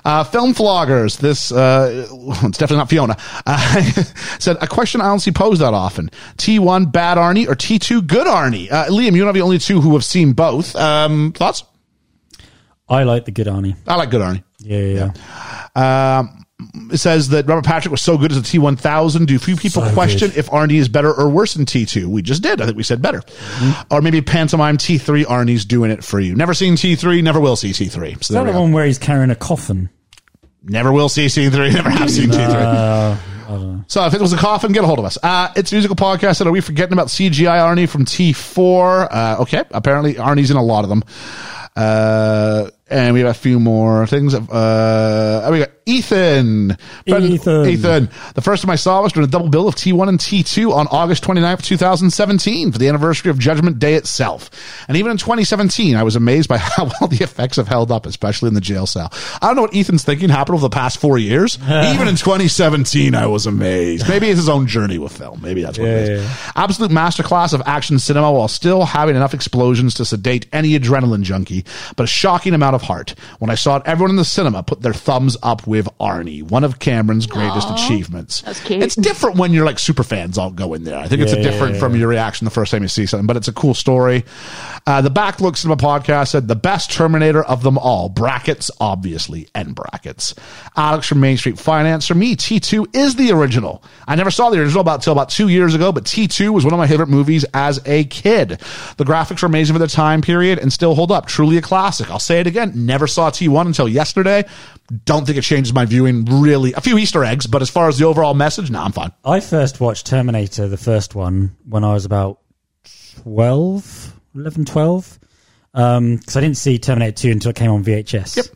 [SPEAKER 3] Uh, film floggers. This, uh, [LAUGHS] it's definitely not Fiona, uh, [LAUGHS] said a question I don't see posed that often. T1 bad Arnie or T2 good Arnie? Uh, Liam, you're not the only two who have seen both. Um, thoughts?
[SPEAKER 4] I like the good Arnie.
[SPEAKER 3] I like good Arnie.
[SPEAKER 4] Yeah, yeah, yeah.
[SPEAKER 3] Um, it says that Robert Patrick was so good as a T1000. Do few people
[SPEAKER 4] So
[SPEAKER 3] question
[SPEAKER 4] good.
[SPEAKER 3] if Arnie is better or worse than T2? We just did. I think we said better.
[SPEAKER 4] Mm-hmm.
[SPEAKER 3] Or maybe pantomime T3 Arnie's doing it for you. Never seen T3, never will see T3. So
[SPEAKER 4] Is
[SPEAKER 3] there
[SPEAKER 4] that
[SPEAKER 3] we
[SPEAKER 4] the
[SPEAKER 3] go.
[SPEAKER 4] one where he's carrying a coffin?
[SPEAKER 3] Never will see C3. [LAUGHS] Never have seen C3. So if it was a coffin, get a hold of us. Uh, it's musical podcast. And are we forgetting about CGI Arnie from T4? Uh, okay. Apparently Arnie's in a lot of them. Uh, And we have a few more things. Uh, oh, we got Ethan. Brendan-
[SPEAKER 4] Ethan.
[SPEAKER 3] Ethan. The first time I saw was during a double bill of T1 and T2 on August 29th, 2017 for the anniversary of Judgment Day itself. And even in 2017, I was amazed by [LAUGHS] how well the effects have held up, especially in the jail cell. I don't know what Ethan's thinking happened over the past four years. even in 2017, I was amazed. Maybe it's his own journey with film. Maybe that's what it
[SPEAKER 4] Yeah,
[SPEAKER 3] is.
[SPEAKER 4] yeah, yeah.
[SPEAKER 3] Absolute masterclass of action cinema while still having enough explosions to sedate any adrenaline junkie, but a shocking amount of heart. When I saw it, everyone in the cinema put their thumbs up with Arnie, one of Cameron's greatest achievements.
[SPEAKER 6] That's cute.
[SPEAKER 3] It's different when you're like super fans all go in there. I think it's a
[SPEAKER 4] Yeah,
[SPEAKER 3] different
[SPEAKER 4] yeah,
[SPEAKER 3] from your reaction the first time you see something, but it's a cool story. Uh, the Backlook Cinema podcast said the best Terminator of them all. Brackets, obviously, end brackets. Alex from Main Street Finance. For me, T2 is the original. I never saw the original about till about two years ago, but T2 was one of my favorite movies as a kid. The graphics were amazing for their time period and still hold up. Truly a classic. I'll say it again. Never saw T1 until yesterday. Don't think it changes my viewing really. A few Easter eggs, but as far as the overall message, nah, I'm fine.
[SPEAKER 4] I first watched Terminator, the first one, when I was about 12, 11, 12. Because Um, I didn't see Terminator 2 until it came on VHS. Yep.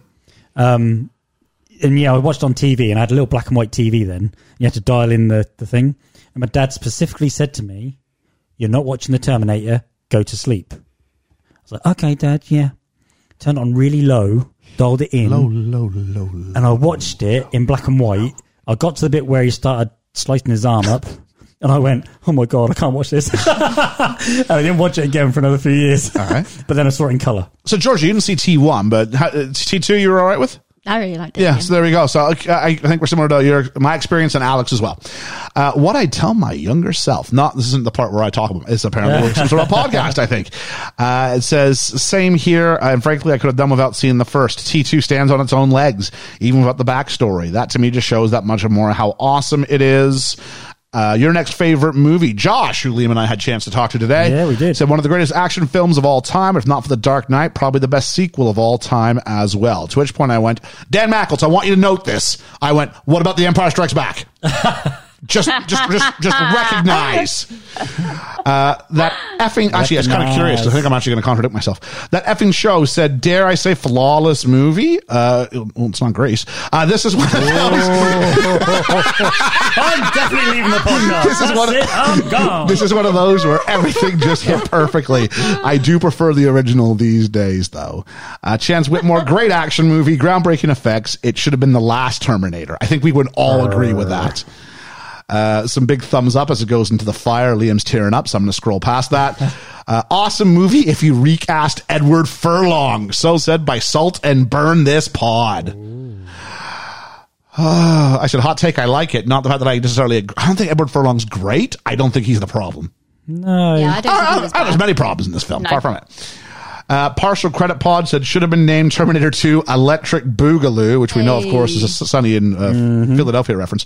[SPEAKER 4] Um, and yeah, I watched on TV, and I had a little black and white TV then. You had to dial in the, the thing. And my dad specifically said to me, You're not watching the Terminator, go to sleep. I was like, Okay, dad, yeah. Turned it on really low, dialed it in.
[SPEAKER 3] low, low, low.
[SPEAKER 4] and I watched it in black and white. I got to the bit where he started slicing his arm up, and I went, "Oh my god, I can't watch this." [LAUGHS] and I didn't watch it again for another few years. All
[SPEAKER 3] right.
[SPEAKER 4] [LAUGHS] but then I saw it in color.
[SPEAKER 3] So, George, you didn't see T1, but how- uh, T2 you were all right with?
[SPEAKER 5] I really liked it.
[SPEAKER 3] Yeah, so there we go. So okay, I, I think we're similar to your my experience and Alex as well. Uh, what I tell my younger self, not this isn't the part where I talk about it's apparently some sort of podcast. I think uh, it says same here. And frankly, I could have done without seeing the first. T two stands on its own legs, even without the backstory. That to me just shows that much more how awesome it is. Uh, your next favorite movie, Josh, who Liam and I had a chance to talk to today.
[SPEAKER 4] Yeah, we did.
[SPEAKER 3] Said one of the greatest action films of all time, if not for The Dark Knight, probably the best sequel of all time as well. To which point I went, Dan Mackles, I want you to note this. I went, what about The Empire Strikes Back? [LAUGHS] just, just, just,
[SPEAKER 4] [LAUGHS]
[SPEAKER 3] just recognize uh, that effing. Actually, it's kind of
[SPEAKER 4] Recognize.
[SPEAKER 3] curious. I think I'm actually going to contradict myself. That effing show said, dare I say, flawless movie. Uh, well, it's not Grace. Uh, this is one of the films. [LAUGHS]
[SPEAKER 4] [LAUGHS] I'm definitely leaving the podcast.
[SPEAKER 3] This is
[SPEAKER 4] That's
[SPEAKER 3] what-
[SPEAKER 4] it. I'm gone.
[SPEAKER 3] this is one of those where everything just hit perfectly. I do prefer the original these days, though. Uh, Chance Whitmore, great action movie, groundbreaking effects. It should have been the last Terminator. I think we would all agree with that. Uh, some big thumbs up as it goes into the fire. Liam's tearing up, so I'm going to scroll past that. Uh, awesome movie if you recast Edward Furlong. So said by Salt and Burn This Pod. Uh, I said, hot take, I like it. Not the fact that I necessarily, agree. I don't think Edward Furlong's great. I don't think he's the problem.
[SPEAKER 4] no.
[SPEAKER 5] Yeah, I don't
[SPEAKER 3] I,
[SPEAKER 5] think
[SPEAKER 3] I,
[SPEAKER 5] it was
[SPEAKER 3] I- there's
[SPEAKER 5] bad.
[SPEAKER 3] many problems in this film.
[SPEAKER 6] No.
[SPEAKER 3] Far from it. Uh, partial credit pod said should have been named Terminator 2 Electric Boogaloo, which we know, of course, is a Sunny in uh,
[SPEAKER 4] Mm-hmm.
[SPEAKER 3] Philadelphia reference.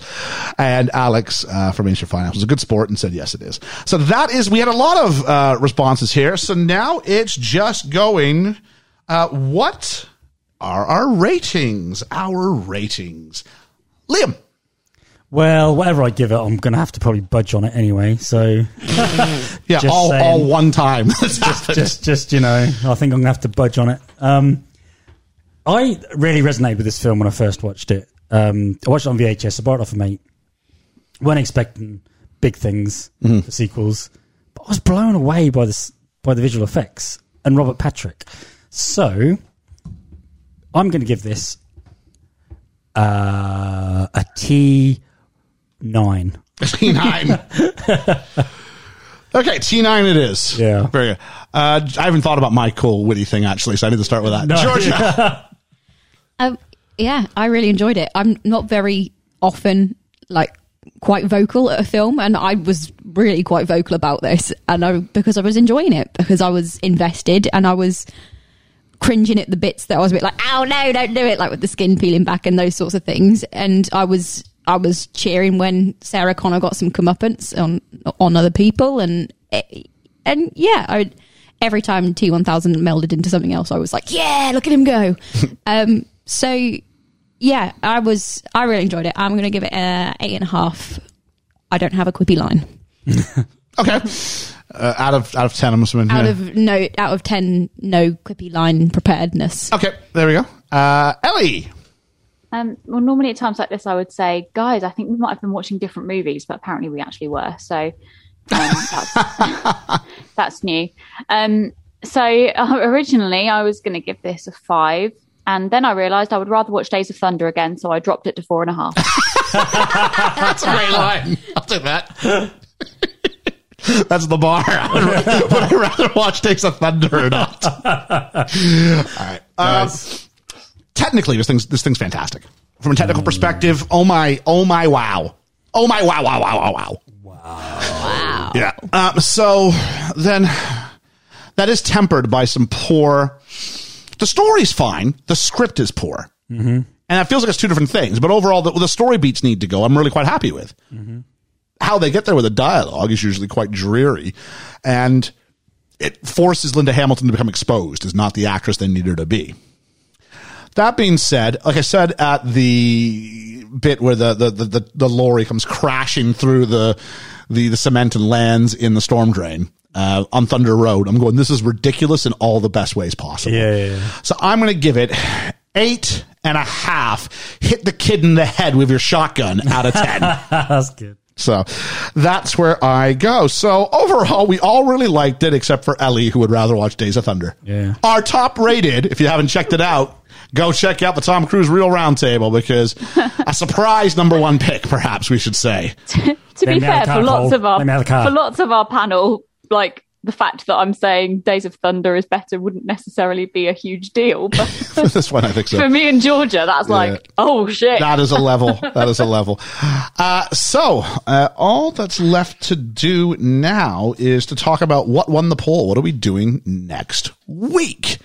[SPEAKER 3] And Alex uh, from Ancient Finance was a good sport and said, yes, it is. So that is, we had a lot of uh, responses here. So now it's just going, uh, what are our ratings? Our ratings. Liam.
[SPEAKER 4] Well, whatever I give it, I'm going to have to probably budge on it anyway. So
[SPEAKER 3] Yeah,
[SPEAKER 4] Just
[SPEAKER 3] all,
[SPEAKER 4] saying.
[SPEAKER 3] all one time. [LAUGHS] That's happened.
[SPEAKER 4] just, just you know, I think I'm gonna have to budge on it. Um, I really resonated with this film when I first watched it. Um, I watched it on VHS. I bought it off a mate. weren't expecting big things for sequels, but I was blown away by this by the visual effects and Robert Patrick. So I'm going to give this uh, a T nine.
[SPEAKER 3] [LAUGHS] T9. okay, T9 it is.
[SPEAKER 4] Yeah.
[SPEAKER 3] Very good. Uh, I haven't thought about my cool, witty thing, actually, so I need to start with that.
[SPEAKER 4] No. [LAUGHS]
[SPEAKER 3] Georgia.
[SPEAKER 5] Um, yeah, I really enjoyed it. I'm not very often like quite vocal at a film, and I was really quite vocal about this, and I because I was enjoying it because I was invested and I was cringing at the bits that I was a bit like, oh no, don't do it, like with the skin peeling back and those sorts of things, and I was. I was cheering when Sarah Connor got some comeuppance on on other people, and it, and yeah, I, every time T one thousand melded into something else, I was like, yeah, look at him go. um, so yeah, I was I really enjoyed it. I'm going to give it a eight and a half. I don't have a quippy line.
[SPEAKER 3] Okay. Uh, out of out of ten, I'm assuming.
[SPEAKER 5] Out
[SPEAKER 3] yeah.
[SPEAKER 5] of no, out of ten, no quippy line preparedness.
[SPEAKER 3] okay, there we go. Uh, Ellie,
[SPEAKER 6] Um, well, normally at times like this, I would say, guys, I think we might have been watching different movies, but apparently we actually were. So um, that's, that's new. Um, so uh, originally, I was going to give this a five, and then I realised I would rather watch Days of Thunder again, so I dropped it to four and a half.
[SPEAKER 3] that's a great line. I'll take that. That's the bar. [LAUGHS] Would I rather watch Days of Thunder or not? All right. Um, technically, this thing's this thing's fantastic from a technical perspective. Oh my! Oh my! Wow! Oh my! Wow! Wow! Wow! Wow! Wow! Wow! Yeah. Um, so then, that is tempered by some poor. The story's fine. The script is poor, mm-hmm. and that feels like it's two different things. But overall, the, the story beats need to go. I'm really quite happy with how they get there with the dialogue is usually quite dreary and it forces Linda Hamilton to become exposed as not the actress they need her to be. That being said, like I said at the bit where the the the, the, the lorry comes crashing through the, the the cement and lands in the storm drain uh, on Thunder Road, I'm going. This is ridiculous in all the best ways possible.
[SPEAKER 4] Yeah, yeah, yeah.
[SPEAKER 3] So I'm going to give it eight and a half. Hit the kid in the head with your shotgun out of
[SPEAKER 4] [LAUGHS]
[SPEAKER 3] ten.
[SPEAKER 4] [LAUGHS] That's good.
[SPEAKER 3] So that's where I go. So overall, we all really liked it, except for Ellie, who would rather watch Days of Thunder.
[SPEAKER 4] Yeah.
[SPEAKER 3] Our top rated, if you haven't checked it out, go check out the Tom Cruise Real Roundtable because a surprise number one pick, perhaps we should say. [LAUGHS]
[SPEAKER 6] to
[SPEAKER 4] Let
[SPEAKER 6] be
[SPEAKER 4] me out
[SPEAKER 6] fair,
[SPEAKER 4] of the
[SPEAKER 6] for
[SPEAKER 4] car,
[SPEAKER 6] lots
[SPEAKER 4] Cole.
[SPEAKER 6] of our
[SPEAKER 4] Let me out of the car.
[SPEAKER 6] for lots of our panel, like the fact that I'm saying Days of Thunder is better wouldn't necessarily be a huge
[SPEAKER 4] [LAUGHS]
[SPEAKER 6] deal, but
[SPEAKER 3] this one, I think so.
[SPEAKER 6] for me and Georgia, that's like, oh shit.
[SPEAKER 3] That is a
[SPEAKER 4] [LAUGHS]
[SPEAKER 3] level. That is a level. Uh, so uh, all that's left to do now is to talk about what won the poll. What are we doing next week?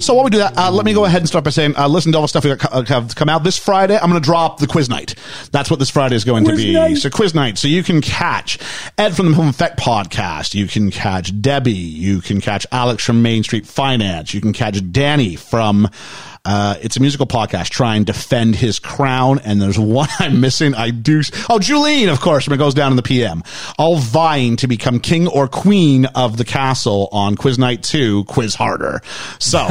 [SPEAKER 3] So while we do that, uh, let me go ahead and start by saying, uh, listen to all the stuff we got co- uh, have come out this Friday. I'm going to drop the quiz night. That's what this Friday is going to
[SPEAKER 4] Quiz
[SPEAKER 3] be.
[SPEAKER 4] night.
[SPEAKER 3] So quiz night. So you can catch Ed from the Film Effect podcast. You can catch Debbie. You can catch Alex from Main Street Finance. You can catch Danny from. Uh, it's a musical podcast. Try and defend his crown. And there's [LAUGHS] one I'm missing. I do. Oh, Julene, of course, when it goes down in the PM. All vying to become king or queen of the castle on Quiz Night 2, Quiz Harder. So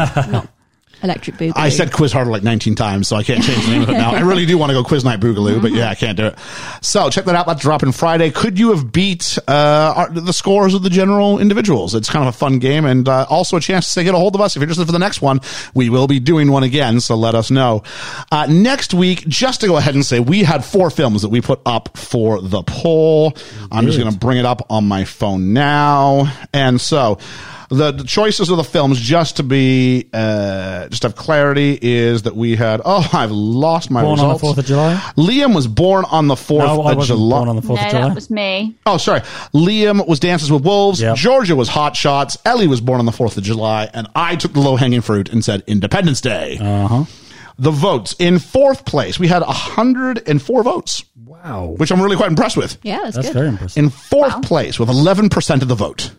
[SPEAKER 5] Electric Boogaloo.
[SPEAKER 3] I said quiz harder like 19 times, so I can't change the name of it now. I really do want to go quiz night boogaloo, but yeah, I can't do it. So check that out. That's dropping Friday. Could you have beat uh, our, the scores of the general individuals? It's kind of a fun game and uh, also a chance to get a hold of us. If you're interested for the next one, we will be doing one again, so let us know. Uh, next week, just to go ahead and say, we had four films that we put up for the poll. I'm just going to bring it up on my phone now. And so the, the choices of the films, just to be, uh, just to have clarity, is that we had, oh, [LAUGHS] I've lost my
[SPEAKER 4] Born on the
[SPEAKER 3] results.
[SPEAKER 4] 4th of July?
[SPEAKER 3] Liam was born on the 4th
[SPEAKER 4] No, I
[SPEAKER 3] of
[SPEAKER 4] wasn't
[SPEAKER 3] July.
[SPEAKER 4] born on the
[SPEAKER 6] no,
[SPEAKER 4] Fourth of July.
[SPEAKER 6] that was me.
[SPEAKER 3] oh, sorry. Liam was Dances with Wolves.
[SPEAKER 4] Yep.
[SPEAKER 3] Georgia was Hot Shots. Ellie was born on the 4th of July. And I took the low hanging fruit and said Independence Day.
[SPEAKER 4] Uh huh.
[SPEAKER 3] The votes in fourth place, we had 104 votes,
[SPEAKER 4] Wow.
[SPEAKER 3] which I'm really quite impressed with.
[SPEAKER 5] yeah, that's,
[SPEAKER 4] That's
[SPEAKER 5] good.
[SPEAKER 4] very impressive.
[SPEAKER 3] In fourth place with 11% of the vote.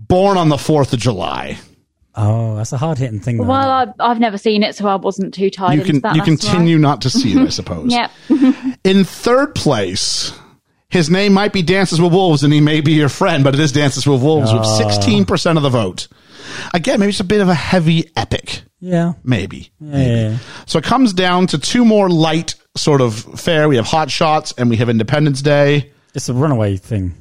[SPEAKER 3] Born on the 4th of July.
[SPEAKER 4] oh, that's a hard hitting thing. Though.
[SPEAKER 6] Well, I, I've never seen it, so I wasn't too tied
[SPEAKER 3] You
[SPEAKER 6] into
[SPEAKER 3] can
[SPEAKER 6] that.
[SPEAKER 3] you
[SPEAKER 6] that's all
[SPEAKER 3] continue not to see it, I suppose.
[SPEAKER 6] Right.
[SPEAKER 3] In third place, his name might be Dances with Wolves and he may be your friend, but it is Dances with Wolves with 16% of the vote. Again, maybe it's a bit of a heavy epic.
[SPEAKER 4] yeah.
[SPEAKER 3] Maybe.
[SPEAKER 4] Yeah, yeah, yeah.
[SPEAKER 3] So it comes down to two more light sort of fair. We have Hot Shots and we have Independence Day.
[SPEAKER 4] It's a runaway thing.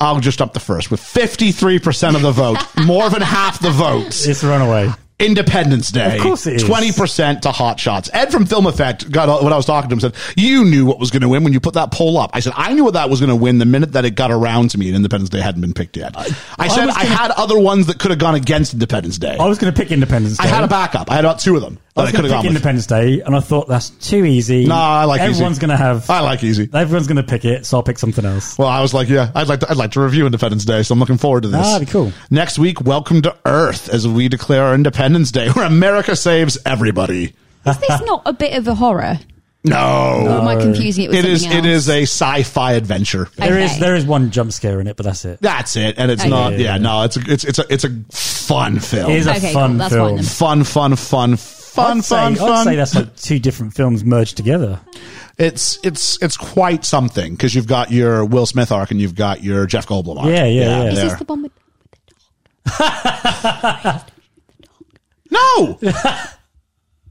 [SPEAKER 3] I'll just up the first with 53% of the vote, more than half the votes.
[SPEAKER 4] It's a runaway.
[SPEAKER 3] Independence Day.
[SPEAKER 4] Of course it is.
[SPEAKER 3] 20% to Hot Shots. Ed from Film Effect got all- when I was talking to him said, "You knew what was going to win when you put that poll up." I said, "I knew what that was going to win the minute that it got around to me and Independence Day hadn't been picked yet." I, said
[SPEAKER 4] was
[SPEAKER 3] I
[SPEAKER 4] gonna-
[SPEAKER 3] had other ones that could have gone against Independence Day.
[SPEAKER 4] [LAUGHS] I was going to pick Independence Day.
[SPEAKER 3] I had a backup. I had about two of them that
[SPEAKER 4] I
[SPEAKER 3] I,
[SPEAKER 4] was
[SPEAKER 3] could have
[SPEAKER 4] going to
[SPEAKER 3] gone
[SPEAKER 4] pick
[SPEAKER 3] with.
[SPEAKER 4] Independence Day, and I thought that's too easy.
[SPEAKER 3] no, I like easy.
[SPEAKER 4] everyone's going to have.
[SPEAKER 3] I like easy.
[SPEAKER 4] Everyone's going to pick it, so I'll pick something else.
[SPEAKER 3] Well, I was like, yeah, I'd like to, I'd like to review Independence Day, so I'm looking forward to this.
[SPEAKER 4] Ah, that'd be cool.
[SPEAKER 3] Next week, welcome to Earth as we declare our Independence Day, [LAUGHS] where America saves everybody.
[SPEAKER 5] Is this not a bit of a horror?
[SPEAKER 3] No,
[SPEAKER 5] Or am I confusing it with
[SPEAKER 3] it is
[SPEAKER 5] something
[SPEAKER 3] it
[SPEAKER 5] else?
[SPEAKER 3] is a sci-fi adventure.
[SPEAKER 4] There is
[SPEAKER 5] Okay.
[SPEAKER 4] there is one jump scare in it, but that's it.
[SPEAKER 3] That's it, and it's
[SPEAKER 5] Okay.
[SPEAKER 3] not.
[SPEAKER 4] Yeah,
[SPEAKER 3] Yeah,
[SPEAKER 4] yeah,
[SPEAKER 3] no, it's a it's it's a it's a fun film.
[SPEAKER 4] It is a
[SPEAKER 5] Okay, cool,
[SPEAKER 4] fun
[SPEAKER 5] that's
[SPEAKER 4] film.
[SPEAKER 5] fine then.
[SPEAKER 3] fun, fun, fun, fun,
[SPEAKER 4] I'd say,
[SPEAKER 3] fun,
[SPEAKER 4] I'd
[SPEAKER 3] fun.
[SPEAKER 4] say that's like two different films merged together.
[SPEAKER 3] it's it's it's quite something because you've got your Will Smith arc and you've got your Jeff Goldblum arc.
[SPEAKER 4] Yeah, yeah, yeah.
[SPEAKER 5] Is
[SPEAKER 3] there.
[SPEAKER 5] this the one with, with the dog?
[SPEAKER 3] No,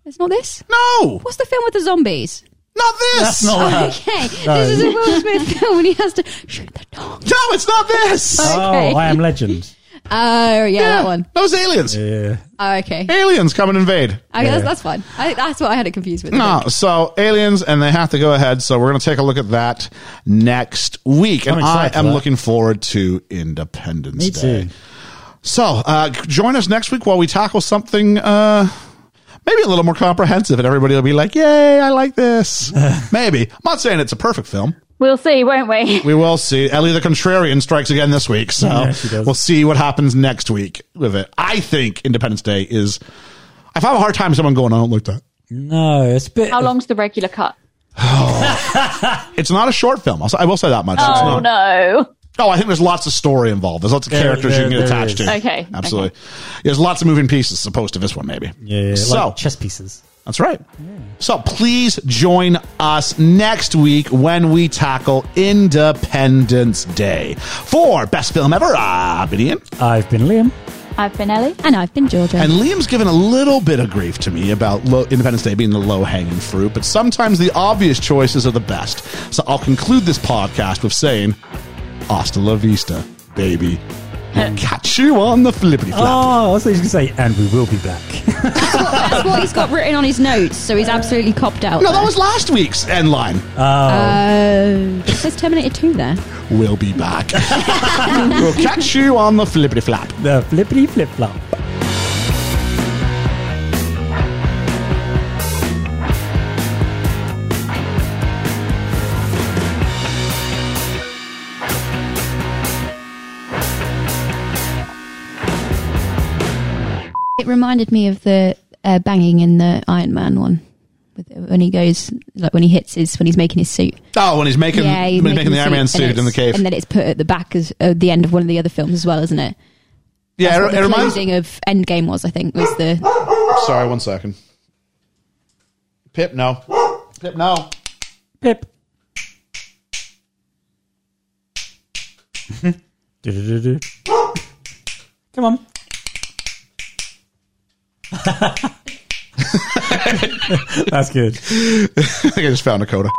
[SPEAKER 5] It's not this.
[SPEAKER 3] [LAUGHS] no,
[SPEAKER 5] What's the film with the zombies?
[SPEAKER 3] not this.
[SPEAKER 4] That's not
[SPEAKER 3] Oh,
[SPEAKER 4] that.
[SPEAKER 5] Okay,
[SPEAKER 3] uh,
[SPEAKER 5] this is a Will Smith film, and he has to shoot the dog.
[SPEAKER 3] no, it's not
[SPEAKER 4] [LAUGHS]
[SPEAKER 3] this.
[SPEAKER 5] Oh, [LAUGHS] Okay.
[SPEAKER 4] Oh, I Am
[SPEAKER 5] [LAUGHS]
[SPEAKER 4] Legend.
[SPEAKER 5] Oh yeah, that one.
[SPEAKER 3] Those aliens.
[SPEAKER 5] Oh, okay. Okay,
[SPEAKER 3] Aliens come and invade.
[SPEAKER 5] that's, that's fine. I, that's what I had it confused with.
[SPEAKER 3] No, so aliens, and they have to go ahead. So we're going to take a look at that next week, and
[SPEAKER 4] I'm
[SPEAKER 3] I
[SPEAKER 4] excited for
[SPEAKER 3] am
[SPEAKER 4] that.
[SPEAKER 3] looking forward to Independence
[SPEAKER 4] Me
[SPEAKER 3] Day.
[SPEAKER 4] too.
[SPEAKER 3] So uh, join us next week while we tackle something. Uh, Maybe a little more comprehensive, and everybody will be like, "Yay, I like
[SPEAKER 4] [LAUGHS]
[SPEAKER 3] this." Maybe I'm not saying it's a perfect film.
[SPEAKER 6] We'll see, won't we? [LAUGHS]
[SPEAKER 3] We will see. Ellie the Contrarian strikes again this week, so
[SPEAKER 4] Yeah, she does.
[SPEAKER 3] we'll see what happens next week with it. I think Independence Day is. I have a hard time someone going, "I don't like that."
[SPEAKER 4] No, it's a bit.
[SPEAKER 6] How long's the regular cut?
[SPEAKER 3] It's not a short film. I'll s- I will say that much. it's
[SPEAKER 6] Oh
[SPEAKER 3] not,
[SPEAKER 6] no!
[SPEAKER 3] Oh, I think there's lots of story involved. There's lots of
[SPEAKER 4] There-
[SPEAKER 3] characters you
[SPEAKER 4] there-
[SPEAKER 3] can get
[SPEAKER 4] there
[SPEAKER 3] attached
[SPEAKER 4] is.
[SPEAKER 3] to.
[SPEAKER 6] Okay,
[SPEAKER 3] Absolutely. There's lots of moving pieces opposed to this one, maybe.
[SPEAKER 4] Yeah, yeah,
[SPEAKER 3] So,
[SPEAKER 4] like chess pieces.
[SPEAKER 3] that's right. So please join us next week when we tackle Independence Day. For Best Film Ever, I've been Ian.
[SPEAKER 4] I've been Liam.
[SPEAKER 6] I've been Ellie.
[SPEAKER 5] And I've been Georgia.
[SPEAKER 3] And Liam's given a little bit of grief to me about low, Independence Day being the low hanging fruit, but sometimes the obvious choices are the best. So I'll conclude this podcast with saying, Hasta la vista, baby.
[SPEAKER 5] [LAUGHS]
[SPEAKER 3] And catch you on the flippity flap.
[SPEAKER 4] Oh, I was going to say, and we will be back.
[SPEAKER 5] that's what he's got written on his notes, so he's absolutely copped out.
[SPEAKER 3] no, that was last week's end line.
[SPEAKER 5] Oh, it says Terminator 2 there.
[SPEAKER 3] We'll be
[SPEAKER 5] [LAUGHS]
[SPEAKER 3] back. we'll catch you on the flippity flap.
[SPEAKER 4] the flippity flip flop.
[SPEAKER 5] It reminded me of the uh, banging in the Iron Man one. with- When he goes, like when he hits his, when he's making his suit.
[SPEAKER 3] Oh, when he's making, when he's
[SPEAKER 5] he's
[SPEAKER 3] making, the Iron Man
[SPEAKER 5] and
[SPEAKER 3] suit in the
[SPEAKER 5] it's-
[SPEAKER 3] cave.
[SPEAKER 5] And then it's put at the back as uh, the end of one of the other films as well, isn't it?
[SPEAKER 3] yeah, er,
[SPEAKER 5] That's
[SPEAKER 3] it, it
[SPEAKER 5] what the
[SPEAKER 3] reminds
[SPEAKER 5] closing of Endgame was, I think, was the.
[SPEAKER 3] Sorry, one second. Pip, no. Pip, [LAUGHS] no.
[SPEAKER 4] Pip. Du-du-du-du. Come on. [LAUGHS] That's good.
[SPEAKER 3] I think I just found a coda.